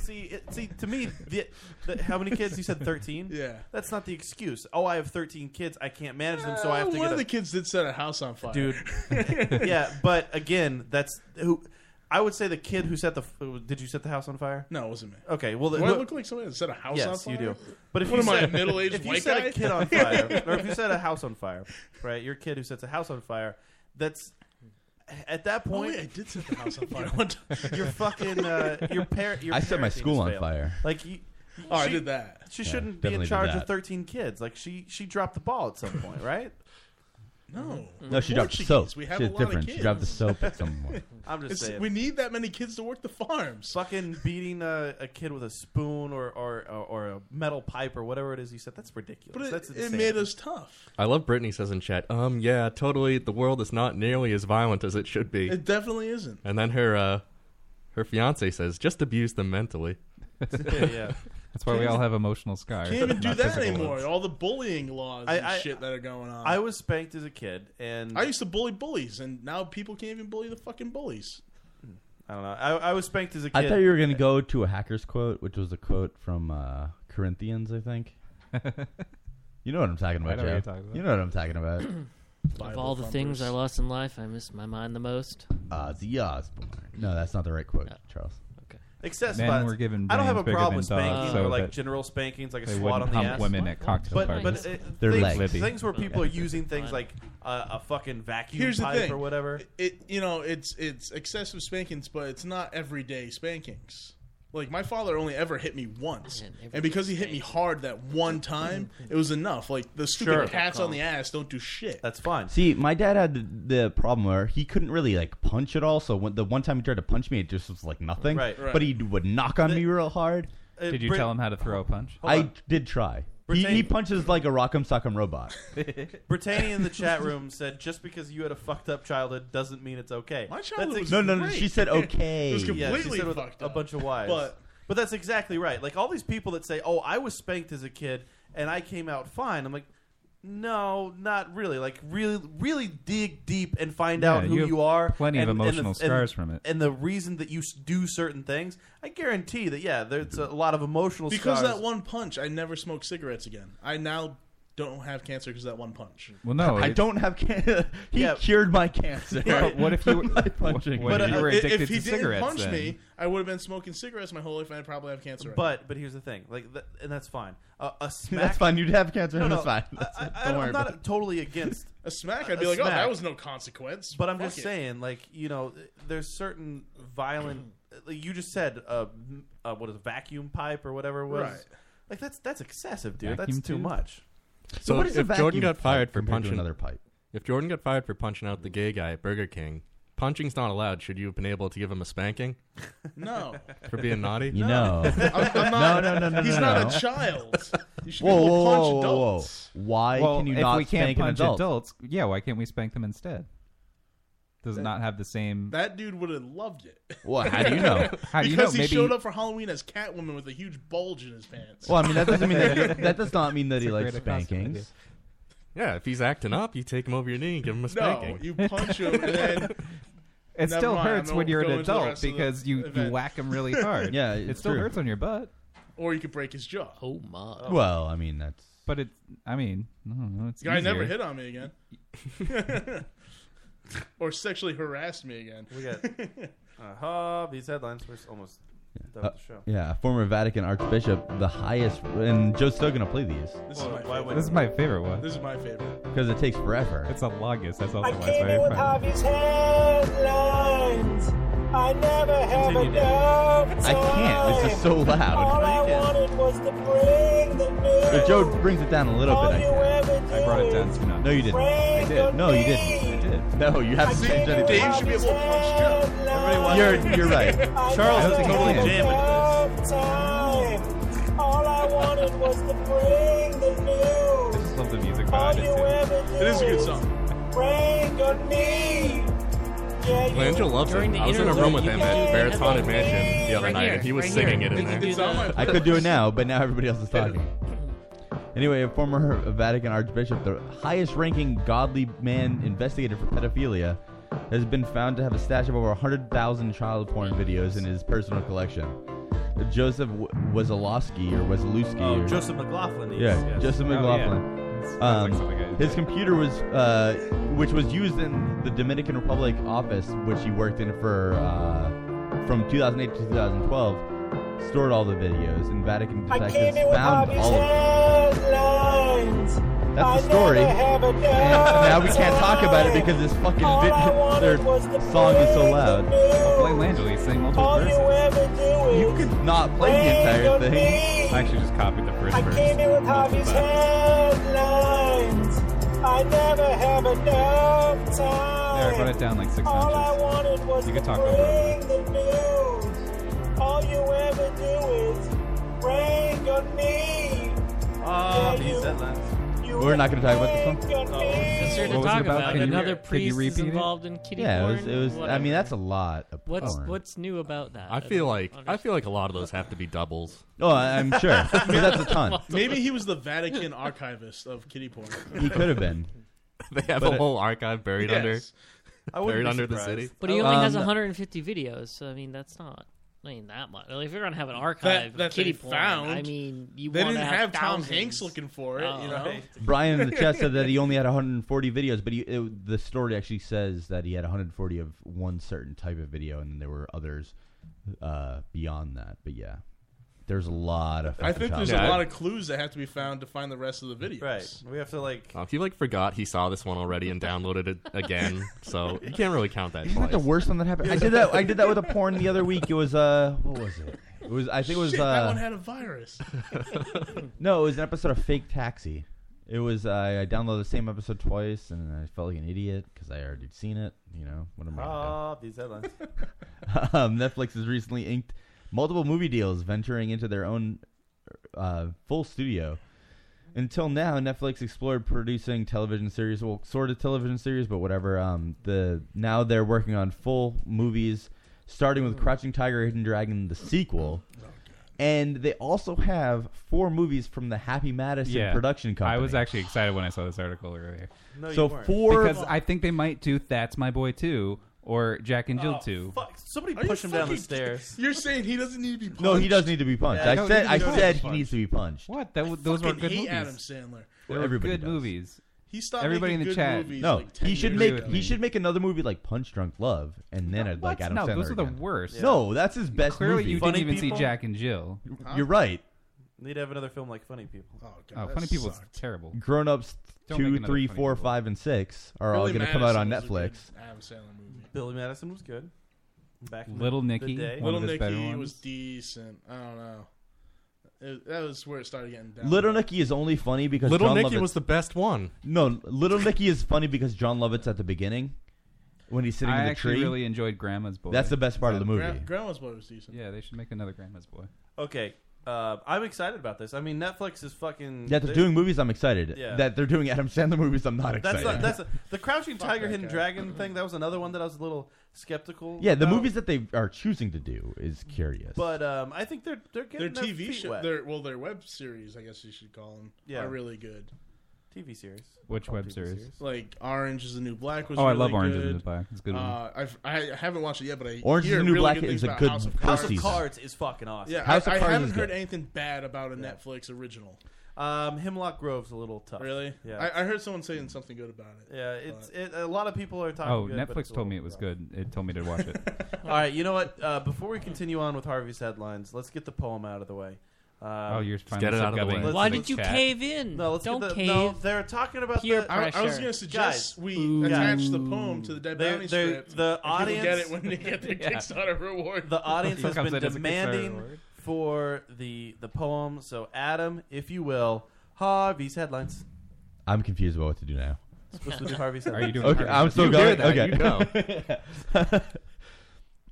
S7: see. It, see, to me, the, the, how many kids? You said thirteen.
S4: Yeah.
S7: that's not the excuse. Oh, I have thirteen kids. I can't manage them, so I have to
S4: Uh, One of
S7: get a,
S4: the kids did set a house on fire,
S7: dude. yeah, but again, that's who. I would say the kid who set the did you set the house on fire?
S4: No, it wasn't me.
S7: Okay, well,
S4: Do
S7: who-
S4: I look like somebody that set a house
S7: yes,
S4: on fire?
S7: you do. But if
S4: what am
S7: you
S4: I,
S7: set,
S4: a middle-aged
S7: if you
S4: white
S7: set
S4: guy?
S7: a kid on fire, or if you set a house on fire, right? Your kid who sets a house on fire, that's at that
S4: Oh,
S7: point.
S4: wait, I did set the house on fire one time.
S7: Your fucking uh, your parent. Your
S8: I set my
S7: parenting
S8: school
S7: has
S8: on
S7: failed.
S8: fire.
S7: Like you.
S4: Oh, I
S7: she-
S4: did that.
S7: She
S4: Yeah,
S7: shouldn't be in
S8: definitely did
S7: charge of
S8: that.
S7: thirteen kids. Like she, she dropped the ball at some point, right?
S4: No,
S8: No, she dropped the
S4: Portuguese,
S8: soap.
S4: We have
S8: She's
S4: a lot
S8: different.
S4: Of kids.
S8: She dropped the soap at some point.
S7: I'm just
S4: It's-
S7: saying.
S4: We need that many kids to work the farms.
S7: Fucking beating a, a kid with a spoon or, or or a metal pipe or whatever it is you said. That's ridiculous.
S4: But it-
S7: that's
S4: it
S7: insane.
S4: made us tough.
S10: I love Brittany says in chat, um, yeah, totally. The world is not nearly as violent as it should be.
S4: It definitely isn't.
S10: And then her, uh, her fiance says, just abuse them mentally.
S4: yeah.
S9: That's why we all have emotional scars.
S4: Can't even do
S9: not
S4: that
S9: physical ones.
S4: anymore. All the bullying laws
S7: I-
S4: and
S7: I-
S4: shit that are going on.
S7: I was spanked as a kid, and
S4: I used to bully bullies, and now people can't even bully the fucking bullies.
S7: I don't know. I, I was spanked as a kid.
S8: I thought you were going to go to a hacker's quote, which was a quote from uh, Corinthians, I think. you know what I'm talking
S9: I
S8: about,
S9: know what
S8: Joe.
S9: you're talking about.
S8: You know what I'm talking about.
S1: of all the things I lost in life, I miss my mind the most.
S8: Uh, Ozzy Osbourne. No, that's not the right quote, Charles.
S1: Okay.
S7: Excess
S9: Men
S7: spots.
S9: were given
S7: I don't have
S9: brains
S7: a
S9: bigger
S7: problem
S9: than
S7: with spankings
S9: dogs, so
S7: or like
S9: that
S7: general spankings, like a
S9: they
S7: swat
S9: wouldn't
S7: on the
S9: hump
S7: ass.
S9: women at cocktail
S7: but,
S9: parties.
S7: But uh,
S9: Their
S7: things,
S9: legs.
S7: things where people are
S9: Yeah.
S7: using things like uh, a fucking vacuum
S4: Here's the
S7: pipe
S4: thing,
S7: or whatever.
S4: It you know it's it's excessive spankings, but it's not everyday spankings. Like my father only ever hit me once, and because he hit me hard that one time, it was enough. Like the stupid
S7: Sure.
S4: pats on the ass don't do shit.
S7: That's fine.
S8: See, my dad had the, the problem where he couldn't really like punch at all. So when, the one time he tried to punch me, it just was like nothing.
S7: Right. Right.
S8: But he would knock on me real hard.
S7: Uh, Did you Brit- tell him
S9: how to throw a punch?
S8: I did try. He, he punches like a rock'em sock'em robot.
S7: Britannia in the chat room said, "Just because you had a fucked up childhood doesn't mean it's okay."
S4: My
S8: childhood was No, no, no, she great. said okay. It was
S7: yeah, she
S8: completely
S7: said with
S8: fucked
S7: a bunch of whys.
S8: But-
S7: but that's exactly right. Like all these people that say, "Oh, I was spanked as a kid and I came out fine." I'm like, no, not really. Like really, really dig deep and find
S9: Yeah,
S7: out who
S9: you
S7: you,
S9: have
S7: are.
S9: plenty of
S7: and, and the-
S9: emotional
S7: and-
S9: scars from it.
S7: and the reason that you s- do certain things. I guarantee that yeah, there's a lot of emotional
S4: Because
S7: scars.
S4: that one punch, I never smoked cigarettes again. I now don't have cancer because that one punch.
S9: Well, no,
S8: I
S9: it-
S8: don't have cancer. He
S4: Yeah.
S8: cured my cancer.
S4: Yeah, but what if you-
S8: By punching
S9: what
S8: me.
S9: if you were
S4: uh, If-
S9: addicted
S4: if he
S9: to
S4: didn't
S9: cigarettes
S4: punch
S9: then?
S4: me, I would have been smoking cigarettes my whole life, and I'd probably have cancer. right
S7: But but here's the thing, like, th- and that's fine. Uh, a smack.
S8: That's fine. You'd have cancer.
S7: No, no,
S8: That's fine. That's
S7: I,
S8: it.
S7: I,
S8: Don't
S7: I,
S8: worry
S7: am
S8: about
S7: not totally against
S4: a smack.
S7: a-
S4: I'd be
S7: a
S4: like, oh,
S7: smack.
S4: that was no consequence.
S7: But I'm
S4: Fuck
S7: just
S4: it.
S7: saying, like you know, there's certain violent. Like you just said, uh, m- uh, what is it, vacuum pipe or whatever it was.
S4: Right.
S7: Like that's that's excessive, dude.
S10: Vacuum
S7: that's too
S10: tube?
S7: much.
S10: So, if Jordan got fired for
S8: compared to
S10: punching
S8: another pipe?
S10: if Jordan got fired for punching out the gay guy at Burger King, punching's not allowed. Should you have been able to give him a spanking?
S4: No.
S10: for being naughty.
S8: You No. know. I'm- I'm not- No, no, no, no, he's no, not a no.
S4: child. You should
S8: Whoa,
S4: be able
S8: whoa,
S4: to punch
S8: whoa, whoa,
S4: adults.
S8: whoa. Why
S9: well,
S8: can you
S9: if
S8: not
S9: we can't
S8: spank an
S9: punch
S8: adult?
S9: adults? Yeah, why can't we spank them instead? Does it not have the same.
S4: That dude would have loved it.
S9: Well, how do you know? How do you
S4: because
S9: know?
S4: he
S9: Maybe-
S4: showed up for Halloween as Catwoman with a huge bulge in his pants.
S8: Well, I mean, that doesn't mean that he- that does not mean that It's he a likes great costume spankings. idea.
S10: Yeah, if he's acting up, you take him over your knee and give him a spanking.
S4: you punch him and then-
S9: It
S4: Never
S9: still
S4: mind,
S9: hurts
S4: I'm
S9: when you're an
S4: going to the
S9: adult
S4: rest of the
S9: because you, you
S4: event.
S9: whack them really hard.
S8: Yeah,
S9: it
S8: it's
S9: still
S8: true.
S9: hurts on your butt.
S4: Or you could break his jaw.
S1: Oh my!
S8: Well, I mean that's.
S9: But it, I mean, I don't know. It's
S4: guy never
S9: easier.
S4: hit on me again. or sexually harassed me again.
S7: We got uh, hobbies headlines. We're s- almost done
S8: Uh,
S7: with the show.
S8: yeah, former Vatican Archbishop, the highest, and Joe's still gonna play these
S4: This is my
S7: favorite.
S9: This is my favorite one.
S4: This is my favorite.
S8: because it takes forever.
S9: It's the longest. That's also
S8: I
S9: why it's
S8: came
S9: my
S8: in with
S9: favorite.
S3: Harvey's headlines. I never have enough
S8: I can't. This is so
S3: All
S8: loud.
S3: I wanted was to bring the news.
S8: But Joe brings it down a little bit. I guess.
S9: I brought it down to none.
S8: No, you didn't. I did. No, you didn't. I did. No, you haven't changed anything.
S4: Dave should be able to punch Joe.
S8: You're you're right.
S7: Charles is totally jamming.
S3: Enough time. All I wanted was to bring the news.
S9: I just love the music behind it too.
S4: It is a good song.
S3: Bring on me. Yeah, you
S10: Langell loves
S3: During
S10: it.
S3: the
S10: I was in a
S3: interlude,
S10: room with
S3: you
S10: him
S3: can
S10: at
S3: do
S10: Barrett's
S3: that.
S10: Haunted Mansion the other
S3: Right
S10: night,
S3: here,
S10: and he was
S3: right
S10: singing
S3: here.
S10: it in
S3: Did
S10: there.
S3: you do that?
S8: I could do it now, but now everybody else is talking. Anyway, a former Vatican Archbishop, the highest ranking godly man investigated for pedophilia, has been found to have a stash of over 100,000 child porn videos in his personal collection. Joseph W- Wesolowski or Wesolowski.
S7: Oh,
S8: or-
S7: Joseph McLaughlin is,
S8: Yeah,
S7: yes.
S8: Joseph
S7: Oh, yeah.
S8: McLaughlin.
S7: Sounds like
S8: Um,
S7: something I-
S8: his computer was, uh, which was used in the Dominican Republic office, which he worked in for uh, from 2008 to 2012, stored all the videos, and Vatican
S3: I came
S8: detectives
S3: in with
S8: found
S3: Harvey's
S8: all of them.
S3: headlines.
S8: That's the story.
S3: I never have
S8: And now we can't talk about it because this fucking vi- their song is so loud.
S9: I'll blame Landry. He's saying multiple verses.
S8: You could not play the entire thing.
S9: I actually just copied the first
S3: I
S9: verse.
S3: came in with Harvey's headlines. I never have enough time.
S9: There, I brought it down like six
S3: All I
S9: notches.
S3: wanted was
S9: You
S3: to
S9: could talk over it.
S3: bring the news. All you ever do is bring on me.
S1: Oh,
S7: Hobbies headlines.
S8: We're not going to talk about this one.
S1: Oh, What's there to
S8: What was it
S1: talk
S8: about?
S1: about?
S8: Can you-
S1: Another
S8: could
S1: priest
S8: you
S1: is
S8: repeat it?
S1: involved in kitty
S8: Yeah, it
S1: porn.
S8: was. It was. I
S1: Whatever.
S8: mean, that's a lot. Of
S1: What's
S8: porn.
S1: what's new about that?
S10: I feel
S1: don't
S10: like I
S1: understand.
S10: feel like a lot of those have to be doubles.
S8: Oh, I- I'm sure. But that's a ton.
S4: Maybe he was the Vatican archivist of kitty porn.
S8: He could have been.
S10: They have
S8: But
S10: a
S8: it-
S10: whole archive buried under buried under the city.
S1: But he only
S4: Oh,
S1: has
S8: Um,
S1: 150 videos, so I mean that's not. I mean that much. Like, if you're gonna have an archive
S4: That- that
S1: of kitty
S4: they
S1: porn,
S4: found.
S1: I mean you
S4: They
S1: wanna
S4: didn't
S1: have,
S4: have Tom
S1: thousands. Oh.
S4: Hanks looking for it, you know? Right.
S8: Brian in the chat said that he only had 140 videos, but he, it, the story actually says that he had 140 of one certain type of video, and then there were others uh, beyond that. But yeah, there's a lot of.
S4: I think
S8: fucking
S4: there's
S8: chocolate.
S4: a lot of clues that have to be found to find the rest of the videos.
S7: Right. We have to like
S10: Oh, he like forgot he saw this one already and downloaded it again, so you can't really count that.
S8: Isn't that
S10: Twice.
S8: the worst one that happened? I did that. I did that with a porn the other week. It was uh, what was it? It was I think it was
S4: Shit,
S8: uh,
S4: that one had a virus.
S8: no, it was an episode of Fake Taxi. It was uh, I downloaded the same episode twice, and I felt like an idiot because I already seen it. You know what am I? gonna do?
S7: Ah, these headlines.
S8: um, Netflix has recently inked multiple movie deals, venturing into their own uh, full studio. Until now, Netflix explored producing television series, well, sort of television series, but whatever. Um, the now they're working on full movies, starting with Crouching Tiger, Hidden Dragon, the sequel. And they also have four movies from the Happy Madison production company.
S9: I was actually excited when I saw this article earlier.
S8: No, you So weren't. four-
S9: because I think they might do "That's My Boy" too, or "Jack and Jill"
S7: Oh,
S9: too.
S7: fuck. Somebody
S4: Are you
S7: push him down the
S4: fucking-
S7: stairs.
S4: You're saying he doesn't need to be punched.
S8: No, he does need to be punched.
S9: Yeah,
S8: I
S9: no,
S8: said,
S9: he
S8: I
S9: does need to
S8: said
S9: be
S8: he needs to be punched.
S9: What? That, w- those
S4: fucking
S9: were good
S4: hate
S9: movies.
S4: Adam Sandler.
S9: They were
S8: Everybody
S9: good
S8: does.
S9: movies.
S4: He stopped
S9: Everybody in
S4: making
S9: the
S4: good
S9: chat.
S4: movies,
S8: No,
S4: like, 10
S8: he should
S4: years
S8: make
S4: ago.
S8: he should make another movie like Punch Drunk Love, and then I'd like
S9: What?
S8: Adam
S9: No,
S8: Sandler.
S9: those are the
S8: again.
S9: worst.
S8: No, that's his best
S9: Clearly
S8: movie.
S9: you didn't Funny even see People? Jack and Jill.
S7: Huh?
S8: You're right.
S7: Need to have another film like Funny People. Oh,
S9: Oh, Funny People's terrible.
S8: Grown ups
S9: Don't make
S8: two,
S9: another
S8: three,
S9: Funny
S8: four,
S9: People.
S8: five, and six are all
S7: Billy
S8: going to come out on
S7: Madison was a
S8: Netflix.
S7: good Billy Madison was good. Back in the-
S9: Little
S7: the
S9: Nicky,
S7: day.
S9: one
S4: Little
S9: of his better
S4: Nicky
S9: ones.
S4: was decent. I don't know. It- that was where it started getting down.
S8: Little Nicky is only funny because
S10: Little
S8: John
S10: Nicky
S8: Lovitz-
S10: was the best one.
S8: No, Little Nicky is funny because John Lovitz at the beginning when he's sitting
S9: I
S8: in the
S9: actually
S8: tree.
S9: really enjoyed Grandma's Boy.
S8: That's the best part of the movie.
S4: Gra- Grandma's Boy was decent.
S9: Yeah, they should make another Grandma's Boy.
S7: Okay, uh, I'm excited about this. I mean, Netflix is fucking.
S8: That they're doing movies, I'm excited.
S7: Yeah.
S8: That they're doing Adam Sandler movies, I'm not
S7: That's
S8: excited.
S7: not, that's the Crouching
S4: Fuck
S7: Tiger,
S4: that
S7: Hidden
S4: guy.
S7: Dragon thing. That was another one that I was a little skeptical.
S8: yeah, the
S7: about.
S8: movies that they are choosing to do is curious.
S7: But um, I think they're they're
S4: Their
S7: getting their,
S4: TV
S7: feet
S4: show,
S7: wet.
S4: their well, their web series, I guess you should call them,
S7: Yeah.
S4: are really good.
S7: TV series.
S9: Which
S7: Called
S9: web
S7: TV
S9: series?
S4: Like Orange is the New Black was.
S9: Oh, I
S4: really
S9: love Orange
S4: good.
S9: is the New Black. It's a good one.
S4: Uh, I've, I haven't watched it yet, but I
S8: Orange is
S4: hear
S8: the New
S4: really
S8: Black
S4: good
S8: is
S4: things
S8: a
S4: about
S8: good
S4: House of
S8: first
S4: Cards.
S7: House of Cards is fucking awesome.
S4: Yeah,
S8: House of
S4: I,
S8: Cards
S4: I
S8: is
S4: haven't heard
S8: good.
S4: anything bad about a Netflix original.
S7: Um, Hemlock Grove's a little tough.
S4: Really?
S7: Yeah.
S4: I, I heard someone saying something good about it.
S7: yeah, it's it, a lot of people are talking.
S9: Oh,
S7: good, but it's
S9: Netflix
S7: a
S9: told me it
S7: little
S9: was
S7: rough.
S9: good. It told me to watch it.
S7: All right, you know what? Uh, before we continue on with Harvey's headlines, let's get the poem out of the way. Um,
S9: Oh, you're Just finally get it out of the subgubbing way.
S1: Why
S9: the
S1: did you
S9: chat.
S1: cave in?
S7: No, let's
S1: Don't
S7: get the,
S1: cave.
S7: No, they're talking about
S1: Peer
S7: the.
S4: I, I was
S1: pressure.
S4: going to suggest
S7: Guys.
S4: we
S7: Ooh.
S4: attach the poem to the Dead
S7: They're-
S4: Bounty
S7: they're-
S4: script.
S7: the
S4: and people get
S7: audience-
S4: it when they get their
S7: Yeah.
S4: Kickstarter reward.
S7: The audience
S4: Here
S7: has
S4: comes
S7: been
S4: it as a Kickstarter
S7: demanding
S4: reward.
S7: for the the poem. So, Adam, if you will, Harvey's headlines.
S8: I'm confused about what to do now.
S7: Supposed to do Harvey's
S9: Are you
S7: headlines.
S9: doing
S8: Okay,
S9: Harvey
S8: I'm
S9: Dent?
S8: still
S9: You
S8: going.
S9: did that, you
S8: okay.
S9: know.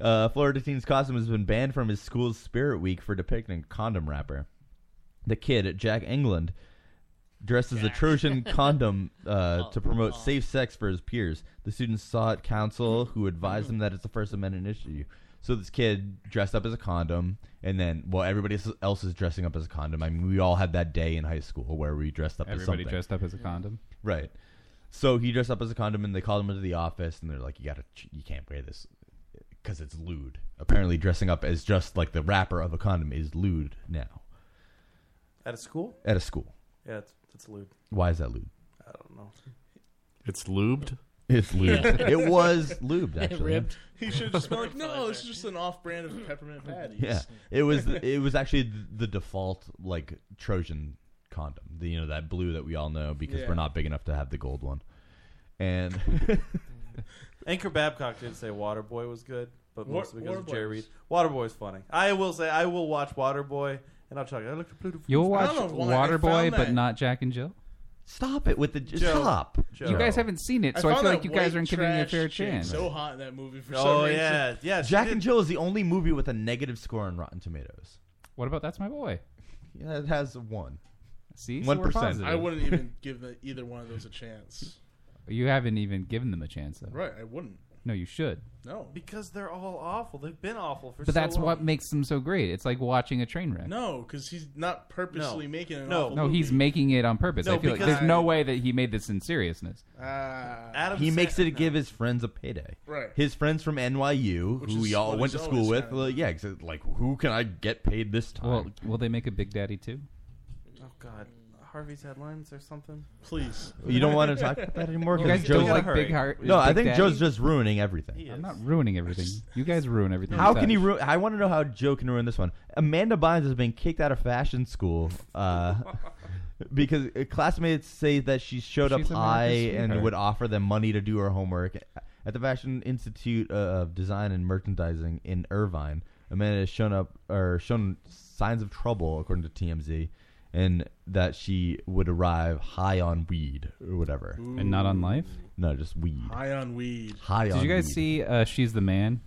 S8: uh, Florida teen's costume has been banned from his school's Spirit Week for depicting a condom wrapper. The kid, Jack England, dressed as a Trojan condom
S9: Oh,
S8: uh, to promote safe sex for his peers. The students sought counsel, who
S9: Mm.
S8: advised them that it's a First Amendment issue. So this kid dressed up as a condom, and then well, everybody else is dressing up as a condom. I mean, we all had that day in high school where we dressed up as
S9: Everybody
S8: something.
S9: dressed up as a condom.
S8: Right. So he dressed up as a condom, and they called him into the office, and they're like, "You gotta, you can't wear this because it's lewd." Apparently, dressing up as just like the wrapper of a condom is lewd now
S7: At a school?
S8: at a school.
S7: Yeah, it's, it's lewd.
S8: Why is that lewd?
S7: I don't know.
S10: It's lubed.
S8: It's lewd. it was lubed
S7: It
S8: actually.
S7: ripped.
S4: He should have just been like, no, it's just an off brand of peppermint patties.
S8: Yeah, it was. It was actually th- the default like Trojan condom. The, you know that blue that we all know because
S7: Yeah.
S8: we're not big enough to have the gold one. And
S7: Anchor Babcock did say Waterboy was good, but
S4: Wa-
S7: mostly because of
S4: Waterboy
S7: Jerry Reed.
S4: was-
S7: Waterboy's funny. I will say I will watch Waterboy, and I'll check. I looked at Pluto.
S9: You'll
S7: I
S9: watch
S7: don't know why I found
S9: Waterboy, but
S7: that.
S9: not Jack and Jill.
S8: Stop it with the
S7: Joe. stop. Joe.
S9: You guys haven't seen it, so I,
S4: found
S9: feel
S4: that
S9: like you guys
S4: white
S9: aren't giving it a
S4: trash
S9: fair
S4: chick
S9: chance.
S4: So hot in that movie for some
S7: Oh,
S4: reason.
S7: yeah. Yeah, she
S8: Jack
S7: did-
S8: and Jill is the only movie with a negative score on Rotten Tomatoes.
S9: What about that's my boy?
S8: Yeah, it has one.
S9: See,
S8: one
S9: so we're positive.
S4: I wouldn't even give the- either one of those a chance.
S9: You haven't even given them a chance, though.
S4: Right, I wouldn't.
S9: No, you should.
S4: No,
S7: because they're all awful. They've been awful for.
S9: But that's
S7: so long.
S9: what makes them so great. It's like watching a train wreck.
S4: No, because he's not purposely making an
S7: No.
S4: awful
S9: No,
S4: movie.
S9: he's making it on purpose.
S4: No,
S9: I feel like
S4: because-
S9: there's no way that he made this in seriousness.
S4: Ah.
S7: Adam
S8: he
S7: Sa-
S8: makes it to give his friends a payday.
S4: Right.
S8: His friends from NYU,
S9: Which
S8: who
S9: is
S8: we all
S9: what
S8: went to
S9: he's
S8: school
S9: always
S8: with,
S9: had.
S8: like, yeah, 'cause, like who can I get paid this time?
S9: Well, will they make a Big Daddy too?
S7: Oh God, Harvey's headlines or something?
S4: Please.
S8: You don't want to talk about that anymore
S9: You
S8: because
S9: guys don't
S8: Joe's
S9: like Big Heart-
S8: No, I
S9: Big
S8: think
S9: Daddy?
S8: Joe's just ruining everything.
S9: I'm not ruining everything. You guys ruin everything.
S8: How can you ruin? I want to know how Joe can ruin this one. Amanda Bynes has been kicked out of fashion school uh, because uh, classmates say that she showed
S9: She's
S8: up
S9: America's
S8: high and
S9: sweetheart.
S8: would offer them money to do her homework at the Fashion Institute of Design and Merchandising in Irvine. Amanda has shown up or shown signs of trouble, according to TMZ, and that she would arrive high on weed or whatever,
S9: And not on life?
S8: No, just weed.
S4: High on weed.
S8: High
S9: Did
S8: on
S9: you guys
S8: weed.
S9: see uh, She's the Man?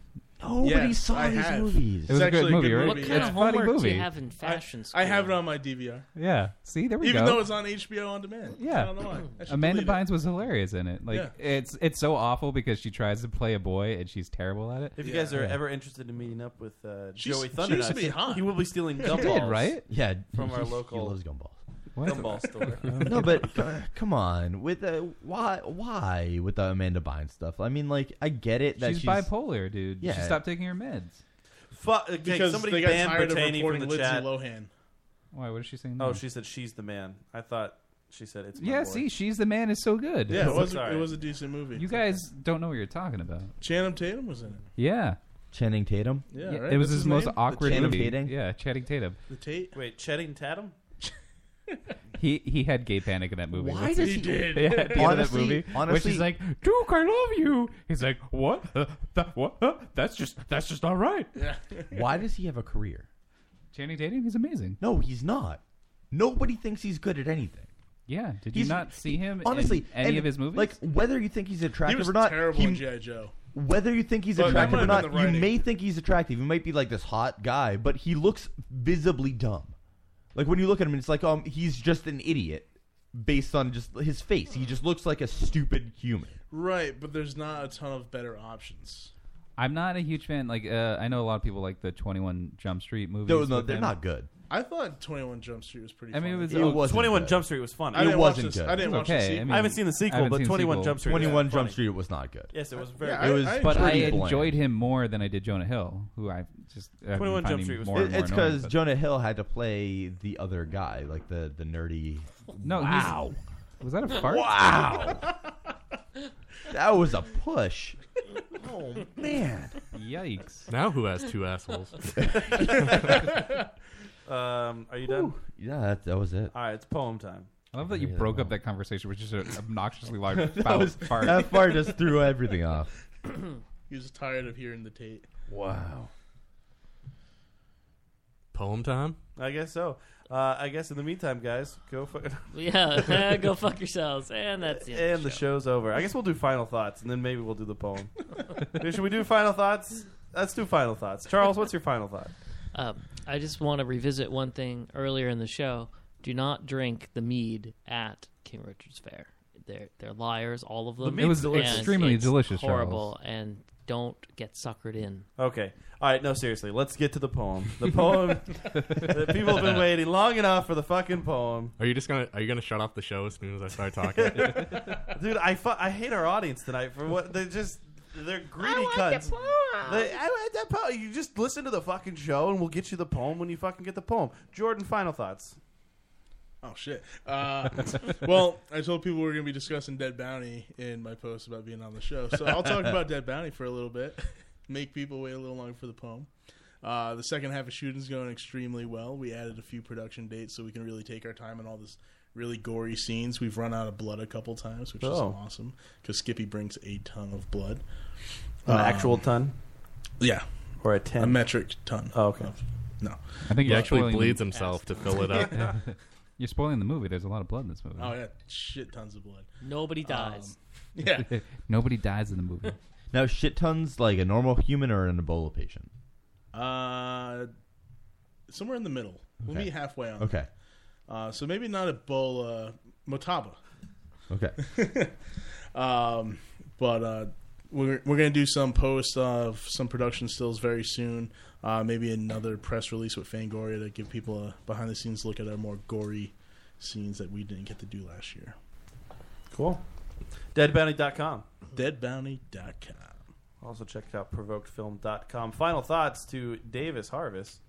S8: Nobody saw these movies.
S9: It was a good movie, right? What kind
S4: yeah.
S9: of homework do you movie. have
S1: in fashion
S4: I, I have it on my DVR.
S9: Yeah. See, there we
S4: Even
S9: go.
S4: though it's on HBO on demand.
S9: Yeah,
S4: I don't know why. I should
S9: Amanda
S4: delete it.
S9: Bynes was hilarious in it. Like
S4: Yeah.
S9: it's it's so awful because she tries to play a boy and she's terrible at it.
S7: If you guys are
S9: Yeah.
S7: ever interested in meeting up with uh,
S9: She's-
S7: Joey
S9: she
S7: Thunder,
S9: used to be
S4: hot.
S7: he will be stealing
S9: She
S7: gumballs,
S9: did, right?
S8: Yeah,
S7: from our
S8: he-
S7: local
S8: He loves gumballs.
S7: gumball store.
S8: no, but c- come on, with the why? Why with the Amanda Bynes stuff? I mean, like I get it that
S9: She's
S8: she's,
S9: bipolar, dude. She
S8: Yeah,
S9: stopped taking her meds.
S7: Fuck, okay,
S4: Because
S7: somebody
S4: they got
S7: banned
S4: tired of
S7: Brittany from
S4: reporting
S7: the
S4: Lindsay
S7: chat.
S4: Lohan.
S9: Why? What is she saying?
S7: Oh,
S9: now?
S7: she said she's the man. I thought she said it's. My
S9: yeah.
S7: boy.
S9: See, she's the man is so good.
S4: Yeah, it was,
S7: Sorry.
S4: it was a decent movie.
S9: You guys don't know what you're talking about.
S4: Channing Tatum was in it.
S9: Yeah.
S8: Channing Tatum.
S4: Yeah,
S9: It
S4: right?
S9: was
S4: That's
S9: his,
S4: his
S9: most
S4: name? The
S9: awkward
S8: Channing
S9: movie.
S8: Tatum?
S9: Yeah, Channing Tatum.
S4: The Tate.
S7: Wait, Chetting Tatum.
S9: He he had gay panic in that movie.
S7: Why
S9: That's-
S7: does he- did.
S9: Yeah, at the end of that
S7: Honestly-
S9: movie, which
S7: honestly-
S9: is like, Duke, I love you. He's like, what? Uh, that, what? Uh, that's just that's just not right.
S8: Why does he have a career?
S9: Channing Tatum, he's amazing.
S8: No, he's not. Nobody thinks he's good at anything.
S9: Yeah, did you not see him in
S8: Honestly,
S9: any
S8: and,
S9: of his movies?
S8: Like whether you think he's attractive
S4: was
S8: or not,
S4: terrible
S8: he-
S4: in G.I. Joe.
S8: Whether you think he's
S4: But that
S8: attractive
S4: might
S8: or
S4: have
S8: not,
S4: been the
S8: you
S4: writing.
S8: may think he's attractive. He might be like this hot guy, but he looks visibly dumb. Like when you look at him, it's like um, he's just an idiot based on just his face. He just looks like a stupid human.
S4: Right, but there's not a ton of better options.
S9: I'm not a huge fan. Like uh, I know a lot of people like the 21 Jump Street movies.
S8: No, no,
S9: with
S8: they're
S9: him.
S8: not good.
S4: I thought 21 Jump Street was pretty
S9: I mean, it
S4: funny.
S9: was- It oh, wasn't
S7: 21 Jump Street was funny.
S4: I didn't watch this- I didn't watch the sequel.
S7: I haven't seen the sequel, but 21 Jump Street. was
S8: 21 Jump
S7: funny.
S8: Street was not good.
S7: Yes, it was very.
S4: Yeah, I-
S7: good.
S4: I
S9: but I
S8: pretty bland.
S9: enjoyed him more than I did Jonah Hill, who I just I've been
S7: 21 Jump
S9: finding
S7: Street was
S9: more and
S8: It-
S9: more
S8: it's
S9: annoying,
S8: because
S9: but-
S8: Jonah Hill had to play the other guy, like the the nerdy.
S9: No, he's-
S8: wow,
S9: was that a fart?
S8: Wow, that was a push.
S9: Oh
S8: man.
S9: Yikes!
S10: Now who has two assholes?
S7: Um, are you done?
S8: Yeah, that, that was it.
S7: All right, it's poem time.
S9: I love that you broke up that conversation with just an obnoxiously large
S8: That
S9: foul
S8: was-
S9: fart.
S8: that fart just threw everything off.
S4: he was tired of hearing the Tate.
S8: Wow.
S10: Poem time.
S7: I guess so. Uh, I guess in the meantime, guys, go fuck.
S1: Yeah, go fuck yourselves. And that's the end of the
S7: and the show's over. I guess we'll do final thoughts, and then maybe we'll do the poem. Should we do final thoughts? Let's do final thoughts. Charles, what's your final thought?
S1: Um, I just want to revisit one thing earlier in the show. Do not drink the mead at King Richard's Fair. They're they're liars, all of
S9: The
S1: them.
S9: mead's It was delicious.
S1: and
S9: extremely
S1: it's
S9: delicious, Charles.
S1: horrible, and don't get suckered in.
S7: Okay. All right. No, seriously. Let's get to the poem. The poem that people have been waiting long enough for the fucking poem.
S10: Are you just gonna Are you gonna shut off the show as soon as I start talking?
S7: Dude, I fu- I hate our audience tonight for what they just they're greedy cunts. They- I want that poem. You just listen to the fucking show, and we'll get you the poem when you fucking get the poem. Jordan, final thoughts.
S4: Oh shit! Uh, well, I told people we were going to be discussing Dead Bounty in my post about being on the show, so I'll talk about Dead Bounty for a little bit. Make people wait a little longer for the poem. Uh, the second half of shooting's going extremely well. We added a few production dates so we can really take our time on all this really gory scenes. We've run out of blood a couple times, which is
S7: Oh.
S4: awesome because Skippy brings a ton of blood.
S7: An
S4: Um,
S7: actual ton.
S4: Yeah.
S7: Or a ten.
S4: A metric ton.
S7: Oh, okay.
S4: no.
S9: I think
S10: He
S9: you're
S10: actually
S9: spoiling-
S10: bleeds himself to fill it up.
S9: Yeah. You're spoiling the movie. There's a lot of blood in this movie.
S4: Oh yeah, shit tons of blood.
S1: Nobody dies.
S4: Um, yeah.
S9: Nobody dies in the movie.
S8: Now, shit tons like a normal human or an Ebola patient.
S4: Uh, somewhere in the middle. We'll
S8: Okay.
S4: be halfway on.
S8: Okay.
S4: that. Uh, so maybe not Ebola, Motaba.
S8: Okay.
S4: um, but uh, we're we're gonna do some posts of some production stills very soon. Uh, maybe another press release with Fangoria to give people a behind the scenes look at our more gory scenes that we didn't get to do last year.
S7: Cool. Deadbounty.com.
S4: Deadbounty.com.
S7: Also check out provokedfilm.com. Final thoughts to Davis Harvest.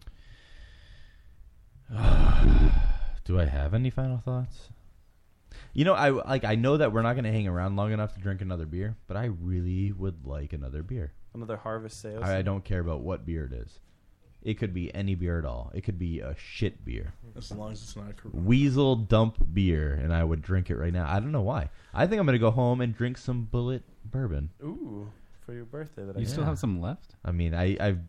S8: Do I have any final thoughts? You know, I like I know that we're not going to hang around long enough to drink another beer, but I really would like another beer.
S7: Another harvest sales.
S8: I, I don't care about what beer it is. It could be any beer at all. It could be a shit beer.
S4: As long as it's not a Corona.
S8: Weasel dump beer, and I would drink it right now. I don't know why. I think I'm going to go home and drink some bullet bourbon.
S7: Ooh, for your birthday. That I
S9: You still
S7: got.
S9: have some left?
S8: I mean, I, I've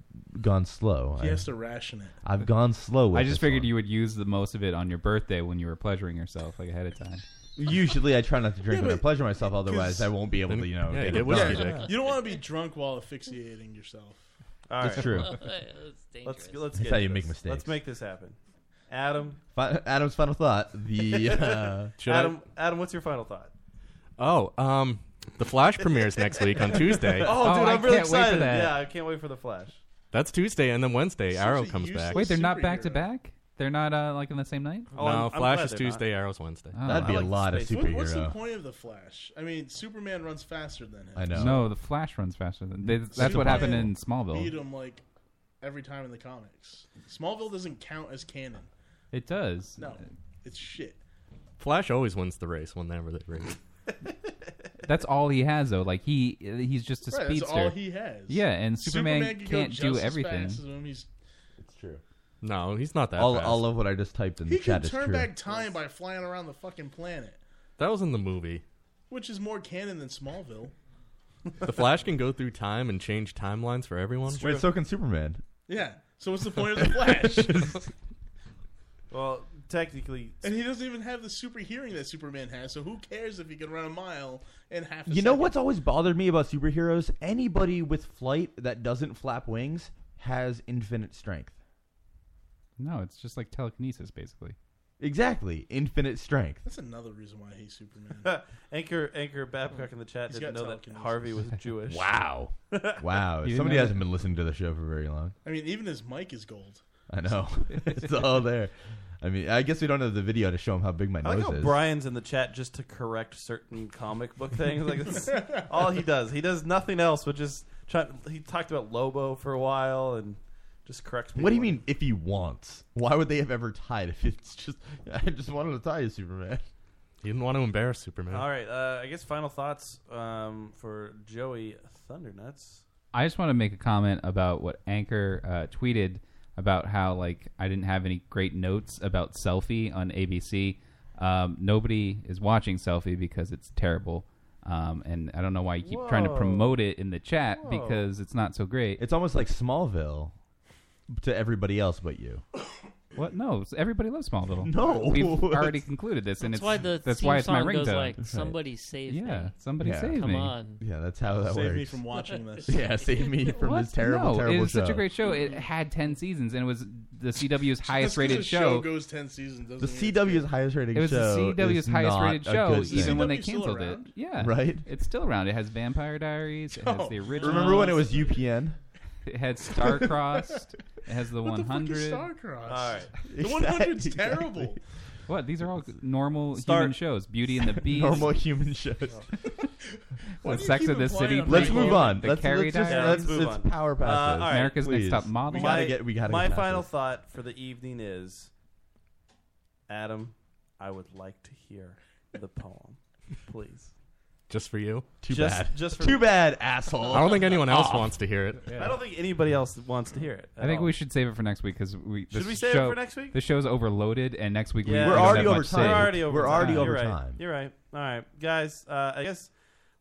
S8: gone slow.
S4: He
S8: I-
S4: has to ration it.
S8: I've gone slow with
S9: I just
S8: this
S9: figured you would use the most of it on your birthday when you were pleasuring yourself like ahead of time.
S8: Usually, I try not to drink
S4: Yeah,
S8: when I
S4: but-
S8: pleasure myself. Otherwise,
S4: 'cause-
S8: I won't be able to, you know, get it done.
S4: You don't want to be drunk while asphyxiating yourself.
S7: All
S8: That's true.
S7: Let's let's
S8: That's
S7: get
S8: how
S7: to
S8: you make
S7: this.
S8: mistakes.
S7: Let's make this happen. Adam.
S8: Fi- Adam's final thought: the uh,
S7: Adam, Adam, what's your final thought?
S10: Oh, um, the Flash premieres next week on Tuesday.
S7: Oh, dude, I'm really excited. Yeah, I can't wait for the Flash.
S10: That's Tuesday, and then Wednesday, Arrow comes back.
S9: Wait, they're not back to back? They're not uh, like on the same night? Oh,
S10: Oh, No, I'm- I'm Flash glad is they're not. Tuesday, Arrow's Wednesday. That'd be a lot of
S4: What- what's the
S9: superhero.
S4: point of the Flash? I mean, Superman runs faster than him.
S9: No, the Flash runs faster than. They, that's what
S4: Superman
S9: happened in
S4: Beat
S9: Smallville.
S4: him like every time in the comics. Smallville doesn't count as canon.
S9: It does.
S4: No, it's shit.
S10: Flash always wins the race whenever they race.
S9: That's all he has though. Like he, he's just a
S4: Right, that's
S9: speedster.
S4: all he has.
S9: Yeah, and Superman,
S4: could go
S9: can't
S4: just
S9: do
S4: as
S9: everything.
S4: fast as him. He's-
S8: It's true.
S10: No, he's not that.
S8: All,
S10: fast.
S8: all of what I just typed in
S4: he
S8: the chat
S4: can
S8: is
S4: turn
S8: true.
S4: back time by flying around the fucking planet,
S10: That was in the movie.
S4: which is more canon than Smallville.
S10: The Flash can go through time and change timelines for everyone.
S8: Wait, so can Superman.
S4: Yeah. So what's the point of the Flash?
S7: well, technically,
S4: and he doesn't even have the super hearing that Superman has. So who cares if he can run a mile in half? A
S8: You know
S4: second?
S8: what's always bothered me about superheroes? Anybody with flight that doesn't flap wings has infinite strength.
S9: No, it's just like telekinesis, basically.
S8: Exactly, infinite strength.
S4: That's another reason why I hate Superman.
S7: anchor anchor Babcock in the chat
S4: He's
S7: didn't
S4: got
S7: know that
S4: telekinesis.
S7: Harvey was Jewish.
S8: Wow, wow.
S4: You didn't
S8: Somebody
S4: know
S8: hasn't been listening to the show for very long.
S4: I mean, even his mic is gold.
S8: I know. it's all there. I mean, I guess we don't have the video to show him how big my
S7: I
S8: nose
S7: like how
S8: is.
S7: Brian's in the chat just to correct certain comic book things. Like this, is all he does, he does nothing else but just try. He talked about Lobo for a while and just corrects.
S8: What do you
S7: people.
S8: mean if he wants? Why would they have ever tied if it's just I just wanted to tie you Superman.
S10: He didn't want to embarrass Superman.
S7: All right, uh, I guess final thoughts um, for Joey Thundernuts.
S9: I just want to make a comment about what Anchor uh, tweeted about how like I didn't have any great notes about Selfie on ABC. Um, nobody is watching Selfie because it's terrible, um, and I don't know why you keep trying to
S8: Whoa.
S9: promote it in the chat
S8: Whoa.
S9: because it's not so great.
S8: It's almost like Smallville to everybody else but you.
S9: What? No, it's- everybody loves Smallville.
S8: No.
S9: we've
S8: What?
S9: already concluded this, and
S1: That's
S9: it's
S1: why the
S9: that's
S1: theme
S9: why it's my
S1: song goes
S9: ringtone.
S1: like, "Somebody save
S9: yeah,
S1: me."
S9: somebody
S1: Yeah.
S9: save
S1: Come
S9: me.
S1: on.
S8: Yeah, that's how that
S4: Save
S8: works.
S4: me from watching this.
S8: yeah, save me from
S9: What?
S8: this terrible,
S9: no,
S8: terrible
S9: it was
S8: show.
S9: such a great show. It had ten seasons, and it was the CW's highest
S4: 'cause a
S9: rated
S4: show goes 10 seasons doesn't
S8: The
S4: mean it's
S8: CW's highest rated
S9: It was the
S8: show.
S9: CW's
S8: is
S9: highest
S8: not
S9: rated
S8: a
S9: show,
S8: good
S9: even
S8: thing.
S9: when they
S4: CW 's still
S9: canceled it.
S4: around?
S9: Yeah,
S8: Right?
S9: It's still around. It has Vampire Diaries. It has the
S7: Oh.
S9: original.
S8: Remember when it was UPN?
S9: It had Starcrossed. it has the
S4: What
S9: one
S4: the fuck
S9: hundred.
S4: is Starcrossed?
S7: All right.
S4: The 100's terrible.
S9: What? These are all normal
S8: Star-
S9: human shows. Beauty and the Beast.
S8: Normal human shows.
S9: the Sex of the City.
S8: Let's
S9: prequel,
S8: move on.
S9: The
S8: let's,
S9: Carrie
S8: let's just,
S9: Diaries.
S8: let's, let's power past
S7: Uh,
S8: this.
S7: all right.
S9: America's Next Top Model.
S8: We gotta get. We gotta.
S7: my
S8: get past
S7: final
S8: this.
S7: thought for the evening is, Adam, I would like to hear the poem, please.
S10: Just for you.
S8: Too
S7: Just- bad. just for-
S8: Too bad, asshole.
S10: I don't think anyone else
S8: Off.
S10: wants to hear it.
S7: I don't think anybody else wants to hear it.
S9: I think we should save it for next week because we
S7: Should
S9: this
S7: we save it
S9: show-
S7: for next week?
S9: The show's overloaded, and next week we-
S7: Yeah.
S9: we
S8: We're
S9: don't
S8: already
S9: have
S8: over
S9: much
S8: time.
S9: saved.
S7: We're already over.
S8: We're
S7: time.
S8: already
S7: You're
S8: over
S7: right.
S8: time.
S7: You're right. All right, guys. Uh, I guess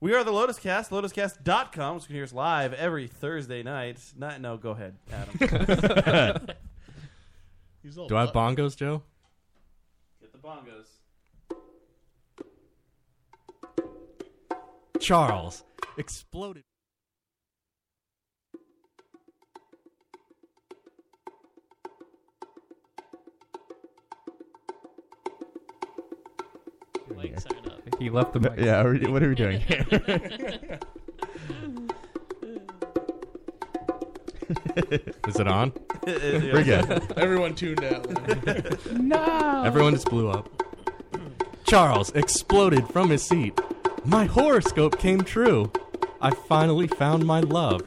S7: we are the Lotus Cast. LotusCast.com. which You can hear us live every Thursday night. Not, no, go ahead, Adam.
S4: He's all
S10: Do I have bongos, Joe?
S7: Get the bongos.
S10: Charles exploded.
S9: He left the mic.
S8: Yeah. are we- what are we doing here?
S10: Is it on?
S8: We're good.
S4: Everyone tuned out.
S9: no.
S10: Everyone just blew up. Charles exploded from his seat. My horoscope came true. I finally found my love.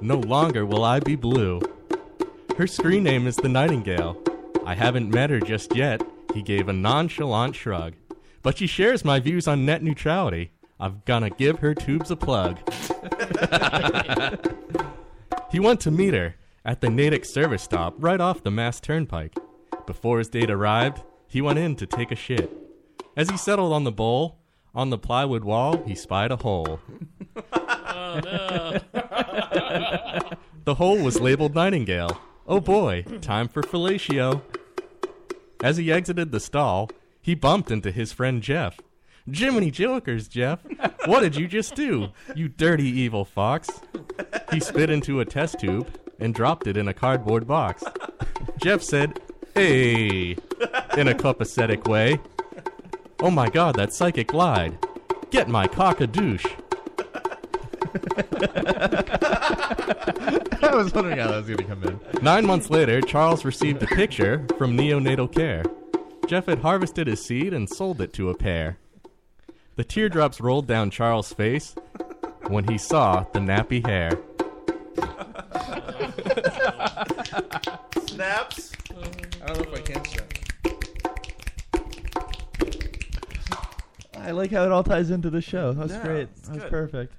S10: No longer will I be blue. Her screen name is the Nightingale. I haven't met her just yet, He gave a nonchalant shrug. But she shares my views on net neutrality. I'm gonna give her tubes a plug. he went to meet her at the Natick service stop right off the Mass Turnpike. Before his date arrived, he went in to take a shit. As he settled on the bowl, on the plywood wall, he spied a hole.
S1: Oh no.
S10: The hole was labeled Nightingale. Oh boy, time for fellatio. As he exited the stall, he bumped into his friend Jeff. Jiminy Jokers, Jeff. What did you just do? You dirty evil fox. He spit into a test tube and dropped it in a cardboard box. Jeff said, Hey, in a copacetic way. Oh my god, that psychic lied. Get my cock a douche.
S8: I was wondering how that was going to come in.
S10: Nine months later, Charles received a picture from neonatal care. Jeff had harvested his seed and sold it to a pair. The teardrops rolled down Charles' face when he saw the nappy hair.
S4: Snaps. I don't know if I can snap.
S13: I like how it all ties into the show. That was
S7: Yeah,
S13: great.
S7: it's
S13: That was
S7: good.
S13: perfect.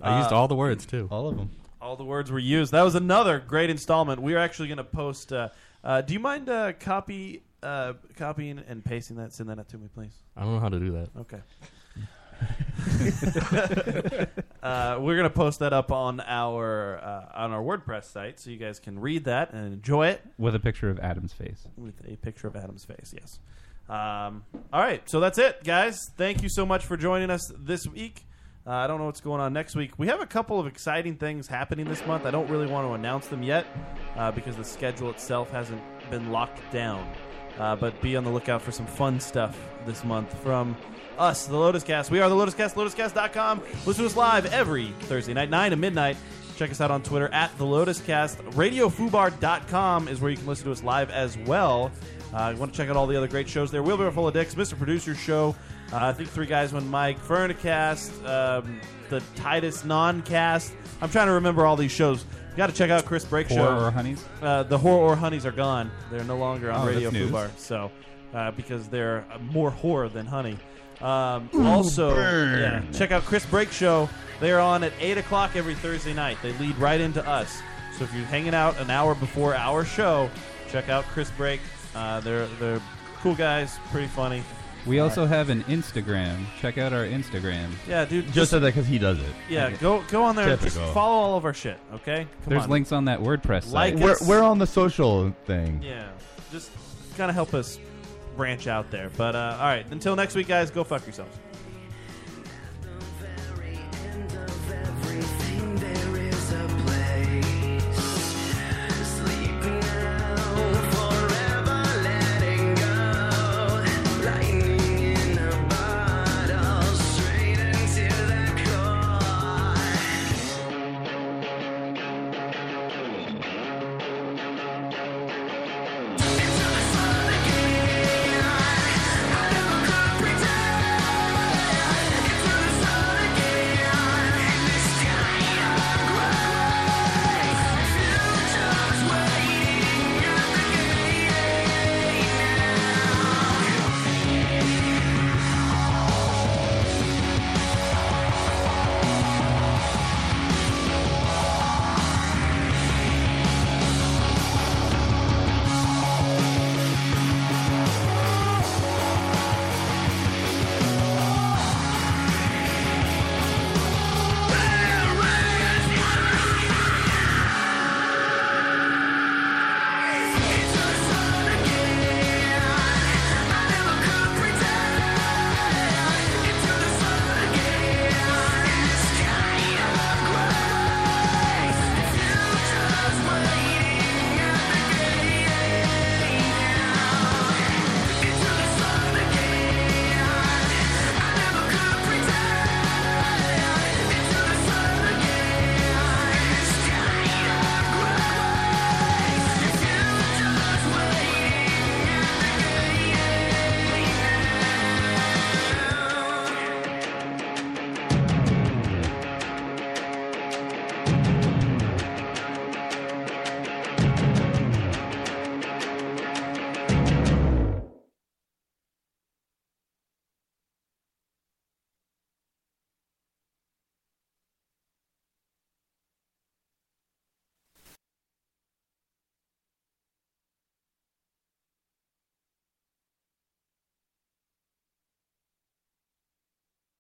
S10: I used
S7: Uh,
S10: all the words, too. All
S8: of them.
S7: All the words were used. That was another great installment. We are actually going to post. Uh, uh, do you mind uh, copy, uh, copying and pasting that? Send that up to me, please.
S10: I don't know how to do that.
S7: Okay. uh, we're gonna post that up on our uh, on our WordPress site, so you guys can read that and enjoy it
S9: with a picture of Adam's face.
S7: with a picture of Adam's face. Yes. Um, all right, so that's it, guys. Thank you so much for joining us this week. Uh, I don't know what's going on next week. We have a couple of exciting things happening this month. I don't really want to announce them yet uh, because the schedule itself hasn't been locked down. Uh, but be on the lookout for some fun stuff this month from us, the Lotus Cast. We are the Lotus Cast, lotuscast.com. Listen to us live every Thursday night, 9 to midnight. Check us out on Twitter at the Lotus Cast. RadioFubar.com is where you can listen to us live as well. Uh, you want to check out all the other great shows there. Wheelbarrow Full of Dicks, Mr. Producer Show, uh, I think Three Guys One Mike, Fernacast, um, the Titus Non-Cast. I'm trying to remember all these shows. You got to check out Chris Brake
S9: Horror
S7: Show.
S9: or Honeys?
S7: Uh, the Horror or Honeys are gone. They're no longer on
S9: Oh, that's
S7: Radio
S9: news.
S7: Fubar, so uh, because they're uh, more horror than honey. Um, also,
S9: burn.
S7: yeah, check out Chris Brake Show. They're on at eight o'clock every Thursday night. They lead right into us. So if you're hanging out an hour before our show, check out Chris Brake. Uh, they're they're cool guys, pretty funny.
S9: We
S7: Uh,
S9: also have an Instagram. Check out our Instagram.
S7: Yeah, dude,
S8: Just said that because he does it.
S7: yeah, go go on there and just
S8: Typical.
S7: follow all of our shit. Okay, Come
S9: There's
S7: on.
S9: links on that WordPress
S7: Like
S9: site.
S7: us.
S8: We're on the social thing.
S7: Yeah, just kind of help us branch out there. But uh, all right, until next week, guys, go fuck yourselves.